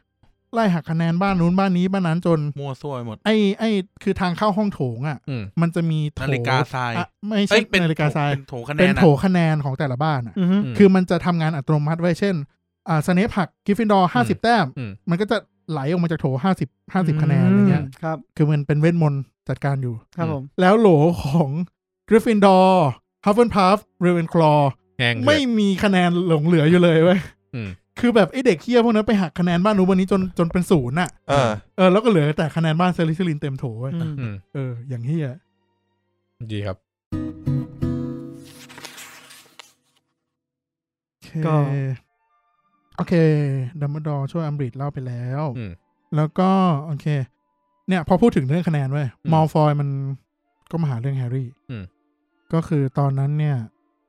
S5: ไล่หักคะแนนบ้านนู้นบ้านนี้บ้านนั้นจน
S4: มั่วซั่วไปหมด
S5: ไอ้ไอ้คือทางเข้าห้องโถงอ่ะ
S3: อืม
S5: มันจะมีโถ
S4: นาฬิกาทราย
S5: อ่ะไม่
S4: อ้
S5: ใช่นาฬิกาทราย
S4: เป็นโถคะแน
S5: เป็น
S4: น
S5: โถคะแนนของแต่ละบ้านอ่ะ
S2: อือฮึ
S3: อืม
S5: คือมันจะทำงานอัตโนมัติไว้เช่น อ่าสเนปหักกริฟฟินดอร์ห้าสิบแต้ม
S3: อืม
S5: มันก็จะไหลออกมาจากโถห้าสิบห้าสิบคะแนนอะไรเงี้ย
S2: ครับ
S5: คือมันเป็นเวทมนต์จัดการอยู่
S2: ครับผม
S5: แล้วโหลของกริฟฟินดอร์ฮัฟเฟิลพัฟเรเวนคลอ
S3: แห้งเลย
S5: ไม่มีคะแนนหลงเหลืออยู่เลยเว้ย
S3: อืม
S5: คือแบบไอเด็กเคี้ยพวกนั้นไปหักคะแนนบ้านนู้นวันนี้จนจนเป็นศูนย์อ่ะ
S1: เออ
S5: เออแล้วก็เหลือแต่คะแนนบ้านเซริซิลินเต็มโถเว้ย
S2: อืม
S3: อืม
S5: เอออย่างเฮีย
S3: ดีครับ
S5: โอเคโอเค ดัมเบิลดอร์ช่วยอัมบริดเล่าไปแล้ว
S3: อืม
S5: แล้วก็ โอเค เนี่ย พอพูดถึงเรื่องคะแนนเว้ย
S3: อืม
S5: มอลฟอยมันก็มาหาเรื่องแฮร์รี่
S3: อืม
S5: ก็คือตอนนั้นเนี่ย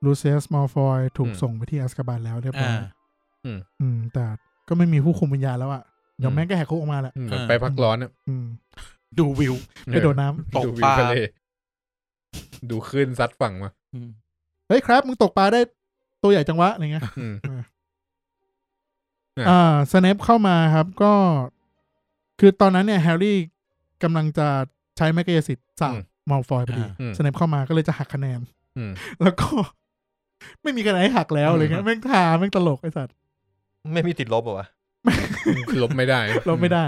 S5: ลูเซียสมอลฟอยถูก
S3: อืม
S5: ส่งไปที่อัสกาบานแล้วเรียบร้อย
S4: อ่า
S5: อืม แต่ก็ไม่มีผู้คุมวิญญาณแล้วอ่ะเดี๋ย
S3: อื
S5: ว
S3: ม
S5: แม่งก็แหกคุกออกมาแหละ
S3: อืม
S4: เออ
S3: ไปพักร้อนอ่ะ
S5: อืม
S4: ดูวิว
S5: ไปโดดน้ำ
S4: ตก
S3: ดูวิ
S4: ป
S3: ว
S4: ลา
S3: ทะเลดูคลื่นซัดฝั่งมา
S4: อืม
S5: เฮ้ยครับ มึงตกปลาได้ตัวใหญ่จังวะอะไรเงี้ย
S3: อืม
S5: อ่าสแนปเข้ามาครับก็ คือตอนนั้นเนี่ย แฮร์รี่กำลังจะใช้แมกกายสิทธิ์สั่ง
S3: อืม
S5: มอลฟอยพอดี
S3: อืม
S5: สแนปเข้ามาก็เลยจะหักคะแนน
S3: อืม
S5: แล้วก็ ไม่มีคะแนนให้หักแล้วอะไรเงี้
S3: อื
S5: ย
S3: ม
S5: แม่งทาแม่งตลกไอ้สัตว์
S1: ไม่มีติดลบเหรอวะ
S3: ลบไม่ได้
S5: เราไม่ได้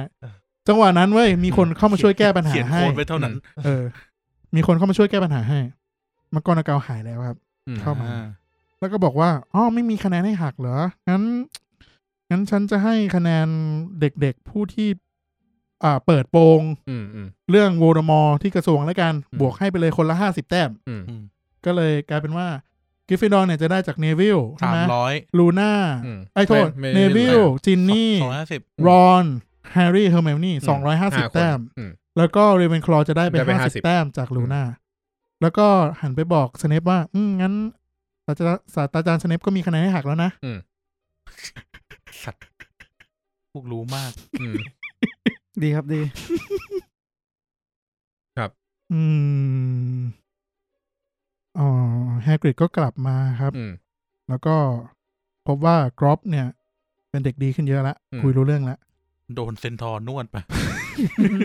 S5: จังหวะนั้นเว้ยมีคนเข้ามาช่วยแก้ปัญหา
S4: เขียน
S5: ให้
S4: โค้ดไว้เท่านั้น
S5: เออ มีคนเข้ามาช่วยแก้ปัญหาให้ มังกรนาเกาหายแล้วครับ
S3: อืม
S5: เข้ามา แล้วก็บอกว่าอ๋อไม่มีคะแนนให้หักเหรอ งั้น งั้นฉันจะให้คะแนนเด็กๆผู้ที่ อ่า เปิดโปง
S3: อืมอืม
S5: เรื่องโวลเดอมอร์ที่กระทรวงแล้วกัน
S3: อืม
S5: บวกให้ไปเลยคนละห้าสิบแต้ม
S3: อืม
S4: อืม
S5: ก็เลยกลายเป็นว่า กริฟฟินดอร์เนี่ยจะได้จากเนวิลใช่
S4: สาม
S5: ไหม
S4: ร้อย
S5: ลูน่า
S3: อืม
S5: ไอ้โทษ
S3: ม่
S5: เน
S3: ม่
S5: วิล จินนี่
S4: สองร้อยห้าสิบ
S5: รอนแฮร์รี่ เฮอร์เมลนี่สองร้อยห้าสิบ
S3: คน
S5: แต้ม
S3: อืม
S5: แล้วก็เรเวนคลอจะได้ไป
S3: ได้ไป
S5: ห้าสิบ
S3: 50
S5: แต้มจากลูน่า แล้วก็หันไปบอกสเนปว่า อืมงั้นศาสตราศาสตราจารย์สเนปก็มีคะแนนให้หักแล้วนะ
S4: พวกรู้มาก
S3: อืม
S2: ดีครับดี
S5: อืม อ๋อแฮกริดก็กลับมาครับ
S3: อืม
S5: แล้วก็พบว่ากรอบเนี่ย เป็นเด็กดีขึ้นเยอะละ
S3: อืม
S5: คุยรู้เรื่องละ
S4: โดนเซนทอร์นว ดไป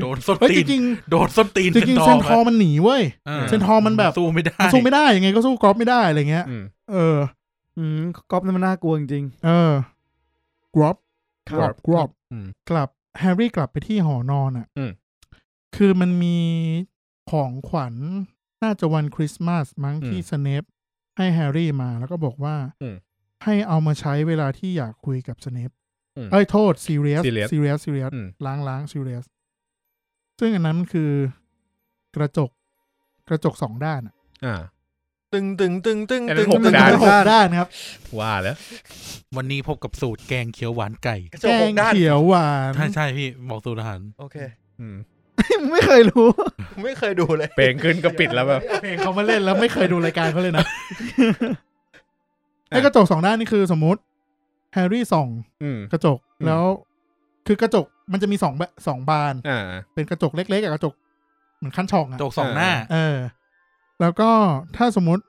S4: โดนส้น
S5: เฮ้ย
S4: ตี
S5: จ
S4: น
S5: ริง
S4: โดนส้นตีน
S5: ๆจริงๆเซนทอร์มันหนีเว้ย
S4: เออ
S5: เซนทอร์มันแบบ
S4: สู้ไม่ได้
S5: มันสู้ไม่ได้ยังไงก็สู้กรอบไม่ได้อะไรเงี้ย
S3: อืม
S5: เออ
S2: อืมก๊อปนั้นมันน่ากลัวจริง
S5: เออกรอบ
S2: ๆค
S5: ก
S2: รั
S5: รอ
S2: บบ
S5: กรอบ
S3: อืม
S5: กลับแฮร์รี่กลับไปที่หอนอนอ่ะ
S3: อืม
S5: คือมันมีของขวัญน่าจะวันคริสต์มาสมั้ง
S3: อืม
S5: ที่สเนปให้แฮร์รี่มาแล้วก็บอกว่า
S3: อืม
S5: ให้เอามาใช้เวลาที่อยากคุยกับสเนป
S3: อืม
S5: เอ้ยโทษซีเรียส
S3: Sirius
S5: ซีเรียสซีเรียส
S3: อืม
S5: ล้างล้างซีเรียส ซึ่งอันนั้นคือกระจกกระจกสองด้านอะ
S3: อ่า
S1: ตึงตึงตึงตึง
S3: อันนั้
S1: ตึ
S3: น
S1: ง
S3: หก
S1: ตึง
S3: ด้าน
S5: หกด้านครับ
S3: ว่าแล้ว
S4: วันนี้พบกับสูตรแกงเขียวหวานไก่
S1: กระจ
S5: แก
S1: กห
S5: ง
S1: กด้าน
S5: เขียวหวาน
S4: ใช่ใช่พี่บอกสูตรอาหาร
S1: โอเค
S3: อืม
S2: มึงไม่เคยรู้
S1: ไม่เคยดูเลย
S3: เป่งขึ้นก็ปิดแล้วแบบ
S5: เพลงเขามาเล่นแล้วไม่เคยดูรายการเขาเลย นะ ไอ้กระจกสองด้านนี่คือสมมติแฮร์รี่ส่อง
S3: อืม
S5: กระจก
S3: อืม
S5: แล้ว คือกระจกมันจะมีสองแบบสองบาน
S3: อ่า
S5: เป็นกระจกเล็กๆกับกระจกเหมือนขั้นช่องอะ
S4: โจกสองหน้า
S5: เออ แล้วก็ถ้าสมมติ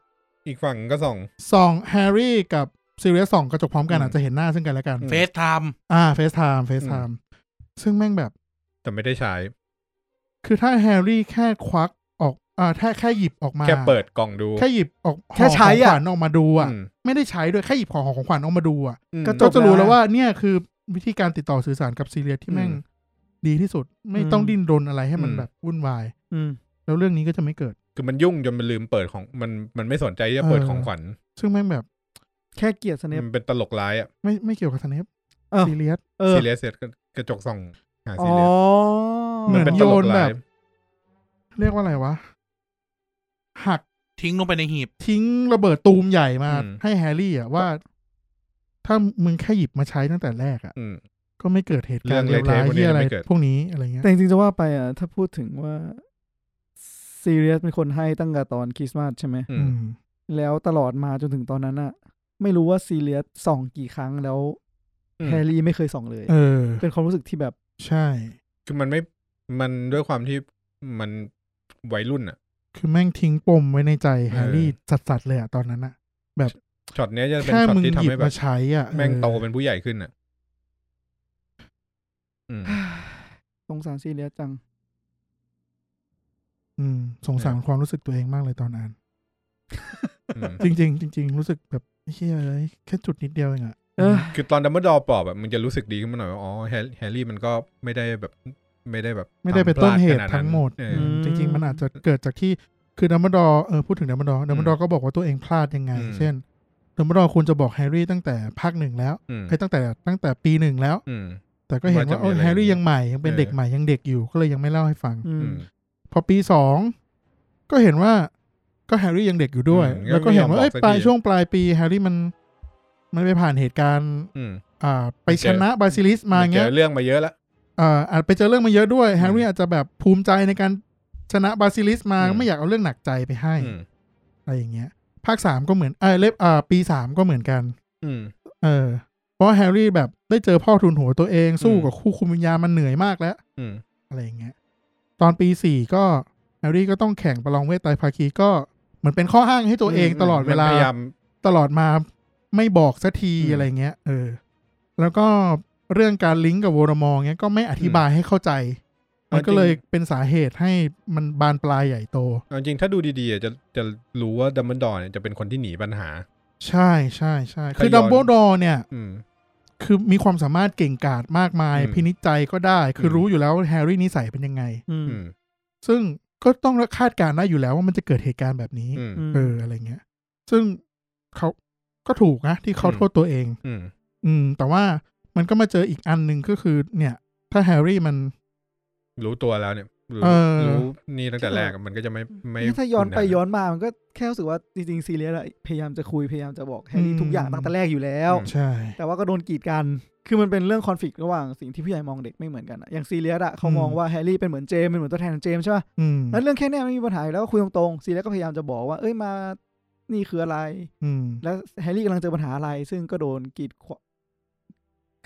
S3: อีกฝั่งก็ส่อง
S5: ส่องแฮร์รี่กับซีเรียสส่องกระจกพร้อมกัน
S3: อื
S5: อะ
S3: ม
S5: จะเห็นหน้าซึ่งกันและกัน
S4: เฟซไทม์
S5: อ่าเฟซไทม์เฟซไทม์ซึ่งแม่งแบบ
S3: แต่ไม่ได้ใช้
S5: คือถ้าแฮร์รี่แค่ควักออกอ่าแค่แค่หยิบออกมา
S3: แค่เปิดกล่องดู
S5: แค่หยิบออกห่อ
S2: แค่ใช้
S5: ของ
S2: อะ
S5: ขวัญออกมาดูอ่ะ
S3: อืม
S5: ไม่ได้ใช้ด้วยแค่หยิบของของขวัญออกมาดูอ่ะ
S3: อืม
S2: กระจ
S5: ก็
S2: บ
S5: จะรู้แล้ว
S2: นะ
S5: ว่าเนี่ยคือวิธีการติดต่อสื่อสารกับซีเรียสที่แม่ง
S3: อืม
S5: ดีที่สุด ไม่
S2: อืม
S5: ต้องดิ้นรนอะไรให้มัน
S3: อืม
S5: แบบวุ่นวาย
S2: อืม
S5: แล้วเรื่องนี้ก็จะไม่เกิด
S3: คือมันยุ่งจนมันลืมเปิดของมันมันไม่สนใจที่จะเปิด
S5: เออ
S3: ของขวัญ
S5: ซึ่งแม่งแบบ
S2: แค่เกลียดสเนป
S3: มันเป็นตลกร้ายอ่ะ
S5: ไม่ไม่เกี่ยวกับสเนป
S2: เออ
S5: ซีเรียส
S2: เออ
S3: ซีเรียสเสร็จกระจกส่องหา
S2: อ๋
S3: ซี
S2: อ
S3: เรียส
S5: เหมื
S3: มัน
S5: อน
S3: เป็น
S5: โย
S3: ตลก
S5: นแบ
S3: ร้าย
S5: บ เรียกว่าอะไรวะ หัก
S4: ทิ้งลงไปในหีบ
S5: ทิ้งระเบิดตูมใหญ่มาให้แฮร์รี่อ่ะว่า ถ้ามึงแค่หยิบมาใช้ตั้งแต่แรกอ่ะ
S3: อืม
S5: ก็ไม่เกิดเหตุการณ์
S3: เรื่อง
S5: เลว
S3: เละ
S5: ร้าย
S3: เทะพวกนี้
S5: ที่อะ
S3: จะ
S5: ไร
S3: ไม่เกิด
S5: พวกนี้อะไรเงี้ย
S2: แต่จริงๆจะว่าไปอ่ะถ้าพูดถึงว่าซีเรียสเป็นคนให้ตั้งแต่ตอนคริสต์มาสใช่ไหม
S3: อื
S5: อื
S3: ม
S5: ม
S2: แล้วตลอดมาจนถึงตอนนั้นอ่ะ ไม่รู้ว่าซีเรียสส่องกี่ครั้งแล้ว
S3: อืม
S2: แฮร์รี่ไม่เคยส่องเลย
S5: เออ
S2: เป็นความรู้สึกที่แบบ
S5: ใช่
S3: คือมันไม่มันด้วยความที่มันวัยรุ่นอ่ะ
S5: คือแม่งทิ้งปมไว้ในใจแฮร์รี่
S3: เอ
S5: สัดๆเลยอ่ะตอนนั้นอ่ะ
S3: ช็อตเนี้ยจะเป็น
S5: แค่
S3: ช็อต
S5: มึง
S3: ที่
S5: ห
S3: ทำ
S5: ยิบ
S3: ให้แบ
S5: มา
S3: บ
S5: ใช้อ่ะ
S3: แม่ง
S5: เออ
S3: โตเป็นผู้ใหญ่ขึ้นอ่ะ อืม
S2: สงสารซีเรียสจัง
S5: อืมสงสารความรู้สึกตัวเองมากเลยตอนอ่าน
S3: อืม
S5: จริง ๆ จริง ๆ รู้สึกแบบเฮียเอ้ยแค่จุดนิดเดียวเองอะ
S2: เออ
S3: คือตอนดัมเบิลดอร์ปอบแบบมันจะรู้สึกดีขึ้นมาหน่อยว่าอ๋อแฮร์แฮร์รี่มันก็ไม่ได้แบบ ไม่ได้แบบ
S5: ไม่ได้เป็น
S3: ทำพ
S5: ต้น
S3: ลา
S5: เหตุ
S3: ขา
S5: ทั้งหมด
S3: เอ
S5: อื
S3: อ
S5: มจริง ๆ มันอาจจะเกิดจากที่คือดัมเบิลดอร์เออพูดถึงดัมเบิลดอร์ดัมเบิลดอร์ก็บอกว่าตัวเองพลาดยังไง
S3: อืม
S5: เช่นดัมเบิลดอร์ควรจะบอกแฮร์รี่ตั้งแต่ภาคหนึ่งแล้ว
S3: อืม
S5: เอ้ยตั้งแต่ตั้งแต่ปีหนึ่งแล้ว
S3: อืม
S5: แต่ก็เห็น
S3: ว่าจะ
S5: ว่าโอ้
S3: มีอะไร
S5: แฮร์รี่ยังใหม่ยังเป็น
S3: เออ
S5: เด็กใหม่ยังเด็กอยู่ก็เลยยังไม่เล่าให้ฟัง
S2: อื
S3: อื
S2: ม
S3: ม
S5: พอปีสองก็เห็นว่าก็แฮร์รี่ยังเด็กอยู่ด้วย
S3: อืม
S5: แล้วก็เห็นว่า
S3: ก็ไม่ยอมบอก
S5: เอ้ย
S3: สัก
S5: ปลาย
S3: ที
S5: ช่วงปลายปีแฮร์รี่มัน มันไปผ่านเหตุการณ์
S3: อืม
S5: อ่า ไป
S3: เจ
S5: ช
S3: อ
S5: นะบาซิลิสมา
S3: เจ
S5: เงี้ย
S3: อเรื่องมาเยอะแล้ว
S5: อ่าอาจไปเจอเรื่องมาเยอะด้วยแฮร์
S3: อื
S5: รี่
S3: ม
S5: อาจจะแบบภูมิใจในการชนะบาซิลิสมา
S3: อืม
S5: ก็ไม่อยากเอาเรื่องหนักใจไปให้
S3: อืม
S5: อะไรอย่างเงี้ย ภาคสามก็เหมือนเอยเล็บอ่าปีสามก็เหมือนกัน
S3: อืม
S5: เออ เพราะแฮร์รี่แบบได้เจอพ่อทุนหัวตัวเองสู้
S3: อืม
S5: กับคู่คุมวิญญาณมันเหนื่อยมากแล้ว
S3: อืม
S5: อะไรอย่างเงี้ย ตอนปีสี่ก็แฮร์รี่ก็ต้องแข่งประลองเวทไตรภาคีก็เหมือนเป็นข้ออ้างให้ตัวเองตลอดเวลา
S3: มันพยายาม
S5: ตลอดมาไม่บอกสักที
S3: อืม
S5: อะไรเงี้ย เออ แล้วก็เรื่องการลิงก์กับโวลเดอมอร์เงี้ยก็ไม่อธิบายให้เข้าใจ
S3: เอาจริง
S5: มันก็เลยเป็นสาเหตุให้มันบานปลายใหญ่โต
S3: เอาจริงถ้าดูดีๆอ่ะจะจะรู้ว่าดัมเบิลดอร์เนี่ยจะเป็นคนที่หนีปัญหา
S5: ใช่ใช่ใช่
S3: ขย้อน
S5: คือดัมโบดอร์เนี่ย
S3: อืม
S5: คือมีความสามารถเก่งกาจมากมาย
S3: อืม
S5: พินิจใจก็ได้ คืออ
S3: ม
S5: รู้อยู่แล้วแฮร์รี่นิสัยเป็นยังไง
S2: อืม
S3: อืม
S5: ซึ่ง ก็ต้องคาดการณ์ได้อยู่แล้วว่ามันจะเกิดเหตุการณ์แบบนี้
S3: อืม
S5: เอออะไรเงี้ย ซึ่งเขาก็ถูกนะที่เขา
S3: อืม
S5: โทษตัวเอง
S3: อืม
S5: อืม แต่ว่ามันก็มาเจออีกอันหนึ่งก็คือ เนี่ย ถ้าแฮร์รี่มัน
S3: รู้ตัวแล้วเนี่ยรู้
S5: เออ
S3: รู้นี่ตั้งแต่แรกอะมันก็จะไม่ไม่
S2: ถ้าย้อนไป
S3: ขุะ
S2: ย้อนมามันก็แค่รู้สึกว่าจริงๆซีเรียสอะพยายามจะคุยพยายามจะบอกแฮร์รี่
S5: อืม
S2: ทุกอย่างตั้งแต่แรกอยู่แล้ว
S3: อืม
S5: ใช่
S2: แต่ว่าก็โดนกีดกัน คือมันเป็นเรื่องคอนฟ lict ระหว่างสิ่งที่ผู้ใหญ่มองเด็กไม่เหมือนกันอะอย่างซีเรียสอะเขามอง
S5: อืม
S2: ว่าแฮร์รี่เป็นเหมือนเจมส์เป็นเหมือนตัวแทนของเจมส์ใช่ป่ะ
S5: อืม
S2: นั้นเรื่องแค่เนี้ยไม่มีปัญหาอยู่แล้วก็คุยตรงๆซีเรียสก็พยายามจะบอกว่าเอ้ยมานี่คืออะไร
S5: อืม
S2: แล้วแฮร์รี่กำลังเจอปัญหาอะไร ซึ่งก็โดนกีดขว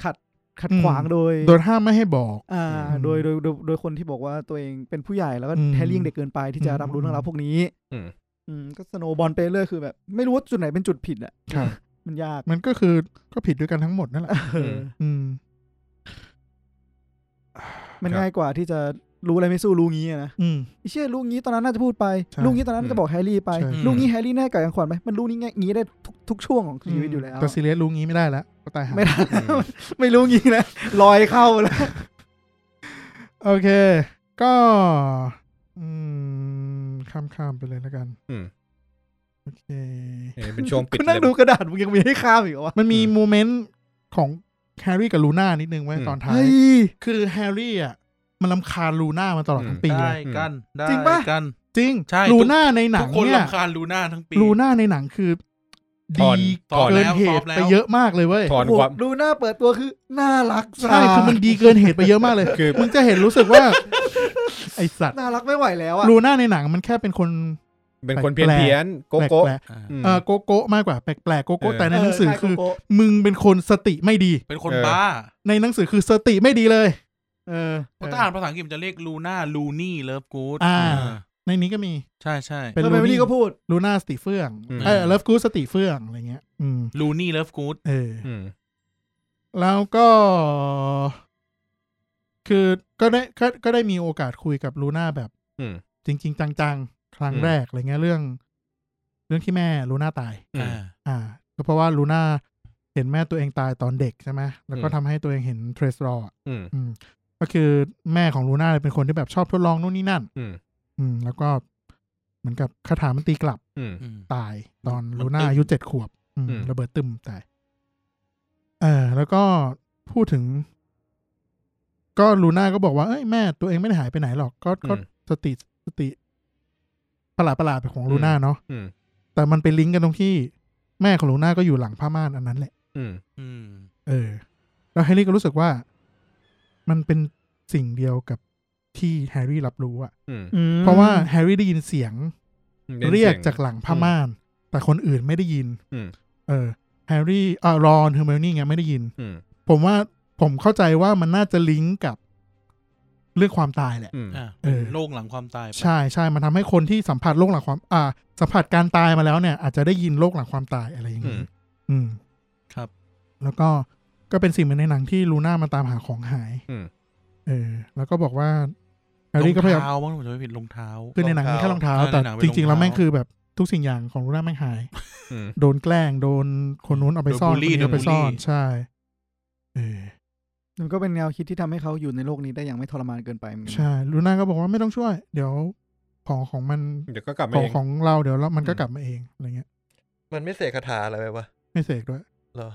S2: ขัดขัด
S5: อืม
S2: ขวางโดย
S5: โดนห้ามไม่ให้บอก
S2: อ่า
S5: อืม
S2: โดยโดยโดยโดยคนที่บอกว่าตัวเองเป็นผู้ใหญ่แล้วก็
S5: อืม
S2: แทรรี่ยังเด็กเกินไปที่จะ
S5: อืม
S2: รับรู้เรื่องราวพวกนี้
S3: อืม
S2: อืมก็สโนว์บอลไปเรื่อยคือแบบ ไม่รู้ว่าจุดไหนเป็นจุดผิดอ่ะ
S5: ครับ
S2: มันยาก
S5: มันก็คือก็ผิดด้วยกันทั้งหมดนั่นแหละ
S2: เออ
S5: อืม
S2: มัน
S3: ครับ
S2: ง่ายกว่าที่จะรู้อะไรไม่สู้รู้งี้อะนะ
S5: อืม
S2: ไอ้เชี่ยรู้งี้ตอนนั้นน่าจะพูดไป
S5: ใช่
S2: รู้งี้ตอนนั้นน่าจะบอกแฮร์รี่ไป
S5: ใช่
S2: รู้งี้แฮร์รี่แน่ากับยังขวัญไหมมันรู้นี่ไงงี้ได้ทุกทุกช่วงของชีวิตอยู่แล้ว
S5: แต่ซีเรียสรู้งี้ไม่ได้แล้วก็ตายหา
S2: ไม่ได้ ไม่รู้งี้แล้วลอยเข้าแล้ว
S5: โอเค ก็ อืม ข้ามข้ามๆไปเลยแล้วกัน
S3: อืม
S5: โอเค
S3: เอ้ยเป็นช่วงปิด
S2: คุณนั่งดู
S3: เล็บ
S2: กระดาษมึงยังมีให้ข้ามอีกเหรอวะ
S5: มันมี
S3: อืม
S5: โมเมนต์ของแฮร์รี่กับลูน่านิดนึงไว้
S3: อืม
S5: ตอนท้าย
S2: เฮ้ย
S5: คือแฮร์รี่อ่ะ มันลำคาญลูน่ามาตลอดทั้งปีเล
S4: ได้
S5: ย
S4: กันได้
S2: จริงปะ
S4: กัน
S5: จริง
S4: ใช่
S5: ลูน่าในหนั
S4: ทุ
S5: ง
S4: กคน
S5: เนี่ย
S4: รำคาญลูน่าทั้งปี
S5: ลูน่าในหนังคือ
S3: ถ
S5: ดี
S3: อน
S4: ถอน
S5: เกิน
S4: แล้ว
S5: เห
S4: ซอฟ
S5: ตุ
S4: ต์แล้ว
S5: ไปเยอะมากเลยเว้ย
S3: ถอน
S2: โอ้โห
S3: ความ
S2: ดูหน้าเปิดตัวคือน่ารักจ้า
S5: ใช่คือมันดีเกินเหตุไปเยอะมากเลย
S3: คือ
S5: มึงจะเห็นรู้สึกว่า ไอสัตว์
S2: น่ารักไม่ไหวแล้วอะ
S5: ลูน่าในหนังมันแค่เป็นคน
S3: เป็นคนเพี้ยนเพี้ยนโก
S5: แปลก
S3: โก้
S5: แปลก
S4: อ่า
S3: อืม
S5: เออโกโก้มากกว่าแปลกแปลกโกโก้
S3: เออ
S5: แต่ในหนังสือคือ
S2: เใช่โกโก้
S5: มึงเป็นคนสติไม่ดี
S4: เป็นคน
S3: เออ
S4: บ้า
S5: ในหนังสือคือสติไม่ดีเลย เออ
S4: เพราะถ้าอ่านภาษาอังกฤษมันจะเรียกลูน่าลูนี่เลิฟกู๊ด
S5: อ่า ในนี้ก็มี
S4: ใช่ใช่
S5: เป็น
S2: ทำไมวันนี้ก็พูด
S5: ลูน่าสติเฟื่อง
S3: อืม
S5: เออเลิฟกูสติเฟื่องอะไรเงี้ย อืม
S4: ลูนี่เลิฟกู๊ด
S5: เออ
S3: อืม
S5: แล้วก็ คือก็ได้ก็ก็ได้มีโอกาสคุยกับลูน่าแบบ
S3: อืม
S5: จริง ๆ จังๆ ครั้ง
S3: อืม
S5: แรกอะไรเงี้ยเรื่อง เรื่องที่แม่ลูน่าตาย
S3: อืม
S4: อ่า
S5: อ่า ก็เพราะว่าลูน่าเห็นแม่ตัวเองตายตอนเด็กใช่ไหมแล้วก็
S3: อืม
S5: ทำให้ตัวเองเห็นเทรสรอะ
S3: อืม
S5: อืม ก็คือแม่ของลูน่าเป็นคนที่แบบชอบทดลองนู่นนี่นั่น
S3: อืม
S5: อืม แล้วก็เหมือนกับคาถามันตีกลับ
S3: อืม
S5: ตายตอน
S4: มัน
S5: ลูน่า
S4: ตึม
S5: อายุเจ็ดขวบอืม
S3: อืม
S5: ระเบิดตึมตายเออแล้วก็พูดถึง ก็ลูน่าก็บอกว่าเอ้ยแม่ตัวเองไม่ได้หายไปไหนหรอก ก็ก็สติสติประหลาดประหลาดๆของลูน่าเนาะ
S3: อืม
S5: แต่มันไปลิงก์กันตรงที่ แม่ของลูน่าก็อยู่หลังผ้าม่านอันนั้นแหละ
S3: อืม
S4: อืม
S5: เออ แล้วแฮร์รี่ก็รู้สึกว่า มันเป็นสิ่งเดียวกับที่แฮร์รี่รับรู้อะ
S3: อืม
S5: เพราะว่าแฮร์รี่ได้ยินเสียง
S3: ล่น
S5: เรียก
S3: สีง
S5: จากหลังผ้าม่าน แต่คนอื่นไม่ได้ยิน
S3: อืม
S5: เออ แฮร์รี่อ่ารอนเฮอร์เมลนี่ไงไม่ได้ยิน
S3: อืม
S5: ผมว่าผมเข้าใจว่ามันน่าจะลิงก์กับเรื่องความตายแหละ
S3: อืม
S4: อ่า
S5: เออ
S4: โลกหลังความตายปะ
S5: ใช่ใช่มันทำให้คนที่สัมผัสโลกหลังความ อ่า สัมผัสการตายมาแล้วเนี่ย อาจจะได้ยินโลกหลังความตายอะไรอย่าง
S3: อื
S5: นี้
S3: ม
S5: อืม
S4: ครับ
S5: แล้วก็ก็เป็นสิ่งเหมือนในหนังที่ลูน่ามาตามหาของหาย
S3: อืม
S5: เออ แล้วก็บอกว่าแฮ
S4: ร
S5: ร์รี่ก็
S4: อง
S5: พยายาม
S4: เท้าบ้างผมจะไม่ผิดรองเท้า
S5: คือในหนังมีแค่รองเท้า
S4: เออ
S5: แต่
S4: ในหนังเป็น
S5: จ
S4: รองเท้า
S5: ริง ๆ แล้วแม่งคือแบบทุกสิ่งอย่างของลูน่าแม่งหาย
S3: อืม
S5: โดนแกล้งโดนคนนู้นเอาไปซ่อน
S4: โดนบูลลี่
S5: คนนี้เอาไป
S4: โดนบูลลี่
S5: ซ่อนใช่เออ
S2: มันก็เป็นแนวคิดที่ทำให้เขาอยู่ในโลกนี้ได้อย่างไม่ทรมานเกินไปเหมือนกัน
S5: ใช่ลูน่าก็บอกว่าไม่ต้องช่วย เดี๋ยวของของมัน
S3: เดี๋ยวก็กลับมา
S5: ของ
S3: เอง
S5: ของเราเดี๋ยวแล้วมันก็
S3: อืม
S5: กลับมาเองอะไรเงี้ย
S1: มันไม่เสกคาถาอะไรไปวะ
S5: ไม่เสกด้วย
S1: เหรอ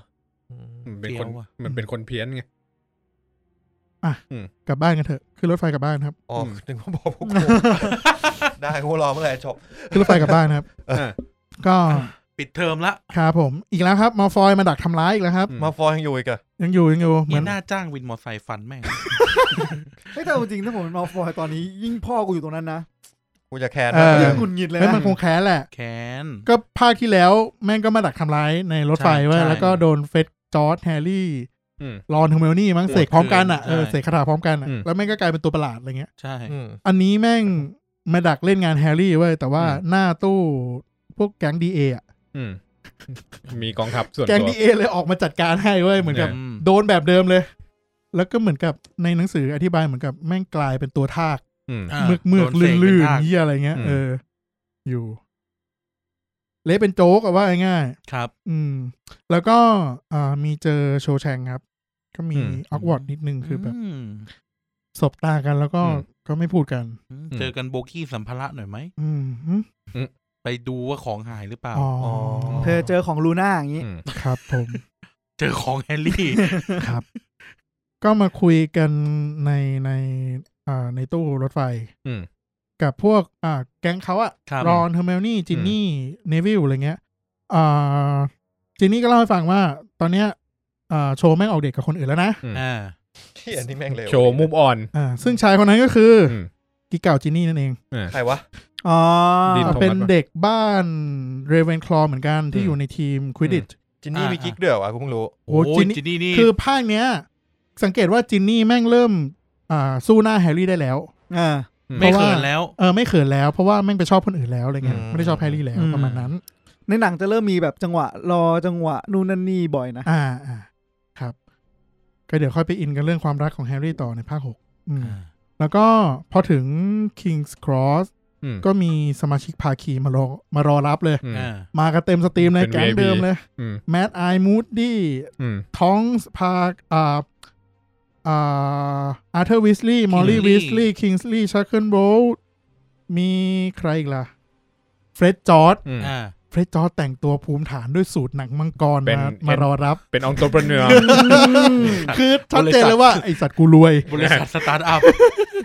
S1: อืม
S3: มันเป็นคน
S4: เดี๋ยวว่ะ
S3: มันเป็นคนเพี้ยนไง
S5: กลับบ้านกันเถอะขึ้นรถไฟกลับบ้านครับ
S1: อ๋อ
S3: ม
S1: ถึงว่าบอกพวกกู ได้กูรอเมื่อไหร่จบ
S5: ขึ้นรถไฟกลับบ้านครับ
S1: เออ
S5: ก็
S4: ปิดเทอมละ
S5: ครับผม อีกแล้วครับมอฟอยมาดักทำร้ายอีกแล้วครับ
S3: อืม
S1: มาฟอยยังอยู่อีกเหรอะ
S5: ยังอยู่ยังอยู่เหมื
S4: นี่
S5: อน
S4: หน้าจ้างวินมอเตอร์ไซค์ฟันแม่ง
S2: เฮ้ยแต่เอาจริงถ้าผมเป็นมาฟอยตอนนี้ยิ่งพ่อกูอยู่ตรงนั้นนะ
S1: กูจะแคน
S5: เอ
S1: นะ
S5: อ
S2: ยิ่งหงุดหงิดเลย
S5: แล้ว
S2: นะ
S5: มันคงแค้นแหละ
S4: แคน
S5: ก็ภาคที่แล้วแม่งก็มาดักทำร้ายในรถไฟไว้ย
S4: ใช่
S5: แล้วก็โดนเฟสจอร์ดแฮร์รี่
S3: อืม
S5: รอนเทอร์เมลนี่มั้งเสกพร้อมกันอ่ะเออ
S4: ใช่
S5: เสกคาถาพร้อมกันอ่ะ
S3: อืม
S5: แล้วแม่งก็กลายเป็นตัวประหลาดอะไรเงี้ย
S4: ใช่
S1: อืม
S5: อันนี้แม่งมาดักเล่นงานแฮร์รี่เว้ยแต่ว่าหน้าตู้พวกแก๊งดีเอะ
S3: อืมมีกองทัพส่วน
S5: แก๊ง
S3: ตัว
S5: ดีเอเลยออกมาจัดการให้เว้ยเหมือนกับ
S4: อืม
S5: โดนแบบเดิมเลย แล้วก็เหมือนกับในหนังสืออธิบายเหมือนกับแม่งกลายเป็นตัวทาก
S3: อืม
S4: อ่า
S5: เมือกเมือก
S4: โดน
S5: ลื่
S4: สกเป็
S5: นลื่น
S4: ทาส
S5: เยี่ยอะไรเงี้ย
S3: อืม
S5: เออ อยู่ เละเป็นโจ๊กอะว่าง่าย
S4: ครับ
S5: ๆอืม แล้วก็อ่ามีเจอโชว์แชงครับ ก็มี
S3: อืม
S5: ออกวอร์ดนิดนึงคือแบบ
S4: ม
S5: สบตากันแล้วก็
S3: อืม
S5: ก็ไม่พูดกัน
S4: อืมเจอกันโบกี้สัมภาระหน่อยไหม
S5: อืมฮึ
S4: ไปดูว่าของหายหรือเปล่า
S5: อ๋อ
S2: เธอเจอของลูน่าอย่างนี้
S3: อืม
S5: ครับผม
S4: เจอของแฮร์รี่
S5: ครับ ก็มาคุยกันในในอ่าในตู้รถไฟ
S3: อืม
S5: กับพวกอ่าแก๊งเขาอะ
S4: ครับ
S5: รอนเฮอร์เมลนี่จินนี่เนวิลอะไรเงี้ยอ่าจินนี่ก็เล่าให้ฟังว่า ตอนเนี้ยอ่าโชว์แม่งออกเด็กกับคนอื่นแล้วนะ
S4: อ่า
S1: ที่อันนี้แม่งเร็ว
S3: โชว์มุมอ่อน
S5: อ่าซึ่งชายคนนั้นก็คืออ
S3: อืม
S5: กิกเก่าจินนี่นั่นเอง
S3: อ่า
S1: ใครวะ
S2: อ๋อ
S3: ดิน
S5: อ่ะ
S3: ผม
S5: เป็น
S3: ว่า
S5: เด็กบ้านเรเวนคลอเหมือนกันที่
S3: อืม
S5: อยู่ในทีมควิดดิช
S1: จินนี่
S4: อ่ามี
S1: มีกิ๊กเดือวะกูเพิ่งรู้
S5: โอ้
S4: โอ้
S5: จิ
S4: จิ
S5: น
S4: น
S5: นี่
S4: นี่นี่
S5: คือภาคเนี้ย สังเกตว่าจินนี่แม่งเริ่มอ่าสู้หน้าแฮร์รี่ได้แล้ว
S2: อ่า
S4: ไม่
S5: เพราะว่า
S4: เขินแล้ว
S5: เออไม่เขินแล้ว เพราะว่าแม่งไปชอบคนอื่นแล้วอะไรเงี้ย
S1: อืม
S5: ไม่ได้ชอบแฮร์รี่แล้ว
S2: อืม
S5: ประมาณนั้น
S2: ในหนังจะเริ่มมีแบบจังหวะรอจังหวะนู่นนั่นนี่บ่อยนะ
S5: อ่าอ่าครับ ก็เดี๋ยวค่อยไปอินกันเรื่องความรักของแฮร์รี่ต่อในภาคหกอืมแล้วก็พอถึง King's Cross
S3: อืม
S5: ก็มีสมาชิกภาคีมารอมารอรับเลย
S3: อืม
S4: อ่า
S5: มากันเต็มสตรีมเลย
S3: เป็น
S5: แก๊ง
S3: VIP
S5: เดิมเลย
S3: อืม
S5: แมดไอมูดดี้
S3: อืม
S5: ท้องส์พาอ่าอ่าอาร์เธอร์วิสลีย์มอลลี่
S4: Kingsley
S5: วิสลีย์คิงส์ลีย์ชัคเคิลโบลมีใครอีกล่ะเฟร็ดจอร์ด
S3: อืม
S4: อ่า
S5: เฟร็ดจอร์ดแต่งตัวภูมิฐานด้วยสูตรหนังมังกร
S3: เป็น
S5: มามารอรับ
S3: เป็นองค์ตัวเปเนื้อ
S5: คือชัดเจน
S4: บริษัท
S5: เลยว่า ไอสัตว์กูรวย
S4: บริษัทสตาร์ทอัพ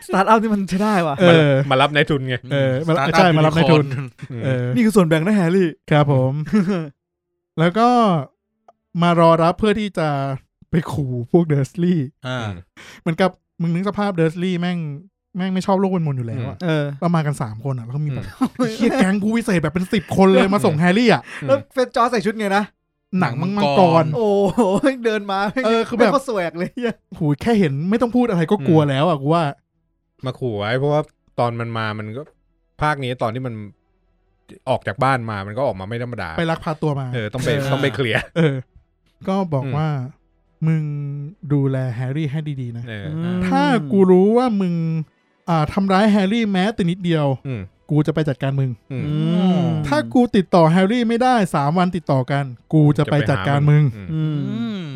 S2: สตาร์ทอัพนี่มันใช้ได้ว่ะ
S5: เออ
S3: มารับนายทุน ไง
S5: เออมาใช่มารับในทุน
S3: อืม
S5: เออ
S2: นี่คือส่วนแบ่งนะแฮร์รี่
S5: ครับ ผม แล้วก็มารอรับเพื่อที่จะไปขู่พวกเดอร์สลีย์
S4: อ่า
S5: เหมือนกับมึงนึกสภาพเดอร์สลีย์แม่งแม่งไม่ชอบโลกวนมนต์อยู่แล้วอะ
S2: เออ
S5: เรามากันสามคนอ่ะแล้วก็มีแบบเฮียแก๊งผู้วิเศษแบบเป็นสิบคนเลยมาส่งแฮร์รี่อ่ะ
S2: แล้วเฟรนจอร์จใส่ชุดไงนะ
S5: หนังมังมังกร
S2: โอ้โหเดินมา
S5: เออคือแบบ
S2: ก็สวกเลยเหี้ย
S5: หูยแค่เห็นไม่ต้องพูดอะไรก็กลัวแล้วอ่ะกูว่า
S3: มาขู่ไว้ เพราะว่าตอนมันมามันก็ภาคนี้ตอนที่มันออกจากบ้านมามันก็ออกมาไม่ธรรมดา
S5: ไปลักพาตัวมา
S3: เออต้องไป
S4: เออ
S3: ต้องไปเคลียร์
S5: เออ ก็บอกว่า มึงดูแลแฮร์รี่ให้ดีๆนะ
S3: เออ
S5: ถ้ากูรู้ว่ามึง อ่าทำร้ายแฮร์รี่แม้แต่นิดเดียว
S3: อืม
S5: กูจะไปจัดการมึง
S3: อืม
S2: อืม
S5: ถ้ากูติดต่อแฮร์รี่ไม่ได้สามวันติดต่อกัน กูจะไปจัดการมึง
S3: อื
S2: อืม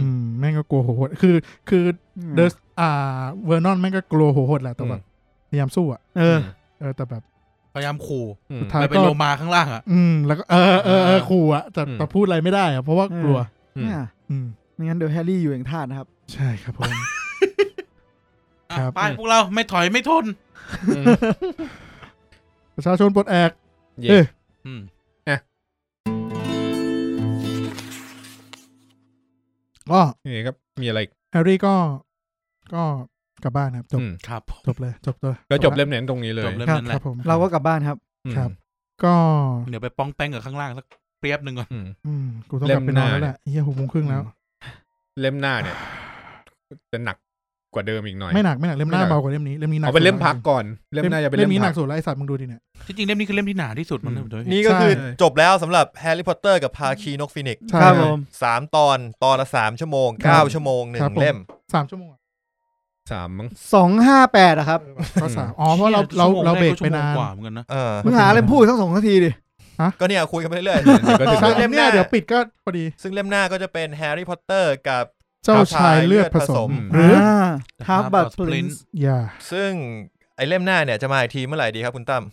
S5: อืมแม่งก็กลัวโหดคือ คือเดอร์สอ่าเวอร์นอนแม่งก็กลัวโหดแหละแต่แบบพยายามสู้อ่ะ
S2: เออ
S5: เออแต่แบบ
S4: พยายามขู่
S3: อืม
S5: ท้าย
S4: ไป
S5: ก็
S4: เป็นโลมาข้างล่างอ่ะ
S5: อืม แล้วก็เออเออเออ
S4: อ่า
S5: ขู่อ่ะแต่
S3: อืม
S5: แต่พูดอะไรไม่ได้อ่ะเพราะว่า
S2: อืม
S5: กลัว
S3: อืม
S2: เนี่ย
S5: อืม
S2: ไม่งั้นเดี๋ยวแฮร์รี่อยู่อย่างท่าสนะครับ
S5: ใช่ครับผม
S4: อ่ะ
S5: ครับ
S4: ไปพวกเราไม่ถอยไม่ทน
S3: อืม
S5: ประชาชนปลดแอก
S3: เย่
S5: เอ้ย
S4: อืม
S5: ก็
S3: นี่ครับมีอะไรอีก
S5: แฮร์รี่ก็ก็กลับบ้านครับจบ
S3: อืม
S4: ครับ
S5: จบเลย จบเลย
S3: ก็จบ
S5: แล้
S3: เล่มเน้นตรงนี้เลย
S4: จบเล่ม
S5: วครับ
S4: นั้นแห
S5: ค
S4: ละ
S5: รับผม
S2: เราก็กลับบ้านครับ
S3: อืม
S5: ครับ ก็
S4: เดี๋ยวไปป้องแป้งกับข้างล่างสักเปรียบหนึ่งก่อน
S3: อืม
S5: อืมกูต้องกลับไปนอนแล้วแหละเฮียหกโมงครึ่งแล้ว
S3: เล่มหน้าเนี่ย จะหนักกว่าเดิมอีกหน่อย
S5: ไม่หนักไม่หนักเล่มหน้า
S3: ไม่หนัก
S5: เบากว่าเล่มนี้เล่มนี้หนัก
S3: เอาเป็นเล่ม
S5: สุด
S3: พักก่อน เล่มหน้าจะเป็น
S5: เล่
S3: เล่
S5: ม
S3: ม
S5: นี้หนั
S3: พั
S5: ก
S3: ก
S5: สุดแล้วไอ้สัตว์มึงดูดิเนี่ย
S4: ที่จริงเล่มนี้คือเล่มที่หนาที่สุดมัน
S3: อื
S4: เล
S3: ม
S4: ย
S1: นี่ก็คือ
S5: ใช่
S1: จบแล้วสำหรับแฮร์รี่พอตเตอร์กับภาคีนกฟินิกซ์
S5: ใช่
S2: ครับผม
S1: สามตอนตอนละสามชั่วโมงเก้าชั่วโมงหนึ่
S5: ครั
S1: ง
S5: บผม
S1: เล่ม
S5: สามชั่วโมงอะ
S3: สามมั้ง
S2: สองห้าแปดอะครับ
S5: ก็สามอ๋อเพราะเราเราเราเบรกไปนาน
S4: กว่าเหมือนกันนะ
S1: เออ
S2: มึงหาอะไรพูดทั้งสองนาทีดิ
S1: ก็เนี่ยคุยกันไปเรื่อย
S3: เดี๋ยวก็ถึง
S5: ใช่
S3: แล้ว
S5: เล่มหน้าเดี๋ยวปิดก็พอดี
S1: ๆซึ่งเล่มหน้าก็จะเป็นแฮร์รี่พอตเตอร์กับ
S5: เจ้าชายเลือดผสม หรือ
S2: ทับบัต
S4: Half-Blood
S2: พลิน
S4: Prince
S2: ซ์
S5: อย่า
S1: ซึ่งไอเล่มหน้าเนี่ยจะมาอีกทีเมื่อไหร่ดีครับคุณตั้ม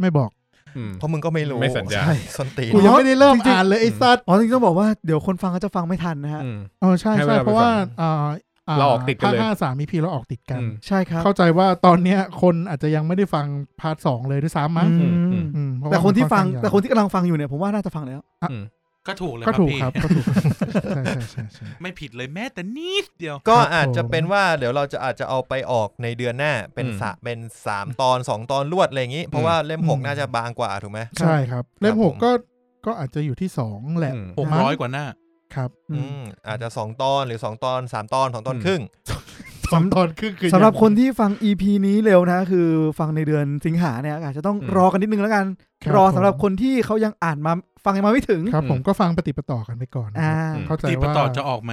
S5: ไม่บอก
S3: อืม
S1: เพราะมึงก็ไม่รู้
S3: ไม่สัญญา
S1: ใช่ ส้นตีน
S5: กูยังไม่ได้เริ่มอ่านเลยไอ้สัตว์
S2: อ๋อจริงๆต้องบอกว่าเดี๋ยวคนฟังเขาจะฟังไม่ทันนะฮะ
S3: อืม
S5: เออใช่
S3: ให้เว
S5: ใช่
S3: ลา
S5: เพราะว่า
S3: ไปฟัง
S5: อ่าา
S3: เราออกติดกันเลย
S5: ภาคห้าสามอีพีเราออกติดกัน
S3: อืม
S2: ใช่ครับ
S5: เข้าใจว่าตอนเนี้ยคนอาจจะยังไม่ได้ฟังพาร์ทสองเลยด้วยซ้ำมั้ง
S2: อืม
S3: อืม
S5: อืมเพราะว่า
S2: แต่คนที่ฟัง
S5: มั
S2: แต่คนที่กำลังฟังอยู่เนี่ยผมว่าน่าจะฟังแล้ว
S4: ก็ถูกเลยค
S5: ก็
S4: รับ
S5: ถูก
S4: พี่
S5: ครับก็ถูกครับ ใช่ใช่ใช่ใช่
S4: ไม่ผิดเลยแม้แต่นิดเดียว
S1: ก็
S5: ครับ
S1: อาจจะ
S5: ผม
S1: เป็นว่าเดี๋ยวเราจะอาจจะเอาไปออกในเดือนหน้าเป็น
S3: อืม
S1: สะเป็นสามตอนสองตอนรวดอะไรอย่างนี้ เพราะว่าเล่มหกน่าจะบางกว่าถูกไหม
S5: ใช่ครับ เล่
S1: ค
S5: ม
S1: รับผม
S5: หกก็ก็อาจจะอยู่ที่สองแหละ
S3: อืม
S4: หกร้อยกว่าหน้า
S5: ครับ
S2: อืม
S1: อืมอาจจะสองตอนหรือสองตอนสามตอนสองตอนครึ่ง
S5: สองตอนครึ่งคือ
S2: สำหรับคนที่ฟัง EP นี้เร็วนะ คือฟังในเดือนสิงหาเนี่ยอาจจะต้อง
S3: อืม
S2: รอกันนิดนึงแล้วกัน รอสำหรับคนที่เขายังอ่านมาฟังยังมาไม่ถึง
S5: ครับ ผมก็ฟังปฏิปต่อกันไปก่อนนะ
S2: อ่า
S5: ครับเข้าใจ
S4: ตีประ
S5: ว่า
S4: ต่อจะออกไหม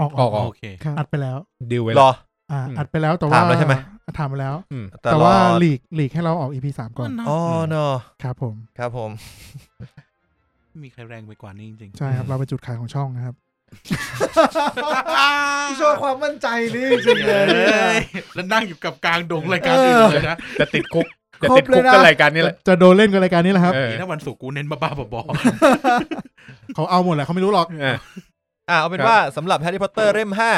S5: ออก
S3: ออกออก
S4: โอเค
S2: ครับ
S5: อัดไปแล้ว
S3: ดิวไว้
S1: ร
S3: แล้
S1: อ
S3: ว
S5: อ่า
S3: อืม
S5: อัดไปแล้วแต่ว่า
S1: ถามแล้วใช่ไหม
S5: ถามไปแล้ว
S3: อืม
S1: แต่
S5: แต่
S1: รอ
S5: ว่าหลีกหลีกให้เราออกอีพีสามก่อน
S1: อ๋อเนอะ
S5: ครับผม
S1: ครับผม
S4: มีใครแรงไปกว่านี้จริง
S5: ใช่ครับ เราเป็นจุดขายของช่องนะครับ
S2: พี่โชว์ความมั่นใจนี่จริงๆเลย
S4: แล้วนั่งอยู่กับกลางดงรายการอื่นเลยนะ
S3: จะติดคุกจะ
S2: ครบ
S3: ติดคุ
S2: เลย
S3: ก
S2: นะ
S3: ก็รายการนี้แหละ
S5: จะโดนเล่นกับรายการนี้แหละครับ
S3: เออ
S4: นี่ถ้าวันศุกร์กูเน้นบ้าๆบอ
S5: เขาเอาหมดแหละเขาไม่รู้หรอก
S3: อ่ะ
S1: อ่าเอาเป็น
S3: ครับ
S1: ว่าสำหรับแฮร์รี่พอตเตอร์เล่มห้า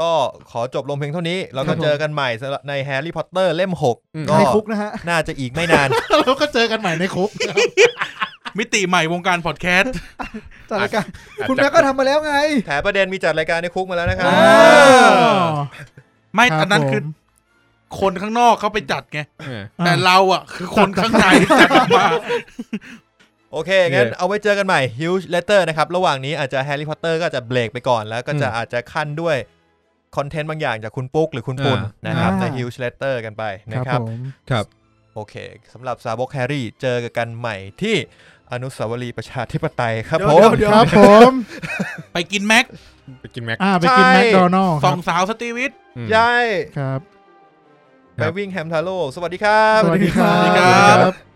S1: ก็ขอจบลงเพียงเท่านี้ แล้ว
S5: ค
S1: ก็
S5: รับผม
S1: เจอกันใหม่สำหรับในแฮร์รี่พอตเตอร์เล่มหก
S3: อืม
S1: ก็
S2: ใครคุกนะฮะ
S1: น่าจะอีกไม่นาน
S5: แล้วก็เจอกันใหม่ในคุก
S4: ๆมิติใหม่วงการพอดแคสต์
S2: จัดรายการ
S3: อาจจะ
S2: คุณแม่ก็ทำมาแล้วไง
S1: แถมประเด็นมีจัดรายการในคุกมาแล้วนะครับ
S2: อ่า
S4: ไม่
S5: ครับ
S4: อันนั้นคือ
S5: ผม
S4: คนข้างนอกเขาไปจัดไง
S3: เออ
S4: แต่เราอ่ะ คือคนข้างในจัดออกมา
S1: โอเค งั้น
S3: เย่
S1: เอาไว้เจอกันใหม่ Huge Letter นะครับ ระหว่างนี้อาจจะแฮร์รี่พอตเตอร์ก็อาจจะเบรกไปก่อนแล้วก็จะ
S3: อืม
S1: อาจจะขั้นด้วย คอนเทนต์บางอย่างจากคุณปุ๊กหรือคุณปุณ
S3: อ่าน
S1: นะครับ ใน
S2: อ่า
S1: Huge Letter กันไป
S5: ค
S1: นะ
S5: รับ
S1: ครับ
S5: ผม
S3: ครับ
S1: โอเคสำหรับสาวกแฮร์รี่เจอกันใหม่ที่อนุสาวรีย์ประชาธิปไตยครับผม
S2: เดี๋ยว
S5: ครับผม
S4: ไปกินแม็ก
S3: ไปกินแม็ก
S5: อ่าไปกิน
S1: ใช่
S5: แมคโดนัลล์
S4: สองสาวสตีวิท
S3: อืม
S1: ใช่
S5: ครับ
S1: ไปวิ่งแฮมทาโร่สวัสดีครับ
S5: สวัสดีครั
S4: สวัสดีครับ บ